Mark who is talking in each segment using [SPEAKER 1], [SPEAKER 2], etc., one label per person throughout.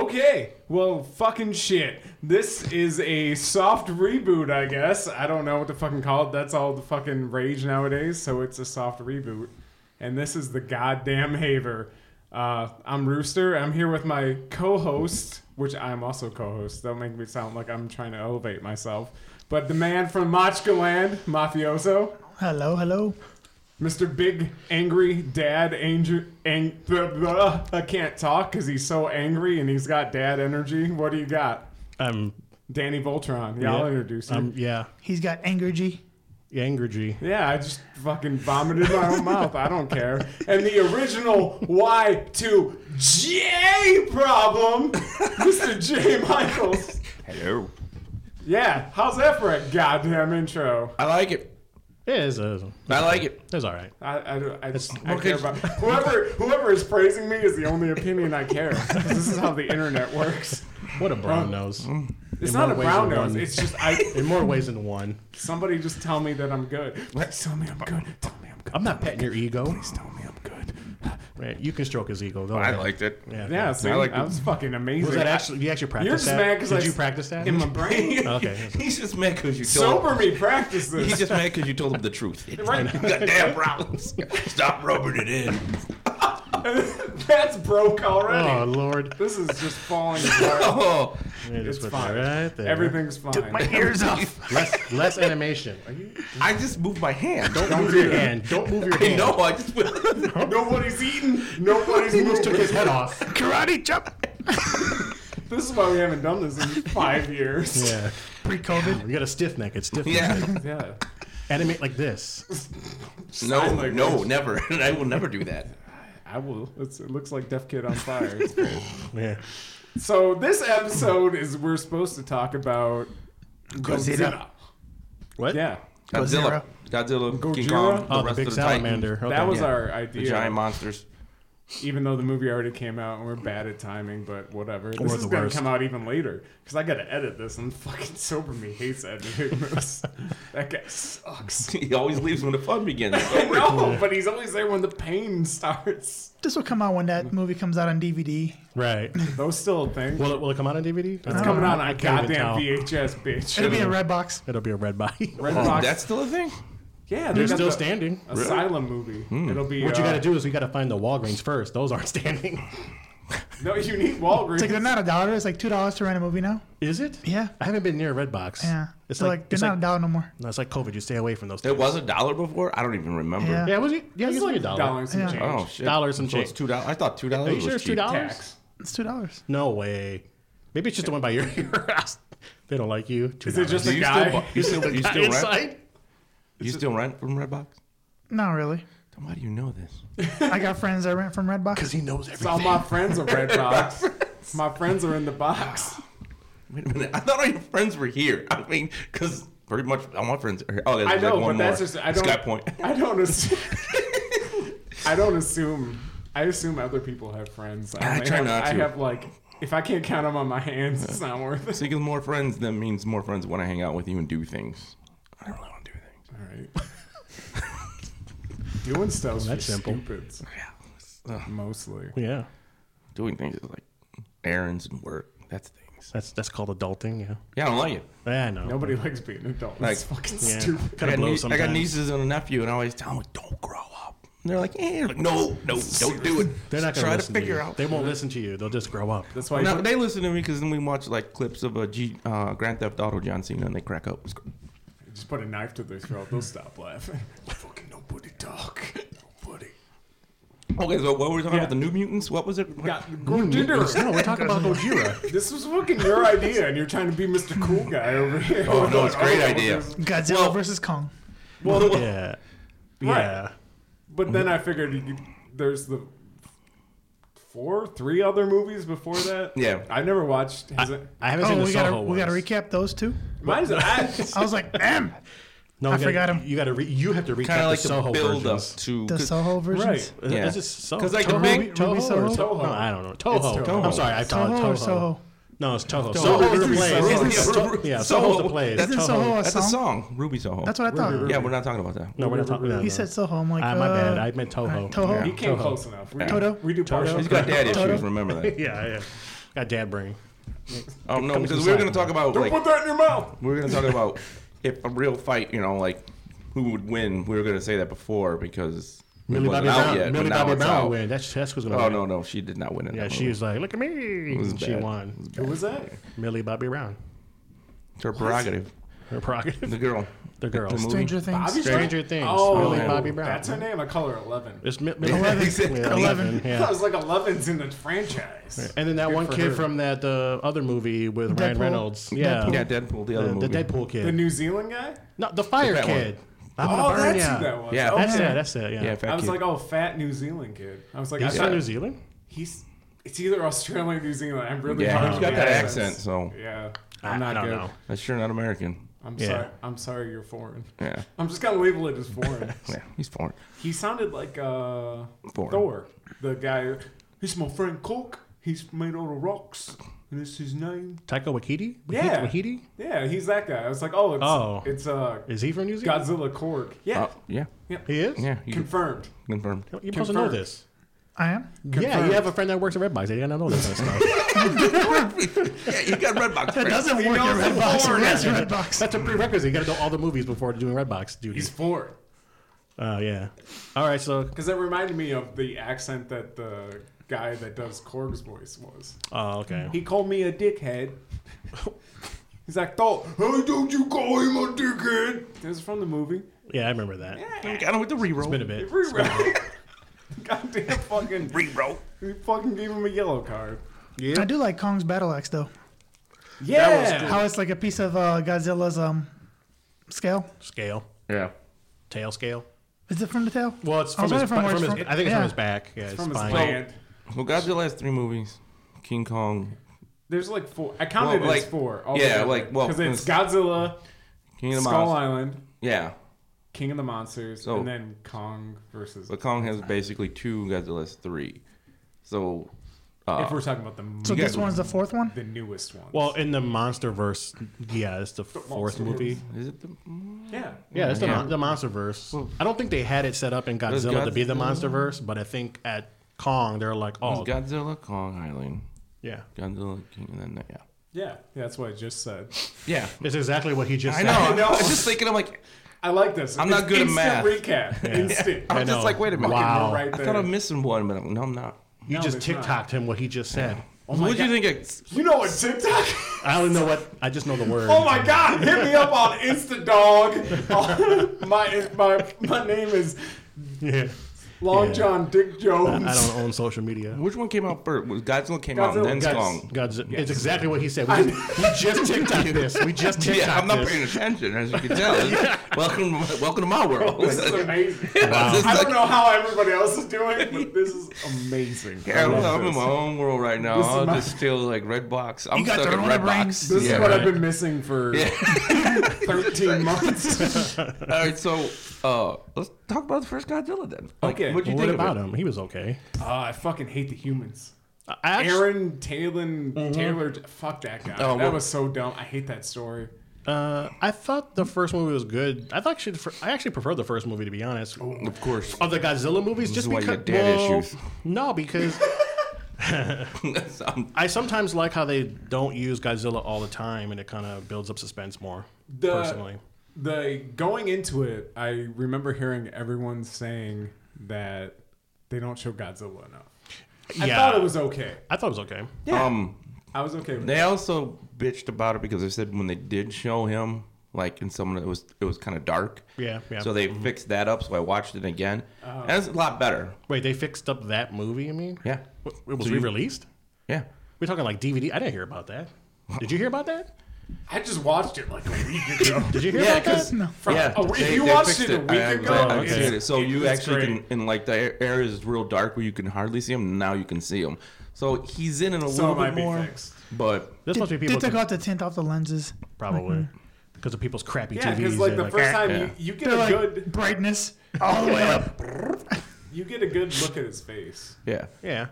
[SPEAKER 1] Okay, well, fucking shit. This is a soft reboot, I guess. I don't know what to fucking call it. That's all the fucking rage nowadays, so it's a soft reboot. And this is the goddamn Haver. Uh, I'm Rooster. I'm here with my co host, which I'm also co host. Don't make me sound like I'm trying to elevate myself. But the man from Machka Land, Mafioso.
[SPEAKER 2] Hello, hello.
[SPEAKER 1] Mr. Big Angry Dad Angel. Ang- blah, blah. I can't talk because he's so angry and he's got dad energy. What do you got?
[SPEAKER 3] I'm
[SPEAKER 1] Danny Voltron. Yeah, I'll
[SPEAKER 3] Yeah. um,
[SPEAKER 1] introduce you.
[SPEAKER 3] I'm yeah,
[SPEAKER 2] He's got energy.
[SPEAKER 3] Angergy.
[SPEAKER 1] yeah, I just fucking vomited my own mouth. I don't care. And the original Y2J problem, Mr. J. Michaels.
[SPEAKER 4] Hello.
[SPEAKER 1] Yeah, how's that for a goddamn intro?
[SPEAKER 4] I like it.
[SPEAKER 3] It is. A,
[SPEAKER 4] I like it.
[SPEAKER 3] uh, it's all right.
[SPEAKER 1] I, I, don't- I just I
[SPEAKER 4] Well,
[SPEAKER 1] care
[SPEAKER 4] could-
[SPEAKER 1] about whoever whoever is praising me is the only opinion I care. 'cause This is how the internet works.
[SPEAKER 3] What a brown nose.
[SPEAKER 1] It's
[SPEAKER 3] In
[SPEAKER 1] not
[SPEAKER 3] more
[SPEAKER 1] a
[SPEAKER 3] ways
[SPEAKER 1] brown
[SPEAKER 3] than
[SPEAKER 1] nose.
[SPEAKER 3] one.
[SPEAKER 1] It's just I.
[SPEAKER 3] In more ways than one.
[SPEAKER 1] Somebody just tell me that I'm good. Please tell me I'm good. Tell me I'm good.
[SPEAKER 3] I'm not petting your ego.
[SPEAKER 1] Please tell me I'm good.
[SPEAKER 3] Right, you can stroke his ego. Go
[SPEAKER 4] I
[SPEAKER 3] ahead.
[SPEAKER 4] liked it.
[SPEAKER 3] Yeah. okay.
[SPEAKER 1] Yeah, see,
[SPEAKER 4] I like
[SPEAKER 1] that was fucking amazing.
[SPEAKER 3] Was that actually? You actually practiced
[SPEAKER 1] You're just
[SPEAKER 3] that?
[SPEAKER 1] mad because I
[SPEAKER 3] Did you practice that?
[SPEAKER 1] in my brain.
[SPEAKER 3] Okay.
[SPEAKER 4] He's just mad because you told
[SPEAKER 1] Sober me, practice
[SPEAKER 4] him. He's
[SPEAKER 1] this.
[SPEAKER 4] just mad because you told him the truth.
[SPEAKER 1] Right.
[SPEAKER 4] You got damn problems. Stop rubbing it in.
[SPEAKER 1] That's broke
[SPEAKER 3] Oh
[SPEAKER 1] already.
[SPEAKER 3] Lord.
[SPEAKER 1] This is just falling apart.
[SPEAKER 4] Oh,
[SPEAKER 3] Yeah, just
[SPEAKER 1] It's
[SPEAKER 3] put that
[SPEAKER 1] fine.
[SPEAKER 3] Right there.
[SPEAKER 1] Everything's fine.
[SPEAKER 2] ears off.
[SPEAKER 3] Less, less animation. Are you?
[SPEAKER 4] I just moved my hand. Don't
[SPEAKER 3] Don't move your hand. Don't move your hand.
[SPEAKER 4] No, I just
[SPEAKER 1] Nobody's eating. Nobody's
[SPEAKER 3] He just took his
[SPEAKER 1] moving.
[SPEAKER 3] head off.
[SPEAKER 4] karate chop.
[SPEAKER 1] This is why we haven't done this in five years.
[SPEAKER 3] Yeah.
[SPEAKER 2] Pre-COVID.
[SPEAKER 3] You got a stiff neck. It's stiff. neck.
[SPEAKER 4] Yeah.
[SPEAKER 1] Yeah.
[SPEAKER 3] Animate like this.
[SPEAKER 4] No,
[SPEAKER 1] like
[SPEAKER 4] no,
[SPEAKER 1] this.
[SPEAKER 4] never. And I will never do that.
[SPEAKER 1] I will. It's, it looks like Deaf Kid on Fire. It's great.
[SPEAKER 3] Yeah.
[SPEAKER 1] So this episode is we're supposed to talk about
[SPEAKER 2] Godzilla.
[SPEAKER 3] What?
[SPEAKER 1] Yeah,
[SPEAKER 4] Godzilla, Godzilla, King
[SPEAKER 1] Gojira?
[SPEAKER 4] Kong, the
[SPEAKER 3] Oh, the
[SPEAKER 4] rest
[SPEAKER 3] big
[SPEAKER 4] of the Titans,
[SPEAKER 3] salamander. Okay,
[SPEAKER 1] that was
[SPEAKER 3] yeah.
[SPEAKER 1] our
[SPEAKER 4] the
[SPEAKER 1] idea.
[SPEAKER 4] giant monsters.
[SPEAKER 1] Even though the movie already came out and we're bad at timing, but whatever. This
[SPEAKER 3] Or
[SPEAKER 1] is
[SPEAKER 3] the
[SPEAKER 1] gonna
[SPEAKER 3] worst.
[SPEAKER 1] come out even later because I gotta edit this. And fucking sober me hates editing this. that guy sucks.
[SPEAKER 4] He always leaves when the fun begins.
[SPEAKER 1] I know, but he's always there when the pain starts.
[SPEAKER 2] This will come out when that movie comes out on DVD.
[SPEAKER 3] Right.
[SPEAKER 1] Those still a thing.
[SPEAKER 3] Will it, will it come out on DVD?
[SPEAKER 1] it's coming out on
[SPEAKER 3] I
[SPEAKER 1] a
[SPEAKER 3] can't even
[SPEAKER 1] goddamn
[SPEAKER 3] tell.
[SPEAKER 1] VHS, bitch.
[SPEAKER 2] It'll be in red box.
[SPEAKER 3] It'll be a red body.
[SPEAKER 1] Red
[SPEAKER 4] Oh,
[SPEAKER 1] Box.
[SPEAKER 4] that's still a thing.
[SPEAKER 1] yeah,
[SPEAKER 3] They're
[SPEAKER 1] got
[SPEAKER 3] still
[SPEAKER 1] the
[SPEAKER 3] standing.
[SPEAKER 1] Asylum movie. It'll be
[SPEAKER 3] What
[SPEAKER 1] uh,
[SPEAKER 3] you got to do is you got to find the Walgreens first. Those aren't standing.
[SPEAKER 1] No, you need Walgreens.
[SPEAKER 2] It's like they're not a dollar. It's like two dollars to rent a movie now.
[SPEAKER 3] Is it?
[SPEAKER 2] Yeah.
[SPEAKER 3] I haven't been near a red box.
[SPEAKER 2] Yeah.
[SPEAKER 3] It's
[SPEAKER 2] they're
[SPEAKER 3] like,
[SPEAKER 2] like, they're
[SPEAKER 3] it's
[SPEAKER 2] not
[SPEAKER 3] like,
[SPEAKER 2] a dollar no more.
[SPEAKER 3] no, it's like COVID. You stay away from those.
[SPEAKER 4] It
[SPEAKER 3] things.
[SPEAKER 4] was a dollar before. I don't even remember.
[SPEAKER 2] Yeah.
[SPEAKER 3] Yeah, it was. Yeah, it was like a dollar.
[SPEAKER 1] dollars and
[SPEAKER 2] Yeah.
[SPEAKER 1] change.
[SPEAKER 4] Oh shit.
[SPEAKER 3] Dollars and
[SPEAKER 4] so it's
[SPEAKER 3] change.
[SPEAKER 4] two dollars. I thought two dollars.
[SPEAKER 3] Are you sure it's two
[SPEAKER 4] Oh,
[SPEAKER 3] dollars?
[SPEAKER 1] Tax.
[SPEAKER 2] It's two dollars.
[SPEAKER 3] No way. Maybe it's just the one by your, your house. They don't like you. $2.
[SPEAKER 1] Is it just
[SPEAKER 4] Do
[SPEAKER 1] a
[SPEAKER 4] you
[SPEAKER 1] guy?
[SPEAKER 4] still, bu- you still, you still rent?
[SPEAKER 3] inside?
[SPEAKER 4] You still rent from Redbox?
[SPEAKER 2] Not really.
[SPEAKER 4] Then why do you know this?
[SPEAKER 2] I got friends that rent from Red
[SPEAKER 3] Because
[SPEAKER 2] Box.
[SPEAKER 3] he knows
[SPEAKER 1] All
[SPEAKER 3] everything.
[SPEAKER 1] my friends are red box. my friends are in the box.
[SPEAKER 4] Wait a minute. I thought all your friends were here. I mean, because pretty much all my friends are here. Oh, there's
[SPEAKER 1] I
[SPEAKER 4] like
[SPEAKER 1] know,
[SPEAKER 4] one
[SPEAKER 1] but that's
[SPEAKER 4] more.
[SPEAKER 1] just I don't.
[SPEAKER 4] Sky Point.
[SPEAKER 1] I don't assume. I don't assume. I assume other people have friends.
[SPEAKER 4] I
[SPEAKER 1] only
[SPEAKER 4] try
[SPEAKER 1] have,
[SPEAKER 4] not
[SPEAKER 1] I
[SPEAKER 4] to.
[SPEAKER 1] have like, if I can't count them on my hands, it's not worth it.
[SPEAKER 4] Seeking more friends, that means more friends want to hang out with you and do things. I don't really want to do things.
[SPEAKER 1] All right. Doing stuff
[SPEAKER 3] that's
[SPEAKER 1] that's
[SPEAKER 3] simple.
[SPEAKER 1] stupids
[SPEAKER 4] Yeah. Ugh.
[SPEAKER 1] mostly.
[SPEAKER 3] yeah.
[SPEAKER 4] Doing things is like errands and work. That's things.
[SPEAKER 3] That's that's called adulting. Yeah.
[SPEAKER 4] Yeah, I don't like it.
[SPEAKER 3] Yeah, I know.
[SPEAKER 1] Nobody likes being an adult.
[SPEAKER 4] Like-
[SPEAKER 1] That's fucking
[SPEAKER 3] Yeah.
[SPEAKER 1] stupid.
[SPEAKER 4] I
[SPEAKER 3] Kind
[SPEAKER 4] got,
[SPEAKER 3] of
[SPEAKER 4] nie-
[SPEAKER 3] blows
[SPEAKER 4] I got
[SPEAKER 3] sometimes.
[SPEAKER 4] nieces and a nephew, and I always tell them, don't grow up. And they're like, eh, like, no, no, don't do it.
[SPEAKER 3] They're not gonna
[SPEAKER 4] Try to
[SPEAKER 3] listen
[SPEAKER 4] figure
[SPEAKER 3] you.
[SPEAKER 4] out.
[SPEAKER 3] They won't listen to you. They'll just grow up.
[SPEAKER 1] That's why.
[SPEAKER 4] No,
[SPEAKER 1] you,
[SPEAKER 4] they listen to me because then we watch like clips of a G, uh, Grand Theft Auto John Cena and they crack up. It's cool.
[SPEAKER 1] Just put a knife to their throat. They'll stop laughing. Fucking nobody talk. Nobody.
[SPEAKER 4] Okay, so what were we talking
[SPEAKER 1] Yeah.
[SPEAKER 4] about? The New Mutants? What was it?
[SPEAKER 1] Yeah, Gojira.
[SPEAKER 3] No, we're talking about Gojira.
[SPEAKER 1] This was fucking your idea, and you're trying to be Mr. Cool Guy over here.
[SPEAKER 4] Oh, no, it's a great idea.
[SPEAKER 2] Godzilla
[SPEAKER 4] Well-
[SPEAKER 2] versus Kong.
[SPEAKER 1] Well, well,
[SPEAKER 3] Yeah.
[SPEAKER 1] Right.
[SPEAKER 3] Yeah.
[SPEAKER 1] but then I figured you could- there's the four, three other movies before that.
[SPEAKER 4] Yeah.
[SPEAKER 1] I never watched. His,
[SPEAKER 3] I haven't seen
[SPEAKER 2] Oh,
[SPEAKER 3] the
[SPEAKER 2] we
[SPEAKER 3] Soho
[SPEAKER 2] gotta we gotta
[SPEAKER 3] ones.
[SPEAKER 2] recap those two.
[SPEAKER 1] mine's. I,
[SPEAKER 2] I was like, damn.
[SPEAKER 3] No,
[SPEAKER 2] I
[SPEAKER 3] you gotta-
[SPEAKER 2] forgot 'em.
[SPEAKER 3] You got to. Re- you have to recap
[SPEAKER 4] Kind of
[SPEAKER 3] the
[SPEAKER 4] like the
[SPEAKER 3] Soho
[SPEAKER 4] build up
[SPEAKER 3] versions.
[SPEAKER 4] to.
[SPEAKER 2] The
[SPEAKER 4] 'cause-
[SPEAKER 2] Soho versions.
[SPEAKER 1] right.
[SPEAKER 3] Is-
[SPEAKER 4] Yeah.
[SPEAKER 3] Is it Soho?
[SPEAKER 4] 'Cause, like, the
[SPEAKER 3] Toho?
[SPEAKER 4] big-
[SPEAKER 2] Ruby Soho?
[SPEAKER 3] Toho? No,
[SPEAKER 1] Toho.
[SPEAKER 3] I don't know. Toho.
[SPEAKER 1] Toho.
[SPEAKER 3] I'm sorry, I called
[SPEAKER 2] Soho or
[SPEAKER 3] it Toho.
[SPEAKER 2] Soho?
[SPEAKER 3] No, it's
[SPEAKER 1] Soho
[SPEAKER 3] Toho. Soho's
[SPEAKER 1] is
[SPEAKER 3] the
[SPEAKER 1] Soho.
[SPEAKER 3] place.
[SPEAKER 4] Yeah, Ru- Ru-
[SPEAKER 3] Yeah,
[SPEAKER 4] Soho.
[SPEAKER 3] Soho's the place.
[SPEAKER 4] That's
[SPEAKER 2] Isn't
[SPEAKER 3] Toho.
[SPEAKER 2] Soho a
[SPEAKER 4] That's a
[SPEAKER 2] song?
[SPEAKER 4] song, Ruby Soho.
[SPEAKER 2] That's what I thought.
[SPEAKER 4] Yeah, we're not talking about that.
[SPEAKER 3] No, we're not talking about that.
[SPEAKER 2] He said Soho. I'm like,
[SPEAKER 3] Ah, my
[SPEAKER 2] uh,
[SPEAKER 3] bad. I meant
[SPEAKER 2] all
[SPEAKER 3] Toho.
[SPEAKER 2] right, Toho.
[SPEAKER 1] he came close enough. We,
[SPEAKER 2] Toto?
[SPEAKER 1] We do partial.
[SPEAKER 4] He's got dad
[SPEAKER 2] Toto?
[SPEAKER 4] issues. Remember that.
[SPEAKER 3] Yeah, yeah. Got dad brain.
[SPEAKER 4] Oh no,
[SPEAKER 3] Comes
[SPEAKER 4] because we were
[SPEAKER 3] inside.
[SPEAKER 4] gonna talk about
[SPEAKER 1] Don't
[SPEAKER 4] like
[SPEAKER 1] put that in your mouth.
[SPEAKER 4] we were gonna talk about if a real fight, you know, like who would win. We were gonna say that before because it
[SPEAKER 3] Millie
[SPEAKER 4] wasn't
[SPEAKER 3] Bobby
[SPEAKER 4] out
[SPEAKER 3] Brown.
[SPEAKER 4] yet. but
[SPEAKER 3] Millie
[SPEAKER 4] now
[SPEAKER 3] Bobby
[SPEAKER 4] it's
[SPEAKER 3] Brown
[SPEAKER 4] out.
[SPEAKER 3] win. That's that's who's gonna
[SPEAKER 4] Oh
[SPEAKER 3] win.
[SPEAKER 4] no, no, she did not win. In
[SPEAKER 3] Yeah,
[SPEAKER 4] that
[SPEAKER 3] she
[SPEAKER 4] movie.
[SPEAKER 3] was like, look at me.
[SPEAKER 4] was
[SPEAKER 3] she
[SPEAKER 4] bad.
[SPEAKER 3] won.
[SPEAKER 1] Who was that?
[SPEAKER 3] Millie Bobby Brown.
[SPEAKER 4] It's her prerogative.
[SPEAKER 3] Her prerogative.
[SPEAKER 4] The girl.
[SPEAKER 3] The girl.
[SPEAKER 4] The movie.
[SPEAKER 2] Stranger Things.
[SPEAKER 1] Bobby
[SPEAKER 3] Stranger
[SPEAKER 1] Brown?
[SPEAKER 3] Things,
[SPEAKER 1] Oh,
[SPEAKER 3] Millie
[SPEAKER 1] Bobby
[SPEAKER 3] Bobby
[SPEAKER 1] Brown.
[SPEAKER 3] Brown.
[SPEAKER 1] That's her name. I call her Eleven.
[SPEAKER 3] It's mi-
[SPEAKER 4] Eleven.
[SPEAKER 3] Yeah,
[SPEAKER 4] Eleven.
[SPEAKER 1] I
[SPEAKER 3] Yeah.
[SPEAKER 1] thought it was like Eleven's in the franchise.
[SPEAKER 3] And then that
[SPEAKER 1] Good
[SPEAKER 3] one
[SPEAKER 1] for
[SPEAKER 3] kid
[SPEAKER 1] her.
[SPEAKER 3] from that uh, other movie with Ryan
[SPEAKER 2] Deadpool.
[SPEAKER 3] Reynolds.
[SPEAKER 2] Deadpool.
[SPEAKER 3] Yeah.
[SPEAKER 4] Yeah, Deadpool. The
[SPEAKER 3] The,
[SPEAKER 4] other
[SPEAKER 3] the
[SPEAKER 4] movie.
[SPEAKER 3] Deadpool kid.
[SPEAKER 1] The New Zealand guy.
[SPEAKER 3] no, the fire
[SPEAKER 4] The fat
[SPEAKER 3] kid. I'm gonna
[SPEAKER 1] Oh,
[SPEAKER 3] burn
[SPEAKER 1] that's
[SPEAKER 3] ya.
[SPEAKER 1] who that was.
[SPEAKER 4] Yeah.
[SPEAKER 1] Okay.
[SPEAKER 3] That's it. That's it. Yeah.
[SPEAKER 4] Yeah, fat
[SPEAKER 1] I was
[SPEAKER 4] kid.
[SPEAKER 1] like, oh, fat New Zealand kid. I was like,
[SPEAKER 3] He's
[SPEAKER 1] I
[SPEAKER 3] from
[SPEAKER 1] thought
[SPEAKER 3] New Zealand.
[SPEAKER 1] he's it's either Australia or New Zealand. I'm really
[SPEAKER 4] yeah,
[SPEAKER 1] hard
[SPEAKER 4] he's
[SPEAKER 1] on
[SPEAKER 4] got
[SPEAKER 1] the
[SPEAKER 4] that
[SPEAKER 1] accents.
[SPEAKER 4] accent, so
[SPEAKER 1] Yeah,
[SPEAKER 3] I-
[SPEAKER 1] I'm not
[SPEAKER 3] I don't
[SPEAKER 1] good.
[SPEAKER 3] know.
[SPEAKER 4] that's sure not American.
[SPEAKER 1] I'm
[SPEAKER 3] Yeah.
[SPEAKER 1] sorry. I'm sorry, you're foreign.
[SPEAKER 4] Yeah,
[SPEAKER 1] I'm just gonna label it as foreign.
[SPEAKER 4] yeah, he's foreign.
[SPEAKER 1] he sounded like uh,
[SPEAKER 4] Foreign.
[SPEAKER 1] Thor, the guy. He's my friend Coke. He's made out of rocks, and it's his name.
[SPEAKER 3] Taika Waititi. Waititi-
[SPEAKER 1] Yeah.
[SPEAKER 3] Waititi.
[SPEAKER 1] Yeah, he's that guy. I was like, oh, it's
[SPEAKER 3] Oh.
[SPEAKER 1] it's uh,
[SPEAKER 3] Is he from New Zealand?
[SPEAKER 1] Godzilla Korg. Yeah,
[SPEAKER 4] Uh, yeah,
[SPEAKER 3] He is.
[SPEAKER 4] yeah, he's
[SPEAKER 1] confirmed.
[SPEAKER 4] confirmed.
[SPEAKER 3] You're supposed to know
[SPEAKER 1] Confirmed.
[SPEAKER 3] this.
[SPEAKER 2] I am.
[SPEAKER 3] Yeah, you have a friend that works at Red Box. They gotta know this kind of stuff.
[SPEAKER 4] yeah, you got Redbox. That
[SPEAKER 2] Doesn't work at Redbox. That's Redbox.
[SPEAKER 3] That's a prerequisite. You gotta know all the movies before doing Red Box duties.
[SPEAKER 1] He's foreign.
[SPEAKER 3] Oh yeah. All right. So
[SPEAKER 1] Because that reminded me of the accent that the guy that does Korg's voice was.
[SPEAKER 3] Oh, okay.
[SPEAKER 1] He called me a dickhead. He's like, Thor, hey, don't you call him a dickhead? It was from the movie.
[SPEAKER 3] Yeah, I remember that. It's
[SPEAKER 4] Got him with the reroll.
[SPEAKER 3] been a bit.
[SPEAKER 1] Reroute. Goddamn fucking.
[SPEAKER 4] Reroll.
[SPEAKER 1] He fucking gave him a yellow card.
[SPEAKER 2] I do like Kong's battle axe though.
[SPEAKER 1] Yeah.
[SPEAKER 4] That
[SPEAKER 2] How it's like a piece of uh, Godzilla's um scale.
[SPEAKER 3] Scale,
[SPEAKER 4] Yeah.
[SPEAKER 3] tail scale.
[SPEAKER 2] Is it from the tail?
[SPEAKER 3] Well, it's
[SPEAKER 2] Oh,
[SPEAKER 3] from,
[SPEAKER 2] is that
[SPEAKER 3] his,
[SPEAKER 2] from
[SPEAKER 3] from,
[SPEAKER 2] where it's
[SPEAKER 3] his.
[SPEAKER 2] from?
[SPEAKER 3] I think it's from
[SPEAKER 2] Yeah.
[SPEAKER 3] his back. Yeah, it's,
[SPEAKER 1] from his
[SPEAKER 3] fine.
[SPEAKER 1] land.
[SPEAKER 4] Well, Godzilla has three movies: King Kong,
[SPEAKER 1] There's like four. I counted
[SPEAKER 4] Well,
[SPEAKER 1] it as
[SPEAKER 4] like-
[SPEAKER 1] four.
[SPEAKER 4] yeah, like, well,
[SPEAKER 1] Because it's
[SPEAKER 4] it's-
[SPEAKER 1] Godzilla,
[SPEAKER 4] King of the
[SPEAKER 1] Skull
[SPEAKER 4] Monsters.
[SPEAKER 1] Island,
[SPEAKER 4] Yeah,
[SPEAKER 1] King of the Monsters,
[SPEAKER 4] So-
[SPEAKER 1] and then Kong versus.
[SPEAKER 4] but Kong has basically two. Godzilla has three. So, uh,
[SPEAKER 1] if we're talking about the
[SPEAKER 2] So
[SPEAKER 1] mo-
[SPEAKER 2] this one's the fourth one.
[SPEAKER 1] the newest one.
[SPEAKER 3] Well, in the MonsterVerse, yeah, it's the fourth
[SPEAKER 1] Monsterverse.
[SPEAKER 3] movie.
[SPEAKER 4] is it the? mm,
[SPEAKER 1] yeah.
[SPEAKER 3] Yeah, it's the,
[SPEAKER 4] Yeah.
[SPEAKER 3] mon the MonsterVerse. I don't think they had it set up in
[SPEAKER 4] There's
[SPEAKER 3] Godzilla to be the
[SPEAKER 4] Godzilla.
[SPEAKER 3] MonsterVerse, but I think at Kong they're like, oh,
[SPEAKER 4] It's Godzilla, Kong Island,
[SPEAKER 3] yeah,
[SPEAKER 4] Godzilla, King, and then yeah.
[SPEAKER 1] Yeah, that's what I just said.
[SPEAKER 4] Yeah,
[SPEAKER 3] it's exactly what he just.
[SPEAKER 4] I
[SPEAKER 3] said.
[SPEAKER 4] know. I
[SPEAKER 1] know.
[SPEAKER 4] know. I was just thinking. I'm like,
[SPEAKER 1] I like this.
[SPEAKER 4] I'm not good at
[SPEAKER 1] instant
[SPEAKER 4] math.
[SPEAKER 1] Recap. Instant.
[SPEAKER 4] I'm just
[SPEAKER 3] know.
[SPEAKER 4] like, wait a minute.
[SPEAKER 3] Wow.
[SPEAKER 1] You're right
[SPEAKER 4] I
[SPEAKER 1] there.
[SPEAKER 4] thought I'm missing one, but I'm, no, I'm not.
[SPEAKER 3] You
[SPEAKER 1] No,
[SPEAKER 3] just
[SPEAKER 1] there's not.
[SPEAKER 3] TikToked him what he just said.
[SPEAKER 1] Oh my
[SPEAKER 4] what do you
[SPEAKER 1] God.
[SPEAKER 4] think? It's,
[SPEAKER 1] You know what TikTok? is?
[SPEAKER 3] I don't know what. I just know the word.
[SPEAKER 1] Oh my God! Hit me up on Insta Dog. my my my name is
[SPEAKER 3] Yeah.
[SPEAKER 1] Long
[SPEAKER 3] Yeah.
[SPEAKER 1] John Dick Jones.
[SPEAKER 3] I don't own social media.
[SPEAKER 4] which one came out first? Was Godzilla came out
[SPEAKER 1] Godzilla,
[SPEAKER 4] and then
[SPEAKER 1] Godz-
[SPEAKER 4] Kong?
[SPEAKER 3] God's, It's exactly what he said.
[SPEAKER 1] I-
[SPEAKER 3] We, we just TikToked this. We just TikToked
[SPEAKER 4] Yeah, I'm not
[SPEAKER 3] this.
[SPEAKER 4] paying attention, as you can tell. Welcome, welcome to my world.
[SPEAKER 1] This is amazing.
[SPEAKER 4] Wow.
[SPEAKER 1] I don't know how everybody else is doing, but this is amazing. I
[SPEAKER 4] Yeah, I'm,
[SPEAKER 1] love
[SPEAKER 4] I'm in
[SPEAKER 1] this.
[SPEAKER 4] my own world right now.
[SPEAKER 1] This is
[SPEAKER 4] I'll
[SPEAKER 1] my-
[SPEAKER 4] just still like red box. I'm
[SPEAKER 2] You got
[SPEAKER 4] stuck
[SPEAKER 2] the
[SPEAKER 4] in
[SPEAKER 2] Rona
[SPEAKER 4] red
[SPEAKER 2] brain?
[SPEAKER 4] box.
[SPEAKER 1] This
[SPEAKER 4] yeah.
[SPEAKER 1] is what I've been missing for 13 months.
[SPEAKER 4] All right, so uh, let's talk about the first Godzilla then. Like,
[SPEAKER 1] Okay.
[SPEAKER 4] What'd you
[SPEAKER 3] Well,
[SPEAKER 4] think
[SPEAKER 3] what about
[SPEAKER 4] of it?
[SPEAKER 3] him? He was okay.
[SPEAKER 1] Ah, I fucking hate the humans.
[SPEAKER 3] I actually,
[SPEAKER 1] Aaron Taylor, Taylor, fuck that guy.
[SPEAKER 4] Oh,
[SPEAKER 1] that
[SPEAKER 4] well-
[SPEAKER 1] was so dumb. I hate that story.
[SPEAKER 3] uh, I thought the first movie was good. I thought actually, the fir- I actually preferred the first movie to be honest.
[SPEAKER 4] Of course.
[SPEAKER 3] Of the Godzilla movies,
[SPEAKER 4] is
[SPEAKER 3] just
[SPEAKER 4] why you
[SPEAKER 3] because.
[SPEAKER 4] got dad
[SPEAKER 3] well,
[SPEAKER 4] issues.
[SPEAKER 3] No, because
[SPEAKER 4] That's- I'm-
[SPEAKER 3] I sometimes like how they don't use Godzilla all the time, and it kind of builds up suspense more.
[SPEAKER 1] The-
[SPEAKER 3] personally,
[SPEAKER 1] The going into it, I remember hearing everyone saying that they don't show Godzilla enough. I
[SPEAKER 3] Yeah.
[SPEAKER 1] thought it was okay.
[SPEAKER 3] I thought it was okay.
[SPEAKER 4] um,
[SPEAKER 1] I was okay with it.
[SPEAKER 4] they also bitched about it because they said when they did show him, like in some of it was it was kind of dark.
[SPEAKER 3] Yeah, yeah.
[SPEAKER 4] So they fixed that up. So I watched it again,
[SPEAKER 1] Oh.
[SPEAKER 4] and it's a lot better.
[SPEAKER 3] Wait, they fixed up that movie. I mean,
[SPEAKER 4] Yeah,
[SPEAKER 3] W- it was
[SPEAKER 4] So you-
[SPEAKER 3] re-released.
[SPEAKER 4] yeah.
[SPEAKER 3] We're talking like DVD. I didn't hear about that. Did you hear about that?
[SPEAKER 1] I just watched it like a week ago.
[SPEAKER 3] Did you hear
[SPEAKER 4] Yeah,
[SPEAKER 3] about that?
[SPEAKER 4] 'cause-
[SPEAKER 2] No.
[SPEAKER 1] From
[SPEAKER 4] yeah,
[SPEAKER 1] a week-
[SPEAKER 4] they-
[SPEAKER 1] you
[SPEAKER 4] they
[SPEAKER 1] watched
[SPEAKER 4] fixed
[SPEAKER 1] it a week
[SPEAKER 4] I-
[SPEAKER 1] ago.
[SPEAKER 4] I- I
[SPEAKER 3] Okay.
[SPEAKER 4] did it. So
[SPEAKER 1] It
[SPEAKER 4] you
[SPEAKER 1] was
[SPEAKER 4] actually
[SPEAKER 1] great.
[SPEAKER 4] can, in like the area is real dark where you can hardly see him. Now you can see him. So he's in it a
[SPEAKER 1] So
[SPEAKER 4] little
[SPEAKER 1] it might
[SPEAKER 4] bit
[SPEAKER 1] be
[SPEAKER 4] more.
[SPEAKER 1] fixed.
[SPEAKER 4] But
[SPEAKER 3] This must be
[SPEAKER 2] They, they
[SPEAKER 3] people
[SPEAKER 2] took out the tint off the lenses.
[SPEAKER 3] probably because of people's crappy
[SPEAKER 1] Yeah,
[SPEAKER 3] TVs.
[SPEAKER 1] because like
[SPEAKER 3] they're
[SPEAKER 1] the first
[SPEAKER 3] "Eh."
[SPEAKER 1] time
[SPEAKER 4] yeah.
[SPEAKER 1] you, you get
[SPEAKER 2] They're
[SPEAKER 1] a
[SPEAKER 2] like
[SPEAKER 1] good
[SPEAKER 2] brightness all the way up.
[SPEAKER 1] you get a good look at his face
[SPEAKER 4] yeah,
[SPEAKER 3] Yeah.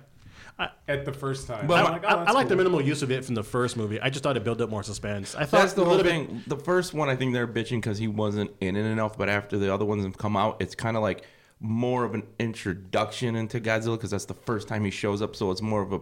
[SPEAKER 1] at the first time. I'm
[SPEAKER 4] Well,
[SPEAKER 3] I,
[SPEAKER 1] like, oh,
[SPEAKER 3] I
[SPEAKER 1] that's
[SPEAKER 3] like the
[SPEAKER 1] cool.
[SPEAKER 3] minimal use of it from the first movie. I just thought it built up more suspense. I thought
[SPEAKER 4] that's the
[SPEAKER 3] a
[SPEAKER 4] whole
[SPEAKER 3] little bit-
[SPEAKER 4] thing. The first one, I think they're bitching because he wasn't in it enough. But after the other ones have come out, it's kind of like more of an introduction into Godzilla because that's the first time he shows up. So it's more of a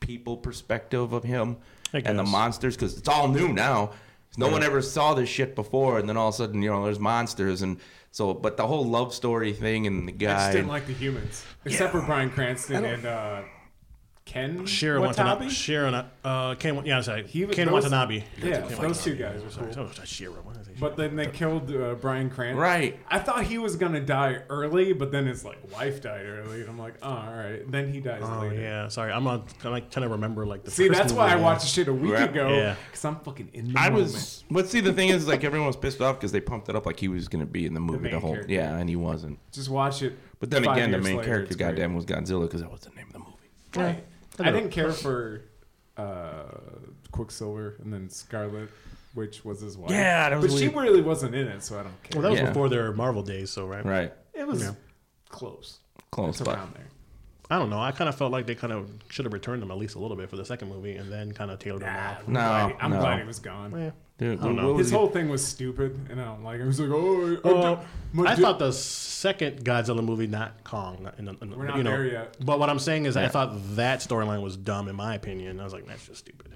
[SPEAKER 4] people perspective of him
[SPEAKER 3] I
[SPEAKER 4] and the
[SPEAKER 3] guess.
[SPEAKER 4] monsters because it's all new now. No one ever saw this shit before, and then all of a sudden, you know, there's monsters and so. But the whole love story thing and the
[SPEAKER 1] I
[SPEAKER 4] guy.
[SPEAKER 1] just didn't like the humans, except for Brian Cranston and uh, Ken
[SPEAKER 3] Sharon
[SPEAKER 1] Watanabe.
[SPEAKER 3] Watanabe. Sharon, uh, Ken. Yeah, I'm sorry.
[SPEAKER 1] He was-
[SPEAKER 3] Ken
[SPEAKER 1] those-
[SPEAKER 3] Watanabe.
[SPEAKER 1] Yeah,
[SPEAKER 3] Ken
[SPEAKER 1] those two
[SPEAKER 3] Watanabe.
[SPEAKER 1] guys were
[SPEAKER 3] Sorry, Oh,
[SPEAKER 1] cool.
[SPEAKER 3] sorry, Sharon. Why did I say
[SPEAKER 1] But then they killed uh, Brian Cranston.
[SPEAKER 4] Right.
[SPEAKER 1] I thought he was gonna die early, but then his like wife died early, and I'm like, oh, all right. Then he dies
[SPEAKER 3] Oh
[SPEAKER 1] later.
[SPEAKER 3] yeah, sorry. I'm on. I'm like trying to remember like the.
[SPEAKER 1] See,
[SPEAKER 3] first
[SPEAKER 1] that's why I
[SPEAKER 3] movie.
[SPEAKER 1] watched shit a week
[SPEAKER 4] Right.
[SPEAKER 1] ago
[SPEAKER 3] Yeah.
[SPEAKER 1] because I'm fucking in the
[SPEAKER 4] I
[SPEAKER 1] moment.
[SPEAKER 4] was. But see, the thing is, like everyone was pissed off because they pumped it up like he was going to be in the movie the,
[SPEAKER 1] main
[SPEAKER 4] whole.
[SPEAKER 1] character.
[SPEAKER 4] Yeah, and he wasn't.
[SPEAKER 1] just watch it.
[SPEAKER 4] But then
[SPEAKER 1] five
[SPEAKER 4] again, the
[SPEAKER 1] years
[SPEAKER 4] main
[SPEAKER 1] later,
[SPEAKER 4] character,
[SPEAKER 1] it's great.
[SPEAKER 4] goddamn, was Godzilla because that was the name of the movie.
[SPEAKER 1] Right.
[SPEAKER 3] Yeah.
[SPEAKER 1] I didn't care for uh, Quicksilver and then Scarlet, which was his wife.
[SPEAKER 3] Yeah, that was
[SPEAKER 1] but she
[SPEAKER 3] weird.
[SPEAKER 1] really wasn't in it, so I don't care.
[SPEAKER 3] Well, that was
[SPEAKER 4] Yeah.
[SPEAKER 3] before their Marvel days, so right.
[SPEAKER 4] Right.
[SPEAKER 1] it was
[SPEAKER 3] yeah.
[SPEAKER 1] close.
[SPEAKER 4] Close,
[SPEAKER 1] It's
[SPEAKER 4] but
[SPEAKER 1] around there.
[SPEAKER 3] I don't know. I kind of felt like they kind of should have returned them at least a little bit for the second movie, and then kind of tailored them
[SPEAKER 1] Nah,
[SPEAKER 3] off.
[SPEAKER 1] I'm
[SPEAKER 4] No,
[SPEAKER 1] glad he- I'm
[SPEAKER 4] no.
[SPEAKER 1] glad he was gone.
[SPEAKER 3] Yeah.
[SPEAKER 4] dude,
[SPEAKER 3] don't know.
[SPEAKER 4] what was
[SPEAKER 1] His
[SPEAKER 4] he-
[SPEAKER 1] whole thing was stupid, and I don't like it. He was like, oh, I- I,
[SPEAKER 3] Well,
[SPEAKER 1] do- my
[SPEAKER 3] I
[SPEAKER 1] do-
[SPEAKER 3] thought the second Godzilla movie, not Kong. Not in the, in the-
[SPEAKER 1] We're not
[SPEAKER 3] you know,
[SPEAKER 1] there yet.
[SPEAKER 3] But what I'm saying is, I
[SPEAKER 4] Yeah.
[SPEAKER 3] thought that storyline was dumb, in my opinion. I was like, that's just stupid.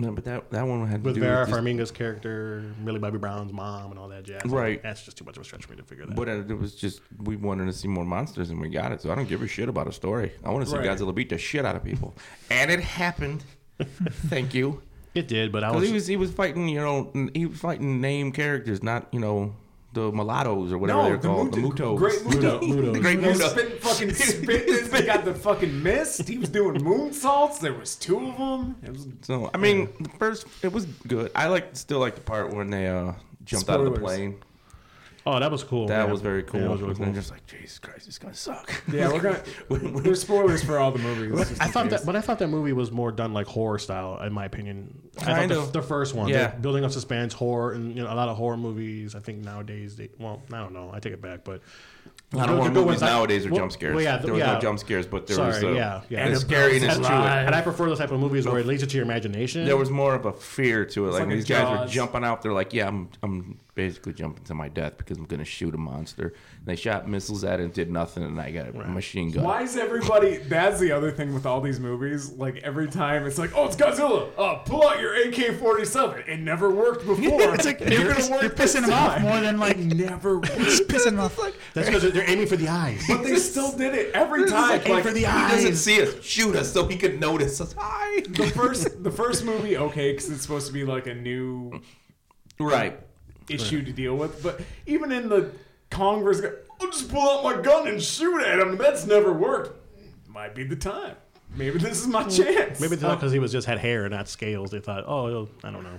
[SPEAKER 4] No, but that that one had to
[SPEAKER 3] With
[SPEAKER 4] do
[SPEAKER 3] Vera
[SPEAKER 4] with just-
[SPEAKER 3] Farmiga's character, Millie Bobby Brown's mom, and all that jazz.
[SPEAKER 4] Right.
[SPEAKER 3] That's just too much of a stretch for me to figure that.
[SPEAKER 4] But it was just we wanted to see more monsters and we got it. So I don't give a shit about a story. I want to see
[SPEAKER 1] Right.
[SPEAKER 4] Godzilla beat the shit out of people, and it happened. Thank you.
[SPEAKER 3] it did, but I
[SPEAKER 4] 'Cause
[SPEAKER 3] was.
[SPEAKER 4] he was he was fighting you know n- he was fighting name characters, not you know the mulattos or whatever
[SPEAKER 1] No,
[SPEAKER 4] they're
[SPEAKER 1] the
[SPEAKER 4] called, the
[SPEAKER 1] Muto-
[SPEAKER 4] mutos.
[SPEAKER 1] great Muto.
[SPEAKER 3] Muto.
[SPEAKER 4] the great
[SPEAKER 1] He was
[SPEAKER 4] muto.
[SPEAKER 1] spitting fucking spit. He got the fucking mist. He was doing moonsaults. There was two of them. It was
[SPEAKER 4] So I mean, the first it was good. I like still like the part when they uh jumped out of the
[SPEAKER 1] Spoilers.
[SPEAKER 4] plane.
[SPEAKER 3] oh, that was cool.
[SPEAKER 4] That
[SPEAKER 3] yeah.
[SPEAKER 4] was very
[SPEAKER 3] Yeah,
[SPEAKER 4] cool.
[SPEAKER 3] that was really
[SPEAKER 4] and then
[SPEAKER 3] cool.
[SPEAKER 4] just like Jesus Christ, it's gonna suck.
[SPEAKER 1] yeah. We're gonna.
[SPEAKER 4] When- when-
[SPEAKER 1] There's spoilers for all the movies. just
[SPEAKER 3] I
[SPEAKER 1] in
[SPEAKER 3] thought
[SPEAKER 1] case.
[SPEAKER 3] that, but I thought that movie was more done like horror style, in my opinion. I
[SPEAKER 4] Kind
[SPEAKER 3] thought the,
[SPEAKER 4] of.
[SPEAKER 3] the first one,
[SPEAKER 4] Yeah.
[SPEAKER 3] yeah, building up suspense, horror, and you know, a lot of horror movies. I think nowadays, they, well, I don't know. I take it back, but The-
[SPEAKER 4] I don't
[SPEAKER 3] the
[SPEAKER 4] want
[SPEAKER 3] good
[SPEAKER 4] movies
[SPEAKER 3] ones I-
[SPEAKER 4] nowadays are
[SPEAKER 3] well,
[SPEAKER 4] jump scares.
[SPEAKER 3] well, yeah,
[SPEAKER 4] there was
[SPEAKER 3] yeah.
[SPEAKER 4] no jump scares, but there was
[SPEAKER 3] Sorry,
[SPEAKER 4] uh,
[SPEAKER 3] yeah, yeah.
[SPEAKER 4] the
[SPEAKER 3] And
[SPEAKER 4] scariness
[SPEAKER 1] Annabelle's
[SPEAKER 4] to it.
[SPEAKER 1] alive.
[SPEAKER 3] and I prefer those type of movies where it leads it to your imagination.
[SPEAKER 4] There was more of a fear to it. Like,
[SPEAKER 1] like a
[SPEAKER 4] these guys were
[SPEAKER 1] Jaws.
[SPEAKER 4] jumping out. They're like, "Yeah, I'm, I'm basically jumping to my death because I'm gonna shoot a monster." And they shot missiles at it, and did nothing, and I got a machine gun.
[SPEAKER 1] Why is everybody? That's the other thing with all these movies. Like every time, it's like, oh, it's Godzilla. Uh, pull out your AK-47. It never worked before.
[SPEAKER 2] It's like
[SPEAKER 1] You're
[SPEAKER 2] you're,
[SPEAKER 1] gonna
[SPEAKER 2] you're
[SPEAKER 1] work this
[SPEAKER 2] pissing him off
[SPEAKER 1] time.
[SPEAKER 2] more than
[SPEAKER 1] It
[SPEAKER 2] like
[SPEAKER 1] never worked.
[SPEAKER 2] pissing him off.
[SPEAKER 3] That's because they're aiming for the eyes.
[SPEAKER 1] But they still did it every time.
[SPEAKER 3] like aim for the
[SPEAKER 4] He doesn't
[SPEAKER 3] eyes.
[SPEAKER 4] see us. Shoot us so he could notice us. Hi.
[SPEAKER 1] the first, the first movie, okay, because it's supposed to be like a new
[SPEAKER 4] Right.
[SPEAKER 1] issue to deal with. But even in the Congress, I'll just pull out my gun and shoot at him. That's never worked. Might be the time. Maybe this is my chance.
[SPEAKER 3] Maybe they thought because he was just had hair and not scales, they thought, oh, it'll- I don't know.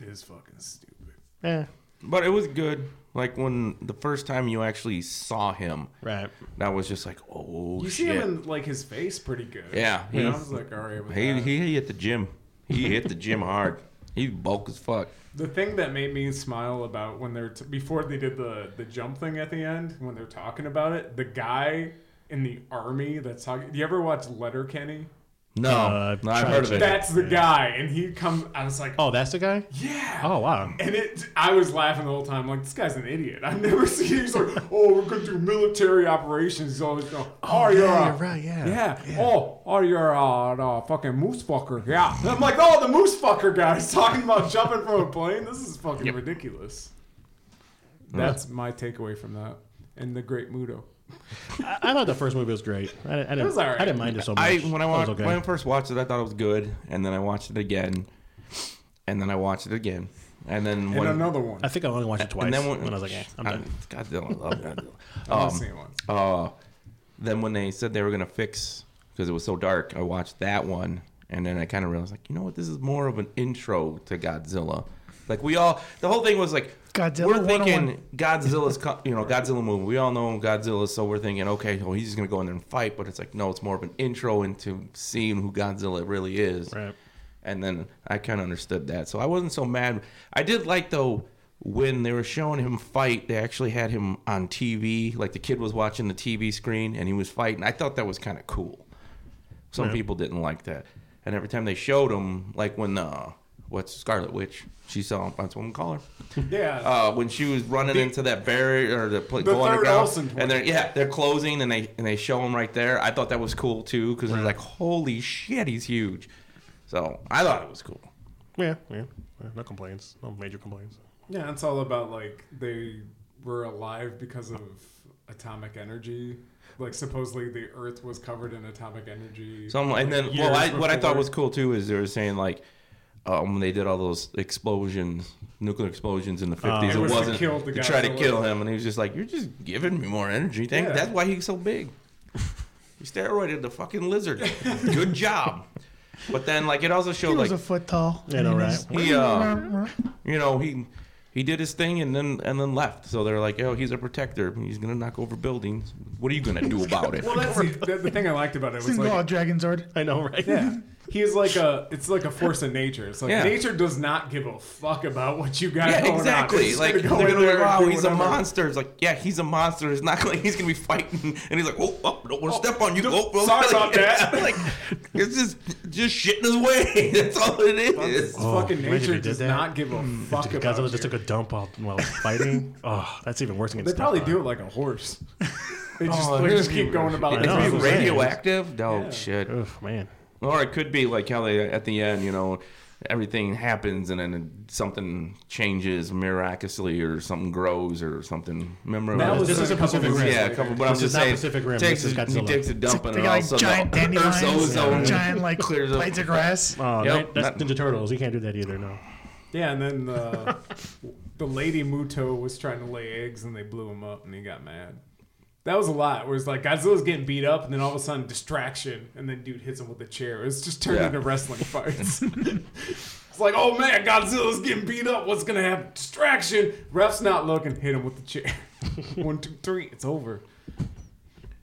[SPEAKER 1] it's fucking stupid.
[SPEAKER 3] Yeah,
[SPEAKER 4] But it was good. Like when the first time you actually saw him,
[SPEAKER 3] right.
[SPEAKER 4] that was just like, oh
[SPEAKER 1] You see
[SPEAKER 4] shit.
[SPEAKER 1] him in like his face pretty good.
[SPEAKER 4] Yeah,
[SPEAKER 1] you know, I
[SPEAKER 4] he's-
[SPEAKER 1] was like, all right. With
[SPEAKER 4] he,
[SPEAKER 1] that.
[SPEAKER 3] Uh,
[SPEAKER 4] he hit the gym. He hit the gym hard. He bulk as fuck.
[SPEAKER 1] The thing that made me smile about when they're t- before they did the the jump thing at the end when they're talking about it, the guy in the army that's talking. Do you ever watch Letterkenny?
[SPEAKER 4] No,
[SPEAKER 3] Uh,
[SPEAKER 4] no I've
[SPEAKER 3] try
[SPEAKER 4] heard of
[SPEAKER 3] to-
[SPEAKER 4] it.
[SPEAKER 1] That's the guy, and he come. I was like,
[SPEAKER 3] Oh, that's the guy.
[SPEAKER 1] yeah.
[SPEAKER 3] Oh wow.
[SPEAKER 1] And it, I was laughing the whole time. Like this guy's an idiot. I've never seen. He's like, oh, we're gonna do military operations. He's always going, oh, you're
[SPEAKER 3] yeah,
[SPEAKER 1] a-
[SPEAKER 3] you're right, yeah,
[SPEAKER 1] yeah, Oh, oh, you're a uh, fucking moose fucker. Yeah. And I'm like, oh, the moose fucker guy's talking about jumping from a plane. This is fucking ridiculous. That's my takeaway from that. And the Great Mudo.
[SPEAKER 3] I, I thought the first movie was great. I, I didn't.
[SPEAKER 1] was all right.
[SPEAKER 3] I didn't mind it so much.
[SPEAKER 4] I when I
[SPEAKER 3] It was
[SPEAKER 4] watched
[SPEAKER 3] okay.
[SPEAKER 4] when I first watched it, I thought it was good, and then I watched it again, and then I watched it again, and then
[SPEAKER 1] And
[SPEAKER 4] when,
[SPEAKER 1] another one.
[SPEAKER 3] I think I only watched it twice.
[SPEAKER 4] and
[SPEAKER 3] when,
[SPEAKER 4] then
[SPEAKER 3] I was like, eh, I'm done.
[SPEAKER 4] God damn, I love Godzilla.
[SPEAKER 1] I've
[SPEAKER 4] Um,
[SPEAKER 1] seen one.
[SPEAKER 4] uh, then when they said they were gonna fix because it was so dark, I watched that one, and then I kind of realized like, you know what, this is more of an intro to Godzilla. Like we all, the whole thing was like
[SPEAKER 2] Godzilla
[SPEAKER 4] We're
[SPEAKER 2] 101.
[SPEAKER 4] thinking Godzilla's, co- you know, Godzilla movie. We all know Godzilla, so we're thinking, okay, well he's just gonna go in there and fight. But it's like, no, it's more of an intro into seeing who Godzilla really is.
[SPEAKER 3] Right.
[SPEAKER 4] And then I kind of understood that, so I wasn't so mad. I did like though when they were showing him fight, they actually had him on TV. Like the kid was watching the TV screen and he was fighting. I thought that was kind of cool. Some people didn't like that, and every time they showed him, like when uh, what's Scarlet Witch. She saw that's what we call her.
[SPEAKER 1] Yeah.
[SPEAKER 4] Uh, when she was running
[SPEAKER 1] The-
[SPEAKER 4] into that barrier or the, pl-
[SPEAKER 1] The
[SPEAKER 4] go
[SPEAKER 1] third
[SPEAKER 4] underground,
[SPEAKER 1] Olsen twin.
[SPEAKER 4] and they're yeah they're closing and they and they show him right there. I thought that was cool too because
[SPEAKER 3] Right.
[SPEAKER 4] like holy shit he's huge. So I thought it was cool.
[SPEAKER 3] Yeah, yeah, yeah. No complaints. No major complaints.
[SPEAKER 1] yeah, it's all about like they were alive because of atomic energy. Like supposedly the Earth was covered in atomic energy.
[SPEAKER 4] Some and then
[SPEAKER 1] years
[SPEAKER 4] well, I, what I thought
[SPEAKER 1] before.
[SPEAKER 4] was cool too is they were saying like um, when they did all those explosions, nuclear explosions in the fifties,
[SPEAKER 1] It
[SPEAKER 4] it,
[SPEAKER 1] was to
[SPEAKER 4] wasn't
[SPEAKER 1] kill the
[SPEAKER 4] to try to
[SPEAKER 1] Godzilla.
[SPEAKER 4] kill him, and he was just like, "You're just giving me more energy. Thank
[SPEAKER 1] Yeah.
[SPEAKER 4] that's why he's so big. you steroided the fucking lizard. Good job." But then, like, it also
[SPEAKER 2] He
[SPEAKER 4] showed
[SPEAKER 2] was
[SPEAKER 4] like
[SPEAKER 2] a foot tall.
[SPEAKER 3] Yeah, no,
[SPEAKER 2] He
[SPEAKER 3] right.
[SPEAKER 2] was-
[SPEAKER 4] he, uh, you know, he he did his thing and then and then left. So they're like, "Oh, he's a protector. He's gonna knock over buildings. What are you gonna do about it?"
[SPEAKER 1] well, that's the, the, the thing I liked about it
[SPEAKER 2] He's
[SPEAKER 1] was
[SPEAKER 2] like,
[SPEAKER 1] like
[SPEAKER 2] Dragon Zord.
[SPEAKER 3] I know, right?
[SPEAKER 1] Yeah. He is like a, it's like a force of nature. It's like
[SPEAKER 4] Yeah.
[SPEAKER 1] nature does not give a fuck about what you got going
[SPEAKER 4] Yeah,
[SPEAKER 1] on.
[SPEAKER 4] exactly.
[SPEAKER 1] It's
[SPEAKER 4] Like
[SPEAKER 1] gonna go
[SPEAKER 4] they're
[SPEAKER 1] in
[SPEAKER 4] gonna be like,
[SPEAKER 1] there and
[SPEAKER 4] "Wow,
[SPEAKER 1] do
[SPEAKER 4] he's a
[SPEAKER 1] whatever."
[SPEAKER 4] monster." It's like, yeah, he's a monster. It's not like he's gonna be fighting, and he's like, "Oh, oh don't want to step on you."
[SPEAKER 1] don't-
[SPEAKER 4] Oh, oh.
[SPEAKER 1] sorry about that.
[SPEAKER 4] like it's just just shit in his way. That's all it is.
[SPEAKER 1] It's
[SPEAKER 3] Oh,
[SPEAKER 1] fucking
[SPEAKER 3] imagine they
[SPEAKER 1] nature
[SPEAKER 3] did
[SPEAKER 1] does
[SPEAKER 3] that.
[SPEAKER 1] not give a
[SPEAKER 4] Hmm.
[SPEAKER 1] fuck about
[SPEAKER 3] Godzilla
[SPEAKER 1] you.
[SPEAKER 3] just took a dump while, while fighting. oh, that's even worse than
[SPEAKER 1] They
[SPEAKER 3] getting
[SPEAKER 1] probably
[SPEAKER 3] stepped
[SPEAKER 1] do
[SPEAKER 3] on.
[SPEAKER 1] it like a horse. They just,
[SPEAKER 4] Oh,
[SPEAKER 1] they
[SPEAKER 4] it'd
[SPEAKER 1] just
[SPEAKER 4] be
[SPEAKER 1] keep going about
[SPEAKER 3] I
[SPEAKER 4] It
[SPEAKER 3] know,
[SPEAKER 4] could
[SPEAKER 3] that's what
[SPEAKER 4] be
[SPEAKER 3] I'm
[SPEAKER 1] this.
[SPEAKER 3] saying.
[SPEAKER 4] radioactive. No
[SPEAKER 1] Yeah.
[SPEAKER 4] shit.
[SPEAKER 3] Oof, man.
[SPEAKER 4] Or it could be like how they at the end, you know, everything happens and then something changes miraculously, or something grows, or something. Remember
[SPEAKER 1] That
[SPEAKER 4] when-
[SPEAKER 1] was
[SPEAKER 3] This
[SPEAKER 1] a
[SPEAKER 3] is a
[SPEAKER 1] couple
[SPEAKER 3] Pacific Rim.
[SPEAKER 4] Yeah, a couple, but
[SPEAKER 3] This
[SPEAKER 4] I'm
[SPEAKER 3] is
[SPEAKER 4] just
[SPEAKER 3] not
[SPEAKER 4] saying.
[SPEAKER 3] Pacific Rim,
[SPEAKER 4] Takes
[SPEAKER 3] this is
[SPEAKER 4] a, he
[SPEAKER 3] Godzilla.
[SPEAKER 4] takes a dump and
[SPEAKER 2] They
[SPEAKER 4] it
[SPEAKER 2] got
[SPEAKER 4] also
[SPEAKER 2] like giant
[SPEAKER 4] the Earth's
[SPEAKER 2] dandelions,
[SPEAKER 4] ozone
[SPEAKER 2] giant like
[SPEAKER 4] clears up.
[SPEAKER 2] blades of grass.
[SPEAKER 3] Oh,
[SPEAKER 4] Yep.
[SPEAKER 3] that, that's
[SPEAKER 4] Not-
[SPEAKER 3] Ninja Turtles. You can't do that either, no.
[SPEAKER 1] Yeah, and then the, the lady Muto was trying to lay eggs and they blew him up and he got mad. That was a lot. Where it's like Godzilla's getting beat up and then all of a sudden distraction and then dude hits him with a chair. It's just turned
[SPEAKER 4] Yeah.
[SPEAKER 1] into wrestling fights. it's like, oh man, Godzilla's getting beat up. What's gonna happen? Distraction. Ref's not looking. Hit him with the chair. One, two, three. It's over.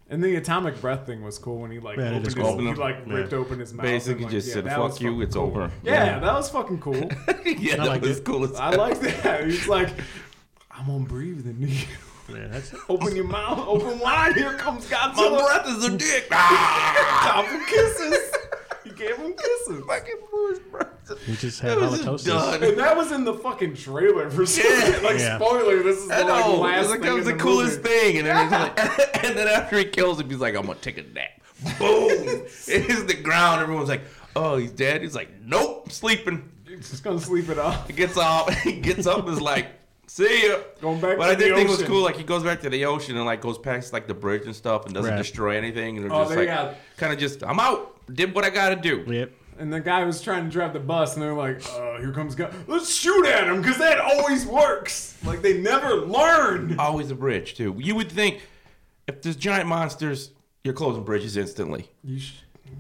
[SPEAKER 1] And the atomic breath thing was cool when he like
[SPEAKER 3] Yeah, they
[SPEAKER 1] opened his,
[SPEAKER 3] just
[SPEAKER 1] he
[SPEAKER 4] opened him.
[SPEAKER 1] like
[SPEAKER 3] Yeah.
[SPEAKER 1] ripped open his mouth. and,
[SPEAKER 4] Basically,
[SPEAKER 1] like,
[SPEAKER 4] just
[SPEAKER 1] yeah,
[SPEAKER 4] said,
[SPEAKER 1] that was
[SPEAKER 4] "Fuck you,
[SPEAKER 1] fucking
[SPEAKER 4] it's
[SPEAKER 1] cool.
[SPEAKER 4] over."
[SPEAKER 1] Yeah, that was fucking cool.
[SPEAKER 4] yeah,
[SPEAKER 3] I
[SPEAKER 4] that
[SPEAKER 3] liked
[SPEAKER 4] was
[SPEAKER 3] it.
[SPEAKER 4] cool as
[SPEAKER 1] I like that. He's like, I'm gonna breathe in you.
[SPEAKER 3] Yeah, that's
[SPEAKER 1] Open your mouth, open wide. Here comes
[SPEAKER 4] My
[SPEAKER 1] Godzilla.
[SPEAKER 4] breath is a dick.
[SPEAKER 1] Time for kisses. He gave him kisses.
[SPEAKER 4] Fucking Bruce Brunson.
[SPEAKER 3] We just
[SPEAKER 4] It
[SPEAKER 3] had
[SPEAKER 4] was just
[SPEAKER 3] halitosis.
[SPEAKER 4] done.
[SPEAKER 1] And that was in the fucking trailer for some
[SPEAKER 4] Yeah.
[SPEAKER 1] Like
[SPEAKER 3] Yeah.
[SPEAKER 1] spoiler, this is the
[SPEAKER 4] I
[SPEAKER 1] like,
[SPEAKER 4] know.
[SPEAKER 1] last
[SPEAKER 4] it's like,
[SPEAKER 1] thing
[SPEAKER 4] that was
[SPEAKER 1] in
[SPEAKER 4] the
[SPEAKER 1] the
[SPEAKER 4] coolest
[SPEAKER 1] movie.
[SPEAKER 4] thing. And then, he's like, and then after he kills him, he's like, I'm going to take a nap. Boom. it hits the ground. Everyone's like, oh, he's dead. He's like, nope, sleeping.
[SPEAKER 1] He's just gonna sleep it off.
[SPEAKER 4] He gets off. He gets up and is like, see ya.
[SPEAKER 1] Going back
[SPEAKER 4] but
[SPEAKER 1] to
[SPEAKER 4] I did
[SPEAKER 1] the
[SPEAKER 4] think it was
[SPEAKER 1] ocean.
[SPEAKER 4] cool. Like, he goes back to the ocean and, like, goes past, like, the bridge and stuff and doesn't
[SPEAKER 3] Right.
[SPEAKER 4] destroy anything. And they're
[SPEAKER 1] Oh,
[SPEAKER 4] just
[SPEAKER 1] there
[SPEAKER 4] like,
[SPEAKER 1] you got it.
[SPEAKER 4] kind of just, I'm out. Did what I got to do.
[SPEAKER 3] Yep.
[SPEAKER 1] And the guy was trying to drive the bus, and they're like, uh, here comes God. Let's shoot at him, because that always works. Like, they never learn.
[SPEAKER 4] always a bridge too. You would think if there's giant monsters, you're closing bridges instantly.
[SPEAKER 1] You sh-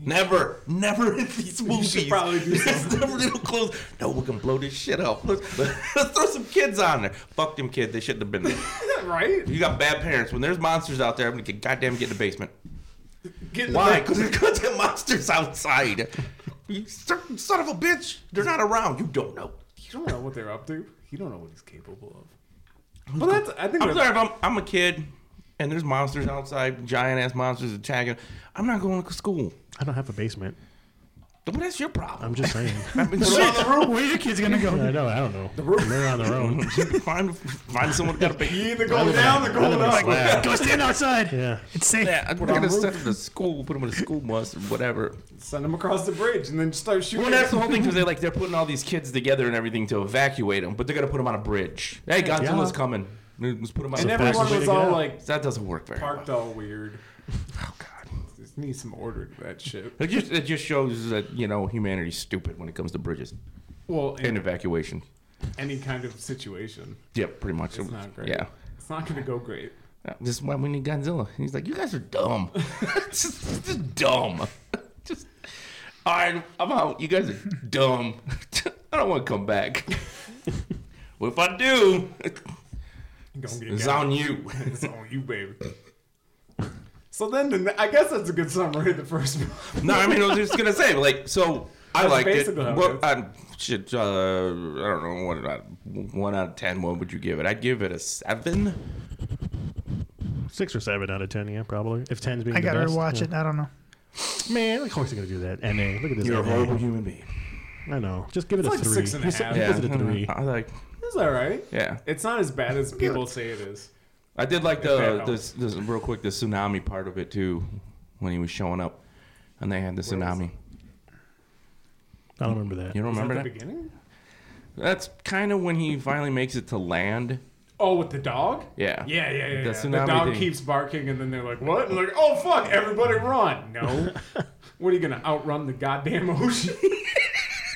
[SPEAKER 4] Never, never in these movies.
[SPEAKER 1] probably do
[SPEAKER 4] It's never gonna close. No, we can blow this shit up. Let's, let's throw some kids on there. Fuck them kids. They shouldn't have been there.
[SPEAKER 1] right?
[SPEAKER 4] You got bad parents. When there's monsters out there, I'm gonna get- goddamn get in the basement.
[SPEAKER 1] Get in the
[SPEAKER 4] Why?
[SPEAKER 1] back.
[SPEAKER 4] Because there's goddamn monsters outside. You son son of a bitch. They're not around. You don't know.
[SPEAKER 1] You don't know what they're up to. You don't know what he's capable of. Well, that's. I think.
[SPEAKER 4] I'm
[SPEAKER 1] that's-
[SPEAKER 4] sorry if I'm, I'm a kid and there's monsters outside, giant ass monsters attacking. I'm not going to school.
[SPEAKER 3] I don't have a basement.
[SPEAKER 4] Well, that's your problem.
[SPEAKER 3] I'm just saying.
[SPEAKER 4] I mean, shit.
[SPEAKER 2] Where are your kids gonna go?
[SPEAKER 3] I know. I don't know. They're on their own.
[SPEAKER 4] find, find someone who got a big.
[SPEAKER 1] You either going down or going up.
[SPEAKER 3] Wow.
[SPEAKER 2] Go stand outside.
[SPEAKER 3] Yeah.
[SPEAKER 2] It's safe.
[SPEAKER 4] Yeah, I'm
[SPEAKER 1] on
[SPEAKER 4] gonna
[SPEAKER 1] roof.
[SPEAKER 4] send them to school, put them in a school bus or whatever.
[SPEAKER 1] Send him across the bridge and then start shooting.
[SPEAKER 4] Well, that's the whole thing because they like they're putting all these kids together and everything to evacuate them, but they're gonna put them on a bridge. Hey, Godzilla's
[SPEAKER 3] Yeah.
[SPEAKER 4] coming. Let's put them on
[SPEAKER 1] and
[SPEAKER 4] a
[SPEAKER 3] every-
[SPEAKER 4] bridge.
[SPEAKER 1] everyone
[SPEAKER 3] way
[SPEAKER 1] was
[SPEAKER 3] to
[SPEAKER 1] all
[SPEAKER 3] go.
[SPEAKER 1] like
[SPEAKER 4] That doesn't work very well.
[SPEAKER 1] parked all weird.
[SPEAKER 4] Oh God.
[SPEAKER 1] Just need some order to that shit.
[SPEAKER 4] It just, it just shows that you know humanity's stupid when it comes to bridges
[SPEAKER 1] Well,
[SPEAKER 4] and
[SPEAKER 1] in
[SPEAKER 4] evacuation.
[SPEAKER 1] any kind of situation,
[SPEAKER 4] Yeah, pretty much.
[SPEAKER 1] it's not great.
[SPEAKER 4] Yeah.
[SPEAKER 1] it's not gonna go great.
[SPEAKER 4] Yeah, This is why we need Godzilla. And he's like, you guys are dumb. just, just dumb. just, all right, I'm out. You guys are dumb. I don't want to come back. well, if I do,
[SPEAKER 1] You gonna get
[SPEAKER 4] it's
[SPEAKER 1] got.
[SPEAKER 4] on you.
[SPEAKER 1] It's on you, baby. So then, the, I guess that's a good summary of the first movie.
[SPEAKER 4] No, I mean, I was just gonna say, like, so I
[SPEAKER 1] That's
[SPEAKER 4] liked it.
[SPEAKER 1] basically how it
[SPEAKER 4] Well,
[SPEAKER 1] is.
[SPEAKER 4] I shit. Uh, I don't know what I- one out of ten. What would you give it? I'd give it a seven.
[SPEAKER 3] Six or seven out of ten. Yeah, probably. If ten's being
[SPEAKER 2] I gotta
[SPEAKER 3] the best,
[SPEAKER 2] rewatch
[SPEAKER 3] yeah.
[SPEAKER 2] it. I don't know.
[SPEAKER 3] Man, of course you're gonna do that. Na. Look at this.
[SPEAKER 4] You're a
[SPEAKER 3] NA.
[SPEAKER 4] horrible human being.
[SPEAKER 3] I know. Just give it
[SPEAKER 1] It's
[SPEAKER 3] a
[SPEAKER 1] like
[SPEAKER 3] three.
[SPEAKER 1] six and a
[SPEAKER 3] Just-
[SPEAKER 1] half.
[SPEAKER 3] just
[SPEAKER 4] Yeah,
[SPEAKER 3] give it a three.
[SPEAKER 4] I like.
[SPEAKER 1] It's all right.
[SPEAKER 4] Yeah,
[SPEAKER 1] It's not as bad as people say it is.
[SPEAKER 4] I did like
[SPEAKER 1] If
[SPEAKER 4] the
[SPEAKER 1] that
[SPEAKER 4] this, this real quick the tsunami part of it too when he was showing up, and they had the
[SPEAKER 1] Where was
[SPEAKER 4] tsunami.
[SPEAKER 3] I don't remember that.
[SPEAKER 4] You don't
[SPEAKER 1] Was
[SPEAKER 4] remember
[SPEAKER 1] that the
[SPEAKER 4] that?
[SPEAKER 1] beginning?
[SPEAKER 4] That's kind of when he finally makes it to land.
[SPEAKER 1] Oh, with the dog?
[SPEAKER 4] Yeah.
[SPEAKER 1] Yeah, yeah, yeah.
[SPEAKER 4] The
[SPEAKER 1] yeah. The,
[SPEAKER 4] tsunami
[SPEAKER 1] dog
[SPEAKER 4] thing.
[SPEAKER 1] keeps barking, and then they're like, "What?" And like, "Oh fuck, everybody run!" No, what are you gonna outrun the goddamn ocean?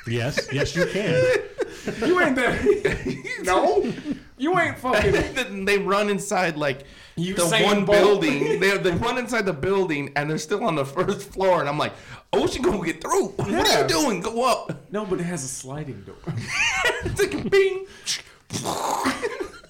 [SPEAKER 3] Yes, yes, you can.
[SPEAKER 1] you ain't that. no, you ain't fucking.
[SPEAKER 4] Then they run inside like
[SPEAKER 1] You
[SPEAKER 4] the
[SPEAKER 1] Usain
[SPEAKER 4] one
[SPEAKER 1] Bolt.
[SPEAKER 4] building. They they run inside the building and they're still on the first floor. And I'm like, Ocean gonna get through. What are
[SPEAKER 1] Yeah.
[SPEAKER 4] you doing? Go up.
[SPEAKER 1] No, but it has a sliding door.
[SPEAKER 4] It's like a bing.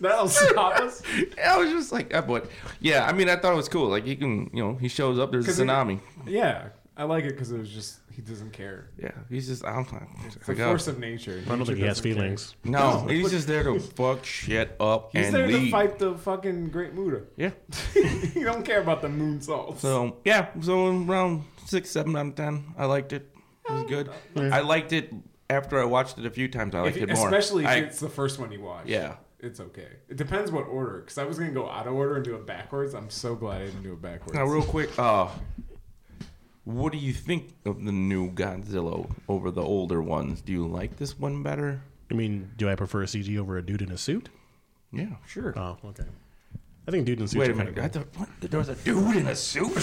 [SPEAKER 1] That'll stop us.
[SPEAKER 4] I was just like, oh, but yeah. I mean, I thought it was cool. Like he can, you know, he shows up. There's
[SPEAKER 1] 'Cause
[SPEAKER 4] a
[SPEAKER 1] it-
[SPEAKER 4] tsunami.
[SPEAKER 1] Yeah, I like it because it was just he doesn't care.
[SPEAKER 4] yeah, he's just. I'm like, uh, oh.
[SPEAKER 1] It's the force of nature.
[SPEAKER 3] I don't
[SPEAKER 1] Nature
[SPEAKER 3] think he has
[SPEAKER 1] doesn't care.
[SPEAKER 3] feelings.
[SPEAKER 4] No,
[SPEAKER 1] No,
[SPEAKER 4] he's
[SPEAKER 1] but-
[SPEAKER 4] just there to fuck shit up
[SPEAKER 1] He's
[SPEAKER 4] and
[SPEAKER 1] there
[SPEAKER 4] leave.
[SPEAKER 1] to fight the fucking Great Muda.
[SPEAKER 4] Yeah.
[SPEAKER 1] he don't care about the moon salts.
[SPEAKER 4] So yeah, so around six, seven out of ten, I liked it. It was good. I liked it after I watched it a few times. I liked
[SPEAKER 1] If-
[SPEAKER 4] it more.
[SPEAKER 1] especially if
[SPEAKER 4] I-
[SPEAKER 1] it's the first one you watch.
[SPEAKER 4] Yeah.
[SPEAKER 1] It's okay. It depends what order, because I was gonna go out of order and do it backwards. I'm so glad I didn't do it backwards.
[SPEAKER 4] now, real quick, uh, what do you think of the new Godzilla over the older ones? Do you like this one better?
[SPEAKER 3] I mean, do I prefer a CG over a dude in a suit?
[SPEAKER 4] Yeah, sure.
[SPEAKER 3] Oh, okay. I think dude in suit.
[SPEAKER 4] Wait a minute. I thought what? there was a dude in a suit.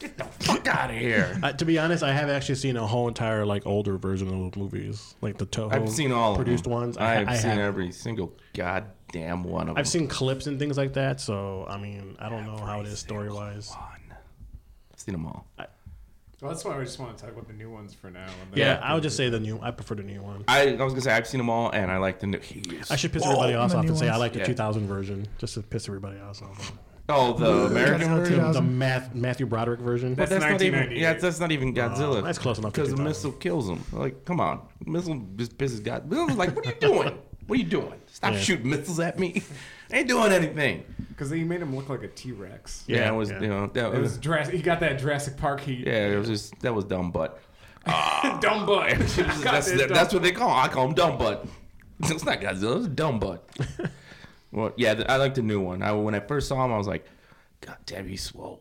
[SPEAKER 4] Get the fuck out of here.
[SPEAKER 3] Uh, to be honest, I have actually seen a whole entire like older version of those movies, like the Toho
[SPEAKER 4] I've seen all
[SPEAKER 3] produced
[SPEAKER 4] of them.
[SPEAKER 3] ones. I,
[SPEAKER 4] I've
[SPEAKER 3] I
[SPEAKER 4] seen
[SPEAKER 3] have.
[SPEAKER 4] every single goddamn one of them.
[SPEAKER 3] I've seen clips and things like that. So I mean, I don't know how it is story wise.
[SPEAKER 4] one. I've seen them all.
[SPEAKER 1] Well, that's why I just want to talk about the new ones for now. and then-
[SPEAKER 3] Yeah, I would just say the new. I prefer the new one.
[SPEAKER 4] I, I was gonna say I've seen them all, and I like the new. He is-
[SPEAKER 3] I should piss everybody else
[SPEAKER 2] The
[SPEAKER 3] off
[SPEAKER 2] new
[SPEAKER 3] and say I
[SPEAKER 2] ones.
[SPEAKER 3] like the
[SPEAKER 4] Yeah.
[SPEAKER 3] 2000 version, just to piss everybody else off.
[SPEAKER 4] Oh, the American
[SPEAKER 2] Godzilla
[SPEAKER 4] version.
[SPEAKER 2] 2000.
[SPEAKER 3] The Math, Matthew Broderick version.
[SPEAKER 1] That's
[SPEAKER 4] not even.
[SPEAKER 1] 1998.
[SPEAKER 4] Yeah, that's not even Godzilla.
[SPEAKER 3] Oh, that's close enough to
[SPEAKER 4] Because the
[SPEAKER 3] 2000.
[SPEAKER 4] missile kills him. Like, come on, missile just pisses God. Missile's like, what are you doing? What are you doing? Stop
[SPEAKER 3] Yeah.
[SPEAKER 4] shooting missiles at me. I ain't doing anything.
[SPEAKER 1] Because he made him look like a T Rex.
[SPEAKER 4] Yeah,
[SPEAKER 3] Yeah,
[SPEAKER 4] it was.
[SPEAKER 3] yeah.
[SPEAKER 4] You know, that
[SPEAKER 1] It was
[SPEAKER 4] was.
[SPEAKER 1] Jurassic. He got that Jurassic Park heat.
[SPEAKER 4] Yeah, it was just that was dumb butt.
[SPEAKER 1] dumb butt. Got
[SPEAKER 4] that's,
[SPEAKER 1] that
[SPEAKER 4] that-
[SPEAKER 1] dumb-
[SPEAKER 4] that's what they call. Him. I call him dumb butt. It's not Godzilla. It's dumb butt. well, yeah, th- I like the new one. I when I first saw him, I was like, God damn, he's swole.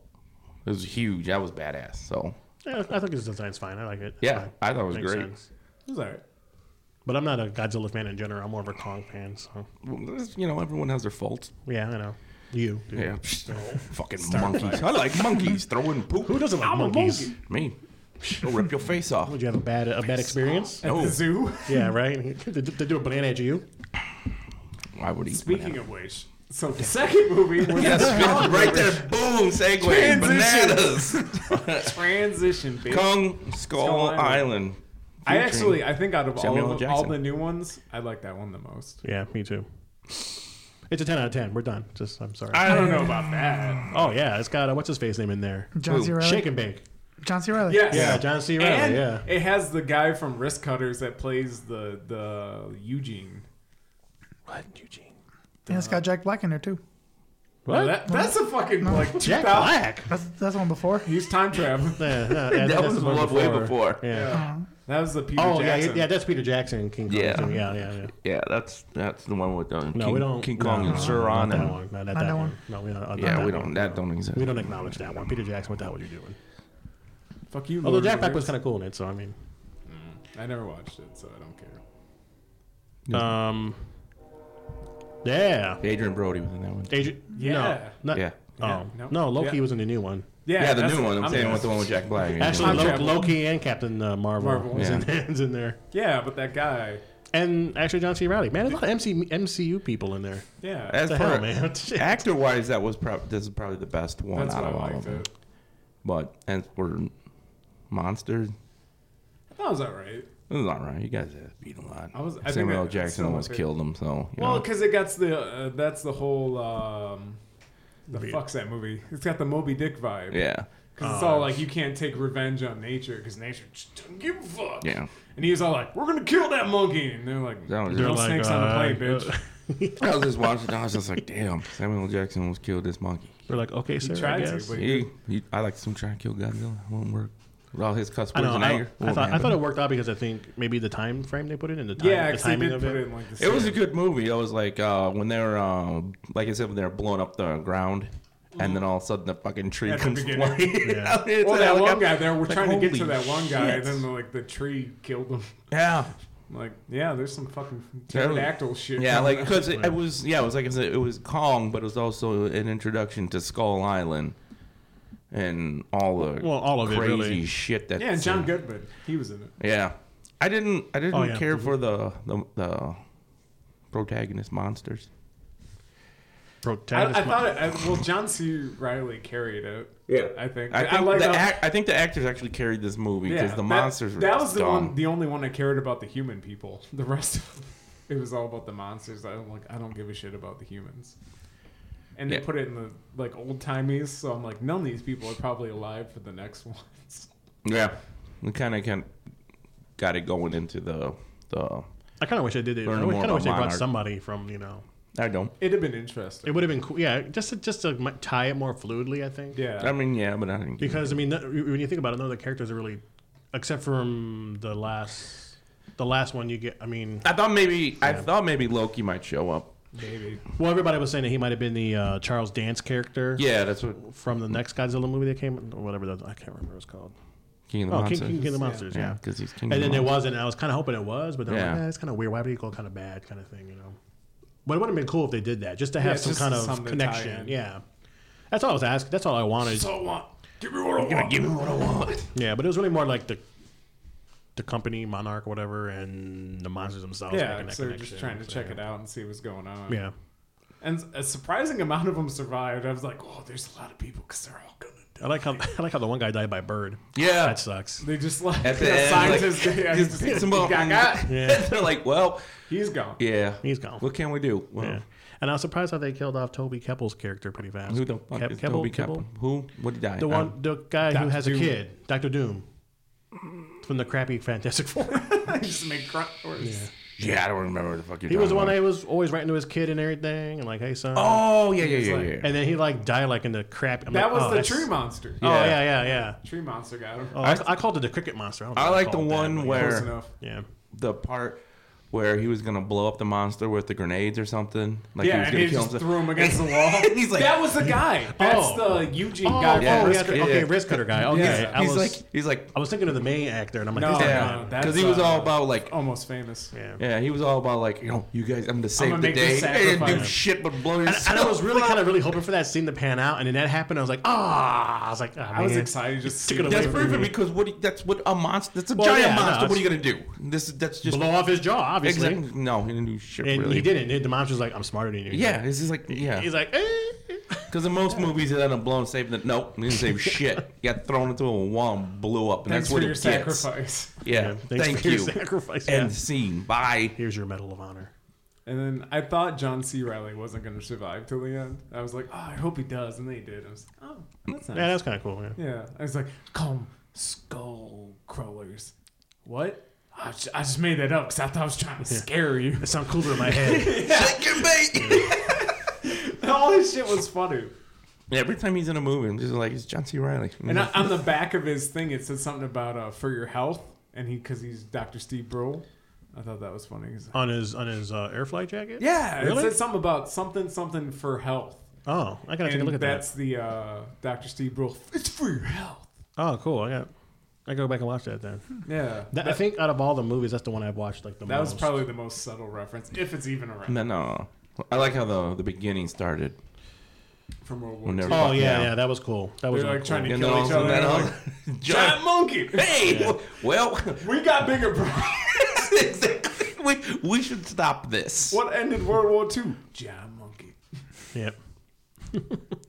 [SPEAKER 4] It was huge. That was badass. So
[SPEAKER 3] Yeah, I think his design's fine. I like it. It's
[SPEAKER 4] yeah,
[SPEAKER 3] fine.
[SPEAKER 4] I thought it was
[SPEAKER 3] Makes
[SPEAKER 4] great.
[SPEAKER 3] sense.
[SPEAKER 1] It was all right.
[SPEAKER 3] But I'm not a Godzilla fan in general. I'm more of a Kong fan. So
[SPEAKER 4] Well, it's- You know, everyone has their faults.
[SPEAKER 3] yeah, I know. You. dude.
[SPEAKER 4] Yeah, fucking monkeys. I like monkeys throwing poop.
[SPEAKER 3] Who doesn't like
[SPEAKER 1] I'm a
[SPEAKER 3] monkeys?
[SPEAKER 1] monkey.
[SPEAKER 4] Me, I'll rip your face off.
[SPEAKER 3] Would you have a bad a bad experience?
[SPEAKER 1] At
[SPEAKER 4] Oh.
[SPEAKER 1] the zoo.
[SPEAKER 3] yeah, right. They, they do a banana at you.
[SPEAKER 4] I would eat.
[SPEAKER 1] Speaking of which, so the second movie was
[SPEAKER 4] Yes, right there, boom, segue,
[SPEAKER 1] Transition.
[SPEAKER 4] bananas.
[SPEAKER 1] transition, bitch.
[SPEAKER 4] Kong Skull,
[SPEAKER 1] Skull
[SPEAKER 4] Island.
[SPEAKER 1] Island. I
[SPEAKER 4] Featuring-
[SPEAKER 1] actually, I think out of all
[SPEAKER 4] Samuel
[SPEAKER 1] of,
[SPEAKER 4] L.
[SPEAKER 1] all
[SPEAKER 4] Jackson.
[SPEAKER 1] the new ones, I like that one the most.
[SPEAKER 3] Yeah, me too. It's a ten out of ten. We're done. Just I'm sorry.
[SPEAKER 1] I don't know about that.
[SPEAKER 3] oh yeah, it's got uh, what's his face name in there?
[SPEAKER 2] John C.
[SPEAKER 4] Who?
[SPEAKER 2] Riley.
[SPEAKER 3] Shake and bake.
[SPEAKER 2] John C. Riley.
[SPEAKER 1] Yes.
[SPEAKER 3] Yeah, John C. Riley.
[SPEAKER 1] and
[SPEAKER 3] yeah.
[SPEAKER 1] it has the guy from Wrist Cutters that plays the the Eugene.
[SPEAKER 3] What Eugene?
[SPEAKER 2] Yeah, it's got Jack Black in there too.
[SPEAKER 1] Now
[SPEAKER 3] What?
[SPEAKER 1] that- that's a fucking like
[SPEAKER 3] Jack
[SPEAKER 1] 2000.
[SPEAKER 3] Black.
[SPEAKER 2] That's that's the one before.
[SPEAKER 1] He's time travel.
[SPEAKER 3] Yeah, yeah,
[SPEAKER 4] That
[SPEAKER 3] that's
[SPEAKER 4] was
[SPEAKER 3] the one
[SPEAKER 4] one way before.
[SPEAKER 3] Yeah.
[SPEAKER 1] That was the Peter
[SPEAKER 3] Oh
[SPEAKER 1] Jackson.
[SPEAKER 3] yeah, yeah. That's Peter Jackson. King Kong.
[SPEAKER 4] Yeah.
[SPEAKER 3] too. yeah, yeah, yeah.
[SPEAKER 4] Yeah, that's that's the one with the
[SPEAKER 3] No,
[SPEAKER 4] King,
[SPEAKER 3] we don't.
[SPEAKER 4] King
[SPEAKER 3] no,
[SPEAKER 4] Kong
[SPEAKER 3] no,
[SPEAKER 4] and
[SPEAKER 3] no,
[SPEAKER 4] Suran.
[SPEAKER 3] Not that
[SPEAKER 4] and-
[SPEAKER 3] one. No, not
[SPEAKER 2] that
[SPEAKER 3] that
[SPEAKER 2] one.
[SPEAKER 3] one. No, we don't. not
[SPEAKER 4] yeah,
[SPEAKER 3] that
[SPEAKER 4] we
[SPEAKER 3] one.
[SPEAKER 4] don't. That don't exist.
[SPEAKER 3] We don't acknowledge that one. Peter Jackson. What the hell were you doing?
[SPEAKER 1] Fuck you.
[SPEAKER 3] Although
[SPEAKER 1] Lord
[SPEAKER 3] Jack
[SPEAKER 1] of the
[SPEAKER 3] Black was
[SPEAKER 1] Rings.
[SPEAKER 3] kind of cool in it, so I mean.
[SPEAKER 1] I never watched it, so I don't care.
[SPEAKER 3] Um. Yeah.
[SPEAKER 4] Adrian Brody was in that one.
[SPEAKER 3] Agent.
[SPEAKER 1] Yeah.
[SPEAKER 3] No. Not,
[SPEAKER 4] Yeah.
[SPEAKER 3] Oh
[SPEAKER 1] Yeah,
[SPEAKER 3] no.
[SPEAKER 1] no.
[SPEAKER 3] Loki
[SPEAKER 1] Yeah.
[SPEAKER 3] was in the new one.
[SPEAKER 4] Yeah, the
[SPEAKER 1] that's
[SPEAKER 4] new
[SPEAKER 1] what
[SPEAKER 4] one. I'm, saying with the one with Jack Black.
[SPEAKER 3] Actually,
[SPEAKER 1] Time
[SPEAKER 3] Lo-
[SPEAKER 1] travel.
[SPEAKER 3] Loki and Captain uh, Marvel,
[SPEAKER 1] Marvel.
[SPEAKER 3] was in,
[SPEAKER 4] Yeah.
[SPEAKER 3] is in there,
[SPEAKER 1] Yeah, but that guy.
[SPEAKER 3] and actually John C. Riley. Man, there's a lot of MC, MCU people in there.
[SPEAKER 1] Yeah.
[SPEAKER 4] as
[SPEAKER 3] The
[SPEAKER 4] far
[SPEAKER 3] hell, man.
[SPEAKER 4] actor wise, that was prob- this is probably the best one
[SPEAKER 1] that's
[SPEAKER 4] out
[SPEAKER 1] what I
[SPEAKER 4] of all
[SPEAKER 1] liked.
[SPEAKER 4] of them.
[SPEAKER 1] It.
[SPEAKER 4] But as for monsters,
[SPEAKER 1] That was alright.
[SPEAKER 4] it was all right. You guys have beat a lot.
[SPEAKER 1] I was- I think
[SPEAKER 4] Samuel
[SPEAKER 1] that-
[SPEAKER 4] L.
[SPEAKER 1] that's
[SPEAKER 4] Jackson
[SPEAKER 1] still
[SPEAKER 4] almost
[SPEAKER 1] okay.
[SPEAKER 4] killed him, so you
[SPEAKER 1] Well,
[SPEAKER 4] know.
[SPEAKER 1] because it got the uh, that's the whole um, the
[SPEAKER 3] Weird.
[SPEAKER 1] fuck's that movie? It's got the Moby Dick vibe.
[SPEAKER 4] yeah,
[SPEAKER 1] Because it's
[SPEAKER 3] Oh.
[SPEAKER 1] all like you can't take revenge on nature because nature just doesn't give a fuck.
[SPEAKER 4] yeah.
[SPEAKER 1] And he was all like, "We're gonna kill that monkey," and they're like,
[SPEAKER 4] That was
[SPEAKER 1] "No
[SPEAKER 4] They're
[SPEAKER 3] like,
[SPEAKER 1] snakes on the plane,
[SPEAKER 3] uh,
[SPEAKER 1] bitch."
[SPEAKER 4] I was just watching. I was just like, damn, Samuel L. Jackson almost killed this monkey.
[SPEAKER 3] We're like, okay, sir. I
[SPEAKER 1] tried to,
[SPEAKER 3] guess.
[SPEAKER 1] but-
[SPEAKER 4] He, he, I like some try and kill Godzilla. It won't work. With all his cuss
[SPEAKER 3] I
[SPEAKER 4] words
[SPEAKER 3] know.
[SPEAKER 4] and
[SPEAKER 3] I,
[SPEAKER 4] anger.
[SPEAKER 3] I
[SPEAKER 4] Won't
[SPEAKER 3] thought I
[SPEAKER 4] happen.
[SPEAKER 3] thought it worked out because I think maybe the time frame they put it in the time,
[SPEAKER 1] Yeah,
[SPEAKER 3] the
[SPEAKER 1] 'cause they
[SPEAKER 3] timing
[SPEAKER 1] did
[SPEAKER 3] of
[SPEAKER 1] put it
[SPEAKER 3] it.
[SPEAKER 1] in like the
[SPEAKER 4] It was a
[SPEAKER 1] same-
[SPEAKER 4] good movie. I was like, uh, when they were, uh, like I said, when they were blowing up the ground, and then all of a sudden the fucking tree
[SPEAKER 1] At the
[SPEAKER 4] comes
[SPEAKER 1] beginning.
[SPEAKER 4] flying.
[SPEAKER 3] Yeah.
[SPEAKER 4] out. It's
[SPEAKER 1] Well, that
[SPEAKER 4] like,
[SPEAKER 1] one
[SPEAKER 4] I'm-
[SPEAKER 1] guy there, we're
[SPEAKER 4] like,
[SPEAKER 1] trying to get to
[SPEAKER 4] holy
[SPEAKER 1] that one guy,
[SPEAKER 4] shit.
[SPEAKER 1] and then like the tree killed him.
[SPEAKER 4] yeah,
[SPEAKER 1] I'm like, yeah, there's some fucking
[SPEAKER 4] That was-
[SPEAKER 1] pterodactyl shit.
[SPEAKER 4] yeah,
[SPEAKER 1] coming
[SPEAKER 4] like
[SPEAKER 1] up.
[SPEAKER 4] because it, it was, yeah, it was like I said, it was Kong, but it was also an introduction to Skull Island and all the
[SPEAKER 3] Well, all of it,
[SPEAKER 4] crazy
[SPEAKER 3] really.
[SPEAKER 4] shit that
[SPEAKER 1] yeah, and John Goodman, he was in it.
[SPEAKER 4] Yeah, I didn't. I didn't
[SPEAKER 3] Oh, yeah.
[SPEAKER 4] care for the the, the protagonist monsters.
[SPEAKER 1] I,
[SPEAKER 3] Protagonist.
[SPEAKER 1] I thought it. I, well, John C. Riley carried it.
[SPEAKER 4] Yeah.
[SPEAKER 1] I think.
[SPEAKER 4] I
[SPEAKER 1] I,
[SPEAKER 4] think
[SPEAKER 1] like
[SPEAKER 4] the
[SPEAKER 1] how-
[SPEAKER 4] act, I think the actors actually carried this movie
[SPEAKER 1] yeah,
[SPEAKER 4] because the
[SPEAKER 1] that-
[SPEAKER 4] monsters were
[SPEAKER 1] That was the
[SPEAKER 4] dumb.
[SPEAKER 1] one, the only one I cared about the human people. The rest, of it was all about the monsters. I don't like. I don't give a shit about the humans. And they
[SPEAKER 4] Yeah.
[SPEAKER 1] put it in the like old timeies, so I'm like, none of these people are probably alive for the next ones.
[SPEAKER 4] Yeah, we kind of kind got it going into the the.
[SPEAKER 3] I kind of wish I did it. I
[SPEAKER 4] Learn
[SPEAKER 3] kind
[SPEAKER 4] more
[SPEAKER 3] of
[SPEAKER 4] about
[SPEAKER 3] wish they brought
[SPEAKER 4] Monarch.
[SPEAKER 3] somebody from you know.
[SPEAKER 4] I don't.
[SPEAKER 1] It'd have been interesting.
[SPEAKER 3] It would have been cool. Yeah, just to, just to mi- tie it more fluidly, I think.
[SPEAKER 1] yeah,
[SPEAKER 4] I mean, yeah, but I didn't. Because
[SPEAKER 3] Because I mean, no- when you think about it, none of the characters are really, except from the last, the last one you get. I mean,
[SPEAKER 4] I thought maybe I thought maybe Loki might show up.
[SPEAKER 1] maybe.
[SPEAKER 3] well, everybody was saying that he might have been the uh, Charles Dance character.
[SPEAKER 4] Yeah, that's what
[SPEAKER 3] From the next Godzilla movie that came, or whatever that I can't remember what it's called.
[SPEAKER 4] King of the
[SPEAKER 3] Oh, King,
[SPEAKER 4] Monsters.
[SPEAKER 3] King, King of the Monsters.
[SPEAKER 4] yeah,
[SPEAKER 3] Yeah.
[SPEAKER 4] because he's
[SPEAKER 3] And
[SPEAKER 4] King. of
[SPEAKER 3] then
[SPEAKER 4] the
[SPEAKER 3] it
[SPEAKER 4] Monsters.
[SPEAKER 3] wasn't. and I was kind of hoping it was, but then I'm
[SPEAKER 4] Yeah.
[SPEAKER 3] like, eh, it's kind of weird. Why would you go kind of bad, kind of thing? You know. But it would have been cool if they did that, just to have
[SPEAKER 1] Yeah,
[SPEAKER 3] some
[SPEAKER 1] just
[SPEAKER 3] kind of
[SPEAKER 1] something to tie in.
[SPEAKER 3] connection. Yeah. That's all I was asking. That's all I wanted.
[SPEAKER 1] So want. Give me what I
[SPEAKER 4] Yeah, give me what I want.
[SPEAKER 3] Yeah, but it was really more like the the company, Monarch, whatever, and the monsters themselves.
[SPEAKER 1] Yeah,
[SPEAKER 3] making that
[SPEAKER 1] so they're just
[SPEAKER 3] connection.
[SPEAKER 1] trying to
[SPEAKER 3] So,
[SPEAKER 1] check
[SPEAKER 3] yeah.
[SPEAKER 1] it out and see what's going on.
[SPEAKER 3] Yeah.
[SPEAKER 1] And a surprising amount of them survived. I was like, oh, there's a lot of people because they're all gonna die.
[SPEAKER 3] I like how I like how the one guy died by bird.
[SPEAKER 4] Yeah.
[SPEAKER 1] Oh.
[SPEAKER 3] That sucks.
[SPEAKER 1] They just like
[SPEAKER 4] At the
[SPEAKER 1] the
[SPEAKER 4] end,
[SPEAKER 1] scientist,
[SPEAKER 4] like,
[SPEAKER 1] yeah,
[SPEAKER 4] just picks him up.
[SPEAKER 1] "Got- got."
[SPEAKER 4] and-
[SPEAKER 3] Yeah.
[SPEAKER 4] They're like, well,
[SPEAKER 1] He's gone.
[SPEAKER 4] yeah.
[SPEAKER 3] He's gone.
[SPEAKER 4] What can we do? Well,
[SPEAKER 3] Yeah. And I was surprised how they killed off Toby Kebbell's character pretty fast.
[SPEAKER 4] Who the fuck
[SPEAKER 3] Keb-
[SPEAKER 4] is
[SPEAKER 3] Kebbell?
[SPEAKER 4] Toby
[SPEAKER 3] Kebbell?
[SPEAKER 4] Kebbell? Who? What did die?
[SPEAKER 3] The one the guy
[SPEAKER 1] Dr.
[SPEAKER 3] who has
[SPEAKER 1] Doom.
[SPEAKER 3] a kid, Doctor Doom. From the crappy Fantastic Four.
[SPEAKER 1] just make grunt noise.
[SPEAKER 4] yeah, I don't remember the fuck you're
[SPEAKER 3] he was the
[SPEAKER 4] talking
[SPEAKER 3] one
[SPEAKER 4] about.
[SPEAKER 3] that was always writing to his kid and everything and like, hey son.
[SPEAKER 4] Oh yeah, yeah,
[SPEAKER 1] was
[SPEAKER 4] yeah,
[SPEAKER 1] like-
[SPEAKER 4] yeah.
[SPEAKER 3] And then he like died like in the crap. I'm
[SPEAKER 1] That
[SPEAKER 3] like,
[SPEAKER 1] was
[SPEAKER 3] oh,
[SPEAKER 1] the
[SPEAKER 3] that's-
[SPEAKER 1] tree monster.
[SPEAKER 3] Oh
[SPEAKER 4] Yeah.
[SPEAKER 3] yeah, yeah, yeah.
[SPEAKER 1] Tree monster got him.
[SPEAKER 3] Oh, I, I called it the cricket monster. I, don't
[SPEAKER 4] I
[SPEAKER 3] think
[SPEAKER 4] like the
[SPEAKER 3] called it that,
[SPEAKER 4] one
[SPEAKER 3] but yeah.
[SPEAKER 4] where-
[SPEAKER 1] Close enough.
[SPEAKER 3] yeah.
[SPEAKER 4] the part where he was gonna blow up the monster with the grenades or something. Like
[SPEAKER 1] yeah, and he just threw him against the wall.
[SPEAKER 4] He's like-
[SPEAKER 1] that was the guy. That's
[SPEAKER 3] Oh.
[SPEAKER 1] the Eugene
[SPEAKER 3] Oh,
[SPEAKER 1] guy.
[SPEAKER 3] oh,
[SPEAKER 4] yeah.
[SPEAKER 1] from-
[SPEAKER 3] wrist-
[SPEAKER 4] Yeah.
[SPEAKER 3] okay, wrist cutter guy. Okay,
[SPEAKER 1] Yeah.
[SPEAKER 3] I
[SPEAKER 4] he's
[SPEAKER 3] was
[SPEAKER 4] like, he's like,
[SPEAKER 3] I was thinking of the main actor, and I'm like,
[SPEAKER 1] No,
[SPEAKER 3] this is-
[SPEAKER 4] yeah,
[SPEAKER 1] no, that's,
[SPEAKER 4] because he was
[SPEAKER 1] uh,
[SPEAKER 4] all about like,
[SPEAKER 1] Almost famous.
[SPEAKER 3] yeah.
[SPEAKER 4] yeah, he was all about like, you know, you guys, I'm gonna save
[SPEAKER 1] gonna
[SPEAKER 4] the
[SPEAKER 1] make
[SPEAKER 4] day
[SPEAKER 1] this
[SPEAKER 4] and do
[SPEAKER 1] sacrifice.
[SPEAKER 4] shit but blow
[SPEAKER 3] And,
[SPEAKER 4] yourself.
[SPEAKER 3] and I was really kind of really hoping for that scene to pan out, and then that happened. I was like, ah, I was like, ah,
[SPEAKER 1] I was
[SPEAKER 3] man.
[SPEAKER 1] excited just to
[SPEAKER 3] took
[SPEAKER 1] see him.
[SPEAKER 3] it away
[SPEAKER 4] That's
[SPEAKER 3] from
[SPEAKER 4] perfect
[SPEAKER 3] me.
[SPEAKER 4] because what? He, that's what a monster. That's a
[SPEAKER 3] Well,
[SPEAKER 4] giant
[SPEAKER 3] yeah, no,
[SPEAKER 4] monster. what are
[SPEAKER 3] it's-
[SPEAKER 4] you gonna do? This is that's just
[SPEAKER 3] blow off his jaw, obviously,
[SPEAKER 4] exactly. No, he didn't do shit
[SPEAKER 3] and
[SPEAKER 4] really.
[SPEAKER 3] he didn't. And the monster's like, I'm smarter than you.
[SPEAKER 4] Yeah, it's just like yeah.
[SPEAKER 3] he's like, eh.
[SPEAKER 4] Because in most movies, it ended up blown saving the nope, he didn't save shit. He got thrown into a wall and blew up, and
[SPEAKER 1] Thanks
[SPEAKER 4] that's what
[SPEAKER 1] for
[SPEAKER 4] he
[SPEAKER 1] your
[SPEAKER 4] gets.
[SPEAKER 1] sacrifice.
[SPEAKER 4] Yeah,
[SPEAKER 3] Yeah, thanks
[SPEAKER 4] thank
[SPEAKER 3] for
[SPEAKER 4] you.
[SPEAKER 3] your sacrifice.
[SPEAKER 4] End
[SPEAKER 3] yeah.
[SPEAKER 4] scene. Bye.
[SPEAKER 3] here's your medal of honor.
[SPEAKER 1] And then I thought John C. Riley wasn't going to survive till the end. I was like, oh, I hope he does. And they did. I was like, oh, that's nice.
[SPEAKER 3] Yeah, that's kind of cool. Yeah.
[SPEAKER 1] Yeah, I was like, comb skull crawlers. What? I just, I just made that up because I thought I was trying to scare you.
[SPEAKER 3] It sounded cooler in my head.
[SPEAKER 4] Shake your bait.
[SPEAKER 1] All this shit was funny.
[SPEAKER 4] Every time he's in a movie, I'm just like, it's John C. Riley.
[SPEAKER 1] And I, on the back of his thing, it said something about uh, for your health, and he because he's Dr. Steve Brule. I thought that was funny. He's like,
[SPEAKER 3] on his on his uh, air flight jacket.
[SPEAKER 1] yeah,
[SPEAKER 3] Really?
[SPEAKER 1] it said something about something something for health.
[SPEAKER 3] Oh, I gotta take a
[SPEAKER 1] And
[SPEAKER 3] look at that.
[SPEAKER 1] that's the uh, Dr. Steve Brule. It's for your health.
[SPEAKER 3] Oh, cool. I got. I go back and watch that then.
[SPEAKER 1] Yeah,
[SPEAKER 3] That, I think out of all the movies, that's the one I've watched like the
[SPEAKER 1] that
[SPEAKER 3] most.
[SPEAKER 1] was probably the most subtle reference, if it's even a reference
[SPEAKER 4] no, no. I like how the the beginning started.
[SPEAKER 1] from World War
[SPEAKER 4] When
[SPEAKER 1] II.
[SPEAKER 4] they're-
[SPEAKER 3] Oh yeah,
[SPEAKER 4] Yeah.
[SPEAKER 3] yeah, that was cool. That was
[SPEAKER 1] They're
[SPEAKER 3] really
[SPEAKER 1] like trying
[SPEAKER 3] cool.
[SPEAKER 1] to
[SPEAKER 4] And then
[SPEAKER 1] kill
[SPEAKER 4] all
[SPEAKER 1] each
[SPEAKER 4] of a
[SPEAKER 1] other. and
[SPEAKER 4] sudden, all-
[SPEAKER 1] they're like,
[SPEAKER 4] John,
[SPEAKER 1] monkey.
[SPEAKER 4] hey, well,
[SPEAKER 1] We got bigger problems.
[SPEAKER 4] exactly. We, we should stop this.
[SPEAKER 1] What ended World War II? Giant monkey.
[SPEAKER 3] Yeah,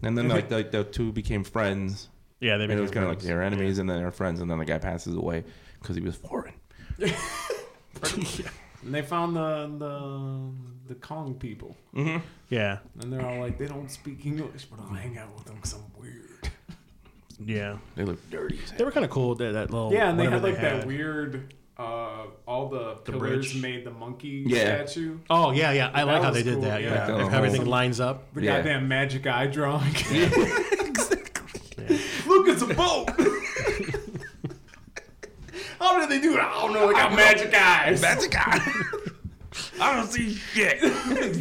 [SPEAKER 4] And then like the, the two became friends.
[SPEAKER 3] yeah, they
[SPEAKER 4] And it was kind of like
[SPEAKER 3] yeah.
[SPEAKER 4] they were enemies, and then they were friends, and then the guy passes away because he was foreign.
[SPEAKER 1] And they found the the, the Kong people,
[SPEAKER 3] yeah,
[SPEAKER 1] and they're all like, they don't speak English, but I'll hang out with them because I'm weird.
[SPEAKER 3] yeah.
[SPEAKER 4] They look dirty.
[SPEAKER 3] They were kind of cool. That, that little
[SPEAKER 1] Yeah, and they
[SPEAKER 3] Oh, whatever
[SPEAKER 1] had like that
[SPEAKER 3] had.
[SPEAKER 1] weird. Uh, all the, pillars
[SPEAKER 3] bridge.
[SPEAKER 1] made the monkey
[SPEAKER 4] Yeah.
[SPEAKER 1] statue.
[SPEAKER 3] Oh yeah, yeah. I like how
[SPEAKER 1] was
[SPEAKER 3] they did
[SPEAKER 1] cool,
[SPEAKER 3] that.
[SPEAKER 1] yeah.
[SPEAKER 3] Yeah,
[SPEAKER 1] Like
[SPEAKER 4] the
[SPEAKER 3] If everything
[SPEAKER 4] whole-
[SPEAKER 3] lines up.
[SPEAKER 1] The
[SPEAKER 4] Yeah.
[SPEAKER 1] goddamn magic eye drawing.
[SPEAKER 4] exactly.
[SPEAKER 1] Look, it's a boat. know, like got magic eyes.
[SPEAKER 4] That's a guy. I don't see shit.
[SPEAKER 1] you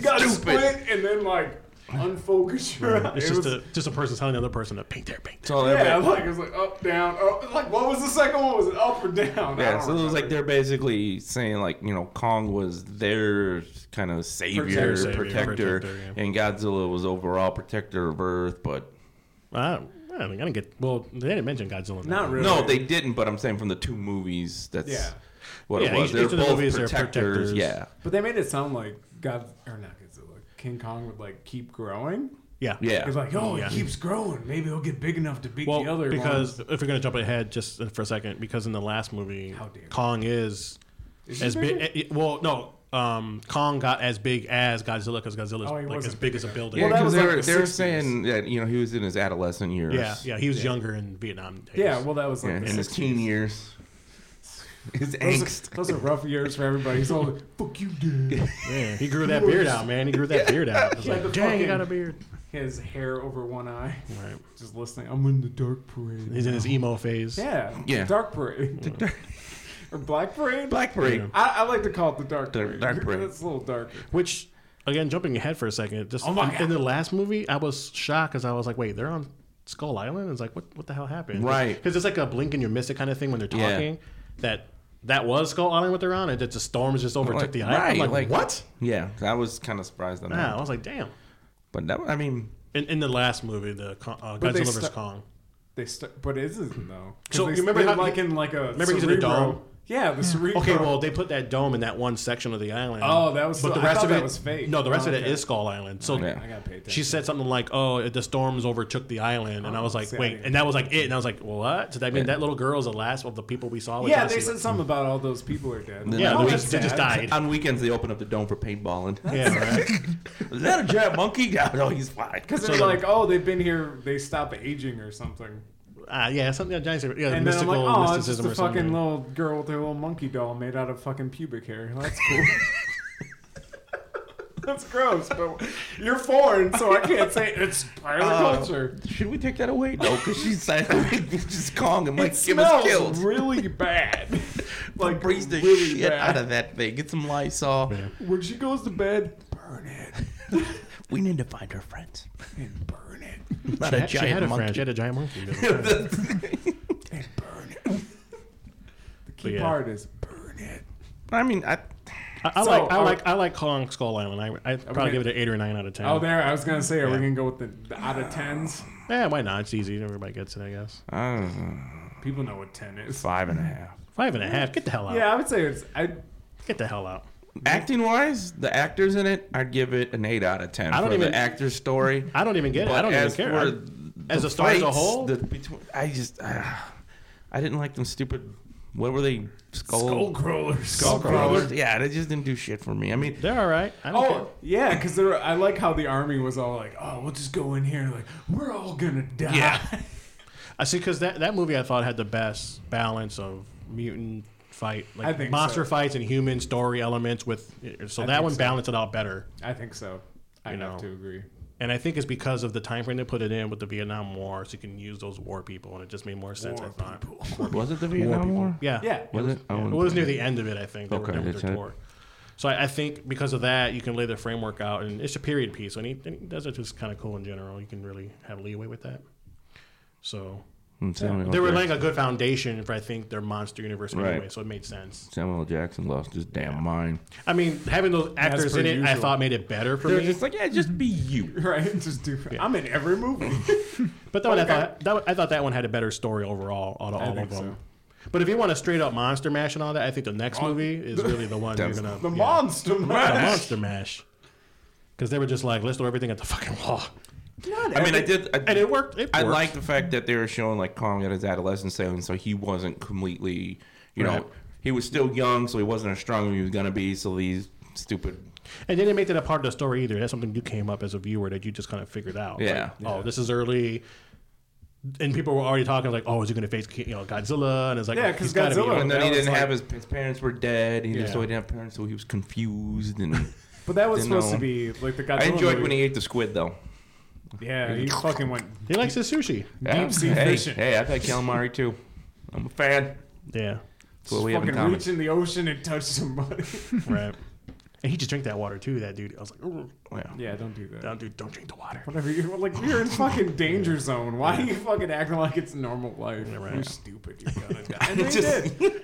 [SPEAKER 1] got to
[SPEAKER 4] Stupid.
[SPEAKER 1] split and then like unfocus your eyes.
[SPEAKER 3] It's
[SPEAKER 1] It
[SPEAKER 3] just
[SPEAKER 1] was-
[SPEAKER 3] a just a person telling another person to paint there, paint there.
[SPEAKER 4] So they're
[SPEAKER 1] yeah,
[SPEAKER 4] ba-
[SPEAKER 1] like it was like up, down, up. Like what was the second one? Was it up or down? I
[SPEAKER 4] yeah,
[SPEAKER 1] don't
[SPEAKER 4] so it was
[SPEAKER 1] remember.
[SPEAKER 4] like they're basically saying like you know Kong was their kind of savior,
[SPEAKER 1] Protector.
[SPEAKER 4] protector,
[SPEAKER 3] Savior, protector, yeah.
[SPEAKER 4] and Godzilla was overall protector of Earth. But
[SPEAKER 3] I don't, I don't, I don't get. Well, they didn't mention Godzilla. in that
[SPEAKER 1] Not
[SPEAKER 3] one.
[SPEAKER 1] really.
[SPEAKER 4] no, they didn't. But I'm saying from the two movies, that's
[SPEAKER 1] Yeah.
[SPEAKER 4] what
[SPEAKER 3] Yeah,
[SPEAKER 4] it was.
[SPEAKER 3] each-
[SPEAKER 4] They're
[SPEAKER 3] each of the
[SPEAKER 4] both
[SPEAKER 3] movies are
[SPEAKER 4] protectors.
[SPEAKER 3] protectors.
[SPEAKER 4] Yeah,
[SPEAKER 1] But they made it sound like God or not Godzilla, King Kong would like keep growing.
[SPEAKER 3] Yeah.
[SPEAKER 4] yeah.
[SPEAKER 1] It's like, oh,
[SPEAKER 3] Yeah.
[SPEAKER 1] it keeps growing. Maybe he'll get big enough to beat
[SPEAKER 3] Well,
[SPEAKER 1] the other
[SPEAKER 3] because if we're gonna jump ahead just for a second, because in the last movie,
[SPEAKER 1] How dare you.
[SPEAKER 3] Kong is,
[SPEAKER 1] Is he
[SPEAKER 3] as big.
[SPEAKER 1] bigger?
[SPEAKER 3] eh, eh, Well, no, um, Kong got as big as Godzilla because Godzilla's
[SPEAKER 1] Oh, he
[SPEAKER 3] like
[SPEAKER 1] was
[SPEAKER 3] as
[SPEAKER 1] a
[SPEAKER 3] big
[SPEAKER 1] big
[SPEAKER 3] as a
[SPEAKER 1] guy.
[SPEAKER 3] building.
[SPEAKER 4] Yeah,
[SPEAKER 1] Well, that
[SPEAKER 4] 'cause
[SPEAKER 1] was
[SPEAKER 4] they
[SPEAKER 1] like
[SPEAKER 4] were,
[SPEAKER 1] the
[SPEAKER 4] they were
[SPEAKER 1] 60s.
[SPEAKER 4] saying that you know he was in his adolescent years.
[SPEAKER 3] yeah, yeah, he was younger in Vietnam days.
[SPEAKER 1] Yeah, well, that was
[SPEAKER 4] yeah,
[SPEAKER 1] like the
[SPEAKER 4] in his
[SPEAKER 1] 60s.
[SPEAKER 4] teen years. His
[SPEAKER 1] Those
[SPEAKER 4] angst.
[SPEAKER 1] Are, those are rough years for everybody. He's all like, fuck you, dude.
[SPEAKER 3] Yeah, he grew that beard out, man. He grew that beard out. I was
[SPEAKER 1] Yeah, the
[SPEAKER 3] like, dang, he
[SPEAKER 1] fucking-
[SPEAKER 3] got a beard.
[SPEAKER 1] His hair over one eye.
[SPEAKER 3] Right.
[SPEAKER 1] Just listening. I'm in the dark parade.
[SPEAKER 3] He's in his emo phase.
[SPEAKER 1] yeah.
[SPEAKER 4] Yeah.
[SPEAKER 1] Dark parade. or black parade?
[SPEAKER 4] Black Parade.
[SPEAKER 3] Yeah.
[SPEAKER 1] I, I like to call it the dark
[SPEAKER 4] Dark-
[SPEAKER 1] parade.
[SPEAKER 4] dark parade.
[SPEAKER 1] It's a little darker.
[SPEAKER 3] Which, again, jumping ahead for a second, just
[SPEAKER 1] Oh my
[SPEAKER 3] in,
[SPEAKER 1] God.
[SPEAKER 3] in the last movie, I was shocked because I was like, wait, they're on Skull Island? It's like, what, what the hell happened?
[SPEAKER 4] Right.
[SPEAKER 3] Because it's like a blink and you miss it kind of thing when they're
[SPEAKER 4] Yeah.
[SPEAKER 3] talking. That that was Skull Island what they're on, and that the storms just overtook
[SPEAKER 4] Like,
[SPEAKER 3] the island. I'm
[SPEAKER 4] right,
[SPEAKER 3] like,
[SPEAKER 4] like-
[SPEAKER 3] what?
[SPEAKER 4] Yeah, I was kind of surprised on
[SPEAKER 3] Yeah, I
[SPEAKER 4] that.
[SPEAKER 3] was like, damn.
[SPEAKER 4] But that, I mean,
[SPEAKER 3] In, in the last movie, the Con- uh,
[SPEAKER 1] But they
[SPEAKER 3] Godzilla vs.
[SPEAKER 1] stu-
[SPEAKER 3] Kong.
[SPEAKER 1] They st- but it isn't, though. 'Cause
[SPEAKER 3] So,
[SPEAKER 1] they,
[SPEAKER 3] you remember
[SPEAKER 1] they're
[SPEAKER 3] how-
[SPEAKER 1] like in like a.
[SPEAKER 3] remember he's in
[SPEAKER 1] cerebro-
[SPEAKER 3] a dome?
[SPEAKER 1] Yeah, the cerebro.
[SPEAKER 3] Okay, well, they put that dome in that one section of the island.
[SPEAKER 1] Oh, that was- I thought that was fake.
[SPEAKER 3] No, the rest
[SPEAKER 1] Oh,
[SPEAKER 3] of it
[SPEAKER 1] okay.
[SPEAKER 3] is Skull Island. So
[SPEAKER 4] Yeah.
[SPEAKER 1] I got paid attention.
[SPEAKER 3] she said something like, "Oh, the storms overtook the island," and I was like,
[SPEAKER 1] Oh, see, I
[SPEAKER 3] "Wait!"
[SPEAKER 1] didn't-
[SPEAKER 3] And that was like it, and I was like, "What?" So that mean
[SPEAKER 4] Yeah.
[SPEAKER 3] that little girl is the last of the people we saw. We
[SPEAKER 1] Yeah,
[SPEAKER 3] didn't
[SPEAKER 1] they
[SPEAKER 3] see.
[SPEAKER 1] said something about all those people are dead.
[SPEAKER 4] Yeah,
[SPEAKER 3] "Yeah,
[SPEAKER 4] Oh,
[SPEAKER 3] they,
[SPEAKER 1] that's
[SPEAKER 3] just, they
[SPEAKER 1] sad.
[SPEAKER 3] just died."
[SPEAKER 4] on weekends they open up the dome for paintballing.
[SPEAKER 3] yeah, right.
[SPEAKER 4] Is that a giant monkey? Yeah, no, he's fine.
[SPEAKER 1] Because they're
[SPEAKER 3] So-
[SPEAKER 1] like, oh, they've been here, they stop aging or something.
[SPEAKER 3] Ah, yeah, something that Johnny said. Yeah,
[SPEAKER 1] And then I'm like,
[SPEAKER 3] mystical
[SPEAKER 1] oh, it's just
[SPEAKER 3] mysticism
[SPEAKER 1] a
[SPEAKER 3] or something.
[SPEAKER 1] fucking little girl with her little monkey doll made out of fucking pubic hair. That's cool. That's gross, but you're foreign, so I can't say it's part of the
[SPEAKER 3] Oh.
[SPEAKER 4] Uh,
[SPEAKER 1] culture.
[SPEAKER 4] Should we take that away? No, because she said just Kong and
[SPEAKER 1] It
[SPEAKER 4] Mike Kim is
[SPEAKER 1] smells
[SPEAKER 4] killed.
[SPEAKER 1] really bad. like,
[SPEAKER 4] Breathe the
[SPEAKER 1] really
[SPEAKER 4] shit
[SPEAKER 1] bad.
[SPEAKER 4] out of that thing. Get some Lysol.
[SPEAKER 1] When she goes to bed, burn it.
[SPEAKER 4] We need to find her friends.
[SPEAKER 1] And burn it.
[SPEAKER 4] Not
[SPEAKER 3] She
[SPEAKER 4] a
[SPEAKER 3] had- she
[SPEAKER 4] giant
[SPEAKER 3] had a friend. She
[SPEAKER 4] monkey.
[SPEAKER 3] had a giant monkey.
[SPEAKER 1] And burn it. The key
[SPEAKER 3] yeah.
[SPEAKER 1] part is burn it.
[SPEAKER 4] I mean, I,
[SPEAKER 3] I, I
[SPEAKER 1] So, oh.
[SPEAKER 3] like, I
[SPEAKER 1] are-
[SPEAKER 3] like, I like Kong Skull Island. I, I'd probably
[SPEAKER 1] gonna-
[SPEAKER 3] give it an eight or nine out of ten.
[SPEAKER 1] Oh, there. I was gonna say, are we
[SPEAKER 3] Yeah.
[SPEAKER 1] gonna go with the, the out of tens?
[SPEAKER 3] yeah, why not? It's easy. Everybody gets it, I guess.
[SPEAKER 4] I don't know,
[SPEAKER 1] People know what ten is.
[SPEAKER 4] mm, five and a half.
[SPEAKER 3] Five and a half. Get the hell out.
[SPEAKER 1] Yeah, I would say it's. I
[SPEAKER 3] Get the hell out.
[SPEAKER 4] Acting wise, the actors in it, I'd give it an eight out of ten.
[SPEAKER 3] I don't
[SPEAKER 4] for
[SPEAKER 3] even-
[SPEAKER 4] the actor's story.
[SPEAKER 3] I don't even get it. I
[SPEAKER 4] But
[SPEAKER 3] don't even
[SPEAKER 4] as
[SPEAKER 3] care.
[SPEAKER 4] for
[SPEAKER 3] I-
[SPEAKER 4] the
[SPEAKER 3] as a story as a
[SPEAKER 4] fights,
[SPEAKER 3] whole?
[SPEAKER 4] the between, I just ah, I didn't like them stupid. What were they? Skull,
[SPEAKER 1] skull crawlers.
[SPEAKER 4] skull crawlers? Yeah, they just didn't do shit for me. I mean,
[SPEAKER 3] they're all right. I don't care.
[SPEAKER 1] Oh yeah, because I like how the army was all like, "Oh, we'll just go in here, like we're all gonna die."
[SPEAKER 4] Yeah.
[SPEAKER 3] I see, because that, that movie I thought had the best balance of mutant fight,
[SPEAKER 1] I
[SPEAKER 3] like
[SPEAKER 1] think
[SPEAKER 3] monster
[SPEAKER 1] so.
[SPEAKER 3] fights and human story elements. With eh, so that
[SPEAKER 1] think
[SPEAKER 3] one
[SPEAKER 1] so.
[SPEAKER 3] balanced it out better,
[SPEAKER 1] I think so. I
[SPEAKER 3] You
[SPEAKER 1] would have
[SPEAKER 3] know.
[SPEAKER 1] to agree.
[SPEAKER 3] and I think it's because of the time frame they put it in with the Vietnam War, so you can use those war people, and it just made more sense. I thought.
[SPEAKER 4] was it the Vietnam War?
[SPEAKER 3] Yeah,
[SPEAKER 1] Yeah.
[SPEAKER 4] Was it? I
[SPEAKER 3] It
[SPEAKER 4] wouldn't-
[SPEAKER 3] was near the end of it, I think. They were
[SPEAKER 4] Okay,
[SPEAKER 3] done with
[SPEAKER 4] it's
[SPEAKER 3] their
[SPEAKER 4] a-
[SPEAKER 3] tour. So I, I think because of that, you can lay the framework out, and it's a period piece. So any, any does it just kind of cool in general. You can really have leeway with that. So
[SPEAKER 4] Hmm, Samuel
[SPEAKER 3] they were
[SPEAKER 4] Jack-
[SPEAKER 3] laying a good foundation for I think their monster universe
[SPEAKER 4] Right.
[SPEAKER 3] anyway, so it made sense.
[SPEAKER 4] Samuel L. Jackson lost his damn mind.
[SPEAKER 3] I mean, having those actors
[SPEAKER 1] per
[SPEAKER 3] in it, I
[SPEAKER 1] usual.
[SPEAKER 3] thought made it better for
[SPEAKER 4] They're
[SPEAKER 3] me.
[SPEAKER 4] just like, yeah, just be you.
[SPEAKER 1] Right? Just do. I'm in every movie.
[SPEAKER 3] but that one,
[SPEAKER 1] okay.
[SPEAKER 3] I thought that one- I thought that one had a better story overall out of all
[SPEAKER 1] think
[SPEAKER 3] of
[SPEAKER 1] so.
[SPEAKER 3] them. But if you want a straight up monster mash and all that, I think the next movie is really the one you're
[SPEAKER 4] That's-
[SPEAKER 3] gonna
[SPEAKER 1] the
[SPEAKER 3] yeah.
[SPEAKER 1] monster
[SPEAKER 3] the
[SPEAKER 1] mash.
[SPEAKER 3] monster mash. Because they were just like, let's throw everything at the fucking wall,
[SPEAKER 4] I mean, I did. I,
[SPEAKER 3] and it worked. It
[SPEAKER 4] I
[SPEAKER 3] worked.
[SPEAKER 4] like the fact that they were showing like Kong at his adolescence sailing, so he wasn't completely, you know,
[SPEAKER 3] Right.
[SPEAKER 4] he was still young, so he wasn't as strong as he was gonna be. So these stupid,
[SPEAKER 3] And they didn't make that a part of the story either. That's something you came up as a viewer that you just kind of figured out. It's
[SPEAKER 4] Yeah.
[SPEAKER 3] like, Oh, this is early. And people were already talking like, "Oh, is he going to face you know Godzilla?" And it's like, oh,
[SPEAKER 1] Yeah, 'cause
[SPEAKER 3] he's gotta be
[SPEAKER 1] Godzilla-
[SPEAKER 3] old."
[SPEAKER 4] and then
[SPEAKER 1] that
[SPEAKER 4] he
[SPEAKER 1] was
[SPEAKER 4] didn't
[SPEAKER 1] like-
[SPEAKER 4] have his, his parents were dead. He
[SPEAKER 3] Yeah.
[SPEAKER 4] so he didn't have parents, so he was confused. And
[SPEAKER 1] But that was
[SPEAKER 4] Didn't know
[SPEAKER 1] supposed to
[SPEAKER 4] him.
[SPEAKER 1] be like the Godzilla.
[SPEAKER 4] I enjoyed
[SPEAKER 1] movie.
[SPEAKER 4] when he ate the squid though.
[SPEAKER 1] Yeah, he fucking went.
[SPEAKER 3] He likes his sushi.
[SPEAKER 4] Yeah.
[SPEAKER 1] Deep sea
[SPEAKER 4] hey,
[SPEAKER 1] fishing.
[SPEAKER 4] Hey, I've had calamari too. I'm a fan.
[SPEAKER 3] Yeah.
[SPEAKER 4] It's what we have in
[SPEAKER 1] fucking
[SPEAKER 4] common.
[SPEAKER 1] reach in the ocean and touch somebody.
[SPEAKER 3] right. And he just drank that water too. That dude. I was like, "Ooh,
[SPEAKER 4] Yeah.
[SPEAKER 1] yeah, don't do that.
[SPEAKER 3] don't, dude, don't drink the water.
[SPEAKER 1] Whatever you're like, you're in fucking danger zone. Why are you fucking acting like it's normal life?
[SPEAKER 3] Yeah, right.
[SPEAKER 1] You're stupid. You're gonna die. And they
[SPEAKER 4] Just-
[SPEAKER 1] did.
[SPEAKER 3] The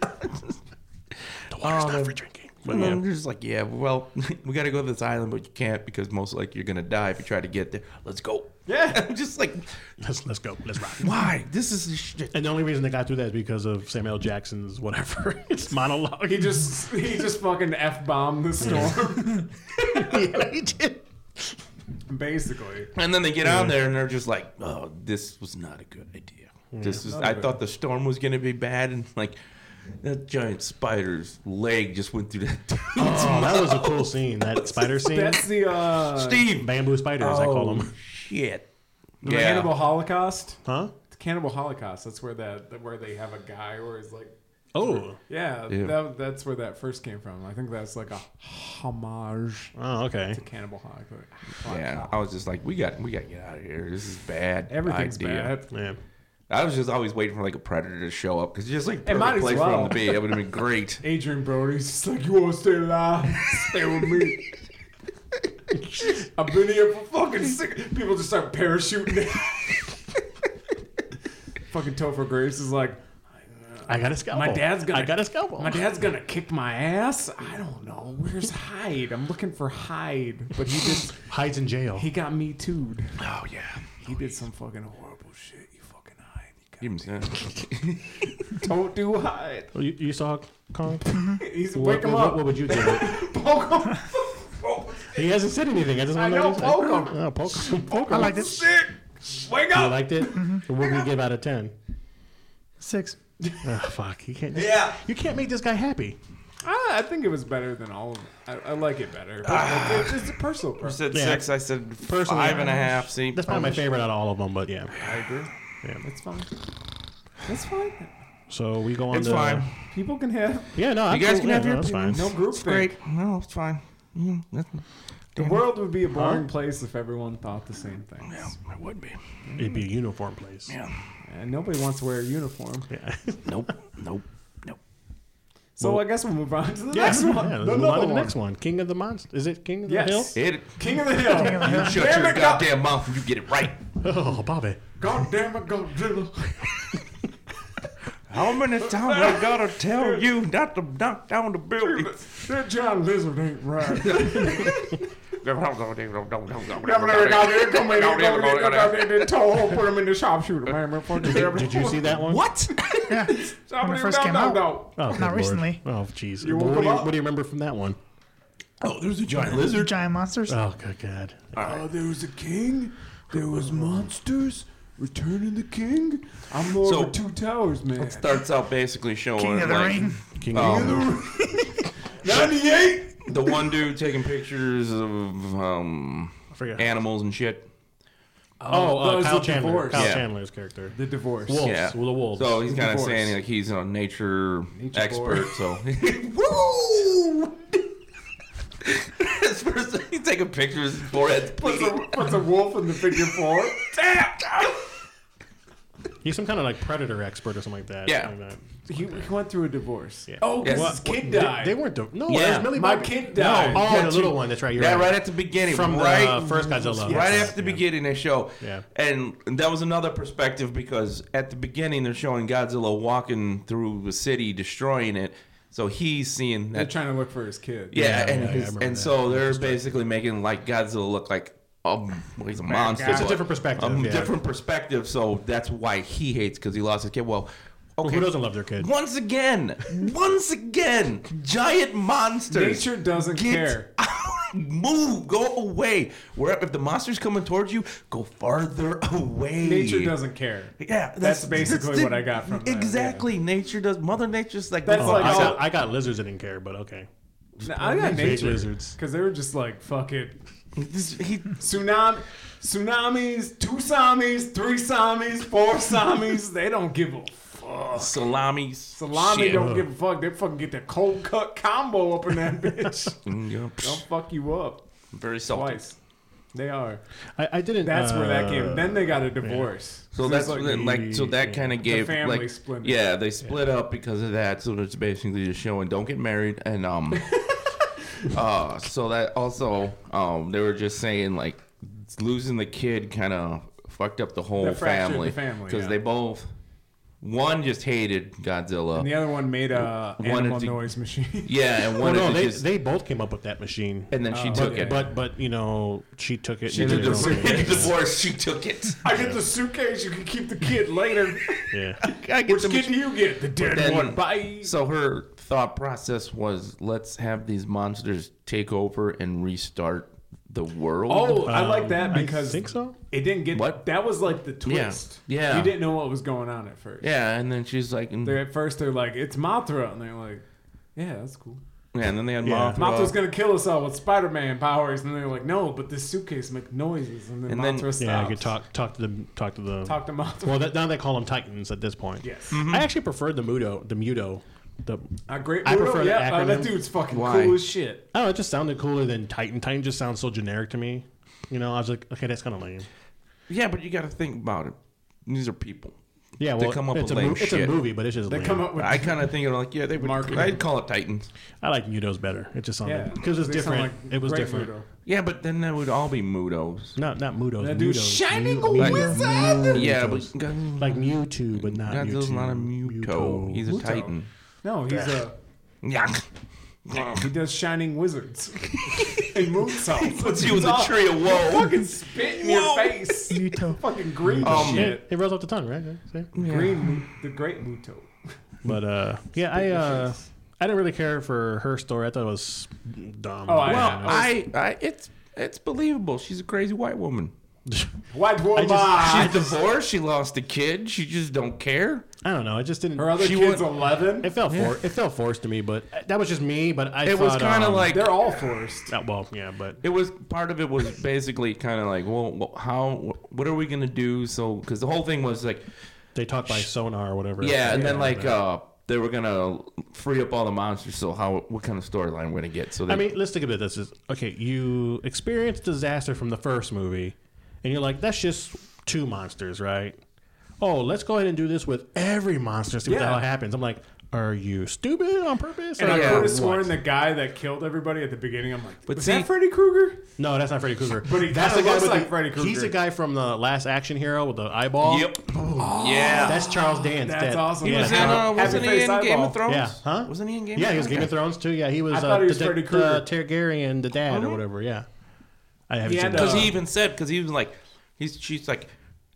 [SPEAKER 3] water's
[SPEAKER 4] Oh,
[SPEAKER 3] not
[SPEAKER 4] man.
[SPEAKER 3] for drinking. Um, But
[SPEAKER 4] And
[SPEAKER 3] yeah.
[SPEAKER 4] then they're just like, yeah, well, we got to go to this island, but you can't because most likely you're gonna die if you try to get there. Let's go.
[SPEAKER 1] Yeah.
[SPEAKER 4] I'm just like,
[SPEAKER 3] Let's let's go. Let's rock.
[SPEAKER 4] why? This is shit.
[SPEAKER 3] And the only reason they got through that is because of Samuel L. Jackson's whatever. It's monologue.
[SPEAKER 1] He just he just fucking f bombed the storm,
[SPEAKER 3] yeah, he did.
[SPEAKER 1] basically.
[SPEAKER 4] And then they get on there and they're just like, oh, this was not a good idea. This is.
[SPEAKER 1] None
[SPEAKER 4] I
[SPEAKER 1] of it.
[SPEAKER 4] thought the storm was gonna be bad, and like that giant spider's leg just went through that.
[SPEAKER 3] Oh, that was a cool scene. That spider scene.
[SPEAKER 1] That's the uh,
[SPEAKER 4] Steve.
[SPEAKER 3] Bamboo spider, as I call
[SPEAKER 1] Oh.
[SPEAKER 3] them.
[SPEAKER 4] Shit.
[SPEAKER 1] the Cannibal Holocaust.
[SPEAKER 3] Huh?
[SPEAKER 1] The Cannibal Holocaust. That's where that where they have a guy where he's like,
[SPEAKER 3] Oh.
[SPEAKER 1] yeah,
[SPEAKER 4] Ew.
[SPEAKER 1] that, that's where that first came from. I think that's like a homage
[SPEAKER 3] Oh, okay.
[SPEAKER 1] to Cannibal Holocaust.
[SPEAKER 4] Yeah, I was just like, we got, we got to get out of here. This is bad.
[SPEAKER 1] Everything's
[SPEAKER 4] idea.
[SPEAKER 1] bad.
[SPEAKER 3] Yeah.
[SPEAKER 4] I was just always waiting for like a predator to show up because just like
[SPEAKER 1] It might
[SPEAKER 4] perfect
[SPEAKER 1] as
[SPEAKER 4] place for
[SPEAKER 1] well.
[SPEAKER 4] him to be. It would have been great.
[SPEAKER 1] Adrian Brody's just like, you want to stay alive? Stay with me. I've been here for fucking six. People just start parachuting. fucking Topher Grace is like,
[SPEAKER 3] I got a scalpel.
[SPEAKER 1] My dad's gonna-
[SPEAKER 3] I got a scalpel.
[SPEAKER 1] my dad's gonna kick my ass. I don't know. Where's Hyde? I'm looking for Hyde, but he just
[SPEAKER 3] hides in jail.
[SPEAKER 1] he got me too.
[SPEAKER 4] Oh yeah.
[SPEAKER 1] He did some fucking horrible shit. You fucking Hyde. You got-
[SPEAKER 4] Give him some.
[SPEAKER 1] Don't do Hyde.
[SPEAKER 3] Oh, you, you saw Kong?
[SPEAKER 1] He's
[SPEAKER 3] What-
[SPEAKER 1] wake him
[SPEAKER 3] what,
[SPEAKER 1] up.
[SPEAKER 3] What would you do?
[SPEAKER 1] Poke him.
[SPEAKER 3] he hasn't said anything. I just want
[SPEAKER 1] I know,
[SPEAKER 3] to
[SPEAKER 1] poke him. Mm-hmm.
[SPEAKER 3] Oh, poke him. Poke
[SPEAKER 2] I
[SPEAKER 3] him.
[SPEAKER 2] liked it.
[SPEAKER 1] Shit. Wake
[SPEAKER 3] You
[SPEAKER 1] up.
[SPEAKER 3] liked it? What would we give out of ten?
[SPEAKER 2] Six.
[SPEAKER 3] Oh, fuck. You can't.
[SPEAKER 4] Yeah.
[SPEAKER 3] You can't make this guy happy.
[SPEAKER 1] I, I think it was better than all of them. I, I like it better. But
[SPEAKER 4] Ah.
[SPEAKER 1] like, it's, it's a personal
[SPEAKER 4] I
[SPEAKER 1] preference.
[SPEAKER 4] said
[SPEAKER 3] Yeah.
[SPEAKER 4] six. I said
[SPEAKER 3] Personally,
[SPEAKER 4] five and a half. See,
[SPEAKER 3] That's probably my favorite out of all of them. But yeah.
[SPEAKER 1] I agree.
[SPEAKER 3] Yeah.
[SPEAKER 1] It's fine. It's fine.
[SPEAKER 3] So we go on.
[SPEAKER 4] It's
[SPEAKER 3] to,
[SPEAKER 4] fine.
[SPEAKER 1] People can have
[SPEAKER 3] Yeah. No.
[SPEAKER 4] You guys can
[SPEAKER 3] absolutely.
[SPEAKER 4] have
[SPEAKER 3] No,
[SPEAKER 4] your
[SPEAKER 3] That's fine.
[SPEAKER 4] opinions.
[SPEAKER 1] no group
[SPEAKER 4] It's great. No, it's fine. Mm, that's,
[SPEAKER 1] The world would be a boring place if everyone thought the same things.
[SPEAKER 4] yeah, it would be.
[SPEAKER 3] It'd be a uniform place.
[SPEAKER 4] Yeah.
[SPEAKER 1] And nobody wants to wear a uniform.
[SPEAKER 3] Yeah.
[SPEAKER 4] Nope. Nope. Nope.
[SPEAKER 1] So
[SPEAKER 3] Well-
[SPEAKER 1] I guess we'll move on to the
[SPEAKER 3] Yeah,
[SPEAKER 1] next one.
[SPEAKER 3] Yeah, let's
[SPEAKER 1] Another
[SPEAKER 3] move on to the
[SPEAKER 1] one.
[SPEAKER 3] next one. King of the Monsters. Is it King of the
[SPEAKER 1] Yes.
[SPEAKER 3] Hill?
[SPEAKER 4] It.
[SPEAKER 1] King of the Hill.
[SPEAKER 4] You shut
[SPEAKER 1] Damn
[SPEAKER 4] your
[SPEAKER 1] it, God,
[SPEAKER 4] goddamn mouth and you get it right.
[SPEAKER 3] Oh, Bobby.
[SPEAKER 1] God damn it, Godzilla.
[SPEAKER 4] How many times I gotta tell you not to knock down the building?
[SPEAKER 1] That John Lizard ain't right. Toho put him in the sharpshooter, man.
[SPEAKER 3] Did you see that one?
[SPEAKER 4] What?
[SPEAKER 2] Yeah.
[SPEAKER 1] Somebody
[SPEAKER 2] first
[SPEAKER 1] no,
[SPEAKER 2] came
[SPEAKER 1] no,
[SPEAKER 2] out.
[SPEAKER 1] no.
[SPEAKER 3] Oh,
[SPEAKER 2] Not
[SPEAKER 3] good Lord.
[SPEAKER 2] recently.
[SPEAKER 3] Oh, jeez.
[SPEAKER 1] You
[SPEAKER 3] Well,
[SPEAKER 1] woke
[SPEAKER 3] What, do you-
[SPEAKER 1] him up.
[SPEAKER 3] what do you remember from that one?
[SPEAKER 4] Oh, there's a giant lizard.
[SPEAKER 2] Giant monsters.
[SPEAKER 3] Oh, good God.
[SPEAKER 1] Oh, there was a king. There was monsters. Returning the king. I'm more
[SPEAKER 4] So-
[SPEAKER 1] of a two towers man.
[SPEAKER 4] Starts out basically showing
[SPEAKER 2] King of the
[SPEAKER 4] like,
[SPEAKER 2] Ring.
[SPEAKER 3] King
[SPEAKER 4] um,
[SPEAKER 3] of the
[SPEAKER 1] 98.
[SPEAKER 4] the one dude taking pictures of um,
[SPEAKER 3] I forget.
[SPEAKER 4] animals and shit.
[SPEAKER 3] Oh,
[SPEAKER 1] that
[SPEAKER 3] uh,
[SPEAKER 1] was
[SPEAKER 3] Kyle
[SPEAKER 1] the
[SPEAKER 3] Chandler.
[SPEAKER 1] divorce.
[SPEAKER 3] Kyle
[SPEAKER 4] Yeah.
[SPEAKER 3] Chandler's character.
[SPEAKER 1] The divorce.
[SPEAKER 3] Wolves.
[SPEAKER 4] Yeah.
[SPEAKER 3] Well, the wolves.
[SPEAKER 4] So he's kind of
[SPEAKER 1] Divorce.
[SPEAKER 4] saying like he's a nature,
[SPEAKER 1] Nature
[SPEAKER 4] expert.
[SPEAKER 1] boy.
[SPEAKER 4] So woo! His first, he's taking pictures. His forehead's
[SPEAKER 1] Puts
[SPEAKER 4] bleeding.
[SPEAKER 1] a, puts a wolf in the figure four.
[SPEAKER 4] Damn!
[SPEAKER 3] He's some kind of like predator expert or something like that.
[SPEAKER 4] Yeah.
[SPEAKER 3] Something like that.
[SPEAKER 1] He, he went through a divorce.
[SPEAKER 3] Yeah.
[SPEAKER 1] Oh, because
[SPEAKER 4] Yeah.
[SPEAKER 1] his kid
[SPEAKER 3] They-
[SPEAKER 1] died.
[SPEAKER 3] They, weren't. The, no, it
[SPEAKER 4] Yeah.
[SPEAKER 3] was Millie
[SPEAKER 1] My
[SPEAKER 3] Bobby.
[SPEAKER 1] kid
[SPEAKER 3] No.
[SPEAKER 1] died.
[SPEAKER 3] Oh,
[SPEAKER 4] Yeah,
[SPEAKER 3] the
[SPEAKER 4] two-
[SPEAKER 3] little one. That's right. You're
[SPEAKER 4] Yeah,
[SPEAKER 3] right.
[SPEAKER 4] right at the beginning.
[SPEAKER 3] From
[SPEAKER 4] right,
[SPEAKER 3] the uh, first Godzilla.
[SPEAKER 4] right
[SPEAKER 3] Yes.
[SPEAKER 4] after the
[SPEAKER 3] Yeah.
[SPEAKER 4] beginning, they show.
[SPEAKER 3] Yeah.
[SPEAKER 4] And that was another perspective because at the beginning they're showing Godzilla walking through the city, destroying it. So he's seeing
[SPEAKER 1] They're
[SPEAKER 4] that
[SPEAKER 1] trying to look for his kid.
[SPEAKER 4] Yeah,
[SPEAKER 3] Yeah,
[SPEAKER 4] and
[SPEAKER 3] yeah, I
[SPEAKER 4] his,
[SPEAKER 3] remember
[SPEAKER 4] and
[SPEAKER 3] that.
[SPEAKER 4] so they're basically making like Godzilla look like um, well, he's a monster.
[SPEAKER 1] It's a
[SPEAKER 4] but-
[SPEAKER 3] different perspective,
[SPEAKER 4] Um,
[SPEAKER 3] yeah.
[SPEAKER 4] Different perspective. So that's why he hates because he lost his kid. Well, okay.
[SPEAKER 3] Who doesn't love their kid?
[SPEAKER 4] once again, once again, giant monsters.
[SPEAKER 1] Nature doesn't
[SPEAKER 4] Get
[SPEAKER 1] care.
[SPEAKER 4] out, move, go away. Where if the monster's coming towards you, go farther away.
[SPEAKER 1] Nature doesn't care.
[SPEAKER 4] Yeah, that's,
[SPEAKER 1] basically
[SPEAKER 4] the-
[SPEAKER 1] what I got from that, yeah.
[SPEAKER 4] exactly. Nature does. Mother Nature's like
[SPEAKER 1] That's
[SPEAKER 4] "Go
[SPEAKER 3] Oh,
[SPEAKER 1] like
[SPEAKER 3] I,
[SPEAKER 1] all-
[SPEAKER 3] got, I got lizards that didn't care, but okay.
[SPEAKER 1] No, I got
[SPEAKER 3] Big
[SPEAKER 1] nature
[SPEAKER 3] lizards.
[SPEAKER 1] because they were just like fuck it.
[SPEAKER 4] This- he-
[SPEAKER 1] Tsunami, tsunamis, two tsunamis, three tsunamis, four tsunamis. they don't give a fuck.
[SPEAKER 4] salami,
[SPEAKER 1] Salami
[SPEAKER 4] shit.
[SPEAKER 1] don't give a fuck. They fucking get that cold cut combo up in that bitch.
[SPEAKER 4] Mm, yeah.
[SPEAKER 1] They'll fuck you up
[SPEAKER 4] Very salty.
[SPEAKER 1] twice. They are.
[SPEAKER 3] I, I didn't.
[SPEAKER 1] That's where that
[SPEAKER 3] uh,
[SPEAKER 1] came. Then they got a divorce.
[SPEAKER 4] So
[SPEAKER 1] It's
[SPEAKER 4] that's
[SPEAKER 1] like-
[SPEAKER 4] like, like so that kind of gave
[SPEAKER 1] family
[SPEAKER 4] like
[SPEAKER 1] split.
[SPEAKER 4] yeah they split up because of that. So it's basically just showing don't get married and um uh so that also um they were just saying like losing the kid kind of fucked up the whole
[SPEAKER 1] That fractured
[SPEAKER 4] family
[SPEAKER 1] the family,
[SPEAKER 4] because
[SPEAKER 1] yeah.
[SPEAKER 4] they both one just hated Godzilla
[SPEAKER 1] and the other one made a
[SPEAKER 4] Wanted
[SPEAKER 1] animal
[SPEAKER 4] to-
[SPEAKER 1] noise machine.
[SPEAKER 4] yeah and
[SPEAKER 3] Well,
[SPEAKER 4] one
[SPEAKER 3] no,
[SPEAKER 4] of
[SPEAKER 3] they,
[SPEAKER 4] just
[SPEAKER 3] they both came up with that machine.
[SPEAKER 4] and then she
[SPEAKER 1] Oh,
[SPEAKER 4] took
[SPEAKER 1] okay.
[SPEAKER 4] it.
[SPEAKER 3] But but you know she took it.
[SPEAKER 4] she
[SPEAKER 3] and
[SPEAKER 4] did
[SPEAKER 3] did her own
[SPEAKER 4] the
[SPEAKER 3] thing.
[SPEAKER 4] divorce. She took it.
[SPEAKER 1] I get the suitcase. You can keep the kid later.
[SPEAKER 3] Yeah.
[SPEAKER 4] I get
[SPEAKER 1] Which
[SPEAKER 4] the
[SPEAKER 1] kid do you get? The dead
[SPEAKER 4] then-
[SPEAKER 1] one. Bye.
[SPEAKER 4] So her thought process was let's have these monsters take over and restart the world.
[SPEAKER 1] Oh, I like
[SPEAKER 3] Um,
[SPEAKER 1] that
[SPEAKER 3] I
[SPEAKER 1] because
[SPEAKER 3] think so.
[SPEAKER 1] it didn't get
[SPEAKER 4] What?
[SPEAKER 1] that was like the twist.
[SPEAKER 4] Yeah.
[SPEAKER 1] you didn't know what was going on at first.
[SPEAKER 4] Yeah, and then she's like, "Mm, and,
[SPEAKER 1] They're at first they're like, "It's Mothra," and they're like, "Yeah, that's cool."
[SPEAKER 4] yeah, and then they had
[SPEAKER 3] Yeah.
[SPEAKER 4] Mothra.
[SPEAKER 1] Mothra's gonna kill us all with Spider-Man powers, and they're like, "No, but this suitcase makes noises," and then
[SPEAKER 4] And then-
[SPEAKER 1] Mothra stops.
[SPEAKER 3] Yeah. I could talk talk to the talk to the.
[SPEAKER 1] Talk to Mothra.
[SPEAKER 3] well, hmm. that, now they call them Titans at this point.
[SPEAKER 1] yes,
[SPEAKER 4] Mm-hmm.
[SPEAKER 3] I actually preferred the Muto. The Muto. The
[SPEAKER 1] a great.
[SPEAKER 3] I
[SPEAKER 1] Muto,
[SPEAKER 3] prefer the
[SPEAKER 1] yeah, uh, that
[SPEAKER 3] acronym.
[SPEAKER 1] dude's fucking
[SPEAKER 4] Why?
[SPEAKER 1] cool as shit.
[SPEAKER 3] I don't know. It just sounded cooler than Titan. Titan just sounds so generic to me. You know, I was like, okay, that's kind of lame.
[SPEAKER 4] Yeah, but you got to think about it. These are people.
[SPEAKER 3] Yeah,
[SPEAKER 4] They
[SPEAKER 3] well,
[SPEAKER 4] come up
[SPEAKER 3] it's,
[SPEAKER 4] with
[SPEAKER 3] a
[SPEAKER 4] lame
[SPEAKER 3] mo- it's a
[SPEAKER 4] shit.
[SPEAKER 3] movie, but it's just
[SPEAKER 1] They
[SPEAKER 3] lame.
[SPEAKER 1] come up with
[SPEAKER 4] I kind of think of like, yeah, they would.
[SPEAKER 1] Marketing.
[SPEAKER 4] I'd call it Titans.
[SPEAKER 3] I like Muto's better. It just
[SPEAKER 1] yeah
[SPEAKER 3] sounded because it's
[SPEAKER 1] They sound
[SPEAKER 3] different.
[SPEAKER 1] like
[SPEAKER 3] it was
[SPEAKER 1] great
[SPEAKER 3] different.
[SPEAKER 1] Muto.
[SPEAKER 4] Yeah, but then that would all be Mudos.
[SPEAKER 3] Not not Muto's.
[SPEAKER 1] That dude,
[SPEAKER 3] Muto's.
[SPEAKER 1] shining
[SPEAKER 3] Mu-
[SPEAKER 1] a
[SPEAKER 3] Muto.
[SPEAKER 1] wizard.
[SPEAKER 4] Yeah, but
[SPEAKER 3] Mutos.
[SPEAKER 4] God,
[SPEAKER 3] like Mewtwo, but not
[SPEAKER 4] Godzilla's
[SPEAKER 3] Mewtwo.
[SPEAKER 4] not a Muto. He's a
[SPEAKER 1] Muto.
[SPEAKER 4] Titan.
[SPEAKER 1] No, he's a
[SPEAKER 4] Yeah.
[SPEAKER 1] he does shining wizards and moonsaults.
[SPEAKER 4] Puts you in the tree of woe.
[SPEAKER 1] Fucking spit in your
[SPEAKER 4] Whoa.
[SPEAKER 1] face.
[SPEAKER 2] Muto.
[SPEAKER 1] Fucking green
[SPEAKER 4] Um,
[SPEAKER 3] it,
[SPEAKER 1] shit.
[SPEAKER 3] it rolls off the tongue, right? See?
[SPEAKER 1] Green, Mu- the great Muto.
[SPEAKER 3] But uh, yeah, I uh, I didn't really care for her story. I thought it was dumb.
[SPEAKER 1] Oh, I-
[SPEAKER 3] Yeah,
[SPEAKER 1] Well,
[SPEAKER 4] Well, I, I, it's, it's believable. She's a crazy white woman.
[SPEAKER 1] White woman.
[SPEAKER 4] She's divorced. She lost a kid. She just don't care.
[SPEAKER 3] I don't know. It just didn't.
[SPEAKER 1] Her other
[SPEAKER 4] She
[SPEAKER 1] kid's eleven.
[SPEAKER 3] it felt for, it felt forced to me, but that was just me. But I
[SPEAKER 4] It was
[SPEAKER 3] thought,
[SPEAKER 4] kind of
[SPEAKER 3] um,
[SPEAKER 4] like
[SPEAKER 1] They're all forced.
[SPEAKER 3] uh, well, yeah, but
[SPEAKER 4] it was part of it was basically kind of like, well, wh- how? What are we gonna do? So, because the whole thing was like,
[SPEAKER 3] they talk by sonar or whatever.
[SPEAKER 4] yeah, and then like uh, they were gonna free up all the monsters. So, how? What kind of storyline we're gonna get? So, they,
[SPEAKER 3] I mean, let's think of it this is okay, you experience disaster from the first movie, and you're like, that's just two monsters, right? Oh, let's go ahead and do this with every monster, see what the
[SPEAKER 1] Yeah.
[SPEAKER 3] hell happens. I'm like, are you stupid on purpose?
[SPEAKER 1] And
[SPEAKER 3] or
[SPEAKER 1] I
[SPEAKER 4] Yeah.
[SPEAKER 1] could
[SPEAKER 3] what?
[SPEAKER 1] have sworn the guy that killed everybody at the beginning. I'm like,
[SPEAKER 4] But
[SPEAKER 1] was
[SPEAKER 4] see-
[SPEAKER 1] that Freddy Krueger?
[SPEAKER 3] No, that's not Freddy Krueger.
[SPEAKER 1] But he
[SPEAKER 3] that's
[SPEAKER 1] kinda looks
[SPEAKER 3] with
[SPEAKER 1] like Freddy Krueger.
[SPEAKER 3] He's the guy from the last action hero with the eyeball.
[SPEAKER 4] yep, yeah.
[SPEAKER 3] oh, That's Charles Dance.
[SPEAKER 1] That's
[SPEAKER 3] that-
[SPEAKER 1] awesome.
[SPEAKER 3] Yeah,
[SPEAKER 1] He
[SPEAKER 4] was in, uh,
[SPEAKER 1] Happy
[SPEAKER 4] wasn't he
[SPEAKER 1] Face
[SPEAKER 4] in
[SPEAKER 1] Eyeball.
[SPEAKER 4] Game of Thrones?
[SPEAKER 3] Yeah, huh?
[SPEAKER 4] Wasn't he in Game?
[SPEAKER 3] yeah,
[SPEAKER 4] of
[SPEAKER 3] he was Game of Thrones too. Yeah, he was.
[SPEAKER 1] I
[SPEAKER 3] uh,
[SPEAKER 1] thought he was
[SPEAKER 3] the,
[SPEAKER 1] Freddy
[SPEAKER 3] the
[SPEAKER 1] Krueger. Uh-huh.
[SPEAKER 3] Targaryen, the dad or whatever. Yeah, I haven't
[SPEAKER 1] He
[SPEAKER 3] seen
[SPEAKER 1] had
[SPEAKER 3] that.
[SPEAKER 1] a-
[SPEAKER 4] Because he even said, because he was like, he's she's like,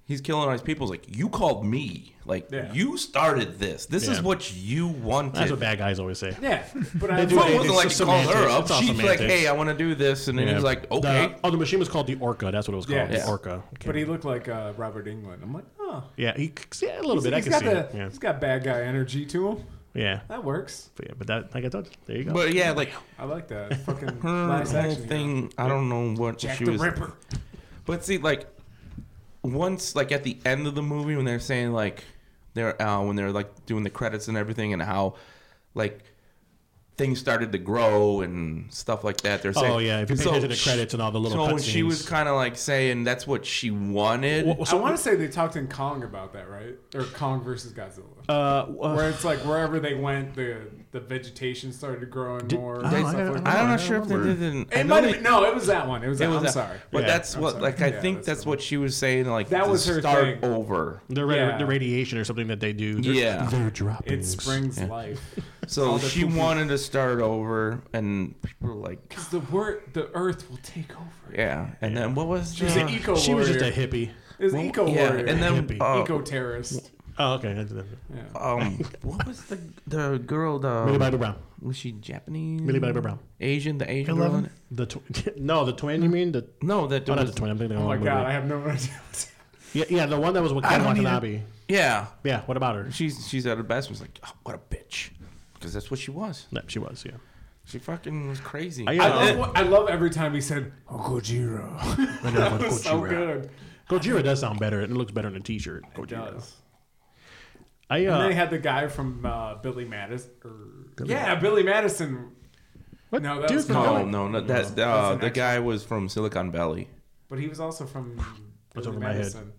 [SPEAKER 4] he's killing all these people. He's like, you called me, like
[SPEAKER 1] Yeah.
[SPEAKER 4] you started this. This is
[SPEAKER 3] Yeah.
[SPEAKER 4] what you wanted.
[SPEAKER 3] That's what bad guys always say.
[SPEAKER 1] Yeah, but I
[SPEAKER 3] They
[SPEAKER 1] was
[SPEAKER 3] do
[SPEAKER 4] Well,
[SPEAKER 1] like,
[SPEAKER 3] anything.
[SPEAKER 4] it wasn't
[SPEAKER 3] It's
[SPEAKER 4] like
[SPEAKER 3] just
[SPEAKER 4] you called her
[SPEAKER 3] semantics.
[SPEAKER 4] up.
[SPEAKER 3] It's all
[SPEAKER 4] She's like,
[SPEAKER 3] semantics.
[SPEAKER 4] hey, I want to do this, and then
[SPEAKER 3] Yeah.
[SPEAKER 4] he's like,
[SPEAKER 3] The-
[SPEAKER 4] okay.
[SPEAKER 3] oh, the machine was called the Orca. That's what it was called.
[SPEAKER 1] Yes.
[SPEAKER 3] The Orca.
[SPEAKER 1] but he looked like uh, Robert England. I'm like, oh,
[SPEAKER 3] yeah, he yeah, a little bit. I
[SPEAKER 1] he's
[SPEAKER 3] can
[SPEAKER 1] got
[SPEAKER 3] see
[SPEAKER 1] the
[SPEAKER 3] it. Yeah,
[SPEAKER 1] he's got bad guy energy to him.
[SPEAKER 3] yeah.
[SPEAKER 1] That works.
[SPEAKER 3] But, yeah, but that like I thought, there you go.
[SPEAKER 4] But yeah, like
[SPEAKER 1] I like that fucking
[SPEAKER 4] her
[SPEAKER 1] last
[SPEAKER 4] whole
[SPEAKER 1] action hero.
[SPEAKER 4] thing. I don't know what
[SPEAKER 1] Jack
[SPEAKER 4] she
[SPEAKER 1] the
[SPEAKER 4] was.
[SPEAKER 1] Ripper.
[SPEAKER 4] But see, like once, like at the end of the movie, when they're saying like they're uh, when they're like doing the credits and everything, and how like things started to grow and stuff like that. They're saying,
[SPEAKER 3] oh yeah, if you pay
[SPEAKER 4] So
[SPEAKER 3] attention to the
[SPEAKER 4] sh-
[SPEAKER 3] credits and all the little
[SPEAKER 4] so
[SPEAKER 3] cutscenes.
[SPEAKER 4] she was kind of like saying that's what she wanted.
[SPEAKER 3] Well,
[SPEAKER 1] I want to say they talked in Kong about that, right? Or Kong versus Godzilla.
[SPEAKER 3] uh, uh,
[SPEAKER 1] where it's like wherever they went, the the vegetation started growing more.
[SPEAKER 3] I
[SPEAKER 1] Stuff
[SPEAKER 3] don't-
[SPEAKER 1] like
[SPEAKER 3] I don't-
[SPEAKER 1] that.
[SPEAKER 3] I
[SPEAKER 4] I'm
[SPEAKER 3] don't
[SPEAKER 4] not sure if they
[SPEAKER 3] remember.
[SPEAKER 4] didn't. I
[SPEAKER 1] It
[SPEAKER 4] know
[SPEAKER 1] might
[SPEAKER 4] they-
[SPEAKER 1] have been, no, it was that one. It was.
[SPEAKER 4] It
[SPEAKER 1] that,
[SPEAKER 4] was
[SPEAKER 1] I'm
[SPEAKER 4] that-
[SPEAKER 1] sorry.
[SPEAKER 4] But
[SPEAKER 3] Yeah.
[SPEAKER 4] that's
[SPEAKER 1] I'm
[SPEAKER 4] what,
[SPEAKER 1] sorry.
[SPEAKER 4] like, I
[SPEAKER 1] Yeah,
[SPEAKER 4] think
[SPEAKER 1] that's
[SPEAKER 4] that's
[SPEAKER 1] the
[SPEAKER 4] what she was saying. Like,
[SPEAKER 1] That
[SPEAKER 4] to
[SPEAKER 1] was her
[SPEAKER 4] start
[SPEAKER 1] thing.
[SPEAKER 4] over.
[SPEAKER 3] the, radi-
[SPEAKER 1] yeah.
[SPEAKER 3] the radiation or something that they do. They're,
[SPEAKER 4] Yeah.
[SPEAKER 3] they're dropping.
[SPEAKER 1] It springs life.
[SPEAKER 4] So
[SPEAKER 1] All the
[SPEAKER 4] she
[SPEAKER 1] poo-poo.
[SPEAKER 4] wanted to start over, and people were like,
[SPEAKER 1] Because the wor the Earth will take over.
[SPEAKER 4] yeah. And then what was
[SPEAKER 1] She was an
[SPEAKER 4] the-
[SPEAKER 1] eco
[SPEAKER 3] She was just a
[SPEAKER 1] warrior.
[SPEAKER 3] hippie.
[SPEAKER 1] It was
[SPEAKER 4] well,
[SPEAKER 1] eco
[SPEAKER 4] yeah,
[SPEAKER 1] warrior.
[SPEAKER 4] and then
[SPEAKER 3] Hippie.
[SPEAKER 4] uh,
[SPEAKER 1] eco terrorist.
[SPEAKER 3] Oh, okay. That's- that's-
[SPEAKER 1] Yeah.
[SPEAKER 4] um, what was the the girl?
[SPEAKER 3] Millie
[SPEAKER 4] The
[SPEAKER 3] Bobby Brown.
[SPEAKER 4] was she Japanese?
[SPEAKER 3] Millie Bobby Brown.
[SPEAKER 4] Asian, the Asian
[SPEAKER 2] Eleven?
[SPEAKER 4] girl.
[SPEAKER 3] The tw- no, the twin. You mean the?
[SPEAKER 4] No, that
[SPEAKER 3] Oh,
[SPEAKER 4] was-
[SPEAKER 3] not the twin. I'm thinking.
[SPEAKER 1] Oh my god, I have no idea. what's-
[SPEAKER 3] Yeah, yeah, the one that was with
[SPEAKER 2] I
[SPEAKER 3] Ken
[SPEAKER 2] don't either.
[SPEAKER 3] Watanabe.
[SPEAKER 4] yeah.
[SPEAKER 3] Yeah. What about her?
[SPEAKER 4] She's she's at her best. Was like, oh, what a bitch, because that's what she was.
[SPEAKER 3] No, she was. Yeah.
[SPEAKER 4] She fucking was crazy.
[SPEAKER 3] I-
[SPEAKER 1] I
[SPEAKER 3] Oh.
[SPEAKER 1] love, what- I love every time he said Okojiro. that was so
[SPEAKER 3] Oh, Gojira.
[SPEAKER 1] good.
[SPEAKER 3] Gojira does sound better. It looks better in a T-shirt.
[SPEAKER 1] It
[SPEAKER 3] Gojira.
[SPEAKER 1] does.
[SPEAKER 3] I
[SPEAKER 1] And
[SPEAKER 3] uh,
[SPEAKER 1] then they had the guy from uh, Billy Madison. yeah, Billy Madison.
[SPEAKER 3] what
[SPEAKER 1] No, that
[SPEAKER 3] dude
[SPEAKER 1] was
[SPEAKER 3] from
[SPEAKER 1] Colin.
[SPEAKER 4] no, no, no, that
[SPEAKER 1] That's
[SPEAKER 4] uh,
[SPEAKER 1] an
[SPEAKER 4] the
[SPEAKER 1] ex-
[SPEAKER 4] guy was from Silicon Valley.
[SPEAKER 1] But he was also from
[SPEAKER 3] What's
[SPEAKER 1] Billy
[SPEAKER 3] over my head?
[SPEAKER 1] Madison.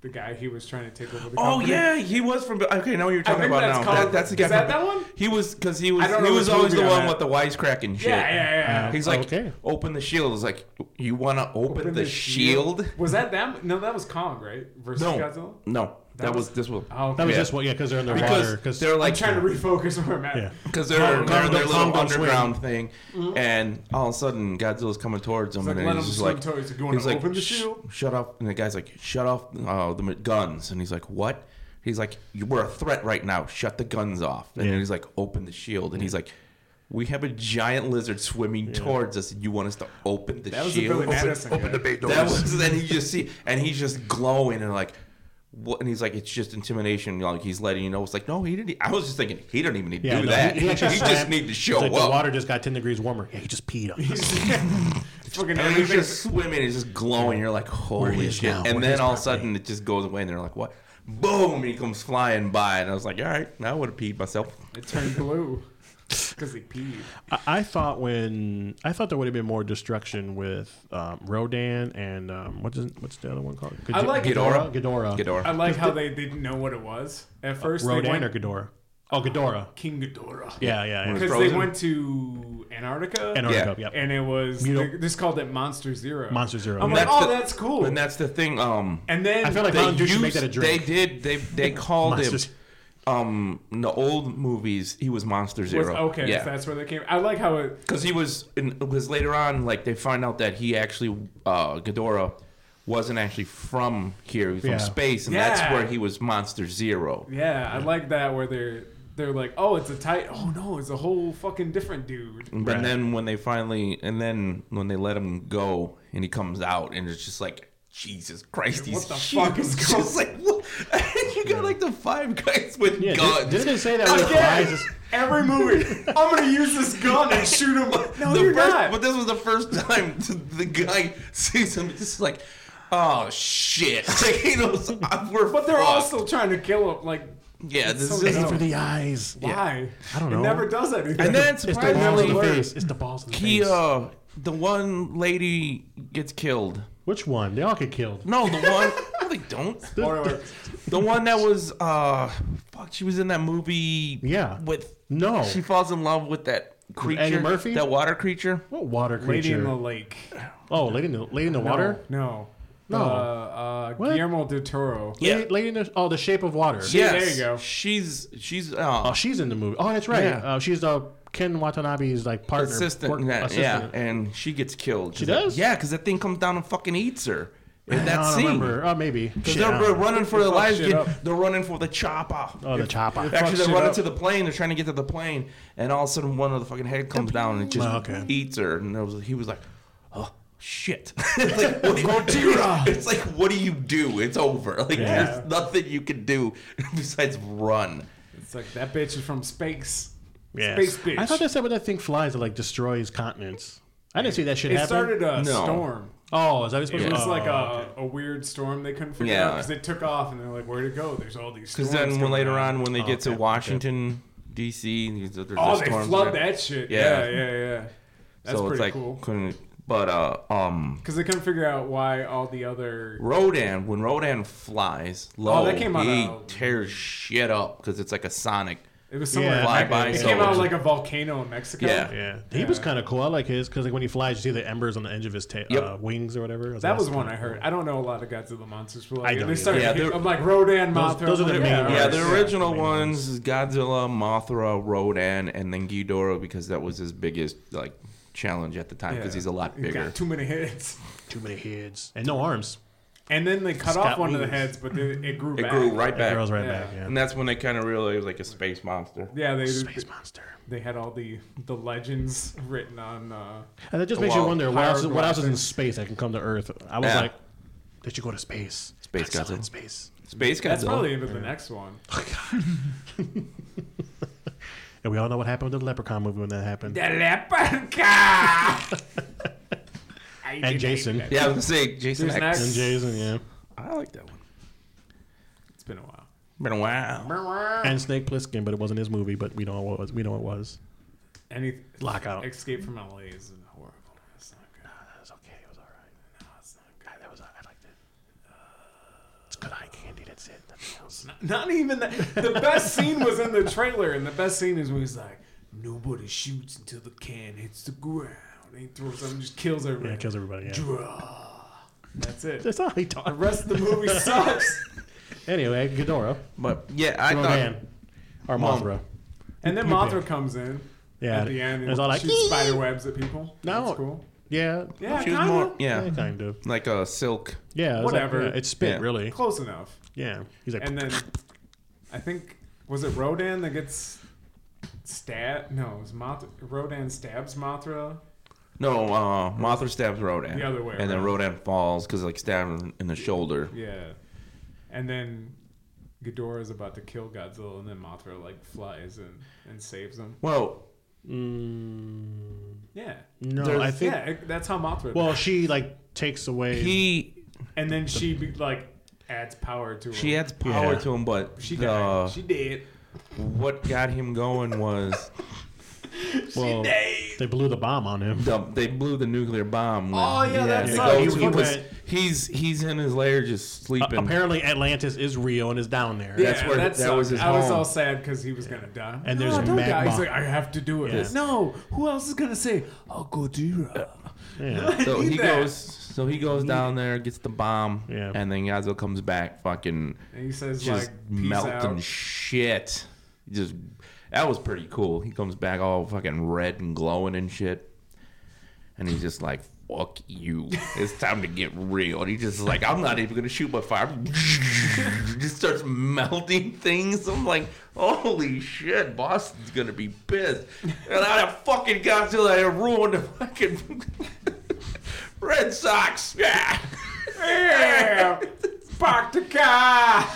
[SPEAKER 1] The guy he was trying to take over the
[SPEAKER 4] Oh
[SPEAKER 1] company.
[SPEAKER 4] yeah, he was from. Okay, now what you're talking
[SPEAKER 1] think
[SPEAKER 4] about
[SPEAKER 1] that's
[SPEAKER 4] now.
[SPEAKER 1] called-
[SPEAKER 4] That, that's the guy.
[SPEAKER 1] is that
[SPEAKER 4] from-
[SPEAKER 1] that one?
[SPEAKER 4] He was because he was.
[SPEAKER 1] I don't
[SPEAKER 4] He
[SPEAKER 1] know
[SPEAKER 4] was
[SPEAKER 1] which
[SPEAKER 4] always
[SPEAKER 1] movie
[SPEAKER 4] the
[SPEAKER 1] I'm
[SPEAKER 4] one
[SPEAKER 1] at.
[SPEAKER 4] with the wisecracking shit.
[SPEAKER 1] Yeah, yeah, yeah.
[SPEAKER 4] He's like,
[SPEAKER 3] Okay.
[SPEAKER 4] open the shield. It's like, you want to open, the, shield?
[SPEAKER 1] Was that that? No, that was Kong, right? Versus
[SPEAKER 4] No,
[SPEAKER 1] Godzilla.
[SPEAKER 4] no, that,
[SPEAKER 1] That
[SPEAKER 4] was,
[SPEAKER 1] was-
[SPEAKER 4] this one.
[SPEAKER 1] Oh,
[SPEAKER 3] That was
[SPEAKER 4] Yeah.
[SPEAKER 3] just what, yeah, because they're in the water.
[SPEAKER 4] Because they're
[SPEAKER 1] I'm
[SPEAKER 4] like
[SPEAKER 1] trying to refocus where I'm at.
[SPEAKER 3] yeah.
[SPEAKER 4] Because they're,
[SPEAKER 3] Calm-
[SPEAKER 4] they're
[SPEAKER 3] calm
[SPEAKER 4] in their
[SPEAKER 3] down,
[SPEAKER 4] little
[SPEAKER 3] calm down, swing.
[SPEAKER 4] underground thing, and all of a sudden Godzilla's coming towards them,
[SPEAKER 1] Mm-hmm. It's like,
[SPEAKER 4] and
[SPEAKER 1] let
[SPEAKER 4] he's
[SPEAKER 1] him
[SPEAKER 4] just
[SPEAKER 1] swim
[SPEAKER 4] like,
[SPEAKER 1] towards you. You wanna
[SPEAKER 4] he's like,
[SPEAKER 1] open the
[SPEAKER 4] "Shh,
[SPEAKER 1] shield?"
[SPEAKER 4] shut up, and the guy's like, shut off uh, the m- guns, and he's like, what? He's like, "You- we're a threat right now. Shut the guns off, and
[SPEAKER 3] Yeah.
[SPEAKER 4] he's like, open the shield, and he's like. We have a giant lizard swimming towards us, and you want us to open the
[SPEAKER 1] That was a
[SPEAKER 4] shield?
[SPEAKER 1] Billy Madison.
[SPEAKER 5] Open the
[SPEAKER 1] guy.
[SPEAKER 5] bay doors.
[SPEAKER 4] That was then you just see and he's just glowing and like what and he's like it's just intimidation like he's letting you know it's like no he didn't e-, I was just thinking he didn't even need to
[SPEAKER 3] Yeah,
[SPEAKER 4] do
[SPEAKER 3] no,
[SPEAKER 4] that
[SPEAKER 3] he-
[SPEAKER 4] he,
[SPEAKER 3] he actually
[SPEAKER 4] just
[SPEAKER 3] slammed-
[SPEAKER 4] need to
[SPEAKER 3] it's
[SPEAKER 4] show
[SPEAKER 3] like The
[SPEAKER 4] up
[SPEAKER 3] water just got 10 degrees warmer. Yeah, he just peed on us.
[SPEAKER 1] Fucking
[SPEAKER 4] and he's
[SPEAKER 1] everything.
[SPEAKER 4] just swimming he's just glowing you're like holy
[SPEAKER 3] is
[SPEAKER 4] shit
[SPEAKER 3] now,
[SPEAKER 4] and
[SPEAKER 3] where
[SPEAKER 4] then
[SPEAKER 3] is
[SPEAKER 4] all of a
[SPEAKER 3] Pepe?
[SPEAKER 4] sudden it just goes away and they're like what boom he comes flying by and I was like all right I would have peed myself
[SPEAKER 1] It turned blue because he peed.
[SPEAKER 3] I, I thought when I thought there would have been more destruction with um, Rodan and um, what's his, what's the other one called?
[SPEAKER 1] I like
[SPEAKER 3] Ghidorah. Ghidorah.
[SPEAKER 1] I
[SPEAKER 4] Ghidorah
[SPEAKER 1] like how they, they didn't know what it was at first. they
[SPEAKER 3] Uh, Rodan
[SPEAKER 1] went
[SPEAKER 3] or Ghidorah? Oh, Ghidorah.
[SPEAKER 1] King Ghidorah.
[SPEAKER 3] Yeah, yeah, yeah.
[SPEAKER 1] because they
[SPEAKER 4] Frozen?
[SPEAKER 1] went to Antarctica.
[SPEAKER 3] Antarctica.
[SPEAKER 4] Yeah.
[SPEAKER 3] Yep.
[SPEAKER 1] And it was
[SPEAKER 3] You know-
[SPEAKER 1] they just called it Monster Zero.
[SPEAKER 3] Monster Zero.
[SPEAKER 1] I'm
[SPEAKER 3] And
[SPEAKER 1] like,
[SPEAKER 4] that's
[SPEAKER 1] oh,
[SPEAKER 4] the-
[SPEAKER 1] that's cool.
[SPEAKER 4] and that's the thing um
[SPEAKER 1] And then
[SPEAKER 3] I feel like
[SPEAKER 1] they-
[SPEAKER 3] Mountain Dew should make that a
[SPEAKER 4] they
[SPEAKER 3] drink.
[SPEAKER 4] did they they called him
[SPEAKER 3] Monsters.
[SPEAKER 4] um in the old movies he was Monster Zero
[SPEAKER 1] was, okay,
[SPEAKER 4] yeah.
[SPEAKER 1] so that's where they came. I like how it.
[SPEAKER 4] Because he was, because later on, like they find out that he actually, uh, Ghidorah, wasn't actually from here. He was from
[SPEAKER 3] Yeah.
[SPEAKER 4] space, and that's
[SPEAKER 1] Yeah.
[SPEAKER 4] where he was Monster Zero.
[SPEAKER 1] Yeah, I like that where they're they're like, oh, it's a tight. Oh no, it's a whole fucking different dude.
[SPEAKER 4] And
[SPEAKER 3] Right.
[SPEAKER 4] then when they finally, and then when they let him go, and he comes out, and it's just like. Jesus Christ! He's
[SPEAKER 1] What the
[SPEAKER 4] huge.
[SPEAKER 1] fuck is
[SPEAKER 4] It's just like what? you got like the five guys with
[SPEAKER 3] Yeah, didn't-
[SPEAKER 4] guns.
[SPEAKER 3] didn't they say that when it flies?
[SPEAKER 1] Again,
[SPEAKER 3] it's-
[SPEAKER 1] every movie, I'm gonna use this gun and shoot him. No,
[SPEAKER 4] the
[SPEAKER 1] you're
[SPEAKER 4] first,
[SPEAKER 1] not.
[SPEAKER 4] But this was the first time th- the guy sees him. It's just like, oh shit! Like, he knows, uh, we're
[SPEAKER 1] But they're all
[SPEAKER 4] fucked.
[SPEAKER 1] still trying to kill him. Like,
[SPEAKER 4] Yeah,
[SPEAKER 1] It's
[SPEAKER 4] this
[SPEAKER 1] so
[SPEAKER 4] is
[SPEAKER 1] dumb.
[SPEAKER 3] for the eyes.
[SPEAKER 1] why?
[SPEAKER 3] I don't
[SPEAKER 1] It
[SPEAKER 3] know.
[SPEAKER 1] never does anything.
[SPEAKER 4] And then
[SPEAKER 3] It's the balls in
[SPEAKER 4] surprisingly,
[SPEAKER 3] the face. It's the balls in the
[SPEAKER 4] he
[SPEAKER 3] face.
[SPEAKER 4] uh, the one lady gets killed.
[SPEAKER 3] Which one? They all get killed.
[SPEAKER 4] No, the one no, they don't.
[SPEAKER 1] Or- or-
[SPEAKER 4] The one that was uh, fuck, she was in that movie.
[SPEAKER 3] Yeah.
[SPEAKER 4] with
[SPEAKER 3] No.
[SPEAKER 4] she falls in love with that creature,
[SPEAKER 3] Eddie Murphy?
[SPEAKER 4] that water creature.
[SPEAKER 3] What water creature?
[SPEAKER 1] Lady in the Lake.
[SPEAKER 3] oh, lady in the lady in the water.
[SPEAKER 1] No.
[SPEAKER 3] No.
[SPEAKER 1] Uh, uh,
[SPEAKER 3] What?
[SPEAKER 1] Guillermo del Toro.
[SPEAKER 4] Yeah.
[SPEAKER 3] Lady, lady in the oh, the shape of water.
[SPEAKER 1] Yeah, there you go.
[SPEAKER 4] She's she's uh,
[SPEAKER 3] Oh, she's in the movie. Oh, that's right.
[SPEAKER 4] Yeah.
[SPEAKER 3] Uh, she's uh, Ken Watanabe's like partner,
[SPEAKER 4] assistant,
[SPEAKER 3] work-
[SPEAKER 4] in that, yeah,
[SPEAKER 3] assistant.
[SPEAKER 4] and she gets killed. She
[SPEAKER 3] does?
[SPEAKER 4] yeah, because that thing comes down and fucking eats her. In
[SPEAKER 3] I
[SPEAKER 4] that
[SPEAKER 3] don't
[SPEAKER 4] scene.
[SPEAKER 3] remember. Oh, maybe.
[SPEAKER 4] Because
[SPEAKER 3] Shit, I
[SPEAKER 4] they're
[SPEAKER 3] don't know.
[SPEAKER 4] running for their
[SPEAKER 1] fucks
[SPEAKER 4] lives.
[SPEAKER 1] shit
[SPEAKER 4] kid.
[SPEAKER 1] up.
[SPEAKER 4] They're running for the chopper.
[SPEAKER 3] Oh, the chopper.
[SPEAKER 4] Actually,
[SPEAKER 1] fucks
[SPEAKER 4] they're
[SPEAKER 1] shit
[SPEAKER 4] running
[SPEAKER 1] up.
[SPEAKER 4] to the plane. They're trying to get to the plane, and all of a sudden, one of the fucking head comes down and it just
[SPEAKER 3] Oh, okay.
[SPEAKER 4] eats her. And it was, he was like, "Oh shit!" it's like, what do you, it's like, what do you do? It's over. Like,
[SPEAKER 1] Yeah.
[SPEAKER 4] there's nothing you can do besides run.
[SPEAKER 1] It's like that bitch is from space.
[SPEAKER 3] Yes.
[SPEAKER 1] Space bitch.
[SPEAKER 3] I thought that's what that thing flies that like destroys continents. I didn't see that shit
[SPEAKER 1] it
[SPEAKER 3] happen.
[SPEAKER 1] started a
[SPEAKER 4] No.
[SPEAKER 1] storm.
[SPEAKER 3] oh, is that what it's supposed
[SPEAKER 1] It
[SPEAKER 3] to
[SPEAKER 1] was
[SPEAKER 3] oh,
[SPEAKER 1] like a,
[SPEAKER 3] okay.
[SPEAKER 1] a weird storm they couldn't figure
[SPEAKER 4] Yeah.
[SPEAKER 1] out because it took off and they're like, where'd it go? There's all these storms.
[SPEAKER 4] Because then, when
[SPEAKER 1] going
[SPEAKER 4] later on, when they
[SPEAKER 3] Oh,
[SPEAKER 4] get to
[SPEAKER 3] okay, okay.
[SPEAKER 4] Washington D.C., these- there's
[SPEAKER 1] Oh,
[SPEAKER 4] the
[SPEAKER 1] they
[SPEAKER 4] storms
[SPEAKER 1] flood
[SPEAKER 4] there.
[SPEAKER 1] that shit.
[SPEAKER 4] Yeah.
[SPEAKER 1] Yeah, yeah, yeah. That's
[SPEAKER 4] so
[SPEAKER 1] pretty
[SPEAKER 4] it's like
[SPEAKER 1] cool.
[SPEAKER 4] couldn't. But uh, um,
[SPEAKER 1] Because they couldn't figure out why all the other.
[SPEAKER 4] Rodan, when Rodan flies low,
[SPEAKER 1] Oh, that came out
[SPEAKER 4] he
[SPEAKER 1] of-
[SPEAKER 4] tears shit up because it's like a sonic.
[SPEAKER 1] It was somewhere.
[SPEAKER 3] Yeah.
[SPEAKER 1] in Mexico.
[SPEAKER 4] Fly-by
[SPEAKER 1] it came out
[SPEAKER 4] soldiers.
[SPEAKER 1] like a volcano in Mexico.
[SPEAKER 4] Yeah.
[SPEAKER 3] Yeah, he was kind of cool. I like his because like when he flies, you see the embers on the edge of his ta-
[SPEAKER 4] Yep.
[SPEAKER 3] uh, wings or whatever. I
[SPEAKER 1] That
[SPEAKER 3] like,
[SPEAKER 1] was
[SPEAKER 3] that's
[SPEAKER 1] one I
[SPEAKER 3] kinda
[SPEAKER 1] heard. I don't know a lot of Godzilla monsters, but
[SPEAKER 3] I
[SPEAKER 1] like,
[SPEAKER 3] don't
[SPEAKER 1] they
[SPEAKER 3] either.
[SPEAKER 1] started.
[SPEAKER 4] Yeah,
[SPEAKER 1] to-
[SPEAKER 4] they're-
[SPEAKER 1] I'm like Rodan,
[SPEAKER 3] Those-
[SPEAKER 1] Mothra.
[SPEAKER 3] those are the
[SPEAKER 1] I'm like,
[SPEAKER 3] main
[SPEAKER 1] yeah,
[SPEAKER 3] ones.
[SPEAKER 4] Yeah,
[SPEAKER 1] alright,
[SPEAKER 4] the
[SPEAKER 3] Yeah.
[SPEAKER 4] original
[SPEAKER 3] Yeah.
[SPEAKER 4] ones is Godzilla, Mothra, Rodan, and then Ghidorah because that was his biggest like challenge at the time because
[SPEAKER 1] Yeah.
[SPEAKER 4] he's a lot
[SPEAKER 1] It
[SPEAKER 4] bigger.
[SPEAKER 1] Got too many heads.
[SPEAKER 3] cool. Too many heads and no arms.
[SPEAKER 1] And then they cut
[SPEAKER 3] It's
[SPEAKER 1] off
[SPEAKER 3] got
[SPEAKER 1] one of
[SPEAKER 3] wings.
[SPEAKER 1] the heads, but then it grew
[SPEAKER 4] It
[SPEAKER 1] back.
[SPEAKER 4] grew right
[SPEAKER 3] That
[SPEAKER 4] back,
[SPEAKER 3] girl's right
[SPEAKER 1] Yeah.
[SPEAKER 3] back. Yeah.
[SPEAKER 4] and that's when they kind of realized it was like a space monster.
[SPEAKER 1] Yeah, they
[SPEAKER 3] Space monster.
[SPEAKER 1] they had all the the legends written on. Uh,
[SPEAKER 3] And that just makes you
[SPEAKER 4] Well,
[SPEAKER 3] wonder what else, what else is in
[SPEAKER 1] hieroglyphics.
[SPEAKER 3] space that can come to Earth. I was
[SPEAKER 4] Yeah.
[SPEAKER 3] like, did you go to space?
[SPEAKER 4] Space Godzilla.
[SPEAKER 3] in space.
[SPEAKER 4] Space
[SPEAKER 1] that's probably
[SPEAKER 4] Godzilla.
[SPEAKER 1] even the next one.
[SPEAKER 3] And we all know what happened with the Leprechaun movie when that happened.
[SPEAKER 1] The leprechaun. I did hate
[SPEAKER 3] Jason.
[SPEAKER 1] that.
[SPEAKER 4] Yeah, I was gonna say Jason
[SPEAKER 1] There's an
[SPEAKER 4] X.
[SPEAKER 1] X.
[SPEAKER 3] And Jason, yeah.
[SPEAKER 4] I like that one.
[SPEAKER 1] It's been a while.
[SPEAKER 4] Been a while.
[SPEAKER 3] And Snake Plissken, but it wasn't his movie. But we know what it was. We know it was.
[SPEAKER 1] Any
[SPEAKER 3] Lockout. Oh.
[SPEAKER 1] Escape from LA is horrible. It's not good.
[SPEAKER 3] That's okay. It was all right.
[SPEAKER 1] It's
[SPEAKER 3] Uh, that's it. Nothing else.
[SPEAKER 1] Not even that. The best scene was in the trailer, and the best scene is when he's like, "Nobody shoots until the can hits the ground." And he throws something, just kills everybody.
[SPEAKER 3] Yeah, it kills everybody. Yeah.
[SPEAKER 1] Draw. That's it.
[SPEAKER 3] That's all he
[SPEAKER 1] The
[SPEAKER 3] talks.
[SPEAKER 1] rest of the movie sucks.
[SPEAKER 3] Anyway, Ghidorah,
[SPEAKER 4] But yeah, I thought
[SPEAKER 3] Rodan, or Mothra.
[SPEAKER 1] And then
[SPEAKER 3] You
[SPEAKER 1] Mothra
[SPEAKER 3] pick.
[SPEAKER 1] comes in
[SPEAKER 3] Yeah,
[SPEAKER 1] at the end and
[SPEAKER 3] it's all like,
[SPEAKER 1] shoots spider webs at people.
[SPEAKER 3] No.
[SPEAKER 1] That's cool.
[SPEAKER 3] Yeah,
[SPEAKER 1] Yeah,
[SPEAKER 4] she was
[SPEAKER 1] kind
[SPEAKER 4] more
[SPEAKER 1] of.
[SPEAKER 3] yeah,
[SPEAKER 4] yeah,
[SPEAKER 3] kind of.
[SPEAKER 4] like a silk.
[SPEAKER 3] Yeah, it was like-
[SPEAKER 1] Whatever.
[SPEAKER 3] yeah, it's spit
[SPEAKER 4] Yeah.
[SPEAKER 3] really.
[SPEAKER 1] Close enough.
[SPEAKER 3] Yeah, he's like,
[SPEAKER 1] And then I think was it Rodan that gets stabbed? No, it was Mothra. Rodan stabs Mothra.
[SPEAKER 4] No, uh, Mothra stabs Rodan.
[SPEAKER 1] The other way
[SPEAKER 4] And then
[SPEAKER 1] around.
[SPEAKER 4] Rodan falls because like stabbed him in the shoulder.
[SPEAKER 1] Yeah, and then Ghidorah is about to kill Godzilla, and then Mothra like flies and and saves him.
[SPEAKER 4] Well,
[SPEAKER 3] mm,
[SPEAKER 1] Yeah,
[SPEAKER 3] no,
[SPEAKER 4] There's-
[SPEAKER 3] I think.
[SPEAKER 1] yeah, it- that's how Mothra.
[SPEAKER 3] Well, she like takes away.
[SPEAKER 4] he
[SPEAKER 1] and then she be, like adds power to him.
[SPEAKER 4] she adds power
[SPEAKER 3] Yeah.
[SPEAKER 4] to him, but
[SPEAKER 1] She
[SPEAKER 4] the-
[SPEAKER 1] died. she did.
[SPEAKER 4] what got him going was
[SPEAKER 3] well, they blew the bomb on him.
[SPEAKER 4] the, they blew the nuclear bomb. when-
[SPEAKER 1] Oh, yeah, that's
[SPEAKER 4] they
[SPEAKER 1] right. He
[SPEAKER 4] go to-
[SPEAKER 1] was
[SPEAKER 3] wondering-
[SPEAKER 4] he's he's in his lair just sleeping.
[SPEAKER 3] Apparently, Atlantis is real and is down there.
[SPEAKER 4] That's
[SPEAKER 1] yeah,
[SPEAKER 4] where-
[SPEAKER 1] that,
[SPEAKER 4] that
[SPEAKER 1] sucked.
[SPEAKER 4] was his
[SPEAKER 1] I was
[SPEAKER 4] home.
[SPEAKER 1] all sad because he was gonna die.
[SPEAKER 3] And
[SPEAKER 1] No,
[SPEAKER 3] there's
[SPEAKER 1] don't
[SPEAKER 3] Magma.
[SPEAKER 1] die. He's like, I have to do it.
[SPEAKER 3] Yeah.
[SPEAKER 1] No, who else is gonna say, "Oh, Godira"?
[SPEAKER 3] Yeah.
[SPEAKER 4] so he
[SPEAKER 1] Need that.
[SPEAKER 4] goes so he goes down there, gets the bomb,
[SPEAKER 3] Yeah.
[SPEAKER 4] and then Godzilla comes back fucking
[SPEAKER 1] And he says,
[SPEAKER 4] just
[SPEAKER 1] like, peace
[SPEAKER 4] melting
[SPEAKER 1] out.
[SPEAKER 4] shit. Just that was pretty cool. He comes back all fucking red and glowing and shit. And he's just like, fuck you. It's time to get real. And he just is like, I'm not even gonna shoot my fire. just starts melting things. I'm like, holy shit, Boston's gonna be pissed. And I had a fucking Godzilla that ruined the fucking Red Sox. Yeah.
[SPEAKER 1] Yeah, park the car.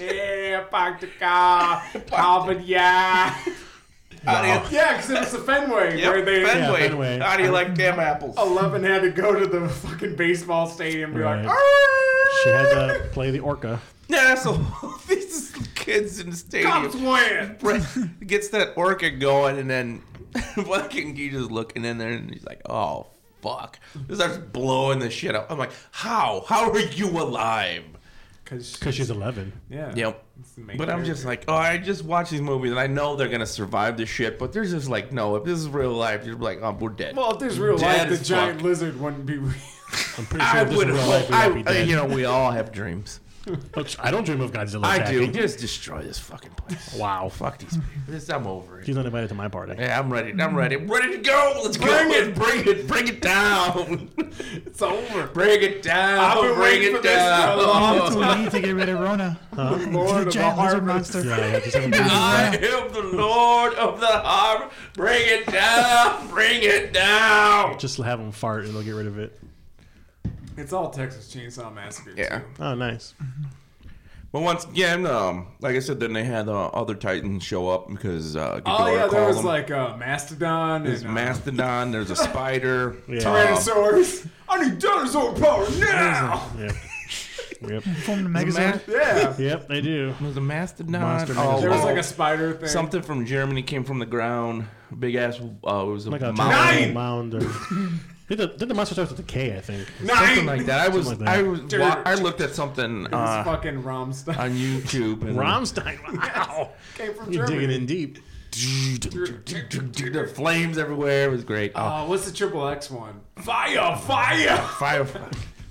[SPEAKER 1] Yeah, park the car. Calvin, yeah.
[SPEAKER 4] How do you-
[SPEAKER 1] Yeah, because it was the Fenway
[SPEAKER 4] Yep,
[SPEAKER 1] where they
[SPEAKER 4] Fenway. Oh.
[SPEAKER 3] Yeah, Fenway.
[SPEAKER 4] How do you like damn apples?
[SPEAKER 1] 11 had to go to the fucking baseball stadium and be
[SPEAKER 3] Right.
[SPEAKER 1] like, "Arr,
[SPEAKER 3] She had to play the orca.
[SPEAKER 4] Yeah, so these kids in the
[SPEAKER 1] Cubs
[SPEAKER 4] stadium.
[SPEAKER 1] win.
[SPEAKER 4] Brett gets that orca going, and then fucking he just looking in there, and he's like, "Oh fuck!" He starts blowing the shit up. I'm like, "How? How are you alive?"
[SPEAKER 3] Because she's 11.
[SPEAKER 1] yeah.
[SPEAKER 4] Yep.
[SPEAKER 1] It's the main
[SPEAKER 4] But I'm just
[SPEAKER 1] character.
[SPEAKER 4] like, oh, I just watch these movies, and I know they're gonna survive this shit. But they're just like, no, if this is real life, you're like, oh, we're dead.
[SPEAKER 1] Well, if there's real
[SPEAKER 4] Dead
[SPEAKER 1] life, the
[SPEAKER 4] as
[SPEAKER 1] giant
[SPEAKER 4] fuck.
[SPEAKER 1] lizard wouldn't be real.
[SPEAKER 3] I'm pretty sure
[SPEAKER 4] I
[SPEAKER 3] if this
[SPEAKER 4] would
[SPEAKER 3] is real life, we would be
[SPEAKER 4] have. I, uh,
[SPEAKER 3] dead.
[SPEAKER 4] you know, we all have dreams.
[SPEAKER 3] But I don't dream of Godzilla
[SPEAKER 4] I do.
[SPEAKER 3] attacking.
[SPEAKER 4] Just destroy this fucking place.
[SPEAKER 3] Wow.
[SPEAKER 4] Fuck these people. This- I'm over it.
[SPEAKER 3] She's not invited to my party.
[SPEAKER 4] Yeah, I'm ready. I'm ready. I'm ready to go. Let's
[SPEAKER 1] Bring
[SPEAKER 4] go.
[SPEAKER 1] it.
[SPEAKER 4] Bring it. Bring it down.
[SPEAKER 1] It's over.
[SPEAKER 4] bring it down.
[SPEAKER 1] I've been
[SPEAKER 4] bring
[SPEAKER 1] waiting
[SPEAKER 4] it
[SPEAKER 1] for this for a long
[SPEAKER 4] down.
[SPEAKER 2] Oh, That's what we need to get rid of Rona.
[SPEAKER 1] Lord
[SPEAKER 2] the
[SPEAKER 1] of the
[SPEAKER 2] giant lizard
[SPEAKER 1] harvest.
[SPEAKER 2] monster.
[SPEAKER 3] Yeah, yeah, just have a big-
[SPEAKER 4] I am the Lord of the Harbor. Bring it down. Bring it down.
[SPEAKER 3] Just have them fart and they'll get rid of it.
[SPEAKER 1] It's all Texas Chainsaw Massacre.
[SPEAKER 4] Yeah.
[SPEAKER 1] too.
[SPEAKER 3] Oh, nice.
[SPEAKER 4] But once again, um, like I said, then they had uh, other Titans show up because uh, Ghidorah
[SPEAKER 1] Oh yeah, there
[SPEAKER 4] called
[SPEAKER 1] was
[SPEAKER 4] them.
[SPEAKER 1] like uh, Mastodon
[SPEAKER 4] There's
[SPEAKER 1] and uh,
[SPEAKER 4] Mastodon. There's a spider. Um,
[SPEAKER 3] Yeah.
[SPEAKER 1] Tyrannosaurus. I need dinosaur power now.
[SPEAKER 3] Yep. Yep.
[SPEAKER 2] Formed a
[SPEAKER 4] There's a
[SPEAKER 2] megazord.
[SPEAKER 4] mas-
[SPEAKER 1] Yeah.
[SPEAKER 3] Yep, they do. Oh
[SPEAKER 4] there's a mastodon.
[SPEAKER 3] Monster
[SPEAKER 4] Oh,
[SPEAKER 1] There was
[SPEAKER 4] wow.
[SPEAKER 1] like a spider thing.
[SPEAKER 4] Something from Germany came from the ground. Big ass. Uh, it was a
[SPEAKER 3] Like a
[SPEAKER 4] mountain.
[SPEAKER 1] Nine!
[SPEAKER 3] mound. Or... Did the, did the monster starts with a K, I think.
[SPEAKER 4] something
[SPEAKER 1] Nine.
[SPEAKER 4] like that. I was,
[SPEAKER 3] Something like
[SPEAKER 4] I
[SPEAKER 3] that.
[SPEAKER 4] was, wa- I looked at something
[SPEAKER 1] It was
[SPEAKER 4] uh,
[SPEAKER 1] fucking Rom stuff.
[SPEAKER 4] on YouTube. And
[SPEAKER 3] Rammstein. Wow.
[SPEAKER 1] Came from
[SPEAKER 3] You're digging
[SPEAKER 1] Germany.
[SPEAKER 3] in deep.
[SPEAKER 4] There were flames everywhere. It was great. Oh,
[SPEAKER 1] Uh, what's the triple X one? Fire! Fire!
[SPEAKER 4] fire, fire,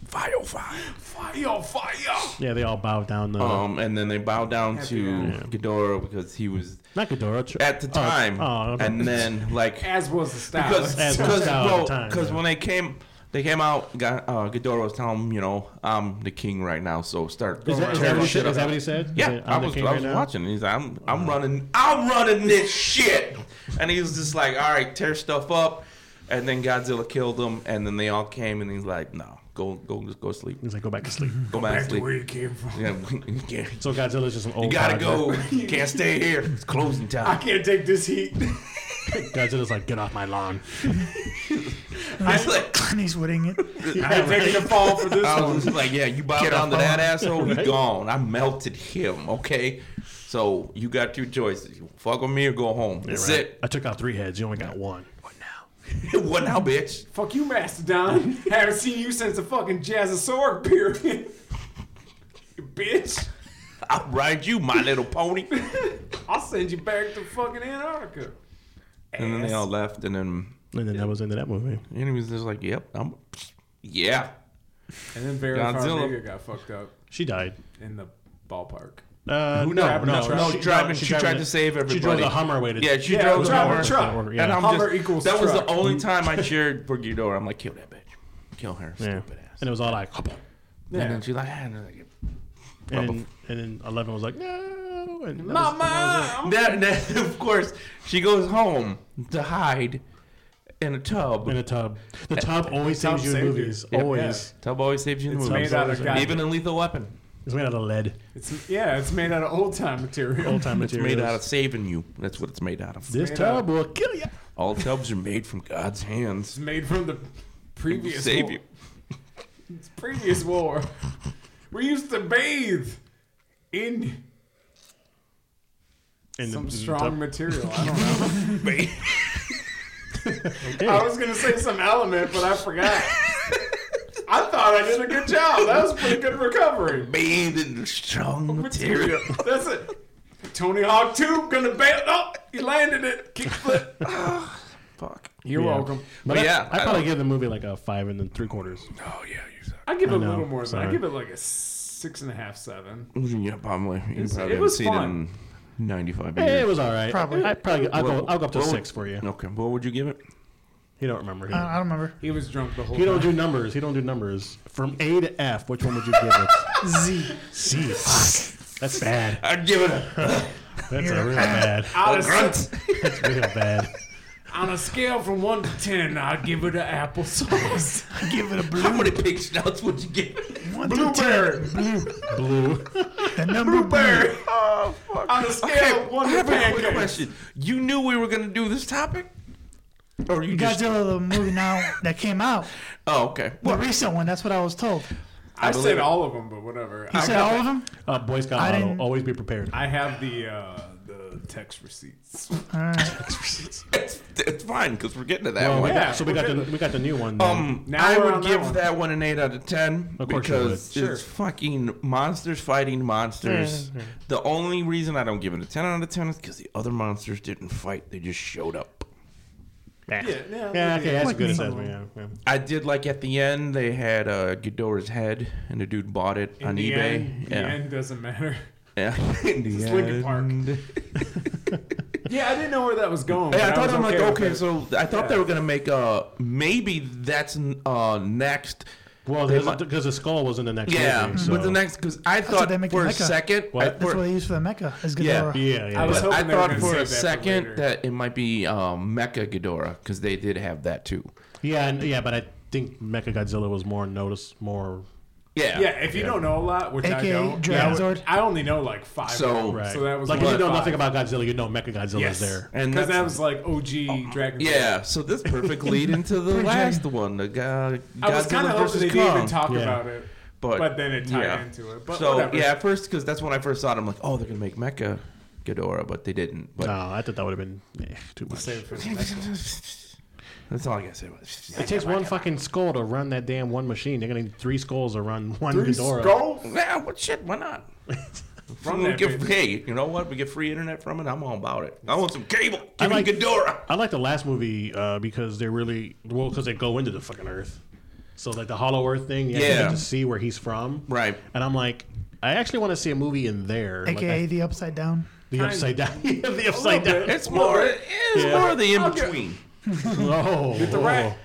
[SPEAKER 4] fire, fire.
[SPEAKER 1] Fire! Fire!
[SPEAKER 3] Yeah, they all bow down. though.
[SPEAKER 4] Um, and then they bow down to
[SPEAKER 1] Yeah.
[SPEAKER 4] Ghidorah because he was
[SPEAKER 3] Not Ghidorah. Tr-
[SPEAKER 4] at the time,
[SPEAKER 3] oh, okay.
[SPEAKER 4] and then like
[SPEAKER 1] As was the style.
[SPEAKER 4] because
[SPEAKER 3] As was
[SPEAKER 4] because
[SPEAKER 3] style at
[SPEAKER 4] well,
[SPEAKER 3] the time,
[SPEAKER 4] 'cause
[SPEAKER 3] yeah.
[SPEAKER 4] when they came. They came out. Got, uh, Ghidorah was telling him, you know, I'm the king right now, so start
[SPEAKER 3] is, that, is, that
[SPEAKER 4] tearing
[SPEAKER 3] what he
[SPEAKER 4] shit
[SPEAKER 3] said?
[SPEAKER 4] up.
[SPEAKER 3] is that what he said? Is
[SPEAKER 4] Yeah,
[SPEAKER 3] it,
[SPEAKER 4] I
[SPEAKER 3] "I'm the
[SPEAKER 4] was,
[SPEAKER 3] king
[SPEAKER 4] I
[SPEAKER 3] right
[SPEAKER 4] was
[SPEAKER 3] now"?
[SPEAKER 4] watching. He's like, I'm, I'm running, I'm running this shit. And he was just like, all right, tear stuff up. And then Godzilla killed him. And then they all came, and he's like, no, go, go, just go sleep,
[SPEAKER 3] He's like, go back to sleep.
[SPEAKER 4] go back,
[SPEAKER 1] Back
[SPEAKER 4] to
[SPEAKER 1] to
[SPEAKER 4] sleep.
[SPEAKER 1] where you came from.
[SPEAKER 4] Yeah, you can't-
[SPEAKER 3] So Godzilla's just an old.
[SPEAKER 4] you gotta
[SPEAKER 3] project.
[SPEAKER 4] go. You can't stay here. It's closing
[SPEAKER 1] I
[SPEAKER 4] time.
[SPEAKER 1] can't take this heat.
[SPEAKER 3] Godzilla's like, get off my lawn.
[SPEAKER 4] It's like,
[SPEAKER 2] And he's winning it.
[SPEAKER 1] I ain't taking the fall for this
[SPEAKER 4] I
[SPEAKER 1] one.
[SPEAKER 4] was just like, yeah, you bow down to that asshole, he's gone. I melted him. Okay, so you got two choices: You fuck with me or go home. That's
[SPEAKER 3] Right.
[SPEAKER 4] it.
[SPEAKER 3] I took out three heads. You only got one. What now?
[SPEAKER 4] what now, bitch?
[SPEAKER 1] Fuck you, Mastodon. Haven't seen you since the fucking Jazzosaurus period. Bitch,
[SPEAKER 4] I'll ride you, my little pony.
[SPEAKER 1] I'll send you back to fucking Antarctica.
[SPEAKER 4] And then they all left, and then
[SPEAKER 3] And then that was the end of that movie.
[SPEAKER 4] and he was just like, "Yep, I'm, yeah."
[SPEAKER 1] And then Vera
[SPEAKER 4] Godzilla.
[SPEAKER 1] Farmiga got fucked up
[SPEAKER 3] She died.
[SPEAKER 1] in the ballpark.
[SPEAKER 3] Uh,
[SPEAKER 1] Who
[SPEAKER 3] no,
[SPEAKER 1] knows?
[SPEAKER 3] no,
[SPEAKER 1] That's right.
[SPEAKER 3] no,
[SPEAKER 1] She
[SPEAKER 4] driving- she tried
[SPEAKER 3] the-
[SPEAKER 4] to save
[SPEAKER 3] She drove
[SPEAKER 4] everybody.
[SPEAKER 3] the Hummer away to
[SPEAKER 4] Yeah, she
[SPEAKER 1] Yeah,
[SPEAKER 4] drove the
[SPEAKER 1] driving
[SPEAKER 4] Hummer.
[SPEAKER 1] a truck.
[SPEAKER 3] Yeah.
[SPEAKER 4] And I'm
[SPEAKER 1] Hummer
[SPEAKER 4] just,
[SPEAKER 1] equals
[SPEAKER 4] that was the
[SPEAKER 1] truck.
[SPEAKER 4] only time I cheered for Ghidorah. I'm like, kill that bitch, kill her,
[SPEAKER 3] Yeah.
[SPEAKER 4] stupid ass.
[SPEAKER 3] And it was all like,
[SPEAKER 1] Yeah.
[SPEAKER 4] And then she's like, "Ah," and I'm like,
[SPEAKER 3] and, then- and then Eleven was like, no. And that was-
[SPEAKER 1] Mama,
[SPEAKER 4] that, that, of course, she goes home to hide in a tub.
[SPEAKER 3] in a tub. The tub always
[SPEAKER 1] tub
[SPEAKER 3] saves you in
[SPEAKER 1] saved you.
[SPEAKER 3] movies.
[SPEAKER 4] Yep.
[SPEAKER 3] Always.
[SPEAKER 4] Tub always saves you in the
[SPEAKER 1] It's
[SPEAKER 4] movies.
[SPEAKER 1] made out of goddamn-
[SPEAKER 4] Even in Lethal Weapon,
[SPEAKER 3] It's made out of lead.
[SPEAKER 1] it's yeah, it's made out of old time material.
[SPEAKER 3] Old time
[SPEAKER 4] it's
[SPEAKER 3] materials.
[SPEAKER 4] made out of saving you. That's what it's made out of.
[SPEAKER 3] This
[SPEAKER 1] made
[SPEAKER 3] tub will kill you.
[SPEAKER 4] All tubs are made from God's hands.
[SPEAKER 1] It's made from the previous
[SPEAKER 4] Save
[SPEAKER 1] war.
[SPEAKER 4] you.
[SPEAKER 1] It's previous war. We used to bathe in
[SPEAKER 3] And
[SPEAKER 1] some
[SPEAKER 3] the- the
[SPEAKER 1] strong
[SPEAKER 3] tub-
[SPEAKER 1] material. I don't know.
[SPEAKER 3] Okay.
[SPEAKER 1] I was gonna say some element, but I forgot. I thought I did a good job. That was pretty good recovery.
[SPEAKER 4] Made in strong material.
[SPEAKER 1] That's it. Tony Hawk 2, gonna bail. Oh, you landed it. Kickflip.
[SPEAKER 4] Fuck.
[SPEAKER 1] You're
[SPEAKER 3] Yeah.
[SPEAKER 1] welcome.
[SPEAKER 3] But
[SPEAKER 4] But
[SPEAKER 3] I-
[SPEAKER 4] yeah,
[SPEAKER 3] I,
[SPEAKER 4] I
[SPEAKER 3] probably
[SPEAKER 4] don't-
[SPEAKER 3] give the movie like a five and then three quarters.
[SPEAKER 4] Oh yeah, you suck.
[SPEAKER 1] I give it a
[SPEAKER 3] know.
[SPEAKER 1] little more than that. I
[SPEAKER 3] Sorry.
[SPEAKER 1] give it like a six and a half, seven.
[SPEAKER 4] Yeah, probably. You
[SPEAKER 1] It's- it
[SPEAKER 4] probably haven't
[SPEAKER 1] was
[SPEAKER 4] seen
[SPEAKER 1] fun.
[SPEAKER 4] it in 95 years.
[SPEAKER 3] Hey, it was all right.
[SPEAKER 2] Probably.
[SPEAKER 3] I probably. I'll go.
[SPEAKER 4] What-
[SPEAKER 3] I'll go up to
[SPEAKER 4] what would-
[SPEAKER 3] six for you.
[SPEAKER 4] Okay, what would you give it?
[SPEAKER 3] He don't remember. He,
[SPEAKER 2] Uh, I, I don't remember.
[SPEAKER 1] He was drunk the whole
[SPEAKER 3] he
[SPEAKER 1] time.
[SPEAKER 3] don't do numbers. He don't do numbers. From A to F, which one would you give it?
[SPEAKER 2] Z.
[SPEAKER 3] C. Fuck. That's bad.
[SPEAKER 4] I'd give it a,
[SPEAKER 3] That's a real bad.
[SPEAKER 1] Out
[SPEAKER 4] a
[SPEAKER 1] of
[SPEAKER 4] grunt.
[SPEAKER 3] That's real bad.
[SPEAKER 1] On a scale from one to ten, I give it an applesauce.
[SPEAKER 2] Give it a blue.
[SPEAKER 4] How many pig snouts would you give?
[SPEAKER 2] One through ten.
[SPEAKER 3] Blue.
[SPEAKER 2] The number blue.
[SPEAKER 4] Oh, fuck.
[SPEAKER 1] On a scale
[SPEAKER 4] Okay,
[SPEAKER 1] of one
[SPEAKER 4] I
[SPEAKER 1] to
[SPEAKER 4] have a quick
[SPEAKER 1] pancakes.
[SPEAKER 4] question. You knew we were going to do this topic? Or you just...
[SPEAKER 2] Godzilla, the movie now that came out,
[SPEAKER 4] Oh, okay.
[SPEAKER 2] the recent one. That's what I was told.
[SPEAKER 1] I,
[SPEAKER 4] I believe
[SPEAKER 1] said
[SPEAKER 4] it.
[SPEAKER 1] all of them, but whatever.
[SPEAKER 2] You
[SPEAKER 1] I,
[SPEAKER 2] said all of them.
[SPEAKER 3] Uh, Boy Scout
[SPEAKER 2] I
[SPEAKER 3] motto:
[SPEAKER 2] didn't-
[SPEAKER 3] always be prepared.
[SPEAKER 1] I have the uh, the text receipts.
[SPEAKER 2] All right.
[SPEAKER 4] It's, it's fine, because we're getting to that
[SPEAKER 3] Well,
[SPEAKER 4] one.
[SPEAKER 1] yeah,
[SPEAKER 3] so we got the we got the new one. then.
[SPEAKER 4] Um,
[SPEAKER 1] Now
[SPEAKER 4] I
[SPEAKER 1] we're
[SPEAKER 4] would
[SPEAKER 1] on that
[SPEAKER 4] give
[SPEAKER 1] one.
[SPEAKER 4] that one an eight out of ten
[SPEAKER 3] Of course you
[SPEAKER 4] because
[SPEAKER 1] would. Sure.
[SPEAKER 4] it's fucking monsters fighting monsters. The only reason I don't give it a ten out of ten is because the other monsters didn't fight; they just showed up.
[SPEAKER 3] yeah,
[SPEAKER 1] yeah,
[SPEAKER 3] yeah, okay, that's as
[SPEAKER 2] Like
[SPEAKER 3] good as
[SPEAKER 2] me.
[SPEAKER 3] that. Yeah, yeah.
[SPEAKER 4] I did like at the end they had uh, Ghidorah's head, and the dude bought it
[SPEAKER 1] In
[SPEAKER 4] on
[SPEAKER 1] the
[SPEAKER 4] eBay.
[SPEAKER 1] end, the
[SPEAKER 4] yeah,
[SPEAKER 1] end doesn't matter.
[SPEAKER 4] yeah. In the
[SPEAKER 1] It's Linkin Park.
[SPEAKER 4] end.
[SPEAKER 1] Yeah, I didn't know where that was going.
[SPEAKER 4] Yeah, I
[SPEAKER 1] but
[SPEAKER 4] thought
[SPEAKER 1] was
[SPEAKER 4] I'm like
[SPEAKER 1] with
[SPEAKER 4] okay,
[SPEAKER 1] it.
[SPEAKER 4] so I thought they
[SPEAKER 1] Yeah.
[SPEAKER 4] were gonna make uh maybe that's uh next.
[SPEAKER 3] Well,
[SPEAKER 4] They
[SPEAKER 3] because because the skull was in the next
[SPEAKER 4] Yeah,
[SPEAKER 3] movie. So.
[SPEAKER 4] but the next because I
[SPEAKER 2] what
[SPEAKER 4] thought
[SPEAKER 2] they make in
[SPEAKER 4] for a
[SPEAKER 2] Mecca.
[SPEAKER 4] second, I-
[SPEAKER 3] What?
[SPEAKER 2] That's
[SPEAKER 4] for-
[SPEAKER 2] what they use for the mecha. Is
[SPEAKER 4] Yeah.
[SPEAKER 2] Ghidorah.
[SPEAKER 3] yeah, yeah.
[SPEAKER 1] I was
[SPEAKER 3] yeah.
[SPEAKER 1] hoping
[SPEAKER 4] I
[SPEAKER 1] they were
[SPEAKER 4] thought
[SPEAKER 1] gonna
[SPEAKER 4] for
[SPEAKER 1] save
[SPEAKER 4] a
[SPEAKER 1] that for
[SPEAKER 4] second
[SPEAKER 1] later.
[SPEAKER 4] that it might be um, Mecha Ghidorah because they did have that too.
[SPEAKER 3] yeah, and, yeah, but I think Mecha Godzilla was more noticed, more.
[SPEAKER 1] Yeah, if you don't know a lot, which I
[SPEAKER 2] AKA
[SPEAKER 1] don't,
[SPEAKER 2] Dragonzord.
[SPEAKER 1] yeah, I would- I only know like five.
[SPEAKER 4] So-
[SPEAKER 1] of them,
[SPEAKER 3] Right.
[SPEAKER 1] so that was
[SPEAKER 3] like if
[SPEAKER 1] one
[SPEAKER 3] you know
[SPEAKER 1] of
[SPEAKER 3] nothing
[SPEAKER 1] five.
[SPEAKER 3] about Godzilla, you know Mecha Godzilla
[SPEAKER 1] yes,
[SPEAKER 3] is there.
[SPEAKER 4] And
[SPEAKER 1] because
[SPEAKER 4] that's- Oh,
[SPEAKER 1] that was like OG Dragon.
[SPEAKER 4] Yeah, so this perfect lead into the
[SPEAKER 2] Pretty
[SPEAKER 4] last one, the guy
[SPEAKER 1] I was kind of hoping
[SPEAKER 4] Godzilla
[SPEAKER 1] they
[SPEAKER 4] versus
[SPEAKER 1] didn't even
[SPEAKER 4] Kong.
[SPEAKER 1] talk
[SPEAKER 3] Yeah.
[SPEAKER 1] about it,
[SPEAKER 4] but,
[SPEAKER 1] but then it tied
[SPEAKER 4] yeah.
[SPEAKER 1] into it. But
[SPEAKER 4] so
[SPEAKER 1] whatever.
[SPEAKER 4] yeah, at first because that's when I first saw it, I'm like, oh, they're gonna make Mecha Ghidorah, but they didn't. But
[SPEAKER 3] No, I thought that would have been eh, too much.
[SPEAKER 1] Save it for the next one.
[SPEAKER 4] that's all I gotta say. About it.
[SPEAKER 3] It takes one fucking skull to run that damn one machine. They're gonna need three skulls to run one
[SPEAKER 1] Three
[SPEAKER 3] Ghidorah.
[SPEAKER 1] skulls
[SPEAKER 4] Yeah, what shit? Why not?
[SPEAKER 1] from
[SPEAKER 4] We'll
[SPEAKER 1] that
[SPEAKER 4] give-
[SPEAKER 1] bitch.
[SPEAKER 4] hey, you know what? We get free internet from it. I'm all about it. I want some cable. Give
[SPEAKER 3] I
[SPEAKER 4] me
[SPEAKER 3] like-
[SPEAKER 4] Ghidorah.
[SPEAKER 3] I like the last movie uh, because they really well because they go into the fucking Earth. So like the Hollow Earth thing, you actually
[SPEAKER 4] Yeah.
[SPEAKER 3] get to see where he's from,
[SPEAKER 4] Right.
[SPEAKER 3] And I'm like, I actually want to see a movie in there, like,
[SPEAKER 2] AKA
[SPEAKER 3] I-
[SPEAKER 2] the upside down.
[SPEAKER 3] the upside down, the
[SPEAKER 1] A
[SPEAKER 3] upside
[SPEAKER 1] little
[SPEAKER 3] down.
[SPEAKER 1] bit.
[SPEAKER 4] It's more. It's
[SPEAKER 3] Yeah.
[SPEAKER 4] more the in
[SPEAKER 1] I'll get-
[SPEAKER 4] between.
[SPEAKER 3] Oh,
[SPEAKER 1] the rat.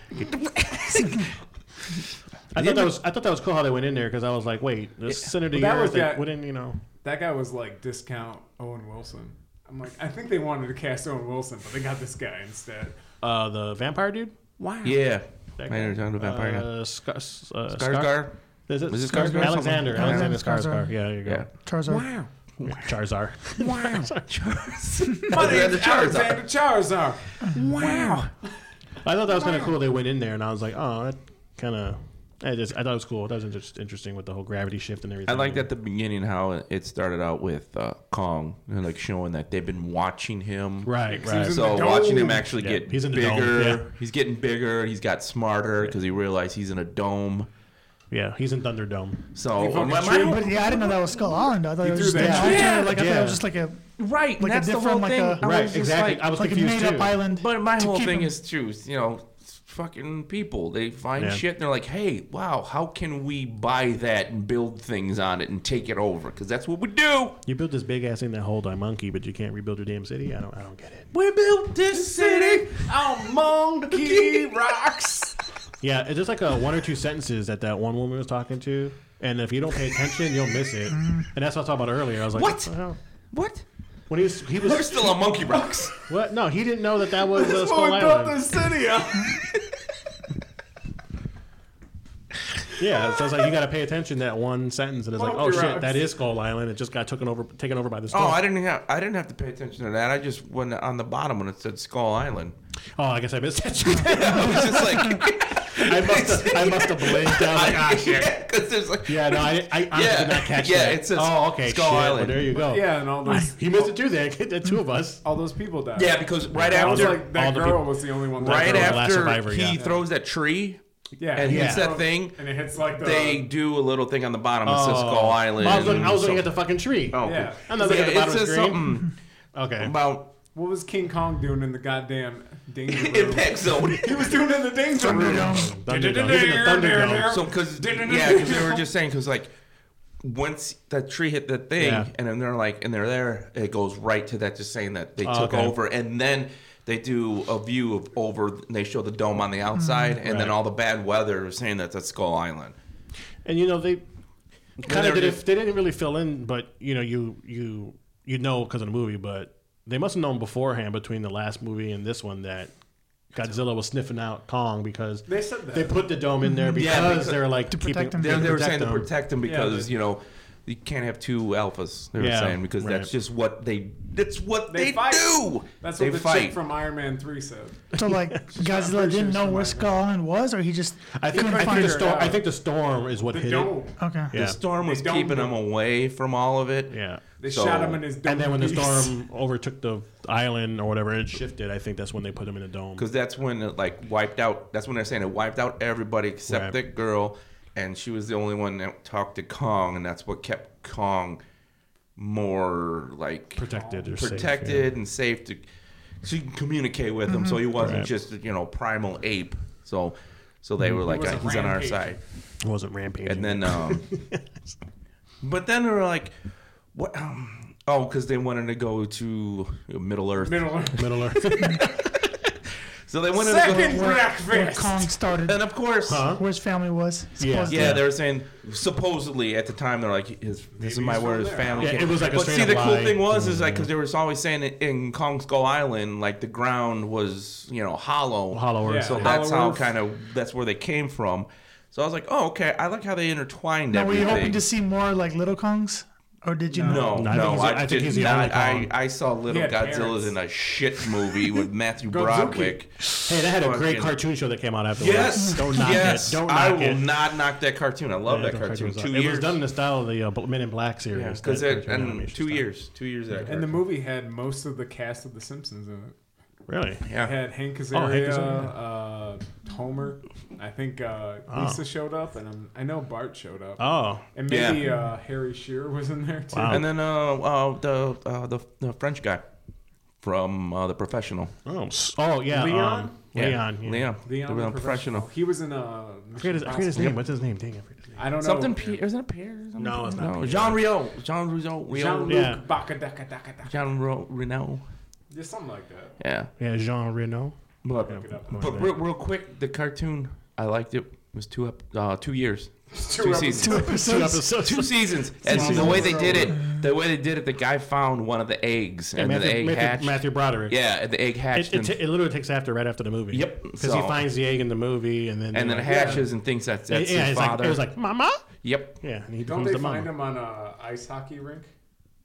[SPEAKER 3] I thought that was I thought that was cool how they went in there because I was like, wait, this center to
[SPEAKER 1] Well, that
[SPEAKER 3] Earth,
[SPEAKER 1] was
[SPEAKER 3] they
[SPEAKER 1] that-
[SPEAKER 3] wouldn't, you know?
[SPEAKER 1] That guy was like discount Owen Wilson. I'm like, I think they wanted to cast Owen Wilson, but they got this guy instead.
[SPEAKER 3] Uh, the vampire dude.
[SPEAKER 1] Wow.
[SPEAKER 4] Yeah. I
[SPEAKER 3] That
[SPEAKER 4] know
[SPEAKER 3] guy.
[SPEAKER 4] you're talking about vampire. guy.
[SPEAKER 3] Uh, Scar, uh, Scar,
[SPEAKER 4] Skarsgård.
[SPEAKER 3] Is it
[SPEAKER 4] Was
[SPEAKER 3] Skarsgård?
[SPEAKER 4] it Skarsgård or
[SPEAKER 3] Alexander.
[SPEAKER 4] something?
[SPEAKER 3] Alexander
[SPEAKER 2] Alexander
[SPEAKER 3] Skarsgård.
[SPEAKER 2] Skarsgård.
[SPEAKER 3] Yeah, there you go.
[SPEAKER 4] Yeah.
[SPEAKER 2] Charizard.
[SPEAKER 3] Charizar.
[SPEAKER 4] Wow.
[SPEAKER 1] My name's
[SPEAKER 4] Alexander Charizard.
[SPEAKER 1] Alexander Charizard.
[SPEAKER 4] Wow.
[SPEAKER 3] I thought that was kind of cool. They went in there, and I was like, oh, that kind of. I just I thought it was cool. That was inter- interesting with the whole gravity shift and
[SPEAKER 4] I
[SPEAKER 3] everything.
[SPEAKER 4] liked at the beginning how it started out with uh, Kong and like showing that they've been watching him.
[SPEAKER 3] Right,
[SPEAKER 1] he was
[SPEAKER 3] right.
[SPEAKER 1] in
[SPEAKER 4] So
[SPEAKER 1] the dome.
[SPEAKER 4] watching him actually
[SPEAKER 3] Yeah,
[SPEAKER 4] get
[SPEAKER 3] he's in the
[SPEAKER 4] bigger,
[SPEAKER 3] dome, yeah.
[SPEAKER 4] he's getting bigger. He's got smarter because he realized he's in a dome.
[SPEAKER 3] Yeah, he's in Thunderdome.
[SPEAKER 4] So
[SPEAKER 1] He fucking
[SPEAKER 4] my- my-
[SPEAKER 1] true.
[SPEAKER 2] But yeah, I didn't know that was Skull Island. I thought
[SPEAKER 1] He
[SPEAKER 2] it was
[SPEAKER 1] threw
[SPEAKER 2] just
[SPEAKER 1] that
[SPEAKER 2] an
[SPEAKER 1] shit.
[SPEAKER 2] alternate-
[SPEAKER 4] Yeah,
[SPEAKER 2] like I thought
[SPEAKER 3] yeah.
[SPEAKER 2] it was just like a
[SPEAKER 4] right,
[SPEAKER 2] Like a
[SPEAKER 4] that's the
[SPEAKER 2] different,
[SPEAKER 4] whole
[SPEAKER 2] like
[SPEAKER 4] thing.
[SPEAKER 2] a-
[SPEAKER 4] I was
[SPEAKER 3] Right,
[SPEAKER 4] just
[SPEAKER 3] exactly.
[SPEAKER 4] like-
[SPEAKER 3] I was
[SPEAKER 2] like a
[SPEAKER 3] confused
[SPEAKER 2] made
[SPEAKER 3] too.
[SPEAKER 2] up island.
[SPEAKER 4] But my
[SPEAKER 2] to
[SPEAKER 4] whole
[SPEAKER 2] keep
[SPEAKER 4] thing
[SPEAKER 2] him-
[SPEAKER 4] is true. You know, it's fucking people. They find
[SPEAKER 3] Yeah.
[SPEAKER 4] shit and they're like, hey, wow, how can we buy that and build things on it and take it over? Because that's what we do.
[SPEAKER 3] You built this big ass thing that hold on monkey, but you can't rebuild your damn city. I don't. I don't get it.
[SPEAKER 4] We built this city
[SPEAKER 1] Oh,
[SPEAKER 4] on monkey rocks.
[SPEAKER 3] Yeah, it's just like a one or two sentences that that one woman was talking to, and if you don't pay attention, you'll miss it. And that's what I talked about earlier. I was like,
[SPEAKER 4] What?
[SPEAKER 3] the hell?
[SPEAKER 4] What?
[SPEAKER 3] When he was, he
[SPEAKER 4] We're
[SPEAKER 3] was.
[SPEAKER 4] still on monkey rocks.
[SPEAKER 3] what? No, he didn't know that that was uh,
[SPEAKER 1] That's why
[SPEAKER 3] Skull
[SPEAKER 1] we built
[SPEAKER 3] Island.
[SPEAKER 1] this city up.
[SPEAKER 3] Yeah, so it's like you got to pay attention to that one sentence, and it's like, oh
[SPEAKER 1] Monkey
[SPEAKER 3] shit,
[SPEAKER 1] rocks.
[SPEAKER 3] that is Skull Island. It just got taken over, taken over by the storm.
[SPEAKER 4] oh, I didn't have I didn't have to pay attention to that. I just went on the bottom when it said Skull Island.
[SPEAKER 3] Oh, I guess I missed that.
[SPEAKER 4] I was just like,
[SPEAKER 3] I must have. I must have blinked. I was like, ah, shit.
[SPEAKER 4] because there's like
[SPEAKER 3] Yeah, no, I, I honestly
[SPEAKER 4] Yeah,
[SPEAKER 3] did not catch
[SPEAKER 4] yeah,
[SPEAKER 3] that.
[SPEAKER 4] it says
[SPEAKER 3] oh, okay,
[SPEAKER 4] Skull
[SPEAKER 3] shit, well,
[SPEAKER 4] Island.
[SPEAKER 3] there you go.
[SPEAKER 1] yeah, and all those
[SPEAKER 3] You missed it too, then. the two of us.
[SPEAKER 1] all those people died.
[SPEAKER 4] yeah, because right
[SPEAKER 1] I
[SPEAKER 4] after
[SPEAKER 1] was like
[SPEAKER 3] all
[SPEAKER 1] that
[SPEAKER 3] the
[SPEAKER 1] girl
[SPEAKER 3] people-
[SPEAKER 1] was the only one. left.
[SPEAKER 4] right
[SPEAKER 3] girl, the last
[SPEAKER 4] after
[SPEAKER 3] survivor,
[SPEAKER 4] he
[SPEAKER 3] yeah.
[SPEAKER 4] throws that tree
[SPEAKER 1] Yeah,
[SPEAKER 4] and
[SPEAKER 1] he
[SPEAKER 3] Yeah.
[SPEAKER 4] hits that thing,
[SPEAKER 1] and it hits like the
[SPEAKER 4] they do a little thing on the bottom that says Skull Island.
[SPEAKER 3] Oh. I was looking, I was looking
[SPEAKER 4] so-
[SPEAKER 3] at the fucking tree.
[SPEAKER 4] Oh,
[SPEAKER 1] Yeah.
[SPEAKER 3] I'm not looking at the
[SPEAKER 4] Yeah,
[SPEAKER 3] bottom
[SPEAKER 4] it
[SPEAKER 3] of the
[SPEAKER 4] says
[SPEAKER 3] screen.
[SPEAKER 4] something
[SPEAKER 3] Okay.
[SPEAKER 4] about
[SPEAKER 1] What was King Kong doing in the goddamn danger room?
[SPEAKER 4] impact zone.
[SPEAKER 1] he was doing it in the danger room.
[SPEAKER 2] Thunderdome.
[SPEAKER 3] Thunderdome. He's in the Thunderdome.
[SPEAKER 4] So because yeah, because they were just saying because like once that tree hit the thing
[SPEAKER 3] Yeah.
[SPEAKER 4] and then they're like and they're there, it goes right to that just saying that they
[SPEAKER 3] Oh,
[SPEAKER 4] took
[SPEAKER 3] okay.
[SPEAKER 4] over and then they do a view of over and they show the dome on the outside and
[SPEAKER 3] Right.
[SPEAKER 4] then all the bad weather was saying that's at Skull Island.
[SPEAKER 3] And you know they kind
[SPEAKER 4] they're
[SPEAKER 3] of did
[SPEAKER 4] just-
[SPEAKER 3] it. They didn't really fill in, but you know you you you know because of the movie, but they must have known beforehand between the last movie and this one that Godzilla was sniffing out Kong because
[SPEAKER 1] They said that.
[SPEAKER 3] they put the dome in there because,
[SPEAKER 4] Yeah, because-
[SPEAKER 3] they're like
[SPEAKER 2] To protect
[SPEAKER 3] keeping,
[SPEAKER 2] him.
[SPEAKER 4] They,
[SPEAKER 3] to
[SPEAKER 4] they were
[SPEAKER 3] protect
[SPEAKER 4] saying to
[SPEAKER 3] him.
[SPEAKER 4] protect them because you know you can't have two alphas. They were
[SPEAKER 3] Yeah,
[SPEAKER 4] saying because
[SPEAKER 3] right.
[SPEAKER 4] that's just what they that's what
[SPEAKER 1] They
[SPEAKER 4] they,
[SPEAKER 1] fight.
[SPEAKER 4] do.
[SPEAKER 1] That's
[SPEAKER 4] they
[SPEAKER 1] what the
[SPEAKER 4] fight.
[SPEAKER 1] chick from Iron Man Three said.
[SPEAKER 2] So like Godzilla
[SPEAKER 1] pretty sure
[SPEAKER 2] didn't know
[SPEAKER 1] it's
[SPEAKER 2] where
[SPEAKER 1] from
[SPEAKER 2] Skull Island was, or he just
[SPEAKER 3] I think,
[SPEAKER 2] couldn't
[SPEAKER 3] I
[SPEAKER 2] find
[SPEAKER 3] think the
[SPEAKER 1] it
[SPEAKER 2] it.
[SPEAKER 1] out.
[SPEAKER 3] storm. I think the storm is what
[SPEAKER 1] The
[SPEAKER 3] hit
[SPEAKER 1] dome.
[SPEAKER 3] it.
[SPEAKER 2] Okay.
[SPEAKER 4] the
[SPEAKER 3] Yeah.
[SPEAKER 4] storm was
[SPEAKER 1] They don't
[SPEAKER 4] keeping
[SPEAKER 1] know.
[SPEAKER 4] them away from all of it.
[SPEAKER 3] Yeah.
[SPEAKER 1] They
[SPEAKER 4] So-
[SPEAKER 1] shot him in his dome.
[SPEAKER 3] And then when the
[SPEAKER 1] piece.
[SPEAKER 3] storm overtook the island or whatever, it shifted. I think that's when they put him in a dome.
[SPEAKER 4] because that's when it like wiped out. That's when they're saying it wiped out everybody except
[SPEAKER 3] Right.
[SPEAKER 4] that girl, and she was the only one that talked to Kong, and that's what kept Kong more like
[SPEAKER 3] Protected or safe, yeah.
[SPEAKER 4] protected and safe to so you can communicate with him. So he wasn't
[SPEAKER 3] Right.
[SPEAKER 4] just you know primal ape. So so they were like
[SPEAKER 1] was
[SPEAKER 4] uh,
[SPEAKER 1] a
[SPEAKER 4] he's on our
[SPEAKER 1] rampage.
[SPEAKER 4] side,
[SPEAKER 3] It wasn't rampaging.
[SPEAKER 4] and then um, but then they were like what. Um, Oh, because they wanted to go to Middle Earth.
[SPEAKER 1] middle
[SPEAKER 3] Middle Earth.
[SPEAKER 4] So they wanted
[SPEAKER 1] second
[SPEAKER 4] to
[SPEAKER 2] Where, where
[SPEAKER 1] breakfast.
[SPEAKER 2] Kong
[SPEAKER 4] go,
[SPEAKER 2] started,
[SPEAKER 4] and of course,
[SPEAKER 2] where his family was.
[SPEAKER 3] Yeah.
[SPEAKER 2] supposedly.
[SPEAKER 4] Yeah, they were saying supposedly at the time they're like his. This is
[SPEAKER 1] Maybe
[SPEAKER 4] my
[SPEAKER 1] he's
[SPEAKER 4] where
[SPEAKER 1] from
[SPEAKER 4] his
[SPEAKER 1] there.
[SPEAKER 4] family.
[SPEAKER 3] Yeah,
[SPEAKER 4] came.
[SPEAKER 3] it was like a
[SPEAKER 4] But see,
[SPEAKER 3] straight-up
[SPEAKER 4] the cool
[SPEAKER 3] lie. Mm-hmm.
[SPEAKER 4] thing was is like because they were always saying it, in Kong Skull Island, like the ground was you know hollow,
[SPEAKER 3] Hollow Earth.
[SPEAKER 4] So
[SPEAKER 1] Yeah.
[SPEAKER 4] that's
[SPEAKER 1] Hollow
[SPEAKER 4] how
[SPEAKER 1] Earth.
[SPEAKER 4] kind of that's where they came from. So I was like, oh okay, I like how they intertwined
[SPEAKER 2] Now, were you
[SPEAKER 4] everything.
[SPEAKER 2] hoping to see more like Little Kongs, or did you know?
[SPEAKER 4] no,
[SPEAKER 3] No,
[SPEAKER 4] no,
[SPEAKER 3] I think he's- I
[SPEAKER 4] I,
[SPEAKER 3] think
[SPEAKER 4] did
[SPEAKER 3] he's the
[SPEAKER 4] not.
[SPEAKER 3] only
[SPEAKER 4] I,
[SPEAKER 3] Kong.
[SPEAKER 4] I saw Little
[SPEAKER 1] had
[SPEAKER 4] Godzilla's
[SPEAKER 1] parents.
[SPEAKER 4] in a shit movie with Matthew
[SPEAKER 1] Godzuki.
[SPEAKER 4] Broderick.
[SPEAKER 3] Hey, that had a great
[SPEAKER 4] Fucking-
[SPEAKER 3] cartoon show that came out afterwards.
[SPEAKER 4] Yes,
[SPEAKER 3] don't knock
[SPEAKER 4] yes,
[SPEAKER 3] it. Don't knock
[SPEAKER 4] I
[SPEAKER 3] it.
[SPEAKER 4] will not knock that cartoon. I love
[SPEAKER 3] Yeah,
[SPEAKER 4] that
[SPEAKER 3] don't
[SPEAKER 4] cartoon.
[SPEAKER 3] knock it.
[SPEAKER 4] Two
[SPEAKER 3] it
[SPEAKER 4] years
[SPEAKER 3] was done in the style of the uh, Men in Black series.
[SPEAKER 4] Yeah, because
[SPEAKER 3] that
[SPEAKER 4] it
[SPEAKER 3] cartoon
[SPEAKER 4] and
[SPEAKER 3] animation
[SPEAKER 4] two
[SPEAKER 3] style.
[SPEAKER 4] years, two years after.
[SPEAKER 1] And the movie had most of the cast of The Simpsons in it.
[SPEAKER 3] Really?
[SPEAKER 1] It
[SPEAKER 4] yeah,
[SPEAKER 1] had Hank
[SPEAKER 3] Oh, Hank
[SPEAKER 1] Azaria, uh, Homer. I think uh, Lisa showed up, and I'm, I know Bart showed up,
[SPEAKER 3] Oh,
[SPEAKER 1] and maybe
[SPEAKER 4] Yeah.
[SPEAKER 1] uh, Harry Shearer was in there too.
[SPEAKER 3] Wow.
[SPEAKER 4] and then uh, uh the uh the, the French guy from uh, the professional.
[SPEAKER 3] oh, s- oh yeah.
[SPEAKER 1] Leon?
[SPEAKER 3] um,
[SPEAKER 4] Yeah.
[SPEAKER 3] Leon. Yeah.
[SPEAKER 4] Leon,
[SPEAKER 1] The,
[SPEAKER 4] the real professional.
[SPEAKER 1] He was in uh,
[SPEAKER 3] I forget, his, I forget his
[SPEAKER 1] Mission
[SPEAKER 3] name. What's his name? Dang, I forget his name.
[SPEAKER 1] Impossible. I don't know.
[SPEAKER 4] Something Pierre, isn't it Pierre? or something?
[SPEAKER 3] No, it's not Pierre.
[SPEAKER 4] Jean Rio, Jean Rio,
[SPEAKER 1] Jean-Luc
[SPEAKER 4] Rio,
[SPEAKER 3] Yeah.
[SPEAKER 1] Bakadakadakadaka.
[SPEAKER 4] Jean Ro- Reno.
[SPEAKER 1] Just something like that.
[SPEAKER 4] Yeah,
[SPEAKER 3] Yeah, Jean Reno.
[SPEAKER 4] but
[SPEAKER 1] Look it up.
[SPEAKER 4] but real, real quick, the cartoon I liked it. It was two up, uh, two years,
[SPEAKER 1] Two
[SPEAKER 4] two
[SPEAKER 1] episodes.
[SPEAKER 4] seasons.
[SPEAKER 2] Two episodes.
[SPEAKER 4] Two seasons, and the
[SPEAKER 1] seasons.
[SPEAKER 4] way they did it, the way they did it, the guy found one of the eggs,
[SPEAKER 3] Yeah,
[SPEAKER 4] and
[SPEAKER 3] Matthew,
[SPEAKER 4] the egg hatched.
[SPEAKER 3] Matthew, Matthew Broderick.
[SPEAKER 4] Yeah, and the egg
[SPEAKER 3] It,
[SPEAKER 4] hatched.
[SPEAKER 3] it,
[SPEAKER 4] and-
[SPEAKER 3] t- it literally takes after right after the movie.
[SPEAKER 4] Yep.
[SPEAKER 3] Because he
[SPEAKER 4] So-
[SPEAKER 3] finds the egg in the movie, and then
[SPEAKER 4] and
[SPEAKER 3] they're
[SPEAKER 4] then
[SPEAKER 3] like,
[SPEAKER 4] hatches and thinks that's, that's
[SPEAKER 3] yeah,
[SPEAKER 4] his
[SPEAKER 3] it's
[SPEAKER 4] father.
[SPEAKER 3] Like, it was like mama.
[SPEAKER 4] yep.
[SPEAKER 3] Yeah, and he
[SPEAKER 1] Don't
[SPEAKER 3] becomes
[SPEAKER 1] they
[SPEAKER 3] the
[SPEAKER 1] find
[SPEAKER 3] mama.
[SPEAKER 1] them on a ice hockey rink?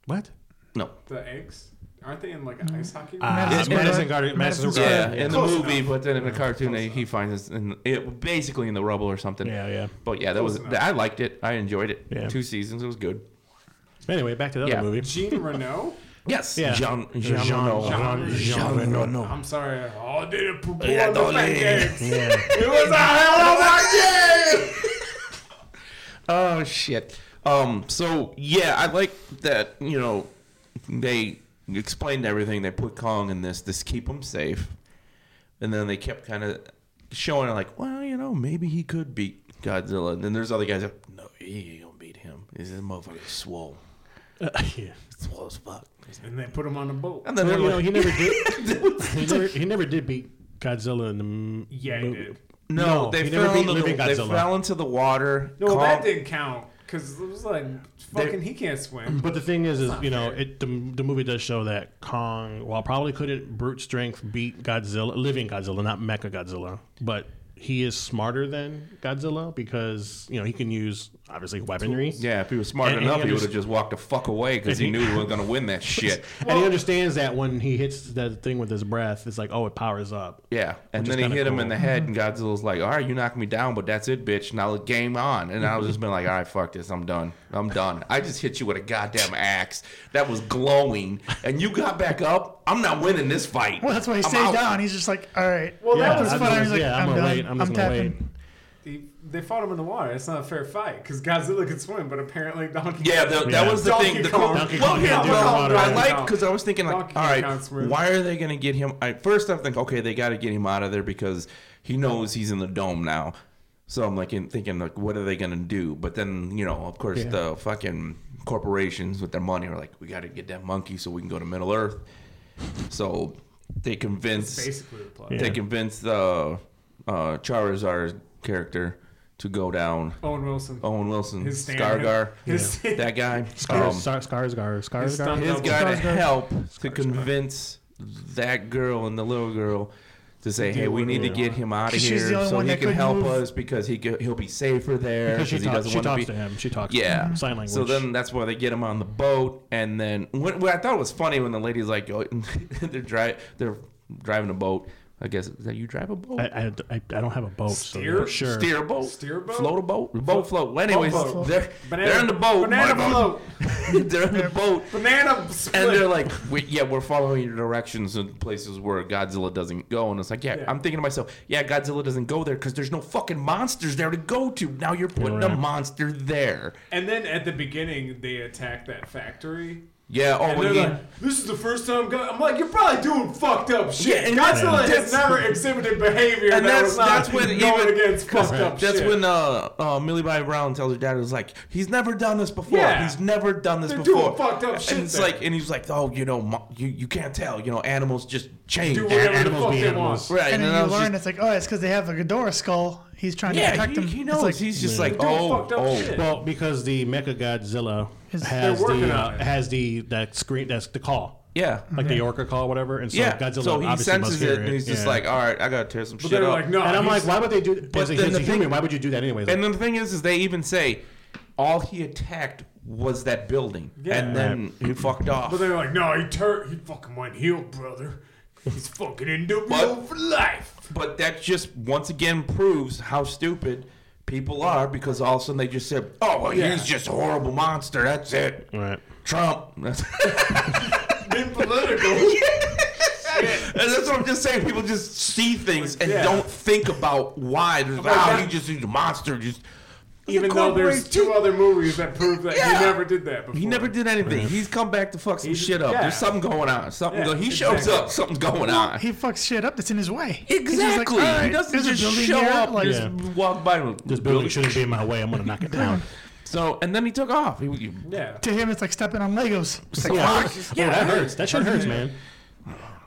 [SPEAKER 3] What?
[SPEAKER 4] No.
[SPEAKER 1] The eggs? Aren't they in like an ice hockey rink?
[SPEAKER 4] Ah.
[SPEAKER 3] Uh,
[SPEAKER 2] Madison Square
[SPEAKER 3] Madison
[SPEAKER 2] Garden.
[SPEAKER 3] Garden. Madison
[SPEAKER 2] Madison
[SPEAKER 3] Square
[SPEAKER 2] Square
[SPEAKER 4] Yeah,
[SPEAKER 3] Garden.
[SPEAKER 4] in the
[SPEAKER 1] Close
[SPEAKER 4] movie,
[SPEAKER 1] enough.
[SPEAKER 4] but then in the cartoon, they- he finds us in it basically in the rubble or something.
[SPEAKER 3] Yeah, yeah.
[SPEAKER 4] But yeah, that was
[SPEAKER 1] Close enough.
[SPEAKER 4] I liked it. I enjoyed it.
[SPEAKER 3] Yeah.
[SPEAKER 4] Two seasons, it was good.
[SPEAKER 3] Anyway, back to the other
[SPEAKER 4] Yeah.
[SPEAKER 3] movie.
[SPEAKER 1] Gene Renault?
[SPEAKER 4] Yes.
[SPEAKER 3] Yeah.
[SPEAKER 4] Jean Jean
[SPEAKER 3] Jean-
[SPEAKER 4] Reno.
[SPEAKER 3] Jean-
[SPEAKER 4] Jean Reno.
[SPEAKER 1] I'm sorry. I did it for
[SPEAKER 4] Yeah,
[SPEAKER 1] the
[SPEAKER 4] don't
[SPEAKER 1] pancakes.
[SPEAKER 3] Yeah.
[SPEAKER 1] It was a hell of a game.
[SPEAKER 4] Oh shit. Um. So yeah, I like that. You know, they explained everything. They put Kong in this. This keep him safe, and then they kept kind of showing it like, well, you know, maybe he could beat Godzilla. And then there's other guys. That, no, he ain't gonna beat him. This motherfucker swole,
[SPEAKER 3] yeah.
[SPEAKER 4] swole as fuck.
[SPEAKER 1] And they put him on a boat.
[SPEAKER 4] And then
[SPEAKER 3] Well,
[SPEAKER 4] they're
[SPEAKER 3] you know,
[SPEAKER 4] like,
[SPEAKER 3] he never did. he, never, he never did beat Godzilla in the. m-
[SPEAKER 1] Yeah, he
[SPEAKER 3] movie.
[SPEAKER 1] did.
[SPEAKER 4] no,
[SPEAKER 3] no,
[SPEAKER 4] they
[SPEAKER 3] he never
[SPEAKER 4] fell
[SPEAKER 3] beat
[SPEAKER 4] into the,
[SPEAKER 3] living
[SPEAKER 4] they
[SPEAKER 3] Godzilla.
[SPEAKER 4] fell into the water.
[SPEAKER 1] No, well, that
[SPEAKER 4] Kong-
[SPEAKER 1] didn't count because it was like fucking he can't swim.
[SPEAKER 3] But the thing is, is you know, it, the, the movie does show that Kong, while probably couldn't brute strength beat Godzilla, living Godzilla, not Mecha Godzilla, but he is smarter than Godzilla because you know he can use obviously weaponry.
[SPEAKER 4] Yeah, if he was smart
[SPEAKER 3] And- and
[SPEAKER 4] enough,
[SPEAKER 3] he
[SPEAKER 4] he would have
[SPEAKER 3] understood-
[SPEAKER 4] just walked the fuck away because he knew he wasn't gonna win that shit.
[SPEAKER 3] and he understands that when he hits that thing with his breath, it's like, oh, it powers up.
[SPEAKER 4] Yeah, and
[SPEAKER 3] Which is
[SPEAKER 4] then he
[SPEAKER 3] kinda
[SPEAKER 4] hit him in
[SPEAKER 3] cool.
[SPEAKER 4] the head, and Godzilla's like, "All right, you knocked me down, but that's it, bitch. Now the game on." And I was just been like, "All right, fuck this. I'm done. I'm done. I just hit you with a goddamn axe that was glowing, and you got back up. I'm not winning this fight."
[SPEAKER 2] Well, that's why he
[SPEAKER 4] I'm
[SPEAKER 2] stayed
[SPEAKER 4] out."
[SPEAKER 2] down. He's just like, all right.
[SPEAKER 1] Well, that
[SPEAKER 2] was
[SPEAKER 3] I'm
[SPEAKER 2] fun. I
[SPEAKER 3] just-
[SPEAKER 2] was like,
[SPEAKER 3] yeah, I'm,
[SPEAKER 2] I'm
[SPEAKER 3] gonna
[SPEAKER 2] done.
[SPEAKER 3] wait. I'm just
[SPEAKER 2] I'm
[SPEAKER 3] gonna wait.
[SPEAKER 2] tapping.
[SPEAKER 1] He, they fought him in the water. It's not a fair fight because Godzilla could swim, but apparently Donkey
[SPEAKER 4] Yeah, the,
[SPEAKER 3] Yeah.
[SPEAKER 4] that was the
[SPEAKER 1] Donkey
[SPEAKER 4] thing. The
[SPEAKER 1] Kong.
[SPEAKER 4] cool-
[SPEAKER 1] Donkey
[SPEAKER 4] well,
[SPEAKER 3] Kong
[SPEAKER 4] yeah,
[SPEAKER 3] can't do
[SPEAKER 4] well,
[SPEAKER 3] underwater.
[SPEAKER 4] I like
[SPEAKER 1] Donkey
[SPEAKER 4] because I was thinking like,
[SPEAKER 1] Donkey
[SPEAKER 4] all right,
[SPEAKER 1] Kong swim.
[SPEAKER 4] why are they gonna get him? I, first, I'm thinking, okay, they got to get him out of there because he knows he's in the dome now. So I'm like in, thinking like, what are they gonna do? But then you know, of course,
[SPEAKER 3] Yeah.
[SPEAKER 4] the fucking corporations with their money are like, we got to get that monkey so we can go to Middle Earth. So they convince
[SPEAKER 1] basically the plot.
[SPEAKER 4] they
[SPEAKER 3] Yeah.
[SPEAKER 4] convince the uh, Charizard character to go down.
[SPEAKER 1] Owen Wilson.
[SPEAKER 4] Owen Wilson,
[SPEAKER 1] His stand-
[SPEAKER 4] Scargar,
[SPEAKER 1] his-
[SPEAKER 4] that guy.
[SPEAKER 3] Scar-
[SPEAKER 4] Um,
[SPEAKER 3] Scar- Skarsgård. Skarsgård.
[SPEAKER 1] stomach-
[SPEAKER 4] his
[SPEAKER 1] Double.
[SPEAKER 4] guy to
[SPEAKER 2] Skarsgård.
[SPEAKER 4] help to convince that girl and the little girl to say, "Hey, we need to get him out of
[SPEAKER 2] She's the
[SPEAKER 4] here
[SPEAKER 2] only
[SPEAKER 4] so
[SPEAKER 2] one
[SPEAKER 4] he
[SPEAKER 2] that
[SPEAKER 4] can
[SPEAKER 2] couldn't
[SPEAKER 4] help
[SPEAKER 2] move.
[SPEAKER 4] us because he go- he'll be safer there
[SPEAKER 3] Because she,
[SPEAKER 4] he
[SPEAKER 3] talks, she
[SPEAKER 4] wanna
[SPEAKER 3] talks to him. She talks. To
[SPEAKER 4] Yeah,
[SPEAKER 3] him. Sign language.
[SPEAKER 4] So then that's why they get him on the boat, and then what, what I thought was funny when the lady's like, oh, "They're dri- they're driving a boat." I guess is that you drive a boat,
[SPEAKER 3] I, I, I, I don't have a boat.
[SPEAKER 1] Steer?
[SPEAKER 3] So Uh, sure.
[SPEAKER 4] steer a boat,
[SPEAKER 1] Steer a boat?
[SPEAKER 4] float a boat, boat float. Well, anyways,
[SPEAKER 1] boat.
[SPEAKER 4] they're
[SPEAKER 1] Banana-
[SPEAKER 4] they're in the boat,
[SPEAKER 1] Banana
[SPEAKER 4] My boat.
[SPEAKER 1] float.
[SPEAKER 4] they're in the boat,
[SPEAKER 1] Banana split.
[SPEAKER 4] And they're like, we, yeah, we're following your directions in places where Godzilla doesn't go. And it's like, yeah,
[SPEAKER 1] Yeah.
[SPEAKER 4] I'm thinking to myself, yeah, Godzilla doesn't go there because there's no fucking monsters there to go to. Now you're putting a
[SPEAKER 3] right.
[SPEAKER 4] monster there.
[SPEAKER 1] and then at the beginning, they attack that factory.
[SPEAKER 4] Yeah, oh,
[SPEAKER 1] And
[SPEAKER 4] when
[SPEAKER 1] they're
[SPEAKER 4] he,
[SPEAKER 1] like, this is the first time God. I'm like, you're probably doing fucked up
[SPEAKER 4] Yeah,
[SPEAKER 1] shit.
[SPEAKER 4] and
[SPEAKER 1] Godzilla
[SPEAKER 4] that's-
[SPEAKER 1] has never exhibited behavior
[SPEAKER 4] and
[SPEAKER 1] that
[SPEAKER 4] that's-
[SPEAKER 1] was not
[SPEAKER 4] that's when
[SPEAKER 1] going
[SPEAKER 4] even-
[SPEAKER 1] against fucked up
[SPEAKER 4] that's
[SPEAKER 1] shit.
[SPEAKER 4] when uh, uh, Millie Bobby Brown tells her dad, it was like, he's never done this before.
[SPEAKER 1] Yeah.
[SPEAKER 4] He's never done this
[SPEAKER 1] They're doing
[SPEAKER 4] before.
[SPEAKER 1] fucked up shit
[SPEAKER 4] And it's
[SPEAKER 1] there.
[SPEAKER 4] like, and he's like, oh, you know, mo- you, you can't tell. You know, animals just change.
[SPEAKER 1] Do
[SPEAKER 4] An-
[SPEAKER 1] whatever the
[SPEAKER 3] animals
[SPEAKER 1] fuck
[SPEAKER 3] be
[SPEAKER 1] they
[SPEAKER 3] animals.
[SPEAKER 1] want.
[SPEAKER 4] Right.
[SPEAKER 2] And then
[SPEAKER 4] I
[SPEAKER 2] you
[SPEAKER 4] was just-
[SPEAKER 2] learn it's like, oh, it's because they have a Ghidorah skull. He's trying to
[SPEAKER 4] yeah,
[SPEAKER 2] protect
[SPEAKER 4] he,
[SPEAKER 2] them.
[SPEAKER 4] he
[SPEAKER 2] It's
[SPEAKER 4] knows.
[SPEAKER 2] like-
[SPEAKER 4] he's just like,
[SPEAKER 1] doing
[SPEAKER 4] oh,
[SPEAKER 1] fucked up
[SPEAKER 4] oh,
[SPEAKER 1] shit.
[SPEAKER 3] Well, because the Mecha Godzilla
[SPEAKER 2] It's-
[SPEAKER 3] has
[SPEAKER 1] They're working
[SPEAKER 3] the
[SPEAKER 1] on it.
[SPEAKER 3] has the that screen that's the call,
[SPEAKER 4] yeah.
[SPEAKER 3] like the Orca call, whatever. And so
[SPEAKER 4] yeah,
[SPEAKER 3] Godzilla
[SPEAKER 4] so he
[SPEAKER 3] obviously must
[SPEAKER 4] senses
[SPEAKER 3] hear
[SPEAKER 4] it, and he's just
[SPEAKER 3] yeah.
[SPEAKER 4] like, "All right, I gotta tear some
[SPEAKER 1] But
[SPEAKER 4] shit
[SPEAKER 1] they're
[SPEAKER 4] up."
[SPEAKER 1] like, no.
[SPEAKER 3] and I'm like,
[SPEAKER 1] he's-
[SPEAKER 3] why would they do? As a,
[SPEAKER 4] then
[SPEAKER 3] as
[SPEAKER 4] the
[SPEAKER 3] a
[SPEAKER 4] thing-
[SPEAKER 3] human, why would you do that anyways?
[SPEAKER 4] and then the thing is, is they even say, "All he attacked was that building,"
[SPEAKER 1] Yeah.
[SPEAKER 4] and then he fucked off.
[SPEAKER 1] But they're like, no, he tur- he fucking went heel, brother. He's fucking into real
[SPEAKER 4] But-
[SPEAKER 1] for life.
[SPEAKER 4] But that just once again proves how stupid people are because all of a sudden they just said, "Oh, well,
[SPEAKER 1] Yeah.
[SPEAKER 4] he's just a horrible monster. That's it."
[SPEAKER 3] right?
[SPEAKER 4] Trump. That's,
[SPEAKER 1] Been political.
[SPEAKER 4] and that's what I'm just saying. People just see things and
[SPEAKER 1] Yeah.
[SPEAKER 4] don't think about why. They're like,
[SPEAKER 1] Like
[SPEAKER 4] "Oh,
[SPEAKER 1] that-
[SPEAKER 4] he just he's a monster." Just
[SPEAKER 1] Even though there's
[SPEAKER 4] Corporation-
[SPEAKER 1] two other movies that prove that
[SPEAKER 4] Yeah.
[SPEAKER 1] he never did that before.
[SPEAKER 4] He never did anything. He's come back to fuck some
[SPEAKER 1] He-
[SPEAKER 4] shit up.
[SPEAKER 1] yeah.
[SPEAKER 4] There's something going on. Something.
[SPEAKER 1] Yeah,
[SPEAKER 4] go- he shows
[SPEAKER 1] exactly.
[SPEAKER 4] up. Something's going on.
[SPEAKER 2] he fucks shit up that's in his way. He's just like,
[SPEAKER 4] exactly.
[SPEAKER 2] all
[SPEAKER 4] he
[SPEAKER 2] right,
[SPEAKER 4] doesn't
[SPEAKER 2] there's a
[SPEAKER 4] just
[SPEAKER 2] building
[SPEAKER 4] show
[SPEAKER 2] here,
[SPEAKER 4] up.
[SPEAKER 2] like-
[SPEAKER 4] Like, just walk by. him.
[SPEAKER 3] This building shouldn't be in my way. I'm gonna knock it down.
[SPEAKER 4] So and then he took off. He, he-
[SPEAKER 1] Yeah.
[SPEAKER 2] To him, it's like stepping on Legos. It's like,
[SPEAKER 3] Yeah,
[SPEAKER 2] fuck.
[SPEAKER 3] yeah, that hurts. That shit hurts, man.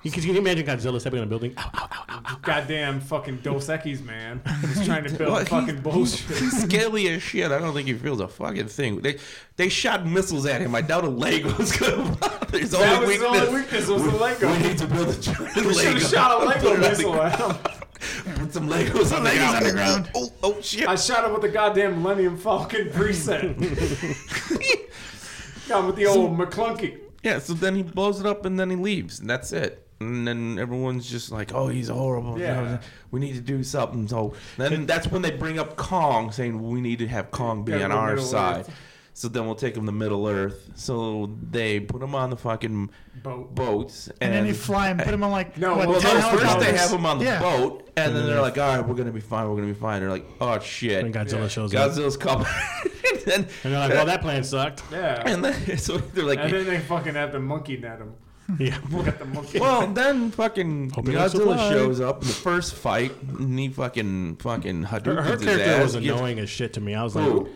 [SPEAKER 3] Because you can imagine Godzilla stepping on a building. Ow, ow, ow, ow.
[SPEAKER 1] Goddamn fucking Dos Equis, man. He's trying to build
[SPEAKER 4] well, he's-
[SPEAKER 1] fucking
[SPEAKER 4] he's-
[SPEAKER 1] bullshit.
[SPEAKER 4] He's scaly as shit. I don't think he feels a fucking thing. They they shot missiles at him. I doubt a Lego was gonna bother. His
[SPEAKER 1] that was
[SPEAKER 4] only
[SPEAKER 1] his
[SPEAKER 4] weakness.
[SPEAKER 1] only weakness was the Lego.
[SPEAKER 4] We need to build a giant
[SPEAKER 1] We should
[SPEAKER 4] Lego.
[SPEAKER 1] have shot a
[SPEAKER 4] Put
[SPEAKER 1] Lego
[SPEAKER 4] it on the-
[SPEAKER 1] missile at him.
[SPEAKER 4] Put some Legos on the
[SPEAKER 2] Legos
[SPEAKER 4] ground.
[SPEAKER 2] on the ground.
[SPEAKER 4] Oh, oh shit.
[SPEAKER 1] I shot him with the goddamn Millennium Falcon preset. Got him with the old McClunky.
[SPEAKER 4] Yeah, so then he blows it up and then he leaves, and that's it. And then everyone's just like, "Oh, he's horrible.
[SPEAKER 1] Yeah.
[SPEAKER 4] No, we need to do something." So then that's when they bring up Kong, saying we need to have Kong be
[SPEAKER 1] Gotta
[SPEAKER 4] on
[SPEAKER 1] go
[SPEAKER 4] our
[SPEAKER 1] Middle
[SPEAKER 4] side.
[SPEAKER 1] Earth.
[SPEAKER 4] So then we'll take them to Middle Earth. So they put them on the fucking
[SPEAKER 1] Boat.
[SPEAKER 4] boats, and,
[SPEAKER 2] And then they fly and put him on like
[SPEAKER 1] No,
[SPEAKER 2] what,
[SPEAKER 1] well,
[SPEAKER 2] 10
[SPEAKER 1] those
[SPEAKER 4] first, first they
[SPEAKER 2] helicopters?
[SPEAKER 4] have them on the
[SPEAKER 2] yeah.
[SPEAKER 4] boat, and then they're like, "All right, we're gonna be fine. We're gonna be fine." They're like, "Oh shit,
[SPEAKER 3] When Godzilla
[SPEAKER 1] Yeah.
[SPEAKER 3] shows up.
[SPEAKER 4] Godzilla's coming." and then,
[SPEAKER 3] And they're like, well, that plan sucked.
[SPEAKER 1] Yeah.
[SPEAKER 4] and then so they're like,
[SPEAKER 1] And then they fucking have the monkey net him.
[SPEAKER 3] Yeah.
[SPEAKER 1] Look at the monkey.
[SPEAKER 4] Well, then fucking
[SPEAKER 3] Hope it looks
[SPEAKER 4] Godzilla
[SPEAKER 3] alive.
[SPEAKER 4] shows up in the first fight, and he fucking fucking
[SPEAKER 3] Her, her
[SPEAKER 4] Hadoukens his
[SPEAKER 3] character
[SPEAKER 4] ass.
[SPEAKER 3] was
[SPEAKER 4] Gives-
[SPEAKER 3] annoying as shit to me. I was like,
[SPEAKER 4] Who?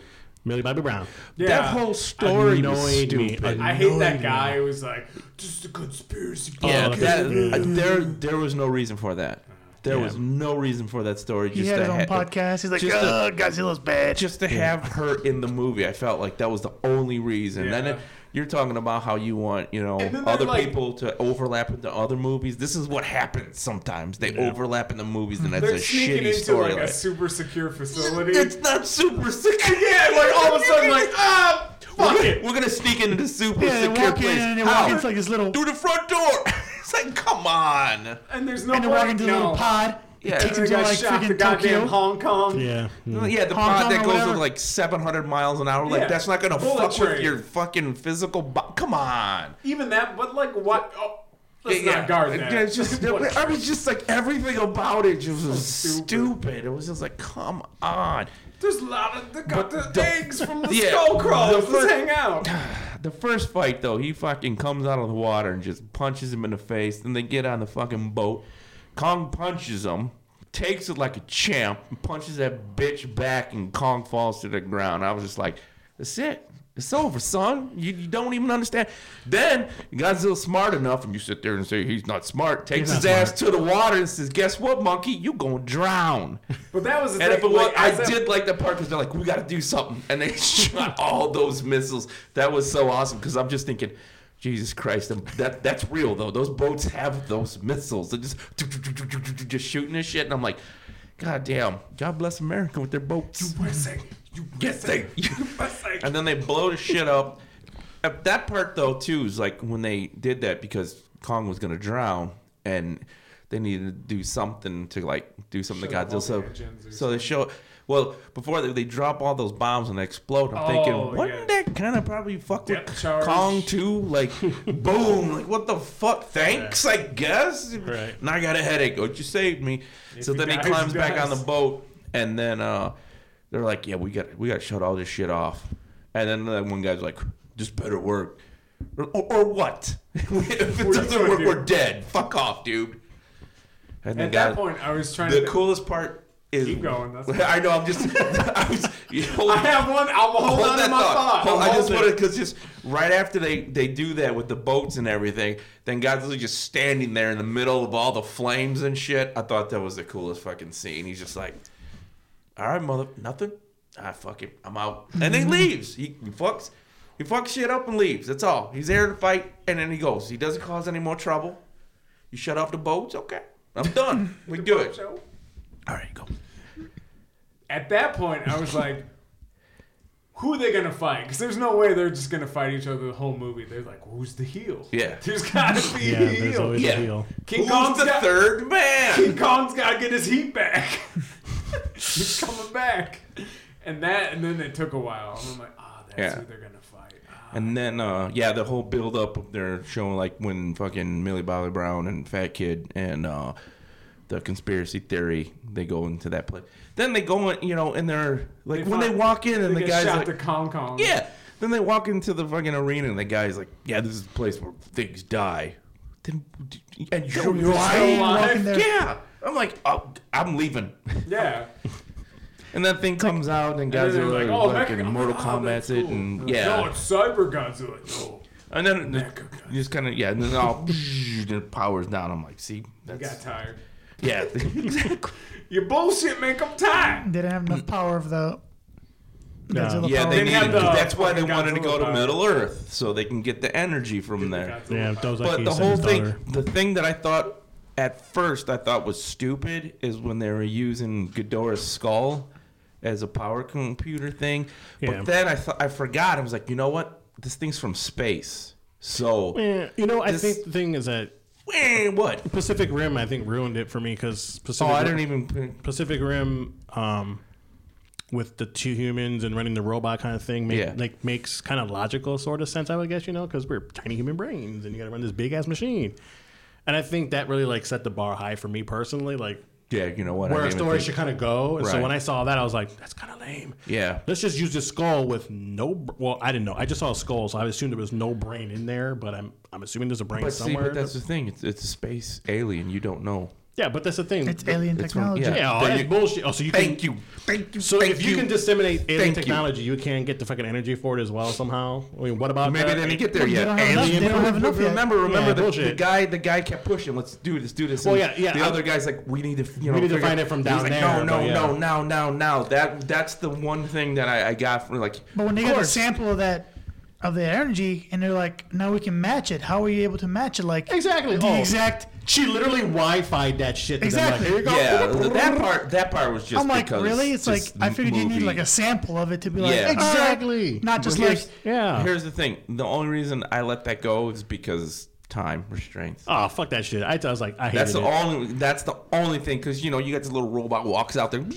[SPEAKER 3] Millie Bobby Brown.
[SPEAKER 1] yeah.
[SPEAKER 4] That whole story was
[SPEAKER 3] Annoyed me.
[SPEAKER 4] stupid.
[SPEAKER 1] I hate
[SPEAKER 3] annoying
[SPEAKER 1] that
[SPEAKER 3] me.
[SPEAKER 1] guy who was like, just a conspiracy.
[SPEAKER 4] yeah,
[SPEAKER 3] Oh,
[SPEAKER 4] that-
[SPEAKER 3] yeah.
[SPEAKER 4] uh, there there was no reason for that. There was no reason for that story.
[SPEAKER 2] He
[SPEAKER 4] Just
[SPEAKER 2] had
[SPEAKER 4] to
[SPEAKER 2] his own
[SPEAKER 4] ha-
[SPEAKER 2] podcast. He's like,
[SPEAKER 4] just a-
[SPEAKER 2] "Ugh, Godzilla's bad.
[SPEAKER 4] Just to have her in the movie, I felt like that was the only reason. And
[SPEAKER 1] Yeah.
[SPEAKER 4] then you're talking about how you want, you know,
[SPEAKER 1] And then they're
[SPEAKER 4] other
[SPEAKER 1] like-
[SPEAKER 4] people to overlap into other movies. This is what happens sometimes. They overlap in the movies, and that's
[SPEAKER 1] They're
[SPEAKER 4] a
[SPEAKER 1] sneaking
[SPEAKER 4] shitty
[SPEAKER 1] into
[SPEAKER 4] story.
[SPEAKER 1] like a
[SPEAKER 4] like-
[SPEAKER 1] super secure facility.
[SPEAKER 4] It's not super secure.
[SPEAKER 1] yeah, like all of a sudden, like ah,
[SPEAKER 4] We're
[SPEAKER 1] fuck
[SPEAKER 4] gonna,
[SPEAKER 1] it.
[SPEAKER 4] we're gonna sneak into the super
[SPEAKER 2] yeah, they
[SPEAKER 4] secure
[SPEAKER 2] walk
[SPEAKER 4] place.
[SPEAKER 2] in and they
[SPEAKER 4] How?
[SPEAKER 2] walk into like this little,
[SPEAKER 4] Through the front door. it's like, come on.
[SPEAKER 1] And there's no.
[SPEAKER 2] and they walk into the
[SPEAKER 1] no.
[SPEAKER 2] little pod.
[SPEAKER 4] Yeah.
[SPEAKER 2] Yeah, takes
[SPEAKER 1] They
[SPEAKER 2] them to
[SPEAKER 1] got
[SPEAKER 2] like
[SPEAKER 1] shot to
[SPEAKER 2] freaking
[SPEAKER 1] goddamn
[SPEAKER 2] Tokyo.
[SPEAKER 1] Hong Kong.
[SPEAKER 3] Yeah. Mm.
[SPEAKER 4] Yeah, the
[SPEAKER 2] Hong
[SPEAKER 4] pod
[SPEAKER 2] Kong
[SPEAKER 4] that
[SPEAKER 2] or
[SPEAKER 4] goes
[SPEAKER 2] whatever.
[SPEAKER 4] with like 700 miles an hour. Like,
[SPEAKER 1] Yeah.
[SPEAKER 4] that's not gonna
[SPEAKER 1] Bullet
[SPEAKER 4] fuck with
[SPEAKER 1] train.
[SPEAKER 4] your fucking physical. Bo- come on.
[SPEAKER 1] Even that, but like what? Oh, let's
[SPEAKER 4] Yeah,
[SPEAKER 1] not guard that.
[SPEAKER 4] yeah, it's just,
[SPEAKER 1] What-
[SPEAKER 4] I was just like uh, everything about it just was
[SPEAKER 1] stupid.
[SPEAKER 4] stupid. It was just like, come on.
[SPEAKER 1] There's a lot of they got the,
[SPEAKER 4] But the-
[SPEAKER 1] eggs from the
[SPEAKER 4] Yeah,
[SPEAKER 1] skull crawlers.
[SPEAKER 4] the
[SPEAKER 1] Let's
[SPEAKER 4] fir-
[SPEAKER 1] hang out.
[SPEAKER 4] The first fight though, he fucking comes out of the water and just punches him in the face. Then they get on the fucking boat. Kong punches him, takes it like a champ, and punches that bitch back, and Kong falls to the ground. I was just like, "That's it. It's over, son. You, you don't even understand." Then Godzilla's smart enough, and you sit there and say he's not smart. Takes
[SPEAKER 3] He's not
[SPEAKER 4] his ass to the water and says, "Guess what, monkey? You gonna drown."
[SPEAKER 1] But that was the
[SPEAKER 4] And
[SPEAKER 1] thing.
[SPEAKER 4] if it was,
[SPEAKER 1] like,
[SPEAKER 4] I
[SPEAKER 1] as
[SPEAKER 4] did like that part because they're like, we got to do something, and they shot all those missiles. That was so awesome because I'm just thinking, Jesus Christ, and that that's real though. Those boats have those missiles. They're just just shooting this shit, and I'm like, God damn, God bless America with their boats.
[SPEAKER 1] USA,
[SPEAKER 4] Yes, they.
[SPEAKER 1] USA.
[SPEAKER 4] And then they blow the shit up. Uh, That part though too is like when they did that because Kong was gonna drown and they needed to do something to like do something
[SPEAKER 1] Shut
[SPEAKER 4] to
[SPEAKER 1] off
[SPEAKER 4] Godzilla.
[SPEAKER 1] all
[SPEAKER 4] So,
[SPEAKER 1] the engines or
[SPEAKER 4] so they show well before they, they drop all those bombs and they explode. I'm
[SPEAKER 1] Oh,
[SPEAKER 4] thinking, wouldn't
[SPEAKER 1] yeah.
[SPEAKER 4] that kind of probably fuck
[SPEAKER 1] Depth
[SPEAKER 4] with
[SPEAKER 1] charge.
[SPEAKER 4] Kong too? Like, boom! Like what the fuck? Thanks, I guess.
[SPEAKER 3] Right.
[SPEAKER 4] And I got a headache. Oh, you saved me. so
[SPEAKER 1] you
[SPEAKER 4] then he
[SPEAKER 1] guys-
[SPEAKER 4] climbs back on the
[SPEAKER 1] guys.
[SPEAKER 4] boat, and then uh, they're like, "Yeah, we got we got to shut all this shit off." And then that one guy's like, "This better work." Or, or what? if it
[SPEAKER 1] What are you
[SPEAKER 4] doesn't
[SPEAKER 1] gonna
[SPEAKER 4] work,
[SPEAKER 1] do?
[SPEAKER 4] we're dead. Fuck off, dude. And
[SPEAKER 1] At
[SPEAKER 4] then
[SPEAKER 1] that point, I was trying
[SPEAKER 4] the
[SPEAKER 1] to.
[SPEAKER 4] coolest part is
[SPEAKER 1] Keep going, that's-
[SPEAKER 4] I know. I'm just. I was. You hold-
[SPEAKER 1] I have one. I'm gonna hold,
[SPEAKER 4] hold
[SPEAKER 1] on
[SPEAKER 4] that
[SPEAKER 1] to my
[SPEAKER 4] thought.
[SPEAKER 1] thought.
[SPEAKER 4] Hold-
[SPEAKER 1] I'm
[SPEAKER 4] I just
[SPEAKER 1] holding.
[SPEAKER 4] wanted because just right after they they do that with the boats and everything, then Godzilla just standing there in the middle of all the flames and shit. I thought that was the coolest fucking scene. He's just like, "All right, mother, nothing. I fuck it. I'm out." And
[SPEAKER 1] Mm-hmm.
[SPEAKER 4] he leaves. He, he fucks. He fucks shit up and leaves. That's all. He's there to fight, and then he goes. He doesn't cause any more trouble. You shut off the boats, okay? I'm done. We do it.
[SPEAKER 1] So,
[SPEAKER 4] All right, go.
[SPEAKER 1] At that point, I was like, who are they gonna fight? Because there's no way they're just gonna fight each other the whole movie. They're like, who's the heel?
[SPEAKER 4] Yeah.
[SPEAKER 1] There's gotta be
[SPEAKER 3] Yeah,
[SPEAKER 1] a
[SPEAKER 3] there's
[SPEAKER 1] heel.
[SPEAKER 3] always
[SPEAKER 4] Yeah.
[SPEAKER 3] a deal.
[SPEAKER 1] King
[SPEAKER 4] Who's
[SPEAKER 1] Kong's
[SPEAKER 4] the
[SPEAKER 1] got-
[SPEAKER 4] third man?
[SPEAKER 1] King Kong's got to get his heat back. He's coming back. And that, and then it took a while. And I'm like, ah, that's
[SPEAKER 4] Yeah.
[SPEAKER 1] who they're going to fight. Ah.
[SPEAKER 4] And then, uh, yeah, the whole build up of their showing like when fucking Millie Bobby Brown and Fat Kid and uh, the conspiracy theory they go into that place. Then they go in, you know, and they're like when
[SPEAKER 1] find-
[SPEAKER 4] they walk in and
[SPEAKER 1] they
[SPEAKER 4] the
[SPEAKER 1] get
[SPEAKER 4] guy's
[SPEAKER 1] shot
[SPEAKER 4] like,
[SPEAKER 1] to Kong Kong.
[SPEAKER 4] yeah. Then they walk into the fucking arena and the guy's like, yeah, this is the place where things die. Then and you're,
[SPEAKER 2] You're
[SPEAKER 1] still
[SPEAKER 4] lying.
[SPEAKER 1] alive?
[SPEAKER 2] walking there.
[SPEAKER 4] Yeah, I'm like, oh, I'm leaving.
[SPEAKER 1] Yeah.
[SPEAKER 4] And that thing comes out and
[SPEAKER 1] And
[SPEAKER 4] guys
[SPEAKER 1] then
[SPEAKER 4] are
[SPEAKER 1] they're
[SPEAKER 4] like,
[SPEAKER 1] like, oh,
[SPEAKER 4] fucking
[SPEAKER 1] Mecha-
[SPEAKER 4] Mortal
[SPEAKER 1] ah, that's
[SPEAKER 4] Kombat's it
[SPEAKER 1] cool.
[SPEAKER 4] and yeah.
[SPEAKER 1] No, it's Cyber Godzilla. No.
[SPEAKER 4] And then
[SPEAKER 1] Mecha
[SPEAKER 4] the-
[SPEAKER 1] guy.
[SPEAKER 4] just kind of yeah, and then all the powers down. I'm like, see,
[SPEAKER 1] I got
[SPEAKER 4] that's
[SPEAKER 1] tired.
[SPEAKER 4] yeah, exactly.
[SPEAKER 1] Your bullshit make them tired.
[SPEAKER 2] They didn't have enough power of the.
[SPEAKER 3] No.
[SPEAKER 2] Godzilla
[SPEAKER 4] Yeah,
[SPEAKER 2] power.
[SPEAKER 4] they
[SPEAKER 1] They had
[SPEAKER 4] needed.
[SPEAKER 1] the
[SPEAKER 4] that's why they
[SPEAKER 1] fucking
[SPEAKER 4] wanted to
[SPEAKER 1] Godzilla
[SPEAKER 4] go to
[SPEAKER 1] power.
[SPEAKER 4] Middle Earth so they can get the energy from there.
[SPEAKER 1] Godzilla
[SPEAKER 3] Yeah,
[SPEAKER 1] fight.
[SPEAKER 3] those like
[SPEAKER 4] But the
[SPEAKER 3] his
[SPEAKER 4] whole
[SPEAKER 3] daughter.
[SPEAKER 4] thing, the thing that I thought at first I thought was stupid is when they were using Ghidorah's skull as a power computer thing.
[SPEAKER 3] Yeah.
[SPEAKER 4] But then I thought I forgot. I was like, you know what? This thing's from space. So,
[SPEAKER 3] Yeah, you know, I
[SPEAKER 4] This-
[SPEAKER 3] think the thing is that
[SPEAKER 4] eh, what?
[SPEAKER 3] Pacific Rim, I think, ruined it for me because
[SPEAKER 4] Oh,
[SPEAKER 3] Pacific,
[SPEAKER 4] I
[SPEAKER 3] Rim-
[SPEAKER 4] didn't even.
[SPEAKER 3] Pacific Rim, um, with the two humans and running the robot kind of thing make,
[SPEAKER 4] Yeah.
[SPEAKER 3] like makes kind of logical sort of sense, I would guess, you know, because we're tiny human brains and you got to run this big ass machine. And I think that really like set the bar high for me personally, like
[SPEAKER 4] Yeah, you know what? I
[SPEAKER 3] where a
[SPEAKER 4] didn't even
[SPEAKER 3] story
[SPEAKER 4] think-
[SPEAKER 3] should kind of go. And so
[SPEAKER 4] Right.
[SPEAKER 3] when I saw that, I was like, that's kind of lame.
[SPEAKER 4] Yeah.
[SPEAKER 3] Let's just use this skull with no. br- Well, I didn't know. I just saw a skull, so I assumed there was no brain in there. But I'm I'm assuming there's a brain
[SPEAKER 4] But see,
[SPEAKER 3] somewhere.
[SPEAKER 4] but that's the thing. It's, it's a space alien. You don't know.
[SPEAKER 3] yeah, but that's the thing.
[SPEAKER 2] It's alien
[SPEAKER 4] It's from-
[SPEAKER 2] technology.
[SPEAKER 4] yeah.
[SPEAKER 3] yeah, oh,
[SPEAKER 4] There
[SPEAKER 3] that's
[SPEAKER 4] you-
[SPEAKER 3] bullshit. Oh, so you
[SPEAKER 4] Thank
[SPEAKER 3] can,
[SPEAKER 4] you. Thank you.
[SPEAKER 3] So
[SPEAKER 4] thank
[SPEAKER 3] if you, can disseminate alien
[SPEAKER 4] Thank you.
[SPEAKER 3] technology, you. can get the fucking energy for it as well somehow. I mean, what about
[SPEAKER 4] Maybe
[SPEAKER 3] that?
[SPEAKER 4] they didn't get there
[SPEAKER 2] They
[SPEAKER 4] yet.
[SPEAKER 2] don't have enough-
[SPEAKER 3] Alien-
[SPEAKER 2] they don't have enough yet.
[SPEAKER 4] remember, remember
[SPEAKER 3] Yeah,
[SPEAKER 4] the, the
[SPEAKER 3] bullshit.
[SPEAKER 4] guy. The guy kept pushing. Let's do this. Do this.
[SPEAKER 3] Well,
[SPEAKER 4] And
[SPEAKER 3] yeah, yeah,
[SPEAKER 4] The
[SPEAKER 3] I-
[SPEAKER 4] other guy's like, we need to. You know,
[SPEAKER 3] need to
[SPEAKER 4] figure-
[SPEAKER 3] find it from
[SPEAKER 4] He's
[SPEAKER 3] down
[SPEAKER 4] like,
[SPEAKER 3] there,
[SPEAKER 4] No, no,
[SPEAKER 3] but yeah.
[SPEAKER 4] no, now, now, now. That that's the one thing that I, I got from like.
[SPEAKER 2] But when they
[SPEAKER 4] of
[SPEAKER 2] got a
[SPEAKER 4] course.
[SPEAKER 2] sample of that of the energy and they're like, now we can match it. How are you able to match it? Like
[SPEAKER 3] Exactly.
[SPEAKER 2] the
[SPEAKER 3] Oh.
[SPEAKER 2] exactly.
[SPEAKER 3] She literally Wi-Fi'd that shit. to them, like,
[SPEAKER 2] Exactly.
[SPEAKER 3] Here you go.
[SPEAKER 4] Yeah, that part. That part was just.
[SPEAKER 2] I'm like,
[SPEAKER 4] because
[SPEAKER 2] really? It's like I
[SPEAKER 4] m-
[SPEAKER 2] figured you need
[SPEAKER 4] movie.
[SPEAKER 2] like a sample of it to be like,
[SPEAKER 4] Yeah.
[SPEAKER 2] exactly.
[SPEAKER 3] Exactly.
[SPEAKER 2] Not just
[SPEAKER 4] Well,
[SPEAKER 2] like
[SPEAKER 4] here's-
[SPEAKER 3] Yeah.
[SPEAKER 4] Here's the thing. The only reason I let that go is because time restraints.
[SPEAKER 3] Oh fuck that shit! I, I was like, I hated
[SPEAKER 4] That's the
[SPEAKER 3] it.
[SPEAKER 4] only. That's the only thing because you know you got this little robot walks out there,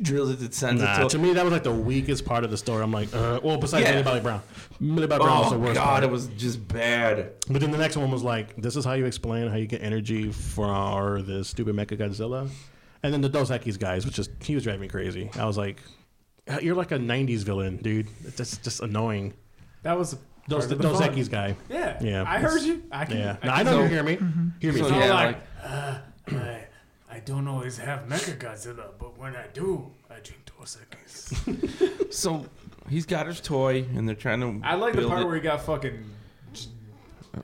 [SPEAKER 4] drills it, it sends
[SPEAKER 3] Nah,
[SPEAKER 4] it
[SPEAKER 3] to
[SPEAKER 4] to.
[SPEAKER 3] me that was like the weakest part of the story. I'm like, uh, well, besides
[SPEAKER 4] Yeah.
[SPEAKER 3] Millie Bobby Brown, Millie Bobby Brown was the
[SPEAKER 4] Oh
[SPEAKER 3] worst.
[SPEAKER 4] god,
[SPEAKER 3] part.
[SPEAKER 4] it was just bad.
[SPEAKER 3] But then the next one was like, this is how you explain how you get energy for the stupid Mecha Godzilla, and then the Dos Equis guys, which is he was driving me crazy. I was like, you're like a '90s villain, dude. That's just annoying.
[SPEAKER 1] That was
[SPEAKER 3] Dos,
[SPEAKER 1] part
[SPEAKER 3] the
[SPEAKER 1] of
[SPEAKER 3] Dos
[SPEAKER 1] fun.
[SPEAKER 3] Equis guy.
[SPEAKER 1] Yeah.
[SPEAKER 3] Yeah.
[SPEAKER 1] I heard you. I can.
[SPEAKER 3] Yeah,
[SPEAKER 1] I,
[SPEAKER 3] no, I
[SPEAKER 1] can
[SPEAKER 3] know
[SPEAKER 1] tell.
[SPEAKER 3] you hear me. Hear me.
[SPEAKER 4] So,
[SPEAKER 1] It's not
[SPEAKER 4] yeah,
[SPEAKER 1] like,
[SPEAKER 4] like-
[SPEAKER 1] uh, I, I don't always have Mecha Godzilla, but when I do, I drink Dos Equis.
[SPEAKER 4] So he's got his toy, and they're trying to.
[SPEAKER 1] I like the
[SPEAKER 4] build
[SPEAKER 1] part
[SPEAKER 4] it.
[SPEAKER 1] where he got fucking j-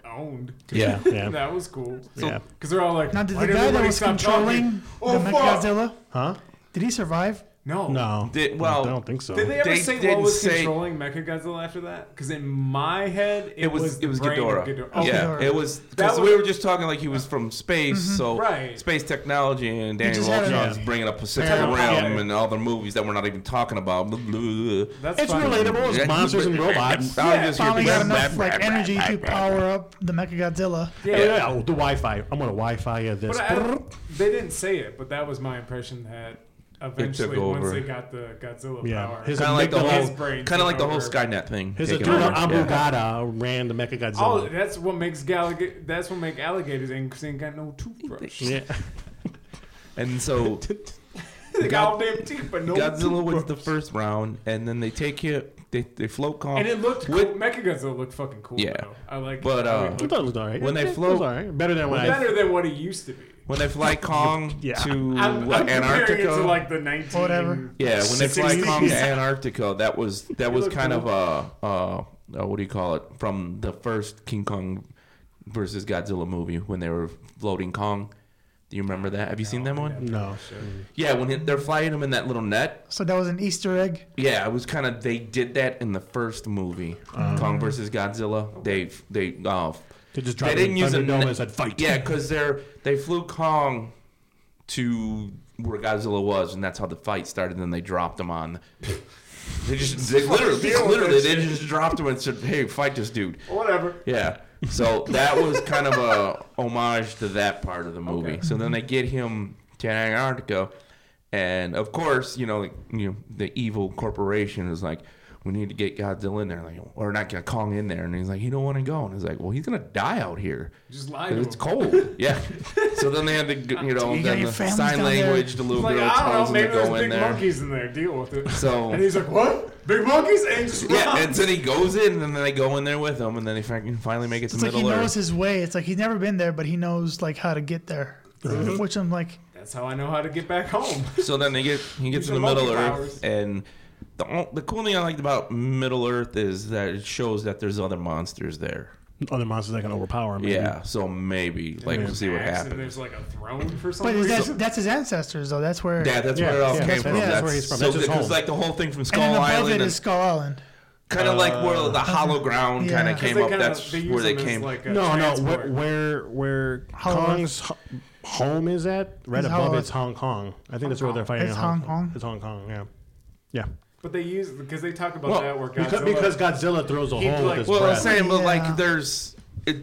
[SPEAKER 1] owned.
[SPEAKER 3] Yeah, yeah.
[SPEAKER 1] That was cool.
[SPEAKER 3] Yeah.
[SPEAKER 1] Because they're all like,
[SPEAKER 2] now did
[SPEAKER 1] "Why
[SPEAKER 2] the guy that
[SPEAKER 1] everybody
[SPEAKER 2] was
[SPEAKER 1] stop
[SPEAKER 2] controlling
[SPEAKER 1] talking? Oh,
[SPEAKER 2] the
[SPEAKER 1] fuck.
[SPEAKER 2] Mechagodzilla,
[SPEAKER 3] Huh?
[SPEAKER 2] did he survive?
[SPEAKER 1] No.
[SPEAKER 3] No.
[SPEAKER 4] Did- well,
[SPEAKER 3] I don't think so.
[SPEAKER 1] Did they ever
[SPEAKER 4] They
[SPEAKER 1] say what
[SPEAKER 4] didn't
[SPEAKER 1] was
[SPEAKER 4] say-
[SPEAKER 1] controlling Mechagodzilla after that? Because in my head, it,
[SPEAKER 4] It was,
[SPEAKER 1] was
[SPEAKER 4] it was
[SPEAKER 1] the brain
[SPEAKER 4] Ghidorah.
[SPEAKER 1] of Ghidorah. Okay.
[SPEAKER 4] Yeah,
[SPEAKER 2] Ghidorah.
[SPEAKER 4] it was
[SPEAKER 1] That
[SPEAKER 4] because
[SPEAKER 1] was-
[SPEAKER 4] we were just talking like he was from space,
[SPEAKER 3] Mm-hmm.
[SPEAKER 4] so
[SPEAKER 1] Right.
[SPEAKER 4] space technology and Danny
[SPEAKER 2] just had a-
[SPEAKER 4] Waltron's
[SPEAKER 3] Yeah.
[SPEAKER 4] bringing up Pacific
[SPEAKER 3] Yeah.
[SPEAKER 4] Realm
[SPEAKER 3] Yeah.
[SPEAKER 4] and other movies that we're not even talking about. Blah, blah, blah.
[SPEAKER 1] That's
[SPEAKER 3] It's
[SPEAKER 1] fucking-
[SPEAKER 3] relatable. It's monsters and robots.
[SPEAKER 4] I
[SPEAKER 1] Yeah,
[SPEAKER 4] just hear
[SPEAKER 2] Finally got
[SPEAKER 4] blah,
[SPEAKER 2] enough
[SPEAKER 4] blah,
[SPEAKER 2] like
[SPEAKER 4] blah,
[SPEAKER 2] energy
[SPEAKER 4] blah,
[SPEAKER 2] to
[SPEAKER 4] blah,
[SPEAKER 2] power up the Mechagodzilla.
[SPEAKER 1] Yeah.
[SPEAKER 3] Yeah, yeah, the Wi-Fi. I'm gonna Wi-Fi you this.
[SPEAKER 1] But I, they didn't say it, but that was my impression that eventually, once
[SPEAKER 4] over.
[SPEAKER 1] they got the Godzilla
[SPEAKER 3] Yeah.
[SPEAKER 1] power,
[SPEAKER 3] His-
[SPEAKER 4] Kind of like the
[SPEAKER 3] Amygdala's
[SPEAKER 4] whole,
[SPEAKER 1] brain
[SPEAKER 4] kind of like the whole
[SPEAKER 1] over.
[SPEAKER 4] Skynet thing.
[SPEAKER 3] His
[SPEAKER 4] taking
[SPEAKER 3] Aduna
[SPEAKER 4] over. Yeah.
[SPEAKER 3] Abugada ran the Mecha
[SPEAKER 1] oh,
[SPEAKER 3] Godzilla.
[SPEAKER 1] that's what makes gallig- That's what make alligators ain't, 'cause they ain't got no toothbrush.
[SPEAKER 3] Yeah.
[SPEAKER 4] And so
[SPEAKER 1] they got all damn teeth, but no
[SPEAKER 4] Godzilla wins the
[SPEAKER 1] toothbrush.
[SPEAKER 4] first round, and then they take it. They they float calm.
[SPEAKER 1] And it looked cool.
[SPEAKER 4] With-
[SPEAKER 1] Mechagodzilla looked fucking cool.
[SPEAKER 4] Yeah.
[SPEAKER 1] though. I like.
[SPEAKER 4] But,
[SPEAKER 1] how
[SPEAKER 4] uh,
[SPEAKER 1] he
[SPEAKER 3] I
[SPEAKER 1] looked.
[SPEAKER 3] thought it was all right.
[SPEAKER 4] When they
[SPEAKER 3] It was
[SPEAKER 4] float-
[SPEAKER 3] all right. Better than when I
[SPEAKER 1] better than what he used to be.
[SPEAKER 4] when they fly Kong
[SPEAKER 3] Yeah.
[SPEAKER 4] to
[SPEAKER 1] I'm,
[SPEAKER 4] uh,
[SPEAKER 1] I'm comparing it
[SPEAKER 4] Antarctica.
[SPEAKER 1] to like the 19.
[SPEAKER 2] Whatever.
[SPEAKER 4] yeah, when they fly
[SPEAKER 1] 60s.
[SPEAKER 4] Kong to Antarctica, that was that was
[SPEAKER 1] looked
[SPEAKER 4] kind of a uh, uh, what do you call it from the first King Kong versus Godzilla movie when they were floating Kong. Do you remember that? Have you seen that one?
[SPEAKER 3] No.
[SPEAKER 4] Yeah, when it- they're flying him in that little net.
[SPEAKER 2] So that was an Easter egg.
[SPEAKER 4] Yeah, it was kind of they did that in the first movie,
[SPEAKER 3] Uh-huh.
[SPEAKER 4] Kong versus Godzilla. They they uh,
[SPEAKER 3] They just
[SPEAKER 4] they
[SPEAKER 3] dropped
[SPEAKER 4] didn't
[SPEAKER 3] in
[SPEAKER 4] use a
[SPEAKER 3] Thunderdome
[SPEAKER 4] net-
[SPEAKER 3] and said fight.
[SPEAKER 4] Yeah, because they're they flew Kong to where Godzilla was, and that's how the fight started. And then they dropped him on. They just they literally
[SPEAKER 1] deal with
[SPEAKER 4] literally
[SPEAKER 1] that
[SPEAKER 4] they just dropped him and said, "Hey, fight this dude."
[SPEAKER 1] Whatever.
[SPEAKER 4] Yeah. So that was kind of a homage to that part of the movie. So then they get him to Antarctica, and of course, you know, like, you know, the evil corporation is like, we need to get Godzilla in there, like, or not get Kong in there, and he's like, he don't want to go, and he's like, well, he's gonna die out here.
[SPEAKER 1] Just lie to
[SPEAKER 4] It's
[SPEAKER 1] him.
[SPEAKER 4] cold, yeah. so then they had to, g- you know,
[SPEAKER 2] You got
[SPEAKER 4] then
[SPEAKER 2] your
[SPEAKER 4] the
[SPEAKER 2] families
[SPEAKER 4] sign
[SPEAKER 2] down there.
[SPEAKER 4] language, the little
[SPEAKER 1] Like,
[SPEAKER 4] girl
[SPEAKER 1] I don't
[SPEAKER 4] tells
[SPEAKER 1] know,
[SPEAKER 4] him
[SPEAKER 1] maybe
[SPEAKER 4] to go
[SPEAKER 1] there's
[SPEAKER 4] in
[SPEAKER 1] big
[SPEAKER 4] there.
[SPEAKER 1] monkeys in there. Deal with it.
[SPEAKER 4] So-
[SPEAKER 1] and he's like, "What? Big monkeys?" And he just
[SPEAKER 4] Yeah,
[SPEAKER 1] runs.
[SPEAKER 4] and so he goes in, and then they go in there with him, and then they fucking finally make it to
[SPEAKER 2] It's like he
[SPEAKER 4] Middle
[SPEAKER 2] knows
[SPEAKER 4] Earth.
[SPEAKER 2] his way. It's like he's never been there, but he knows like how to get there.
[SPEAKER 1] Uh-huh.
[SPEAKER 2] Which I'm like,
[SPEAKER 1] That's how I know how to get back home.
[SPEAKER 4] So then they get he gets
[SPEAKER 1] These
[SPEAKER 4] in
[SPEAKER 1] are
[SPEAKER 4] the Middle
[SPEAKER 1] multi-powers.
[SPEAKER 4] Earth, and the o- the cool thing I liked about Middle Earth is that it shows that there's other monsters there.
[SPEAKER 3] Other monsters that can overpower him.
[SPEAKER 4] Yeah, so maybe like we'll see what
[SPEAKER 1] Axe, And
[SPEAKER 4] happens.
[SPEAKER 1] there's like a throne for some
[SPEAKER 2] but is
[SPEAKER 1] reason.
[SPEAKER 2] that, that's his ancestors though. That's where.
[SPEAKER 4] Yeah, that's
[SPEAKER 3] Yeah,
[SPEAKER 4] where it all
[SPEAKER 3] yeah,
[SPEAKER 4] came
[SPEAKER 3] that's
[SPEAKER 4] from.
[SPEAKER 3] where- yeah, that's where he's from.
[SPEAKER 4] So
[SPEAKER 3] That's his
[SPEAKER 4] because
[SPEAKER 3] home.
[SPEAKER 4] like the whole thing from Skull
[SPEAKER 2] and then above it
[SPEAKER 4] Island,
[SPEAKER 2] is Skull Island.
[SPEAKER 4] kind of like where the hollow ground
[SPEAKER 2] Yeah.
[SPEAKER 4] kind of
[SPEAKER 2] 'Cause
[SPEAKER 4] came
[SPEAKER 1] they
[SPEAKER 4] up.
[SPEAKER 1] kinda-
[SPEAKER 4] that's
[SPEAKER 1] use
[SPEAKER 4] where they
[SPEAKER 1] them as,
[SPEAKER 4] came.
[SPEAKER 1] Like a
[SPEAKER 3] No, no.
[SPEAKER 1] transport.
[SPEAKER 3] Where where, where
[SPEAKER 2] Hollow
[SPEAKER 3] Kong's ho- home is at? Right
[SPEAKER 2] It's
[SPEAKER 3] above
[SPEAKER 2] Hollow
[SPEAKER 3] it's Hong Kong. I think that's where they're fighting.
[SPEAKER 2] It's
[SPEAKER 3] in
[SPEAKER 2] Hong Kong.
[SPEAKER 3] It's Hong Kong. Yeah. Yeah.
[SPEAKER 1] But they use because they talk about
[SPEAKER 3] Well,
[SPEAKER 1] that where Godzilla.
[SPEAKER 3] because, because Godzilla throws a
[SPEAKER 1] He'd
[SPEAKER 3] hole
[SPEAKER 1] like-
[SPEAKER 3] with his
[SPEAKER 4] well, I was
[SPEAKER 3] breath.
[SPEAKER 4] saying, but
[SPEAKER 2] Yeah.
[SPEAKER 4] like there's it,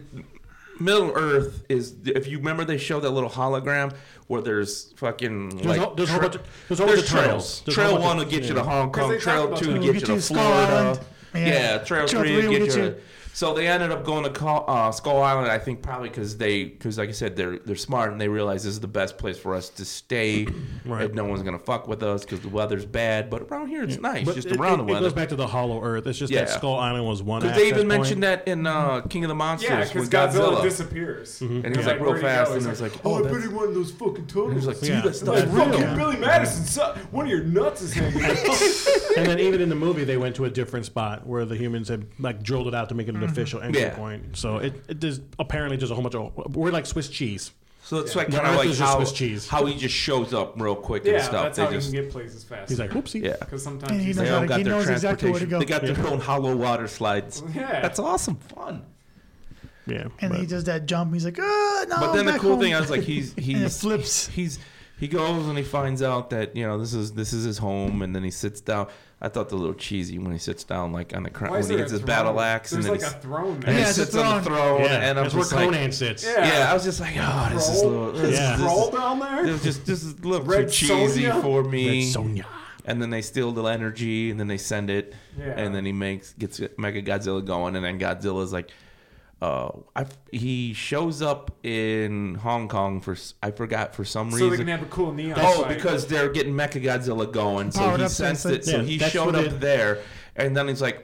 [SPEAKER 4] Middle Earth is if you remember they show that little hologram where there's fucking
[SPEAKER 3] There's
[SPEAKER 4] like
[SPEAKER 3] a- there's a whole bunch of- there's a whole bunch of trails. There's a
[SPEAKER 4] trail
[SPEAKER 3] whole bunch
[SPEAKER 4] one will
[SPEAKER 3] of-
[SPEAKER 4] get you
[SPEAKER 3] yeah.
[SPEAKER 4] to Hong
[SPEAKER 1] 'Cause they
[SPEAKER 4] Kong.
[SPEAKER 1] talk
[SPEAKER 4] Trail
[SPEAKER 1] about
[SPEAKER 4] two
[SPEAKER 1] that.
[SPEAKER 4] will
[SPEAKER 1] We'll
[SPEAKER 4] get
[SPEAKER 2] get
[SPEAKER 4] you
[SPEAKER 2] you
[SPEAKER 4] to
[SPEAKER 2] to Skull
[SPEAKER 4] Florida.
[SPEAKER 2] Island.
[SPEAKER 4] Yeah.
[SPEAKER 2] Yeah.
[SPEAKER 4] trail
[SPEAKER 2] Trail
[SPEAKER 4] three
[SPEAKER 2] three
[SPEAKER 4] will
[SPEAKER 2] will
[SPEAKER 4] get
[SPEAKER 2] get
[SPEAKER 4] you.
[SPEAKER 2] you-
[SPEAKER 4] to- So they ended up going to call, uh, Skull Island, I think probably because they, because like I said, they're they're smart and they realize this is the best place for us to stay.
[SPEAKER 3] Right.
[SPEAKER 4] If no one's gonna fuck with us because the weader's bad, but around here it's nice,
[SPEAKER 3] But
[SPEAKER 4] just
[SPEAKER 3] it,
[SPEAKER 4] around
[SPEAKER 3] it,
[SPEAKER 4] the
[SPEAKER 3] It goes
[SPEAKER 4] weather.
[SPEAKER 3] back to the Hollow Earth. It's just that
[SPEAKER 4] Yeah.
[SPEAKER 3] Skull Island was one.
[SPEAKER 4] Because they
[SPEAKER 3] access
[SPEAKER 4] even
[SPEAKER 3] point.
[SPEAKER 4] mentioned that in uh, King of the Monsters
[SPEAKER 1] Yeah, because
[SPEAKER 4] with
[SPEAKER 1] Godzilla,
[SPEAKER 4] Godzilla.
[SPEAKER 1] disappears.
[SPEAKER 4] And he was like real
[SPEAKER 1] where'd he
[SPEAKER 4] fast,
[SPEAKER 1] go?
[SPEAKER 4] and I
[SPEAKER 1] He's
[SPEAKER 4] was like, "Oh,
[SPEAKER 1] I bet
[SPEAKER 4] that's-"
[SPEAKER 1] he one of those fucking
[SPEAKER 4] he
[SPEAKER 1] turtles."
[SPEAKER 4] was like, dude,
[SPEAKER 3] Yeah.
[SPEAKER 4] that's not
[SPEAKER 1] Like,
[SPEAKER 4] real."
[SPEAKER 1] fucking Billy Madison, son. one of your nuts is hanging. out."
[SPEAKER 3] and then even in the movie, they went to a different spot where the humans had like drilled it out to make it an official entry
[SPEAKER 4] Yeah.
[SPEAKER 3] point. So it, it there's apparently just a whole bunch of we're like Swiss cheese.
[SPEAKER 4] So it's like
[SPEAKER 3] The
[SPEAKER 4] kind of
[SPEAKER 3] Earth
[SPEAKER 4] like
[SPEAKER 3] is just
[SPEAKER 4] how,
[SPEAKER 3] Swiss cheese.
[SPEAKER 4] how he just shows up real quick
[SPEAKER 1] yeah,
[SPEAKER 4] and stuff.
[SPEAKER 1] that's
[SPEAKER 4] they
[SPEAKER 1] how
[SPEAKER 4] just
[SPEAKER 1] you can get places fast.
[SPEAKER 3] He's like, whoopsie.
[SPEAKER 4] yeah,
[SPEAKER 1] because
[SPEAKER 2] And
[SPEAKER 1] sometimes
[SPEAKER 2] he
[SPEAKER 1] he's
[SPEAKER 2] knows
[SPEAKER 1] like,
[SPEAKER 4] they
[SPEAKER 2] how
[SPEAKER 4] all
[SPEAKER 2] to-
[SPEAKER 4] got
[SPEAKER 2] he
[SPEAKER 4] their
[SPEAKER 2] knows exactly where to
[SPEAKER 4] transportation.
[SPEAKER 2] go.
[SPEAKER 4] They got their own hollow water slides.
[SPEAKER 1] yeah,
[SPEAKER 4] That's awesome fun.
[SPEAKER 3] Yeah.
[SPEAKER 2] And
[SPEAKER 3] but-
[SPEAKER 2] he does that jump. He's like, ah, no.
[SPEAKER 4] But then the
[SPEAKER 2] back
[SPEAKER 4] cool
[SPEAKER 2] home."
[SPEAKER 4] thing, I was like, he's
[SPEAKER 2] and it
[SPEAKER 4] he's
[SPEAKER 2] flips.
[SPEAKER 4] he's he goes and he finds out that you know this is this is his home, and then he sits down. I thought the little cheesy when he sits down like on the crown
[SPEAKER 1] Why
[SPEAKER 4] when
[SPEAKER 1] is
[SPEAKER 4] he
[SPEAKER 1] there
[SPEAKER 4] gets
[SPEAKER 1] a
[SPEAKER 4] his
[SPEAKER 1] throne?
[SPEAKER 4] battle axe, and
[SPEAKER 1] There's
[SPEAKER 4] then
[SPEAKER 1] like
[SPEAKER 4] he,
[SPEAKER 1] a
[SPEAKER 4] s-
[SPEAKER 1] throne.
[SPEAKER 4] and he
[SPEAKER 2] Yeah, it's a
[SPEAKER 4] sits on the
[SPEAKER 2] throne.
[SPEAKER 4] throne,
[SPEAKER 3] yeah.
[SPEAKER 4] Oh, and I'm
[SPEAKER 3] that's where
[SPEAKER 4] just
[SPEAKER 3] Conan
[SPEAKER 4] like,
[SPEAKER 3] sits.
[SPEAKER 1] Yeah.
[SPEAKER 4] yeah, I was just like, oh, this is a little, this,
[SPEAKER 3] Yeah.
[SPEAKER 4] is-
[SPEAKER 1] Roll down there.
[SPEAKER 4] this is just this is a little
[SPEAKER 1] Red
[SPEAKER 4] too cheesy
[SPEAKER 1] Sonja?
[SPEAKER 4] for
[SPEAKER 3] Red
[SPEAKER 4] me.
[SPEAKER 3] Sonja.
[SPEAKER 4] and then they steal the energy and then they send it
[SPEAKER 1] Yeah.
[SPEAKER 4] and then he makes gets mega godzilla going and then godzilla's like uh I, he shows up in hong kong for s- i forgot for some
[SPEAKER 1] so they
[SPEAKER 4] reason
[SPEAKER 1] can have a cool neon.
[SPEAKER 4] oh
[SPEAKER 1] fight.
[SPEAKER 4] because they're getting mecha godzilla going so
[SPEAKER 2] Powered
[SPEAKER 4] he
[SPEAKER 2] up
[SPEAKER 4] sensed
[SPEAKER 2] sensor.
[SPEAKER 4] it so
[SPEAKER 3] Yeah,
[SPEAKER 4] he
[SPEAKER 3] that's
[SPEAKER 4] showed
[SPEAKER 3] what
[SPEAKER 4] up
[SPEAKER 3] it-
[SPEAKER 4] there and then he's like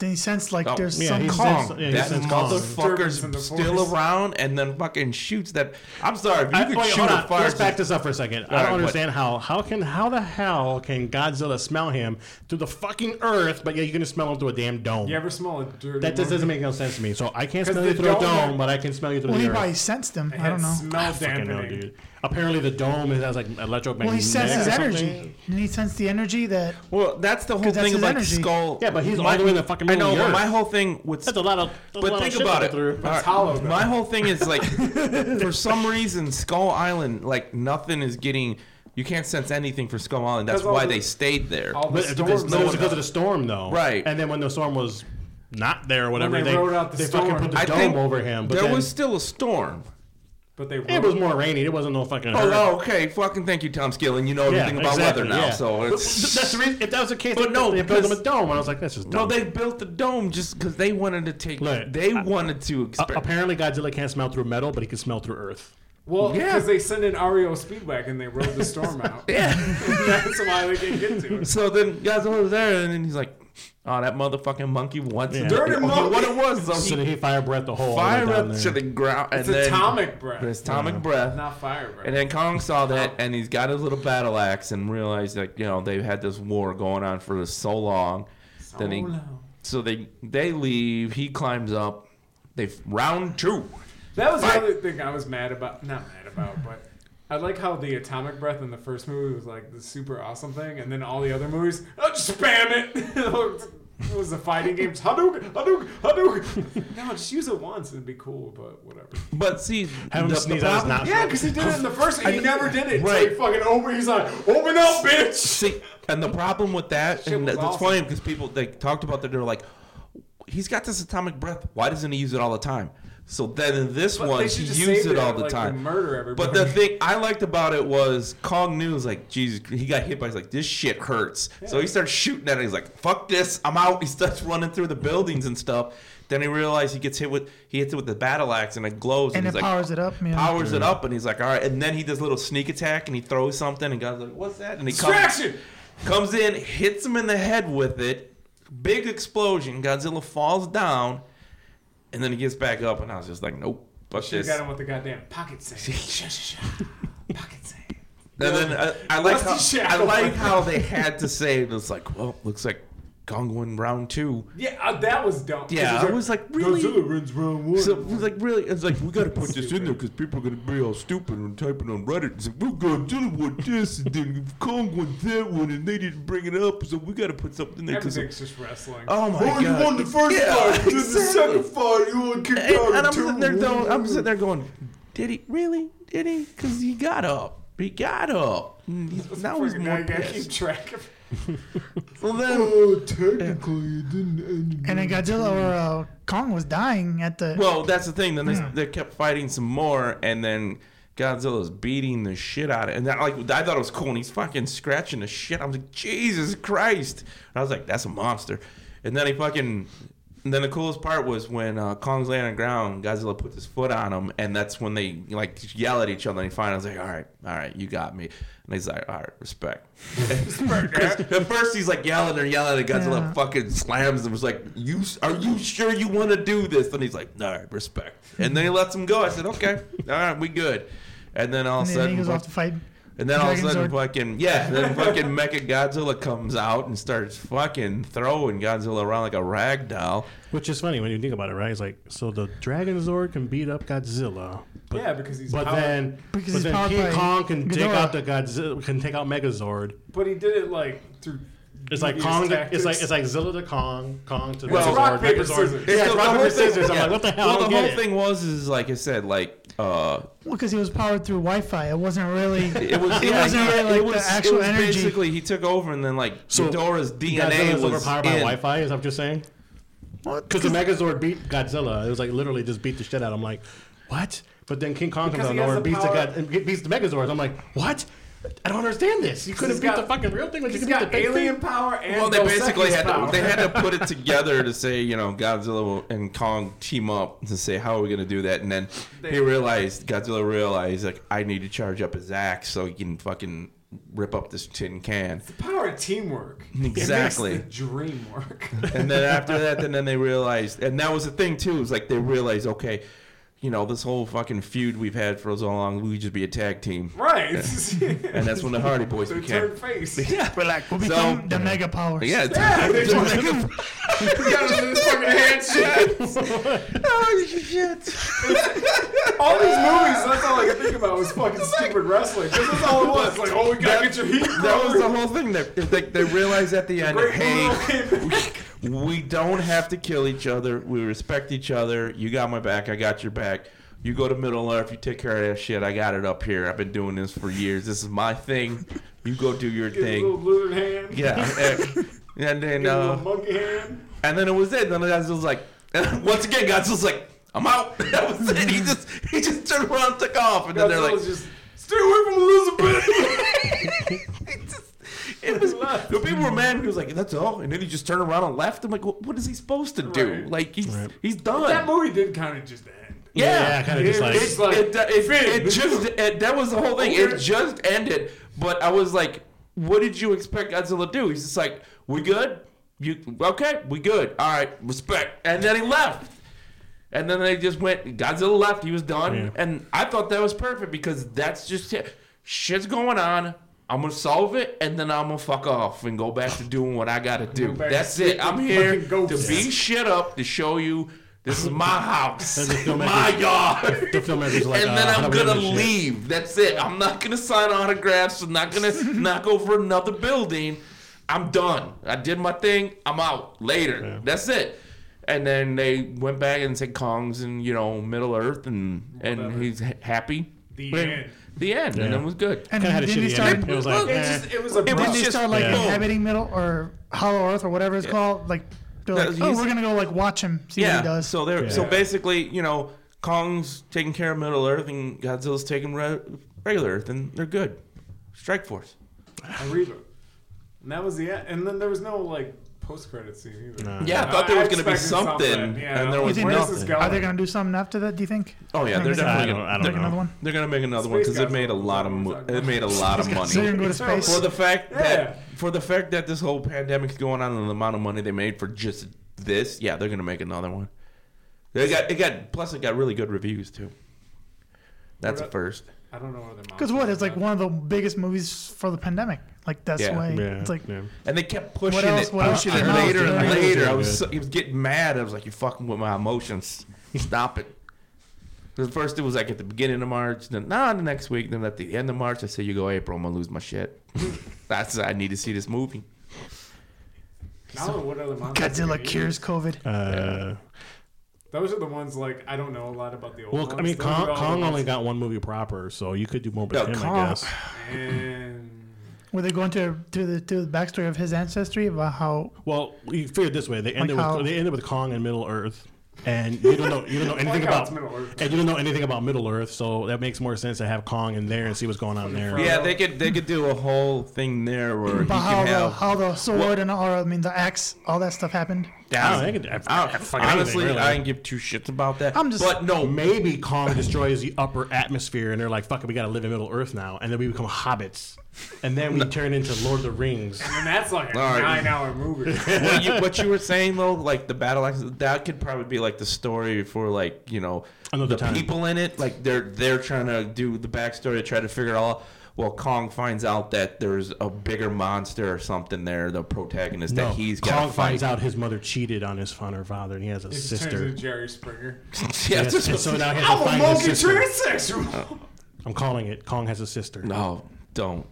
[SPEAKER 2] Then he sensed like
[SPEAKER 4] Oh,
[SPEAKER 2] there's
[SPEAKER 3] yeah,
[SPEAKER 2] some
[SPEAKER 3] he
[SPEAKER 2] call.
[SPEAKER 3] sensed- yeah, he
[SPEAKER 4] that
[SPEAKER 3] sensed Kong.
[SPEAKER 4] motherfucker's
[SPEAKER 1] Disturbance in the
[SPEAKER 4] still
[SPEAKER 1] force.
[SPEAKER 4] around and then fucking shoots that i'm sorry if you
[SPEAKER 3] I,
[SPEAKER 4] could
[SPEAKER 3] wait,
[SPEAKER 4] shoot
[SPEAKER 3] hold
[SPEAKER 4] a
[SPEAKER 3] on.
[SPEAKER 4] fire
[SPEAKER 3] Let's back this up for a second. I
[SPEAKER 4] right,
[SPEAKER 3] don't
[SPEAKER 4] what?
[SPEAKER 3] understand how. How can how the hell can Godzilla smell him through the fucking earth? But yeah, you can smell him through a damn dome.
[SPEAKER 1] you ever smell a dirty?
[SPEAKER 3] that
[SPEAKER 1] monkey?
[SPEAKER 3] just doesn't make no sense to me. So I can't
[SPEAKER 1] 'Cause
[SPEAKER 3] smell you
[SPEAKER 1] the
[SPEAKER 3] through a
[SPEAKER 1] dome-
[SPEAKER 3] dome, but I can smell you through
[SPEAKER 2] Well,
[SPEAKER 3] the
[SPEAKER 2] he
[SPEAKER 3] earth.
[SPEAKER 2] probably sensed him.
[SPEAKER 1] It
[SPEAKER 2] I
[SPEAKER 1] had
[SPEAKER 2] don't know.
[SPEAKER 1] smell
[SPEAKER 3] Fucking no,
[SPEAKER 1] dampening.
[SPEAKER 3] dude. Apparently, the dome it has like electromagnetic.
[SPEAKER 2] Well, he sensed his
[SPEAKER 3] or
[SPEAKER 2] energy.
[SPEAKER 3] something.
[SPEAKER 2] And he sensed the energy that
[SPEAKER 4] well that's the whole
[SPEAKER 2] 'Cause that's
[SPEAKER 4] thing
[SPEAKER 2] his
[SPEAKER 4] about
[SPEAKER 2] energy.
[SPEAKER 4] skull
[SPEAKER 3] Yeah, but he's
[SPEAKER 4] my,
[SPEAKER 3] all the way in the fucking
[SPEAKER 4] i
[SPEAKER 3] middle
[SPEAKER 4] know
[SPEAKER 3] of the
[SPEAKER 4] but my
[SPEAKER 3] earth.
[SPEAKER 4] whole thing with
[SPEAKER 3] That's a lot of. that's a lot
[SPEAKER 4] But
[SPEAKER 3] of
[SPEAKER 4] think
[SPEAKER 3] shit
[SPEAKER 4] about
[SPEAKER 3] to
[SPEAKER 4] it. Uh,
[SPEAKER 3] go through.
[SPEAKER 4] All right,
[SPEAKER 1] hollow, though.
[SPEAKER 4] my whole thing is like, for some reason, Skull Island, like nothing is getting. You can't sense anything for Skull Island. That's
[SPEAKER 1] 'Cause all
[SPEAKER 4] why
[SPEAKER 1] the-
[SPEAKER 4] they stayed there.
[SPEAKER 1] All the
[SPEAKER 3] But it
[SPEAKER 1] storms.
[SPEAKER 3] was because of
[SPEAKER 1] going
[SPEAKER 3] the
[SPEAKER 1] up.
[SPEAKER 3] storm, though.
[SPEAKER 4] Right.
[SPEAKER 3] And then when the storm was not there, or
[SPEAKER 1] When
[SPEAKER 3] whatever,
[SPEAKER 1] they
[SPEAKER 3] they
[SPEAKER 1] rode out the
[SPEAKER 3] they fucking
[SPEAKER 1] storm.
[SPEAKER 3] put the
[SPEAKER 4] I
[SPEAKER 3] dome
[SPEAKER 4] think
[SPEAKER 3] over him. But
[SPEAKER 4] there
[SPEAKER 3] then
[SPEAKER 4] was still a storm.
[SPEAKER 1] But they
[SPEAKER 3] it was more rainy. It wasn't no fucking.
[SPEAKER 4] Oh,
[SPEAKER 3] hurricane.
[SPEAKER 4] well, okay. Fucking thank you, Tom Skilling. You know
[SPEAKER 3] Yeah,
[SPEAKER 4] everything about
[SPEAKER 3] exactly,
[SPEAKER 4] weather now.
[SPEAKER 3] yeah.
[SPEAKER 4] So
[SPEAKER 3] But- but
[SPEAKER 4] it's.
[SPEAKER 3] that's the reason. If that was the case,
[SPEAKER 4] But
[SPEAKER 3] they,
[SPEAKER 4] no,
[SPEAKER 3] they built him a
[SPEAKER 4] because-
[SPEAKER 3] dome, and I was like, "This is
[SPEAKER 4] No,
[SPEAKER 3] dumb."
[SPEAKER 4] they built the dome just because they wanted to take.
[SPEAKER 3] Look,
[SPEAKER 4] they
[SPEAKER 3] I-
[SPEAKER 4] wanted to
[SPEAKER 3] A-
[SPEAKER 4] experiment.
[SPEAKER 3] apparently, Godzilla can't smell through metal, but he can smell through earth.
[SPEAKER 1] well
[SPEAKER 4] Yeah.
[SPEAKER 1] because they send in REO Speedwagon and they rode the storm out.
[SPEAKER 4] yeah.
[SPEAKER 1] That's why they can get to it.
[SPEAKER 4] So then Godzilla was there, and then he's like, "Oh, that motherfucking monkey wants
[SPEAKER 3] Yeah.
[SPEAKER 4] to Oh,
[SPEAKER 1] Dirty monkey.
[SPEAKER 4] What it was, though,
[SPEAKER 3] So
[SPEAKER 4] he
[SPEAKER 3] then he fire breath the whole
[SPEAKER 4] fire
[SPEAKER 3] down
[SPEAKER 4] up
[SPEAKER 3] there.
[SPEAKER 4] to the ground, and
[SPEAKER 1] It's
[SPEAKER 4] then
[SPEAKER 1] atomic breath,
[SPEAKER 4] It's atomic breath.
[SPEAKER 1] not fire breath.
[SPEAKER 4] And then Kong saw that, and he's got his little battle axe, and realized that you know they've had this war going on for so long.
[SPEAKER 1] Oh,
[SPEAKER 4] So then he,
[SPEAKER 1] long.
[SPEAKER 4] so they they leave. He climbs up. They round two.
[SPEAKER 1] That was
[SPEAKER 4] Fight.
[SPEAKER 1] the other thing I was mad about. Not mad about, but I like how the atomic breath in the first movie was like the super awesome thing, and then all the other movies, oh, just spam it. it was the fighting games. Hadouken, Hadouken, Hadouken. no, just use it once. It'd be cool, but whatever.
[SPEAKER 4] But see,
[SPEAKER 3] Have him sneeze out his
[SPEAKER 4] problem-
[SPEAKER 3] nostril.
[SPEAKER 1] Yeah, because he did it in the first. He never did it. Right.
[SPEAKER 4] Right.
[SPEAKER 1] he fucking open. He's like, open up, bitch.
[SPEAKER 4] See, and the problem with that,
[SPEAKER 1] Shit
[SPEAKER 4] and
[SPEAKER 1] was
[SPEAKER 4] that's
[SPEAKER 1] awesome.
[SPEAKER 4] funny because people they talked about that. They're like, he's got this atomic breath. Why doesn't he use it all the time? So then in this
[SPEAKER 1] But
[SPEAKER 4] one,
[SPEAKER 1] they should
[SPEAKER 4] he
[SPEAKER 1] just
[SPEAKER 4] used
[SPEAKER 1] save
[SPEAKER 4] it all
[SPEAKER 1] and,
[SPEAKER 4] the
[SPEAKER 1] like,
[SPEAKER 4] time.
[SPEAKER 1] Murder everybody.
[SPEAKER 4] But the thing I liked about it was Kong knew was like, Jesus, he got hit by. He's like, this shit hurts. So he starts shooting at it. He's like, fuck this, I'm out. He starts running through the buildings and stuff. Then he realized he gets hit with he hits it with the battle axe and it glows
[SPEAKER 2] and it
[SPEAKER 4] he's like,
[SPEAKER 2] powers it up. Man.
[SPEAKER 4] powers it up and he's like, all right. And then he does a little sneak attack and he throws something and God's like, what's that? And he comes,
[SPEAKER 1] distraction.
[SPEAKER 4] comes in, hits him in the head with it. Big explosion. Godzilla falls down, and then he gets back up. And I was just like, nope, fuck
[SPEAKER 1] Should
[SPEAKER 4] this.
[SPEAKER 1] have got him with the goddamn pocket sand. pocket sand.
[SPEAKER 4] And then uh, I like how
[SPEAKER 1] Rusty
[SPEAKER 4] I
[SPEAKER 1] shackle.
[SPEAKER 4] like how they had to say it. It's like, well, looks like Kong won round two.
[SPEAKER 1] Yeah, uh, that was dumb. 'Cause
[SPEAKER 4] Yeah, I was like, really?
[SPEAKER 1] Godzilla wins round one.
[SPEAKER 4] So it was like really, it's like we gotta put this in there because people are gonna be all stupid and typing on Reddit. It's like we're gonna deal with this and then Kong won that one and they didn't bring it up, so we gotta put something in there. 'cause-
[SPEAKER 1] Everything's just wrestling.
[SPEAKER 4] oh my god! Yeah, exactly.
[SPEAKER 1] fight, you were kicked
[SPEAKER 4] And, and I'm sitting there going, I'm sitting there going, did he really? Did he? Because he got up. Brigado. Now he's
[SPEAKER 1] Friggin' I
[SPEAKER 4] more
[SPEAKER 1] gotta keep
[SPEAKER 4] pissed.
[SPEAKER 1] track of.
[SPEAKER 4] Well then,
[SPEAKER 1] Oh, technically, it didn't end.
[SPEAKER 2] And then Godzilla or uh, Kong was dying at the.
[SPEAKER 4] well, that's the thing. Then they, they kept fighting some more, and then Godzilla's beating the shit out of. And that, like, I thought it was cool, and he's fucking scratching the shit. I was like, Jesus Christ! And I was like, that's a monster. And then he fucking. And then the coolest part was when uh, Kong's laying on the ground, Godzilla puts his foot on him, and that's when they like yell at each other. And he finally was like, "All right, all right, you got me." And he's like, "All right, respect." 'Cause at first, he's like yelling and yelling, and Godzilla
[SPEAKER 2] Yeah.
[SPEAKER 4] fucking slams him. Was like, "You are you sure you want to do this?" And he's like, "All right, respect." And then he lets him go. I said, "Okay, all right, we good." And then all
[SPEAKER 2] and
[SPEAKER 4] of a
[SPEAKER 2] then he
[SPEAKER 4] sudden,
[SPEAKER 2] goes off to fight.
[SPEAKER 4] and then all of a
[SPEAKER 2] Dragon
[SPEAKER 4] sudden,
[SPEAKER 2] Zord.
[SPEAKER 4] fucking yeah, then fucking Mecha Godzilla comes out and starts fucking throwing Godzilla around like a rag doll.
[SPEAKER 3] Which is funny when you think about it, right? It's like so the Dragon Zord can beat up Godzilla, but,
[SPEAKER 1] Yeah, because he's
[SPEAKER 3] but
[SPEAKER 1] powered-
[SPEAKER 3] then
[SPEAKER 2] Because
[SPEAKER 3] but
[SPEAKER 2] he's
[SPEAKER 3] then
[SPEAKER 2] powered by
[SPEAKER 3] King Kong can take
[SPEAKER 2] Ghidorah.
[SPEAKER 3] out the Godzilla can take out Megazord.
[SPEAKER 1] But he did it like through.
[SPEAKER 3] It's like
[SPEAKER 1] devious
[SPEAKER 3] Kong. To,
[SPEAKER 1] tactics.
[SPEAKER 3] it's like it's like Zilla to Kong, Kong to
[SPEAKER 4] Well,
[SPEAKER 3] Megazord,
[SPEAKER 1] rock, paper,
[SPEAKER 3] Megazord.
[SPEAKER 1] scissors.
[SPEAKER 3] Yeah,
[SPEAKER 4] So
[SPEAKER 3] it's
[SPEAKER 4] the
[SPEAKER 3] rock
[SPEAKER 4] whole
[SPEAKER 3] paper
[SPEAKER 4] thing-
[SPEAKER 3] scissors. I'm
[SPEAKER 4] yeah.
[SPEAKER 3] like, what the hell? I
[SPEAKER 4] Well,
[SPEAKER 3] don't
[SPEAKER 4] the
[SPEAKER 3] get
[SPEAKER 4] whole
[SPEAKER 3] it.
[SPEAKER 4] thing was is like I said, like uh,
[SPEAKER 2] Well, because he was powered through Wi-Fi. It wasn't really.
[SPEAKER 4] it was.
[SPEAKER 2] It wasn't really like
[SPEAKER 4] it was,
[SPEAKER 2] the actual
[SPEAKER 4] it was
[SPEAKER 2] energy.
[SPEAKER 4] Basically, he took over, and then like
[SPEAKER 3] So,
[SPEAKER 4] Ghidorah's DNA
[SPEAKER 3] Godzilla's
[SPEAKER 4] was
[SPEAKER 3] overpowered by
[SPEAKER 4] in.
[SPEAKER 3] Wi-Fi. Is that what you're saying?
[SPEAKER 2] What?
[SPEAKER 3] Because the Megazord beat Godzilla. It was like literally just beat the shit out. I'm like, what? But then King Kong comes
[SPEAKER 1] Because
[SPEAKER 3] out
[SPEAKER 1] he
[SPEAKER 3] nowhere
[SPEAKER 1] has
[SPEAKER 3] and
[SPEAKER 1] the
[SPEAKER 3] beats the,
[SPEAKER 1] power-
[SPEAKER 3] God, and beats the Megazord. I'm like, what? I don't understand this. You could have
[SPEAKER 1] he's
[SPEAKER 3] beat
[SPEAKER 1] got-
[SPEAKER 3] the fucking real thing, but you
[SPEAKER 1] He's
[SPEAKER 3] could beat the
[SPEAKER 1] got
[SPEAKER 3] fake
[SPEAKER 1] alien
[SPEAKER 3] thing.
[SPEAKER 1] power and
[SPEAKER 4] Well, they
[SPEAKER 1] Dos
[SPEAKER 4] basically
[SPEAKER 1] Equis
[SPEAKER 4] had
[SPEAKER 1] power.
[SPEAKER 4] to, they had to put it together to say, you know, Godzilla and Kong team up to say how are we going to do that, and then he realized Godzilla realized like I need to charge up his axe so he can fucking rip up this tin can.
[SPEAKER 1] the power of teamwork.
[SPEAKER 4] Exactly.
[SPEAKER 1] It makes the dream work.
[SPEAKER 4] and then after that, then, then they realized, and that was the thing too. Is like they realized, okay, you know, this whole fucking feud we've had for so long, we just be a tag team,
[SPEAKER 1] right.
[SPEAKER 4] and that's when the Hardy Boys
[SPEAKER 1] so
[SPEAKER 4] became.
[SPEAKER 1] turn face.
[SPEAKER 4] Yeah, but like
[SPEAKER 2] We'll become the mega powers.
[SPEAKER 4] yeah,
[SPEAKER 1] Yeah,
[SPEAKER 4] it's-
[SPEAKER 1] they just- you gotta do this fucking handshake.
[SPEAKER 4] oh shit.
[SPEAKER 1] All these movies, that's all I could think about was fucking stupid wrestling. This is all it was. Like, oh, we gotta get your heat.
[SPEAKER 4] That was the
[SPEAKER 1] brother.
[SPEAKER 4] whole thing. That they, they realized at the end,
[SPEAKER 1] Great
[SPEAKER 4] hey,
[SPEAKER 1] Mural came back.
[SPEAKER 4] we don't have to kill each other. We respect each other. You got my back. I got your back. You go to Middle Earth. You take care of that shit. I got it up here. I've been doing this for years. This is my thing. You go do your
[SPEAKER 1] Get a little lizard
[SPEAKER 4] thing.
[SPEAKER 1] hand.
[SPEAKER 4] Yeah. And, and then
[SPEAKER 1] Get a
[SPEAKER 4] uh,
[SPEAKER 1] little monkey hand.
[SPEAKER 4] and then it was it. Then Godzilla was like, once again, Godzilla's like, I'm out. That was it. He just he just turned around and took off. And then they're
[SPEAKER 1] Godzilla's
[SPEAKER 4] like,
[SPEAKER 1] just, stay away from Elizabeth.
[SPEAKER 4] It just- it was,
[SPEAKER 1] Left.
[SPEAKER 4] the people were mad. He was like, "That's all," and then he just turned around and left. I'm like, "What, what is he supposed to do?
[SPEAKER 1] Right.
[SPEAKER 4] Like he's
[SPEAKER 3] Right.
[SPEAKER 4] he's done."
[SPEAKER 1] that movie did kind of just end.
[SPEAKER 3] Yeah,
[SPEAKER 4] yeah,
[SPEAKER 3] kind of just like
[SPEAKER 1] It's like,
[SPEAKER 4] it, it,
[SPEAKER 1] Finn,
[SPEAKER 4] it just it, that was the whole thing. It just ended. But I was like, "What did you expect Godzilla to do?" He's just like, "We good? You okay? We good? All right, respect." And then he left. And then they just went. Godzilla left. He was done.
[SPEAKER 3] Yeah.
[SPEAKER 4] And I thought that was perfect because that's just it. Shit's going on. I'm gonna solve it, and then I'm gonna fuck off and go back to doing what I gotta do.
[SPEAKER 1] back
[SPEAKER 4] That's
[SPEAKER 1] to
[SPEAKER 4] it. I'm
[SPEAKER 1] fucking
[SPEAKER 4] here to
[SPEAKER 1] ghosts.
[SPEAKER 4] beat shit up to show you this is my house,
[SPEAKER 3] And the filmmakers-
[SPEAKER 4] my yard
[SPEAKER 3] the filmmakers like,
[SPEAKER 4] and
[SPEAKER 3] uh,
[SPEAKER 4] then
[SPEAKER 3] how
[SPEAKER 4] I'm
[SPEAKER 3] do we end
[SPEAKER 4] gonna
[SPEAKER 3] this shit?
[SPEAKER 4] leave. That's it. I'm not gonna sign autographs. I'm not gonna knock over another building. I'm done. I did my thing. I'm out. Later.
[SPEAKER 3] Yeah.
[SPEAKER 4] That's it. And then they went back and said Kong's in you know Middle Earth and
[SPEAKER 1] Whatever.
[SPEAKER 4] and he's ha- happy.
[SPEAKER 1] The
[SPEAKER 4] But-
[SPEAKER 1] end.
[SPEAKER 4] The end. And
[SPEAKER 3] Yeah.
[SPEAKER 4] it was good.
[SPEAKER 2] And
[SPEAKER 3] Kinda had a
[SPEAKER 2] then they
[SPEAKER 3] shitty
[SPEAKER 2] started.
[SPEAKER 3] ending. It was like,
[SPEAKER 1] It,
[SPEAKER 3] eh.
[SPEAKER 1] just, it was abrupt.
[SPEAKER 2] Then
[SPEAKER 4] It's
[SPEAKER 2] they
[SPEAKER 4] just-
[SPEAKER 2] started like
[SPEAKER 3] yeah.
[SPEAKER 2] inhabiting Middle or Hollow Earth or whatever it's called. Like they're
[SPEAKER 4] That-
[SPEAKER 2] like, oh,
[SPEAKER 4] he's-
[SPEAKER 2] we're gonna go like watch him, see what he does.
[SPEAKER 4] So they're so
[SPEAKER 3] Yeah.
[SPEAKER 4] basically you know Kong's taking care of Middle Earth and Godzilla's taking re- regular Earth and they're good. Strike Force.
[SPEAKER 1] a reboot. And that was the end. And then there was no like post credit scene either.
[SPEAKER 3] Nah.
[SPEAKER 4] Yeah, I thought there was gonna be
[SPEAKER 1] expected
[SPEAKER 4] something,
[SPEAKER 1] Yeah,
[SPEAKER 4] and there
[SPEAKER 1] like,
[SPEAKER 4] was
[SPEAKER 1] where's
[SPEAKER 4] nothing.
[SPEAKER 1] this going?
[SPEAKER 2] Are they gonna do something after that? Do you think?
[SPEAKER 4] Oh yeah,
[SPEAKER 2] Like,
[SPEAKER 4] they're
[SPEAKER 2] make
[SPEAKER 4] definitely
[SPEAKER 3] I don't,
[SPEAKER 4] gonna-
[SPEAKER 3] I
[SPEAKER 4] they're
[SPEAKER 3] don't
[SPEAKER 2] another
[SPEAKER 3] know.
[SPEAKER 2] one.
[SPEAKER 4] They're gonna make another one because
[SPEAKER 1] Space
[SPEAKER 4] it made a
[SPEAKER 1] Godzilla.
[SPEAKER 4] lot of mo- it made a lot of
[SPEAKER 2] So they're
[SPEAKER 4] money.
[SPEAKER 2] gonna go to space.
[SPEAKER 4] For the fact that
[SPEAKER 1] Yeah.
[SPEAKER 4] for the fact that this whole pandemic's going on and the amount of money they made for just this, yeah, they're gonna make another one. They got it got plus it got really good reviews too. That's a
[SPEAKER 1] What up?
[SPEAKER 4] first.
[SPEAKER 1] I don't know where they're.
[SPEAKER 2] Because what? It's like one of the biggest movies for the pandemic. Like that's
[SPEAKER 4] Yeah.
[SPEAKER 2] why
[SPEAKER 3] Yeah,
[SPEAKER 2] it's like
[SPEAKER 3] yeah.
[SPEAKER 4] And they kept pushing
[SPEAKER 2] What else-
[SPEAKER 4] it,
[SPEAKER 2] what else
[SPEAKER 4] pushing
[SPEAKER 2] came
[SPEAKER 4] it
[SPEAKER 2] out?
[SPEAKER 4] later
[SPEAKER 2] Yeah.
[SPEAKER 4] and later. I
[SPEAKER 3] Yeah.
[SPEAKER 4] was, so, I was getting mad. I was like, "You're fucking with my emotions. Stop it." 'Cause first it was like at the beginning of March, then nah, the next week, then at the end of March, I said, "You go April, I'm gonna lose my shit." That's I need to see this movie.
[SPEAKER 1] I don't know what other monsters.
[SPEAKER 2] Godzilla
[SPEAKER 1] they use.
[SPEAKER 2] cures COVID.
[SPEAKER 3] Uh,
[SPEAKER 1] Those are the ones like I don't know a lot about the old.
[SPEAKER 3] Well,
[SPEAKER 1] ones.
[SPEAKER 3] I mean,
[SPEAKER 1] Those are
[SPEAKER 3] Kong,
[SPEAKER 1] all the
[SPEAKER 3] Kong
[SPEAKER 1] ones-
[SPEAKER 3] only got one movie proper, so you could do more with
[SPEAKER 4] No,
[SPEAKER 3] him,
[SPEAKER 4] Kong-
[SPEAKER 3] I guess.
[SPEAKER 1] And
[SPEAKER 2] Were they going to to the to the backstory of his ancestry about how
[SPEAKER 3] Well, you figure it this way: they ended
[SPEAKER 2] how-
[SPEAKER 3] with they ended with Kong and Middle Earth, and you don't know you don't know anything
[SPEAKER 1] how it's
[SPEAKER 3] about
[SPEAKER 1] Middle Earth.
[SPEAKER 3] and you don't know anything about Middle Earth, so that makes more sense to have Kong in there and see what's going on there.
[SPEAKER 4] Yeah, they could they could do a whole thing there where he
[SPEAKER 2] about how
[SPEAKER 4] can
[SPEAKER 2] the
[SPEAKER 4] have
[SPEAKER 2] how the sword and all I mean the axe all that stuff happened?
[SPEAKER 3] I
[SPEAKER 2] Oh,
[SPEAKER 3] don't think it-
[SPEAKER 4] I don't-
[SPEAKER 3] fucking anything,
[SPEAKER 4] honestly,
[SPEAKER 3] really.
[SPEAKER 4] I didn't give two shits about that.
[SPEAKER 2] I'm just-
[SPEAKER 4] but no,
[SPEAKER 3] Maybe Kong destroys the upper atmosphere, and they're like, "Fuck it, we gotta live in Middle Earth now," and then we become hobbits, and then we turn into Lord of the Rings.
[SPEAKER 1] and that's like a
[SPEAKER 4] All right.
[SPEAKER 1] nine-hour movie.
[SPEAKER 4] what you, what you were saying though, like the battle axes, that could probably be like the story for like you know
[SPEAKER 3] Another
[SPEAKER 4] the
[SPEAKER 3] time.
[SPEAKER 4] people in it. Like they're they're trying to do the backstory to try to figure it all. out. Well, Kong finds out that there's a bigger monster or something there. The protagonist
[SPEAKER 3] No,
[SPEAKER 4] that he's got
[SPEAKER 3] Kong
[SPEAKER 4] to fight.
[SPEAKER 3] finds out his mother cheated on his on her father, and he has a
[SPEAKER 1] It turns
[SPEAKER 3] sister.
[SPEAKER 1] into Jerry Springer.
[SPEAKER 4] yeah,
[SPEAKER 3] Yes,
[SPEAKER 4] just-
[SPEAKER 3] and so now he has
[SPEAKER 1] I'm
[SPEAKER 3] to
[SPEAKER 1] a
[SPEAKER 3] find his sister.
[SPEAKER 4] Oh.
[SPEAKER 1] multi-transsexual.
[SPEAKER 3] I'm calling it. Kong has a sister.
[SPEAKER 4] no, don't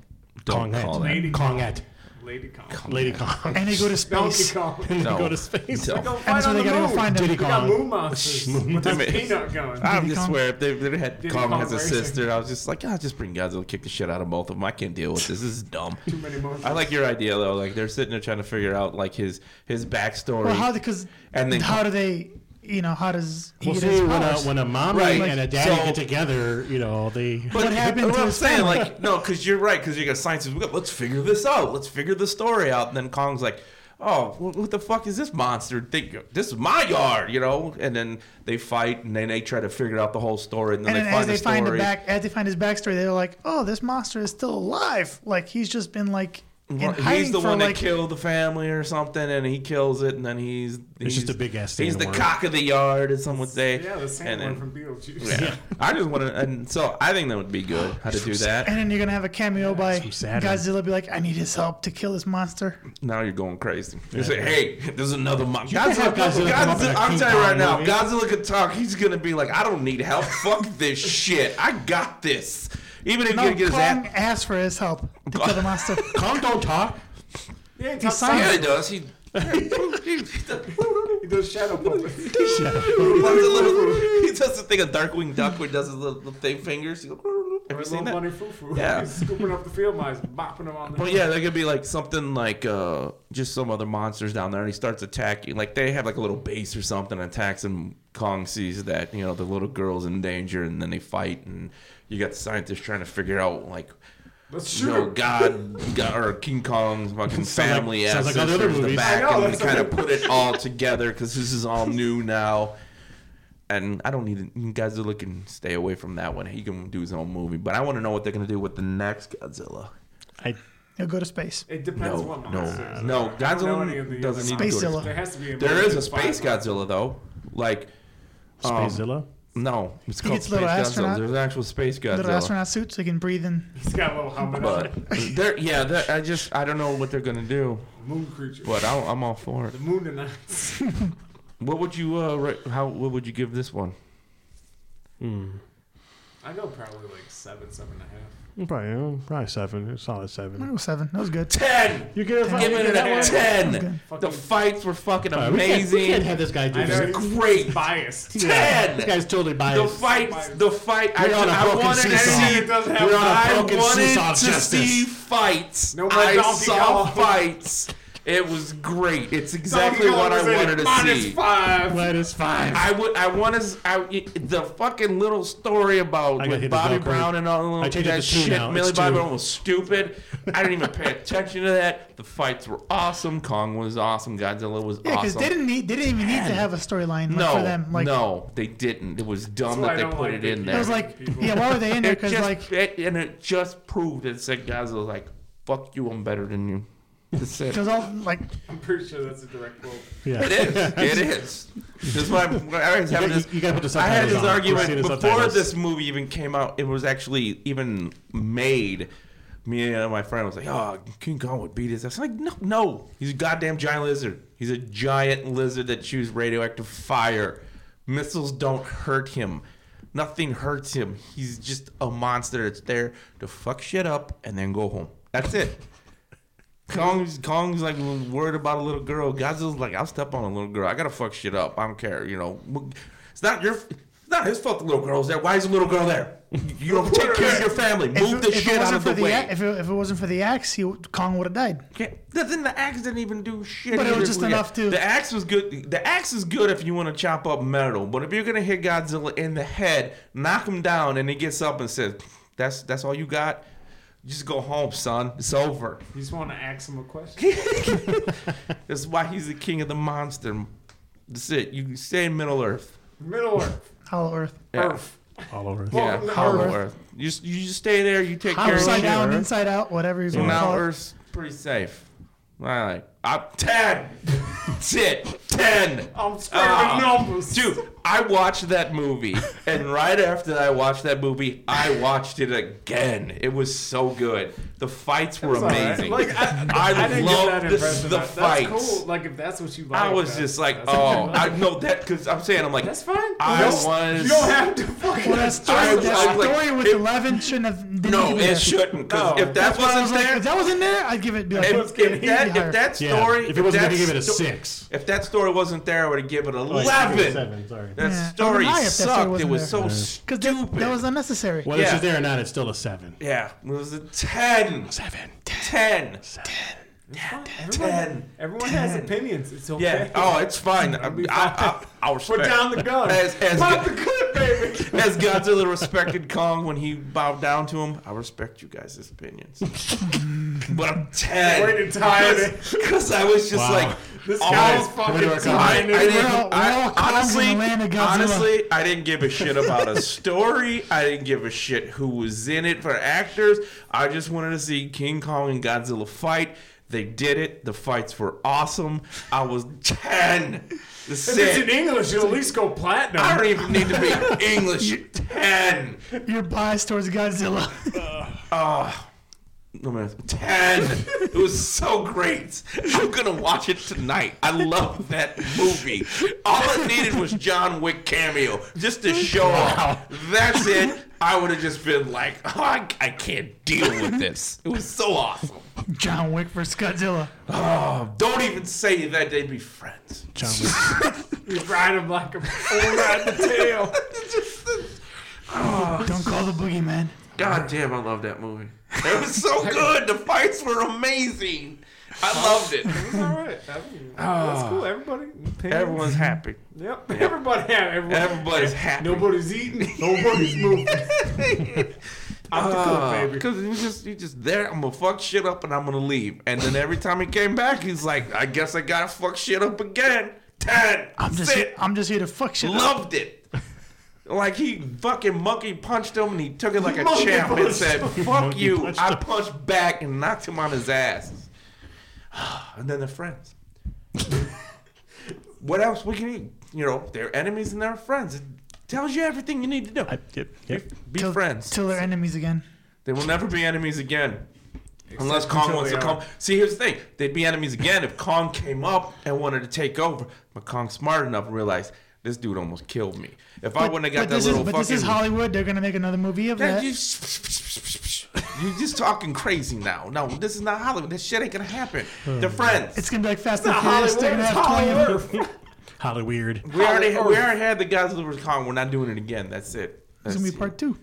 [SPEAKER 4] don't
[SPEAKER 3] Kong
[SPEAKER 4] call
[SPEAKER 3] at.
[SPEAKER 4] that.
[SPEAKER 1] Lady
[SPEAKER 3] Kong at.
[SPEAKER 1] Lady Kong.
[SPEAKER 3] Lady Kong.
[SPEAKER 2] And they go to
[SPEAKER 1] Donkey
[SPEAKER 2] space.
[SPEAKER 1] Kong.
[SPEAKER 4] No.
[SPEAKER 3] go to space.
[SPEAKER 4] No.
[SPEAKER 1] Go
[SPEAKER 2] And
[SPEAKER 1] fight
[SPEAKER 2] so
[SPEAKER 1] on
[SPEAKER 2] they
[SPEAKER 1] the
[SPEAKER 2] gotta go
[SPEAKER 1] moon.
[SPEAKER 2] find
[SPEAKER 3] Diddy
[SPEAKER 2] him.
[SPEAKER 1] We got
[SPEAKER 3] Kong.
[SPEAKER 1] moon monsters with this peanut gun.
[SPEAKER 4] I
[SPEAKER 2] Diddy
[SPEAKER 4] just
[SPEAKER 2] Kong-
[SPEAKER 4] swear, if they, if they had
[SPEAKER 1] Diddy
[SPEAKER 4] Kong,
[SPEAKER 1] Kong
[SPEAKER 4] has a
[SPEAKER 1] Racing.
[SPEAKER 4] sister, I was just like, ah, just bring Godzilla, kick the shit out of both of them. I can't deal with this. This is dumb.
[SPEAKER 1] Too many monsters.
[SPEAKER 4] I like your idea though. Like they're sitting there trying to figure out like his his backstory.
[SPEAKER 2] Well, how because
[SPEAKER 4] And then-
[SPEAKER 2] how do they you know how does he
[SPEAKER 3] We'll
[SPEAKER 2] get
[SPEAKER 3] see
[SPEAKER 2] his
[SPEAKER 3] when a,
[SPEAKER 2] powers?
[SPEAKER 3] when a mommy
[SPEAKER 4] Right.
[SPEAKER 3] and a daddy
[SPEAKER 4] So-
[SPEAKER 3] get together, you know, they.
[SPEAKER 4] But-
[SPEAKER 2] What happened
[SPEAKER 4] but
[SPEAKER 2] to
[SPEAKER 4] I'm
[SPEAKER 2] his
[SPEAKER 4] saying,
[SPEAKER 2] family?
[SPEAKER 4] like, no, because you're right. Because you got science. is, Let's figure this out. Let's figure the story out. And then Kong's like, "Oh, wh- what the fuck is this monster? Think this is my yard, you know?" And then they fight, and then they try to figure out the whole story, and then
[SPEAKER 2] and then
[SPEAKER 4] they
[SPEAKER 2] as
[SPEAKER 4] find
[SPEAKER 2] they
[SPEAKER 4] the
[SPEAKER 2] find the
[SPEAKER 4] story.
[SPEAKER 2] back as they find his backstory, they're like, oh, this monster is still alive. Like he's just been like in
[SPEAKER 4] Well,
[SPEAKER 2] hiding
[SPEAKER 4] he's the
[SPEAKER 2] for
[SPEAKER 4] one
[SPEAKER 2] like
[SPEAKER 4] that killed the family or something, and he kills it, and then he's, he's
[SPEAKER 3] just a big-ass
[SPEAKER 4] He's the
[SPEAKER 3] sandworm.
[SPEAKER 4] cock of the yard, as some would say.
[SPEAKER 1] yeah, the same
[SPEAKER 4] And
[SPEAKER 1] one
[SPEAKER 4] then-
[SPEAKER 1] from Beetlejuice.
[SPEAKER 4] Yeah. I just want to, and so I think that would be good how to do that.
[SPEAKER 2] And then you're gonna have a cameo by
[SPEAKER 3] some sad
[SPEAKER 2] Godzilla. Be like, I need his help to kill this monster.
[SPEAKER 4] Now you're going crazy. You say, hey, there's another mob.
[SPEAKER 3] could
[SPEAKER 4] Godzilla,
[SPEAKER 3] have Godzilla come up in
[SPEAKER 4] Godzilla-
[SPEAKER 3] a
[SPEAKER 4] I'm
[SPEAKER 3] King
[SPEAKER 4] telling you right
[SPEAKER 3] Kong
[SPEAKER 4] now,
[SPEAKER 3] movie.
[SPEAKER 4] Godzilla could talk. He's gonna be like, I don't need help. Fuck this shit. I got this. Even if
[SPEAKER 2] No,
[SPEAKER 4] you get his
[SPEAKER 2] Kong
[SPEAKER 4] ass.
[SPEAKER 2] asked for his help to kill the monster.
[SPEAKER 3] Kong don't talk.
[SPEAKER 1] He ain't talking
[SPEAKER 2] signed
[SPEAKER 4] Yeah,
[SPEAKER 1] science.
[SPEAKER 4] he does. He.
[SPEAKER 1] He does shadow puppets.
[SPEAKER 4] He does a little- he does the thing a Darkwing Duck where he does his little, little thing fingers. He goes, Have you
[SPEAKER 1] Where's
[SPEAKER 4] seen
[SPEAKER 1] little
[SPEAKER 4] that?
[SPEAKER 1] bunny foo-foo?
[SPEAKER 4] Yeah.
[SPEAKER 1] He's scooping up the field mice, bopping them on the.
[SPEAKER 4] But yeah, there could be like something like uh, just some other monsters down there, and he starts attacking. Like they have like a little base or something, and attacks, and Kong sees that you know the little girl's in danger, and then they fight, and you got the scientists trying to figure out like.
[SPEAKER 1] Let's
[SPEAKER 4] You
[SPEAKER 1] shoot
[SPEAKER 4] know,
[SPEAKER 1] him.
[SPEAKER 4] God, God, or King Kong's fucking
[SPEAKER 3] like-
[SPEAKER 4] family
[SPEAKER 3] sounds
[SPEAKER 4] ass
[SPEAKER 3] like all the other
[SPEAKER 4] sisters in the
[SPEAKER 3] movies.
[SPEAKER 4] back,
[SPEAKER 1] I know,
[SPEAKER 4] and
[SPEAKER 1] that's
[SPEAKER 4] kind
[SPEAKER 1] what
[SPEAKER 4] of put it all together because this is all new now. And I don't need you guys are looking stay away from that one. He can do his own movie, but I want to know what they're gonna do with the next Godzilla.
[SPEAKER 3] I,
[SPEAKER 2] He'll go to space.
[SPEAKER 1] It depends
[SPEAKER 4] No,
[SPEAKER 1] what
[SPEAKER 4] no,
[SPEAKER 1] monster.
[SPEAKER 4] no,
[SPEAKER 1] I don't know
[SPEAKER 4] Godzilla
[SPEAKER 1] any of the
[SPEAKER 4] doesn't
[SPEAKER 1] other
[SPEAKER 4] need
[SPEAKER 1] monsters.
[SPEAKER 2] to go to-
[SPEAKER 1] There has to be.
[SPEAKER 4] There
[SPEAKER 1] more
[SPEAKER 4] is
[SPEAKER 1] than
[SPEAKER 4] a space
[SPEAKER 1] five.
[SPEAKER 4] Godzilla though. Like um,
[SPEAKER 3] Spacezilla.
[SPEAKER 4] No, it's
[SPEAKER 2] He
[SPEAKER 4] called
[SPEAKER 2] gets
[SPEAKER 4] Space
[SPEAKER 2] little
[SPEAKER 4] Godzilla.
[SPEAKER 2] astronaut-
[SPEAKER 4] There's an actual space
[SPEAKER 2] Little
[SPEAKER 4] Godzilla.
[SPEAKER 2] astronaut suit so he can breathe in.
[SPEAKER 1] He's got a little helmet on.
[SPEAKER 4] But there, yeah, there, I just I don't know what they're gonna do.
[SPEAKER 1] Moon creature.
[SPEAKER 4] But I, I'm all for it.
[SPEAKER 1] The moon tonight.
[SPEAKER 4] What would you uh ra- how what would you give this one?
[SPEAKER 3] Hmm.
[SPEAKER 4] Um,
[SPEAKER 1] I go probably like seven, seven and a half.
[SPEAKER 3] Mm, Probably, probably seven. A solid
[SPEAKER 2] I'm gonna
[SPEAKER 3] seven.
[SPEAKER 2] go seven. That was good.
[SPEAKER 4] Ten.
[SPEAKER 3] You give
[SPEAKER 2] Ten.
[SPEAKER 4] Give
[SPEAKER 1] look at
[SPEAKER 4] it
[SPEAKER 1] that
[SPEAKER 4] a
[SPEAKER 1] one.
[SPEAKER 4] ten. The
[SPEAKER 1] Fucking-
[SPEAKER 4] fights were fucking
[SPEAKER 3] Uh, we, can't, we can't
[SPEAKER 4] amazing.
[SPEAKER 3] have this guy do
[SPEAKER 1] I
[SPEAKER 3] this.
[SPEAKER 1] know
[SPEAKER 4] It's
[SPEAKER 1] he's
[SPEAKER 4] great.
[SPEAKER 1] biased.
[SPEAKER 4] Ten.
[SPEAKER 3] This guy's totally
[SPEAKER 4] The
[SPEAKER 3] biased.
[SPEAKER 4] fight, the fight. I,
[SPEAKER 3] We're on a
[SPEAKER 4] I
[SPEAKER 3] broken
[SPEAKER 4] wanted to
[SPEAKER 3] seesaw.
[SPEAKER 4] see.
[SPEAKER 1] It doesn't have
[SPEAKER 4] We're on
[SPEAKER 1] five.
[SPEAKER 4] a broken
[SPEAKER 3] Broken seesaw
[SPEAKER 4] wanted
[SPEAKER 3] of
[SPEAKER 4] to
[SPEAKER 3] justice.
[SPEAKER 4] see fights.
[SPEAKER 1] No more
[SPEAKER 4] I
[SPEAKER 1] Donkey
[SPEAKER 4] saw
[SPEAKER 1] Kong.
[SPEAKER 4] fights. It was great. It's exactly
[SPEAKER 1] Donkey Kong
[SPEAKER 4] what I
[SPEAKER 1] was in
[SPEAKER 4] wanted to
[SPEAKER 1] minus
[SPEAKER 4] see.
[SPEAKER 1] five.
[SPEAKER 3] Minus five.
[SPEAKER 4] I would. I want to. I, the fucking little story about
[SPEAKER 3] gotta
[SPEAKER 4] with
[SPEAKER 3] hit the
[SPEAKER 4] Bobby
[SPEAKER 3] Velcro.
[SPEAKER 4] Brown and all
[SPEAKER 3] I
[SPEAKER 4] that
[SPEAKER 3] changed it to two
[SPEAKER 4] shit.
[SPEAKER 3] now. It's
[SPEAKER 4] Millie Bobby
[SPEAKER 3] two.
[SPEAKER 4] Brown was stupid. I didn't even pay attention to that. The fights were awesome. Kong was awesome. Godzilla was
[SPEAKER 2] Yeah, because
[SPEAKER 4] awesome.
[SPEAKER 2] they didn't need they didn't even need to have a storyline like,
[SPEAKER 4] no,
[SPEAKER 2] for them. Like
[SPEAKER 4] no, they didn't. It was
[SPEAKER 1] That's
[SPEAKER 4] dumb
[SPEAKER 1] why
[SPEAKER 4] that
[SPEAKER 1] I
[SPEAKER 4] they
[SPEAKER 1] don't
[SPEAKER 4] put
[SPEAKER 1] like
[SPEAKER 4] it
[SPEAKER 1] the-
[SPEAKER 4] in
[SPEAKER 2] it
[SPEAKER 4] there.
[SPEAKER 2] was like
[SPEAKER 1] People.
[SPEAKER 2] yeah, why were they in there?
[SPEAKER 4] It
[SPEAKER 2] Because
[SPEAKER 4] just,
[SPEAKER 2] like
[SPEAKER 4] it- and it just proved that said guys was like, "Fuck you, I'm better than you." That's it.
[SPEAKER 2] because all like
[SPEAKER 1] I'm pretty sure that's a direct quote.
[SPEAKER 3] yeah.
[SPEAKER 4] it is. It is. This is why I'm, I was having
[SPEAKER 3] You-
[SPEAKER 4] this.
[SPEAKER 3] you gotta put the
[SPEAKER 4] I had
[SPEAKER 3] subtitles
[SPEAKER 4] this
[SPEAKER 3] on.
[SPEAKER 4] argument
[SPEAKER 3] See the
[SPEAKER 4] before
[SPEAKER 3] subtitles.
[SPEAKER 4] this movie even came out. It was actually even made. Me and my friend was like, "Oh, King Kong would beat his ass." I'm like, "No, no, he's a goddamn giant lizard. He's a giant lizard that shoots radioactive fire. Missiles don't hurt him. Nothing hurts him. He's just a monster that's there to fuck shit up and then go home. That's it." Kong's Kong's like worried about a little girl. Godzilla's like, I'll step on a little girl. I gotta fuck shit up. I don't care. You know, it's not your, it's not his fault. The little girl's there. Why is the little girl there? You don't take care of your family. Move
[SPEAKER 2] it-
[SPEAKER 4] the
[SPEAKER 2] it
[SPEAKER 4] shit out
[SPEAKER 2] wasn't
[SPEAKER 4] of
[SPEAKER 2] for
[SPEAKER 4] the way.
[SPEAKER 2] a- if, it, if it wasn't for the axe, he, would- Kong would have died.
[SPEAKER 4] Okay. The, then the axe didn't even do shit.
[SPEAKER 2] But it was
[SPEAKER 4] either.
[SPEAKER 2] just
[SPEAKER 4] Yeah.
[SPEAKER 2] enough to-
[SPEAKER 4] The axe was good. The axe is good if you want to chop up metal, but if you're gonna hit Godzilla in the head, knock him down, and he gets up and says, "That's that's all you got." Just go home, son. It's over.
[SPEAKER 1] You just want to ask him a question.
[SPEAKER 4] That's why he's the king of the monster. That's it. You stay in Middle Earth.
[SPEAKER 1] Middle Earth.
[SPEAKER 2] Hollow Earth.
[SPEAKER 4] Yeah.
[SPEAKER 1] Earth.
[SPEAKER 3] all over.
[SPEAKER 4] Yeah,
[SPEAKER 1] Well,
[SPEAKER 4] Hollow
[SPEAKER 1] Earth.
[SPEAKER 4] Earth. You just, you just stay there. You take care of
[SPEAKER 2] Upside
[SPEAKER 4] shit.
[SPEAKER 2] down,
[SPEAKER 4] Earth.
[SPEAKER 2] inside out, whatever you
[SPEAKER 4] So
[SPEAKER 2] want to
[SPEAKER 4] now
[SPEAKER 2] call it.
[SPEAKER 4] Earth's pretty safe. All right. I'm ten. That's it. Ten.
[SPEAKER 1] I'm
[SPEAKER 4] Ah,
[SPEAKER 1] scared of numbers.
[SPEAKER 4] Dude, I watched that movie, and right after I watched that movie, I watched it again. It was so good. The fights were
[SPEAKER 1] It's all right.
[SPEAKER 4] amazing.
[SPEAKER 1] Like I,
[SPEAKER 4] I
[SPEAKER 1] I didn't
[SPEAKER 4] love
[SPEAKER 1] get that
[SPEAKER 4] this-
[SPEAKER 1] impression.
[SPEAKER 4] the
[SPEAKER 1] That-
[SPEAKER 4] fights.
[SPEAKER 1] That's cool. Like if that's what you like.
[SPEAKER 4] I was
[SPEAKER 1] that's-
[SPEAKER 4] just like,
[SPEAKER 1] that's what you
[SPEAKER 4] oh,
[SPEAKER 1] like.
[SPEAKER 4] I know that because I'm saying I'm like,
[SPEAKER 1] that's fine.
[SPEAKER 4] I
[SPEAKER 1] You don't-
[SPEAKER 4] was-
[SPEAKER 1] You don't have to fucking.
[SPEAKER 2] Well, that story,
[SPEAKER 4] I was
[SPEAKER 2] that
[SPEAKER 4] like- like,
[SPEAKER 2] story with
[SPEAKER 4] it-
[SPEAKER 2] Eleven shouldn't have. Didn't
[SPEAKER 4] no,
[SPEAKER 2] need to be
[SPEAKER 4] it
[SPEAKER 2] there.
[SPEAKER 4] shouldn't. 'cause
[SPEAKER 1] No.
[SPEAKER 4] if that
[SPEAKER 2] That's why I
[SPEAKER 4] wasn't
[SPEAKER 2] was like,
[SPEAKER 4] there,
[SPEAKER 2] if that wasn't there, I'd give it. Be like,
[SPEAKER 4] if,
[SPEAKER 1] was getting
[SPEAKER 4] if that
[SPEAKER 2] higher.
[SPEAKER 4] if that
[SPEAKER 3] Yeah.
[SPEAKER 4] story,
[SPEAKER 3] if it wasn't
[SPEAKER 4] that
[SPEAKER 3] going to give it a
[SPEAKER 4] sto-
[SPEAKER 3] six.
[SPEAKER 4] if that story wasn't there, I would have given it
[SPEAKER 3] Oh, yeah, give it a
[SPEAKER 4] eleven.
[SPEAKER 3] Seven, sorry.
[SPEAKER 4] That
[SPEAKER 2] Yeah.
[SPEAKER 4] story
[SPEAKER 2] It would've been higher if that story
[SPEAKER 4] sucked. It
[SPEAKER 2] wasn't
[SPEAKER 4] was so
[SPEAKER 2] there.
[SPEAKER 4] stupid.
[SPEAKER 2] because that, that was unnecessary.
[SPEAKER 3] Whether
[SPEAKER 4] Yeah.
[SPEAKER 3] she's there or not, it's still a seven.
[SPEAKER 4] yeah, it was a 10.
[SPEAKER 3] Seven.
[SPEAKER 4] 10.
[SPEAKER 1] Everyone,
[SPEAKER 4] Ten.
[SPEAKER 1] everyone has opinions. It's okay.
[SPEAKER 4] Yeah. Oh, it's fine. I,
[SPEAKER 1] be
[SPEAKER 4] I, I, I'll
[SPEAKER 1] Put
[SPEAKER 4] respect.
[SPEAKER 1] down the gun.
[SPEAKER 4] As- as
[SPEAKER 1] Pop
[SPEAKER 4] the-
[SPEAKER 1] the clip, baby.
[SPEAKER 4] As Godzilla respected Kong when he bowed down to him, I respect you guys' opinions. but I'm 10.
[SPEAKER 1] Way to tie it
[SPEAKER 4] Because I was just
[SPEAKER 3] Wow.
[SPEAKER 4] like,
[SPEAKER 1] This
[SPEAKER 4] oh,
[SPEAKER 1] guy's
[SPEAKER 3] we do our
[SPEAKER 1] fucking
[SPEAKER 4] I, I
[SPEAKER 1] tiny.
[SPEAKER 2] We're
[SPEAKER 4] didn't,
[SPEAKER 2] all- we're
[SPEAKER 4] I-
[SPEAKER 2] all Kongs in the land of
[SPEAKER 4] honestly,
[SPEAKER 2] Godzilla.
[SPEAKER 4] honestly, I didn't give a shit about a story. I didn't give a shit who was in it for actors. I just wanted to see King Kong and Godzilla fight. They did it. The fights were awesome. I was 10. This
[SPEAKER 1] If
[SPEAKER 4] is
[SPEAKER 1] it's
[SPEAKER 4] it.
[SPEAKER 1] in English, you'll at least go platinum.
[SPEAKER 4] I don't even need to be English. 10.
[SPEAKER 2] Your bias towards Godzilla.
[SPEAKER 4] Oh, no man, ten. it was so great. I'm gonna watch it tonight. I love that movie. All it needed was John Wick cameo just to show up. That's it. I would have just been like, oh, I, I can't deal with this. It was so awesome.
[SPEAKER 2] John Wick versus Godzilla.
[SPEAKER 4] Oh, don't even say that they'd be friends.
[SPEAKER 3] John Wick.
[SPEAKER 1] You ride him like a bull ride the tail.
[SPEAKER 2] Don't call the boogeyman.
[SPEAKER 4] God damn, I love that movie. It was so good. The fights were amazing. I loved it.
[SPEAKER 1] It's all right. I mean, that's
[SPEAKER 4] Ah.
[SPEAKER 1] cool. Everybody. opinions.
[SPEAKER 4] Everyone's happy.
[SPEAKER 1] Yep. Everybody. had- Everyone.
[SPEAKER 4] Everybody's happy.
[SPEAKER 1] Nobody's eating. Nobody's moving. I'm the clip, baby.
[SPEAKER 4] Because he was just he just there. I'm gonna fuck shit up and I'm gonna leave. And then every time he came back, he's like, I guess I gotta fuck shit up again. Ten.
[SPEAKER 2] I'm just.
[SPEAKER 4] Sit.
[SPEAKER 2] Here, I'm just here to fuck shit. up.
[SPEAKER 4] Loved it. Like he fucking monkey punched him and he took it like a
[SPEAKER 1] Monkey
[SPEAKER 4] champ and
[SPEAKER 1] punched
[SPEAKER 4] said,
[SPEAKER 1] him.
[SPEAKER 4] "Fuck
[SPEAKER 3] Monkey
[SPEAKER 4] you."
[SPEAKER 3] punched
[SPEAKER 4] I
[SPEAKER 3] him.
[SPEAKER 4] punched back and knocked him on his ass. And then they're friends. what else we can eat? You know, they're enemies and they're friends. It tells you everything you need to know.
[SPEAKER 3] I, yep, yep.
[SPEAKER 4] Be
[SPEAKER 2] Till-
[SPEAKER 4] friends.
[SPEAKER 2] Till they're enemies again.
[SPEAKER 4] They will never be enemies again. Unless Kong
[SPEAKER 1] until
[SPEAKER 4] wants
[SPEAKER 1] they
[SPEAKER 4] to
[SPEAKER 1] are.
[SPEAKER 4] come. See, here's the thing. They'd be enemies again if Kong came up and wanted to take over. But Kong's smart enough and realized this dude almost killed me. If I wouldn't have got
[SPEAKER 2] but this
[SPEAKER 4] that little
[SPEAKER 2] is, but
[SPEAKER 4] fucking.
[SPEAKER 2] this is Hollywood. They're gonna make another movie of
[SPEAKER 4] Yeah,
[SPEAKER 2] that.
[SPEAKER 4] you, you're just talking crazy now. No, this is not Hollywood. This shit ain't gonna happen. They're friends.
[SPEAKER 2] Hmm. It's gonna be like Fast and
[SPEAKER 1] Not
[SPEAKER 2] Furious. They're
[SPEAKER 1] Hollywood.
[SPEAKER 2] gonna
[SPEAKER 1] It's
[SPEAKER 2] have twenty of them.
[SPEAKER 1] Hollywood.
[SPEAKER 3] Holly Weird.
[SPEAKER 4] we already
[SPEAKER 1] Hollywood.
[SPEAKER 4] we already had the Godzilla vs Kong. We're not doing it again. That's it.
[SPEAKER 2] It's
[SPEAKER 4] That's
[SPEAKER 2] gonna be
[SPEAKER 4] it.
[SPEAKER 2] part two.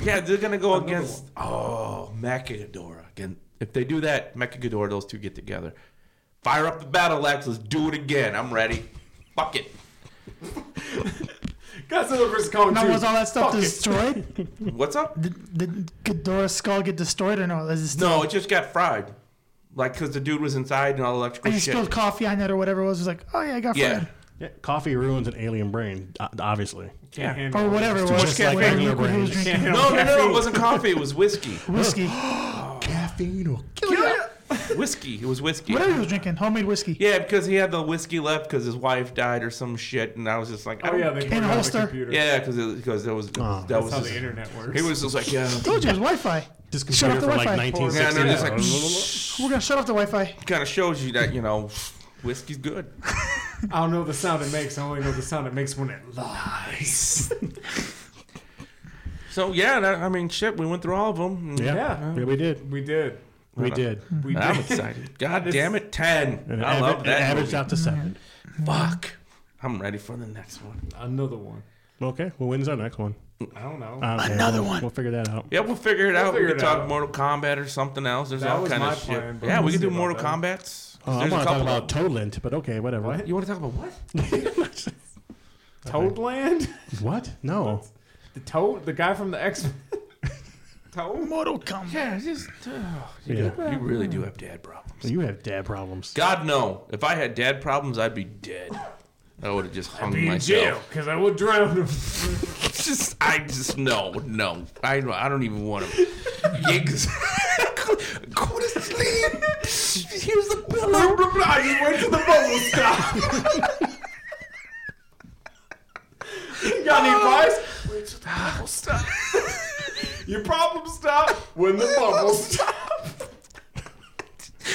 [SPEAKER 4] Yeah, they're gonna go against oh Mechagodora again. If they do that, Mechagodora, those two get together. Fire up the battle axe. Let's do it again. I'm ready. Fuck it.
[SPEAKER 1] Godzilla vs Kong
[SPEAKER 2] Now
[SPEAKER 1] 2.
[SPEAKER 2] was all that stuff
[SPEAKER 1] Fuck it.
[SPEAKER 2] destroyed?
[SPEAKER 4] What's up?
[SPEAKER 2] did, did Ghidorah's skull get destroyed or no? Is it still,
[SPEAKER 4] No, it just got fried. Like, cause the dude was inside and all the electrical
[SPEAKER 2] and he
[SPEAKER 4] Oh, shit.
[SPEAKER 2] spilled coffee on it or whatever it was. It was like, oh yeah, I got
[SPEAKER 4] yeah,
[SPEAKER 2] fired.
[SPEAKER 3] Yeah, coffee ruins an alien brain, o- obviously.
[SPEAKER 1] Can't
[SPEAKER 4] yeah.
[SPEAKER 1] handle
[SPEAKER 2] Or
[SPEAKER 1] it.
[SPEAKER 2] whatever it
[SPEAKER 3] too
[SPEAKER 2] was.
[SPEAKER 3] much caffeine
[SPEAKER 2] whatever
[SPEAKER 3] in your
[SPEAKER 2] liquid he
[SPEAKER 3] brain.
[SPEAKER 2] was
[SPEAKER 3] I
[SPEAKER 2] drinking.
[SPEAKER 1] Can't
[SPEAKER 4] No,
[SPEAKER 1] handle
[SPEAKER 4] no, no,
[SPEAKER 1] caffeine.
[SPEAKER 4] it wasn't coffee. It was whiskey.
[SPEAKER 2] Whiskey.
[SPEAKER 3] Caffeine will kill
[SPEAKER 4] whiskey. It was whiskey.
[SPEAKER 2] Whatever he was drinking. Homemade whiskey.
[SPEAKER 4] Yeah, because he had the whiskey left because his wife died or some shit, and I was just like, I
[SPEAKER 1] Oh
[SPEAKER 4] don't
[SPEAKER 1] yeah,
[SPEAKER 4] yeah,
[SPEAKER 1] they
[SPEAKER 2] Ken
[SPEAKER 1] put it on the
[SPEAKER 2] Holster.
[SPEAKER 1] computer.
[SPEAKER 4] yeah, because because that was
[SPEAKER 3] Oh.
[SPEAKER 4] that
[SPEAKER 1] That's how
[SPEAKER 4] was.
[SPEAKER 1] the
[SPEAKER 4] His,
[SPEAKER 1] internet works.
[SPEAKER 4] he was just like, yeah.
[SPEAKER 2] Told you it was Wi-Fi.
[SPEAKER 3] This
[SPEAKER 2] Shut
[SPEAKER 3] computer
[SPEAKER 2] off the
[SPEAKER 3] for like
[SPEAKER 2] Wi-Fi.
[SPEAKER 1] Yeah, and
[SPEAKER 3] 1960.
[SPEAKER 1] they're
[SPEAKER 4] just
[SPEAKER 1] Yeah.
[SPEAKER 4] like,
[SPEAKER 2] We're gonna shut off the Wi-Fi.
[SPEAKER 4] kind of shows you that you know whiskey's good.
[SPEAKER 1] I don't know the sound it makes. I only know the sound it makes when it lies.
[SPEAKER 4] So yeah, that, I mean, shit, we went through all of them.
[SPEAKER 3] yeah.
[SPEAKER 1] Yeah.
[SPEAKER 3] yeah, we did.
[SPEAKER 1] we did.
[SPEAKER 3] We did.
[SPEAKER 1] We
[SPEAKER 4] I'm
[SPEAKER 1] did.
[SPEAKER 4] excited. God damn it, ten.
[SPEAKER 3] And it
[SPEAKER 4] I love
[SPEAKER 3] aver- It
[SPEAKER 4] that.
[SPEAKER 3] averaged
[SPEAKER 4] movie.
[SPEAKER 3] out to seven.
[SPEAKER 4] Fuck. I'm ready for the next one.
[SPEAKER 1] Another one.
[SPEAKER 3] Okay. Well, when's our next one?
[SPEAKER 1] I don't know.
[SPEAKER 2] Uh,
[SPEAKER 3] I don't know.
[SPEAKER 2] Another
[SPEAKER 3] We'll-
[SPEAKER 2] one.
[SPEAKER 3] We'll figure that out.
[SPEAKER 4] Yeah, we'll figure it out.
[SPEAKER 1] figure
[SPEAKER 4] we can
[SPEAKER 1] it
[SPEAKER 4] talk
[SPEAKER 1] out.
[SPEAKER 4] Mortal Kombat or something else. There's
[SPEAKER 1] That
[SPEAKER 4] all
[SPEAKER 1] was
[SPEAKER 4] kind
[SPEAKER 1] my
[SPEAKER 4] of shit.
[SPEAKER 1] plan, but
[SPEAKER 4] yeah,
[SPEAKER 1] we'll
[SPEAKER 4] we can
[SPEAKER 1] see
[SPEAKER 4] do
[SPEAKER 1] about
[SPEAKER 4] Mortal
[SPEAKER 1] that.
[SPEAKER 4] Kombat.
[SPEAKER 3] Oh, I want to talk about Toadland, but okay, whatever.
[SPEAKER 1] What?
[SPEAKER 4] You want to talk about what?
[SPEAKER 1] Toadland?
[SPEAKER 3] What? No.
[SPEAKER 1] The Toad? The guy from the X Men? Toad?
[SPEAKER 2] Mortal Kombat.
[SPEAKER 4] Yeah, just oh, you,
[SPEAKER 3] Yeah.
[SPEAKER 4] got- you really do have dad problems.
[SPEAKER 3] You have dad problems.
[SPEAKER 4] God no. If I had dad problems, I'd be dead. I would have just hung
[SPEAKER 1] Be in jail,
[SPEAKER 4] myself.
[SPEAKER 1] because I will drown him.
[SPEAKER 4] It's just, I just no, no. I I don't even want to. Exactly. Go to sleep. Here's the pillow.
[SPEAKER 1] I just went to the bubble stop. you got any advice? Wait till the bubble stop. Your problems stop when the bubble stop.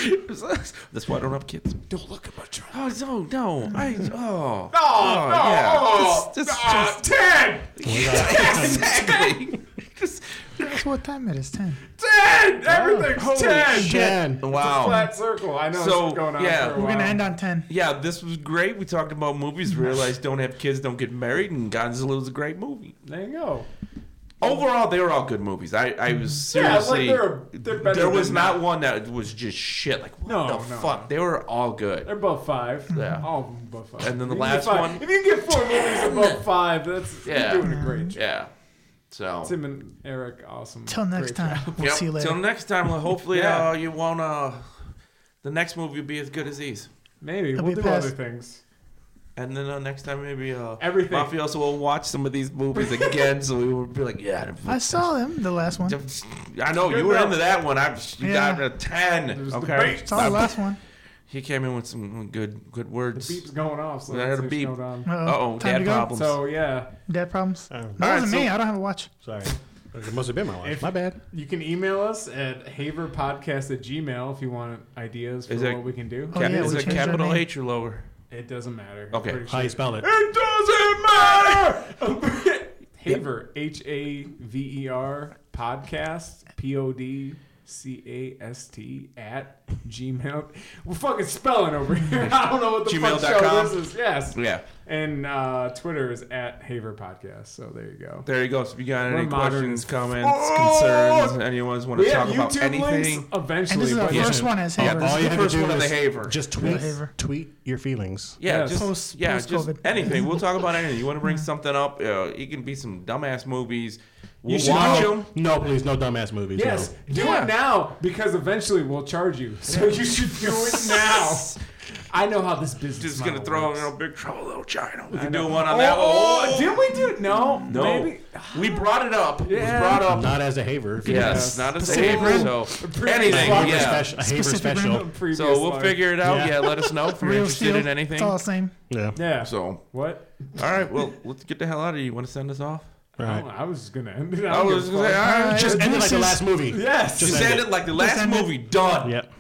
[SPEAKER 4] That's why I don't have kids. Don't look at my truck. Oh no, no. I oh.
[SPEAKER 1] Oh,
[SPEAKER 4] Oh,
[SPEAKER 1] no,
[SPEAKER 4] yeah.
[SPEAKER 1] oh,
[SPEAKER 4] It's- it's
[SPEAKER 1] ah, ten,
[SPEAKER 4] exactly. Just-
[SPEAKER 2] That's what time it is. Ten.
[SPEAKER 1] ten,
[SPEAKER 2] Oh,
[SPEAKER 1] everything's
[SPEAKER 3] Holy
[SPEAKER 1] ten.
[SPEAKER 3] shit.
[SPEAKER 4] wow.
[SPEAKER 1] Flat circle. I know
[SPEAKER 4] So,
[SPEAKER 1] it's been going on
[SPEAKER 4] yeah.
[SPEAKER 1] for a
[SPEAKER 4] We're
[SPEAKER 2] We're
[SPEAKER 1] while.
[SPEAKER 2] gonna end on ten.
[SPEAKER 4] Yeah, this was great. We talked about movies. Realized don't have kids, don't get married, and Godzilla was a great movie.
[SPEAKER 1] There you go.
[SPEAKER 4] Overall, they were all good movies. I, I was
[SPEAKER 1] Mm-hmm. Yeah, like
[SPEAKER 4] seriously.
[SPEAKER 1] they're, they're better.
[SPEAKER 4] there was
[SPEAKER 1] than
[SPEAKER 4] not one that was just shit. Like what
[SPEAKER 1] No,
[SPEAKER 4] the
[SPEAKER 1] no.
[SPEAKER 4] fuck? They were all good.
[SPEAKER 1] They're above five.
[SPEAKER 4] Yeah.
[SPEAKER 1] All of them above five.
[SPEAKER 4] And then the
[SPEAKER 1] If you can get
[SPEAKER 4] last
[SPEAKER 1] five-
[SPEAKER 4] one-
[SPEAKER 1] If you can get four movies above five, that's
[SPEAKER 4] Yeah.
[SPEAKER 1] you're doing a great job.
[SPEAKER 4] Yeah. So
[SPEAKER 1] Tim and Eric, awesome.
[SPEAKER 2] Till next
[SPEAKER 1] Great job.
[SPEAKER 2] time. We'll see you later.
[SPEAKER 4] Till next time. well, Hopefully,
[SPEAKER 1] Yeah.
[SPEAKER 4] uh, you won't. Uh, the next movie will be as good as these.
[SPEAKER 1] Maybe
[SPEAKER 2] It'll
[SPEAKER 1] we'll
[SPEAKER 2] be
[SPEAKER 1] do
[SPEAKER 2] past-
[SPEAKER 1] other things.
[SPEAKER 4] And then uh, next time maybe uh,
[SPEAKER 1] Everything.
[SPEAKER 4] Mafioso will watch some of these movies again, so we will be like, yeah.
[SPEAKER 2] I saw them. The last one.
[SPEAKER 4] I know you
[SPEAKER 1] Good
[SPEAKER 4] were
[SPEAKER 1] enough.
[SPEAKER 4] into that one. I you
[SPEAKER 2] Yeah.
[SPEAKER 4] got a ten.
[SPEAKER 1] There's the
[SPEAKER 4] Okay,
[SPEAKER 1] beep.
[SPEAKER 2] Saw the last one.
[SPEAKER 4] he came in with some good good
[SPEAKER 1] The
[SPEAKER 4] words.
[SPEAKER 1] beep's going off, so
[SPEAKER 4] I heard
[SPEAKER 1] that's
[SPEAKER 4] a
[SPEAKER 1] what's
[SPEAKER 4] beep.
[SPEAKER 1] going on.
[SPEAKER 4] Uh-oh,
[SPEAKER 2] Oh, Time
[SPEAKER 4] dad
[SPEAKER 2] to go.
[SPEAKER 4] problems.
[SPEAKER 1] So yeah,
[SPEAKER 2] Dad problems.
[SPEAKER 3] Oh.
[SPEAKER 2] That
[SPEAKER 4] All right,
[SPEAKER 2] wasn't me.
[SPEAKER 4] so-
[SPEAKER 2] I don't have a watch.
[SPEAKER 3] Sorry. It must have been my wife.
[SPEAKER 1] If-
[SPEAKER 3] my bad.
[SPEAKER 1] you can email us at haverpodcast at gmail if you want ideas for
[SPEAKER 4] Is it-
[SPEAKER 1] what we can do.
[SPEAKER 2] Oh,
[SPEAKER 4] Cap-
[SPEAKER 2] yeah,
[SPEAKER 4] is
[SPEAKER 2] we
[SPEAKER 4] it
[SPEAKER 2] changed our
[SPEAKER 4] capital
[SPEAKER 2] name.
[SPEAKER 4] H or lower?
[SPEAKER 1] It doesn't matter. I'm
[SPEAKER 4] Okay.
[SPEAKER 1] pretty
[SPEAKER 3] How
[SPEAKER 1] sure.
[SPEAKER 3] you spell it?
[SPEAKER 1] It doesn't matter. Haver, H A V E R podcast, P O D C A S T at Gmail. We're fucking spelling over here. I don't know what the fuck show
[SPEAKER 4] Gmail.com.
[SPEAKER 1] this is. Yes.
[SPEAKER 4] Yeah.
[SPEAKER 1] And uh, Twitter is at Haver Podcast. So there you go.
[SPEAKER 4] There you go. So if you got
[SPEAKER 1] We're
[SPEAKER 4] any
[SPEAKER 1] modern.
[SPEAKER 4] questions, comments,
[SPEAKER 1] Oh!
[SPEAKER 4] concerns, anyone want
[SPEAKER 1] We
[SPEAKER 4] to talk
[SPEAKER 1] have
[SPEAKER 4] about
[SPEAKER 1] YouTube
[SPEAKER 4] anything?
[SPEAKER 1] links eventually.
[SPEAKER 2] And this is our
[SPEAKER 1] but-
[SPEAKER 2] first one as
[SPEAKER 3] All-
[SPEAKER 2] Haver.
[SPEAKER 3] all you
[SPEAKER 4] The
[SPEAKER 3] have to
[SPEAKER 4] first
[SPEAKER 3] do
[SPEAKER 4] one of the
[SPEAKER 3] is
[SPEAKER 4] Haver.
[SPEAKER 3] Just
[SPEAKER 2] Yeah,
[SPEAKER 3] tweet,
[SPEAKER 2] Haver.
[SPEAKER 3] tweet your feelings.
[SPEAKER 4] Yeah,
[SPEAKER 1] Yes.
[SPEAKER 4] just
[SPEAKER 2] Post-
[SPEAKER 4] yeah,
[SPEAKER 2] post
[SPEAKER 4] just
[SPEAKER 2] COVID.
[SPEAKER 4] anything. We'll talk about anything. You want to bring something up? Uh, it can be some dumbass movies. We'll
[SPEAKER 1] should
[SPEAKER 4] watch
[SPEAKER 1] know.
[SPEAKER 4] them.
[SPEAKER 3] No, please, no dumbass movies.
[SPEAKER 1] Yes, do
[SPEAKER 4] Yeah.
[SPEAKER 1] it now because eventually we'll charge you. So you should do it now. I know how this business.
[SPEAKER 4] Just gonna
[SPEAKER 1] model
[SPEAKER 4] throw
[SPEAKER 1] works.
[SPEAKER 4] in a big trouble, little China. We can
[SPEAKER 1] know.
[SPEAKER 4] do one on
[SPEAKER 1] Oh,
[SPEAKER 4] that one.
[SPEAKER 1] oh,
[SPEAKER 4] Oh,
[SPEAKER 1] did we do? No,
[SPEAKER 4] no,
[SPEAKER 1] Maybe.
[SPEAKER 4] we brought it up. It was
[SPEAKER 1] Yeah.
[SPEAKER 4] brought up.
[SPEAKER 3] Not as a Haver. if you
[SPEAKER 4] yes, not a
[SPEAKER 1] Pacific
[SPEAKER 4] save.
[SPEAKER 1] Rim.
[SPEAKER 4] So
[SPEAKER 1] Previous
[SPEAKER 4] anything.
[SPEAKER 1] life.
[SPEAKER 3] Haver
[SPEAKER 4] Yeah.
[SPEAKER 3] special, a Haver
[SPEAKER 2] Specific
[SPEAKER 3] special.
[SPEAKER 2] random-
[SPEAKER 1] Previous
[SPEAKER 4] So we'll
[SPEAKER 1] life.
[SPEAKER 4] figure it out.
[SPEAKER 3] Yeah.
[SPEAKER 4] Yeah, let us know if you're
[SPEAKER 2] Real
[SPEAKER 4] interested
[SPEAKER 2] steel.
[SPEAKER 4] in
[SPEAKER 2] It's
[SPEAKER 4] anything.
[SPEAKER 2] all the same.
[SPEAKER 3] Yeah.
[SPEAKER 1] Yeah.
[SPEAKER 4] So, all
[SPEAKER 1] what?
[SPEAKER 4] right. Well, let's get the hell out of here. You want to send us off?
[SPEAKER 1] I,
[SPEAKER 3] Right.
[SPEAKER 1] don't- Oh, I was just gonna end it.
[SPEAKER 4] I
[SPEAKER 1] don't
[SPEAKER 4] was
[SPEAKER 1] give a
[SPEAKER 4] gonna say,
[SPEAKER 1] fuck.
[SPEAKER 4] all right.
[SPEAKER 2] Alright,
[SPEAKER 3] Just end it like the
[SPEAKER 2] deuces.
[SPEAKER 3] last movie.
[SPEAKER 1] yes.
[SPEAKER 3] Just
[SPEAKER 4] Just
[SPEAKER 3] end
[SPEAKER 4] end
[SPEAKER 3] it.
[SPEAKER 4] it like the
[SPEAKER 2] Just
[SPEAKER 4] last
[SPEAKER 2] end it.
[SPEAKER 4] movie. Done.
[SPEAKER 3] Yep.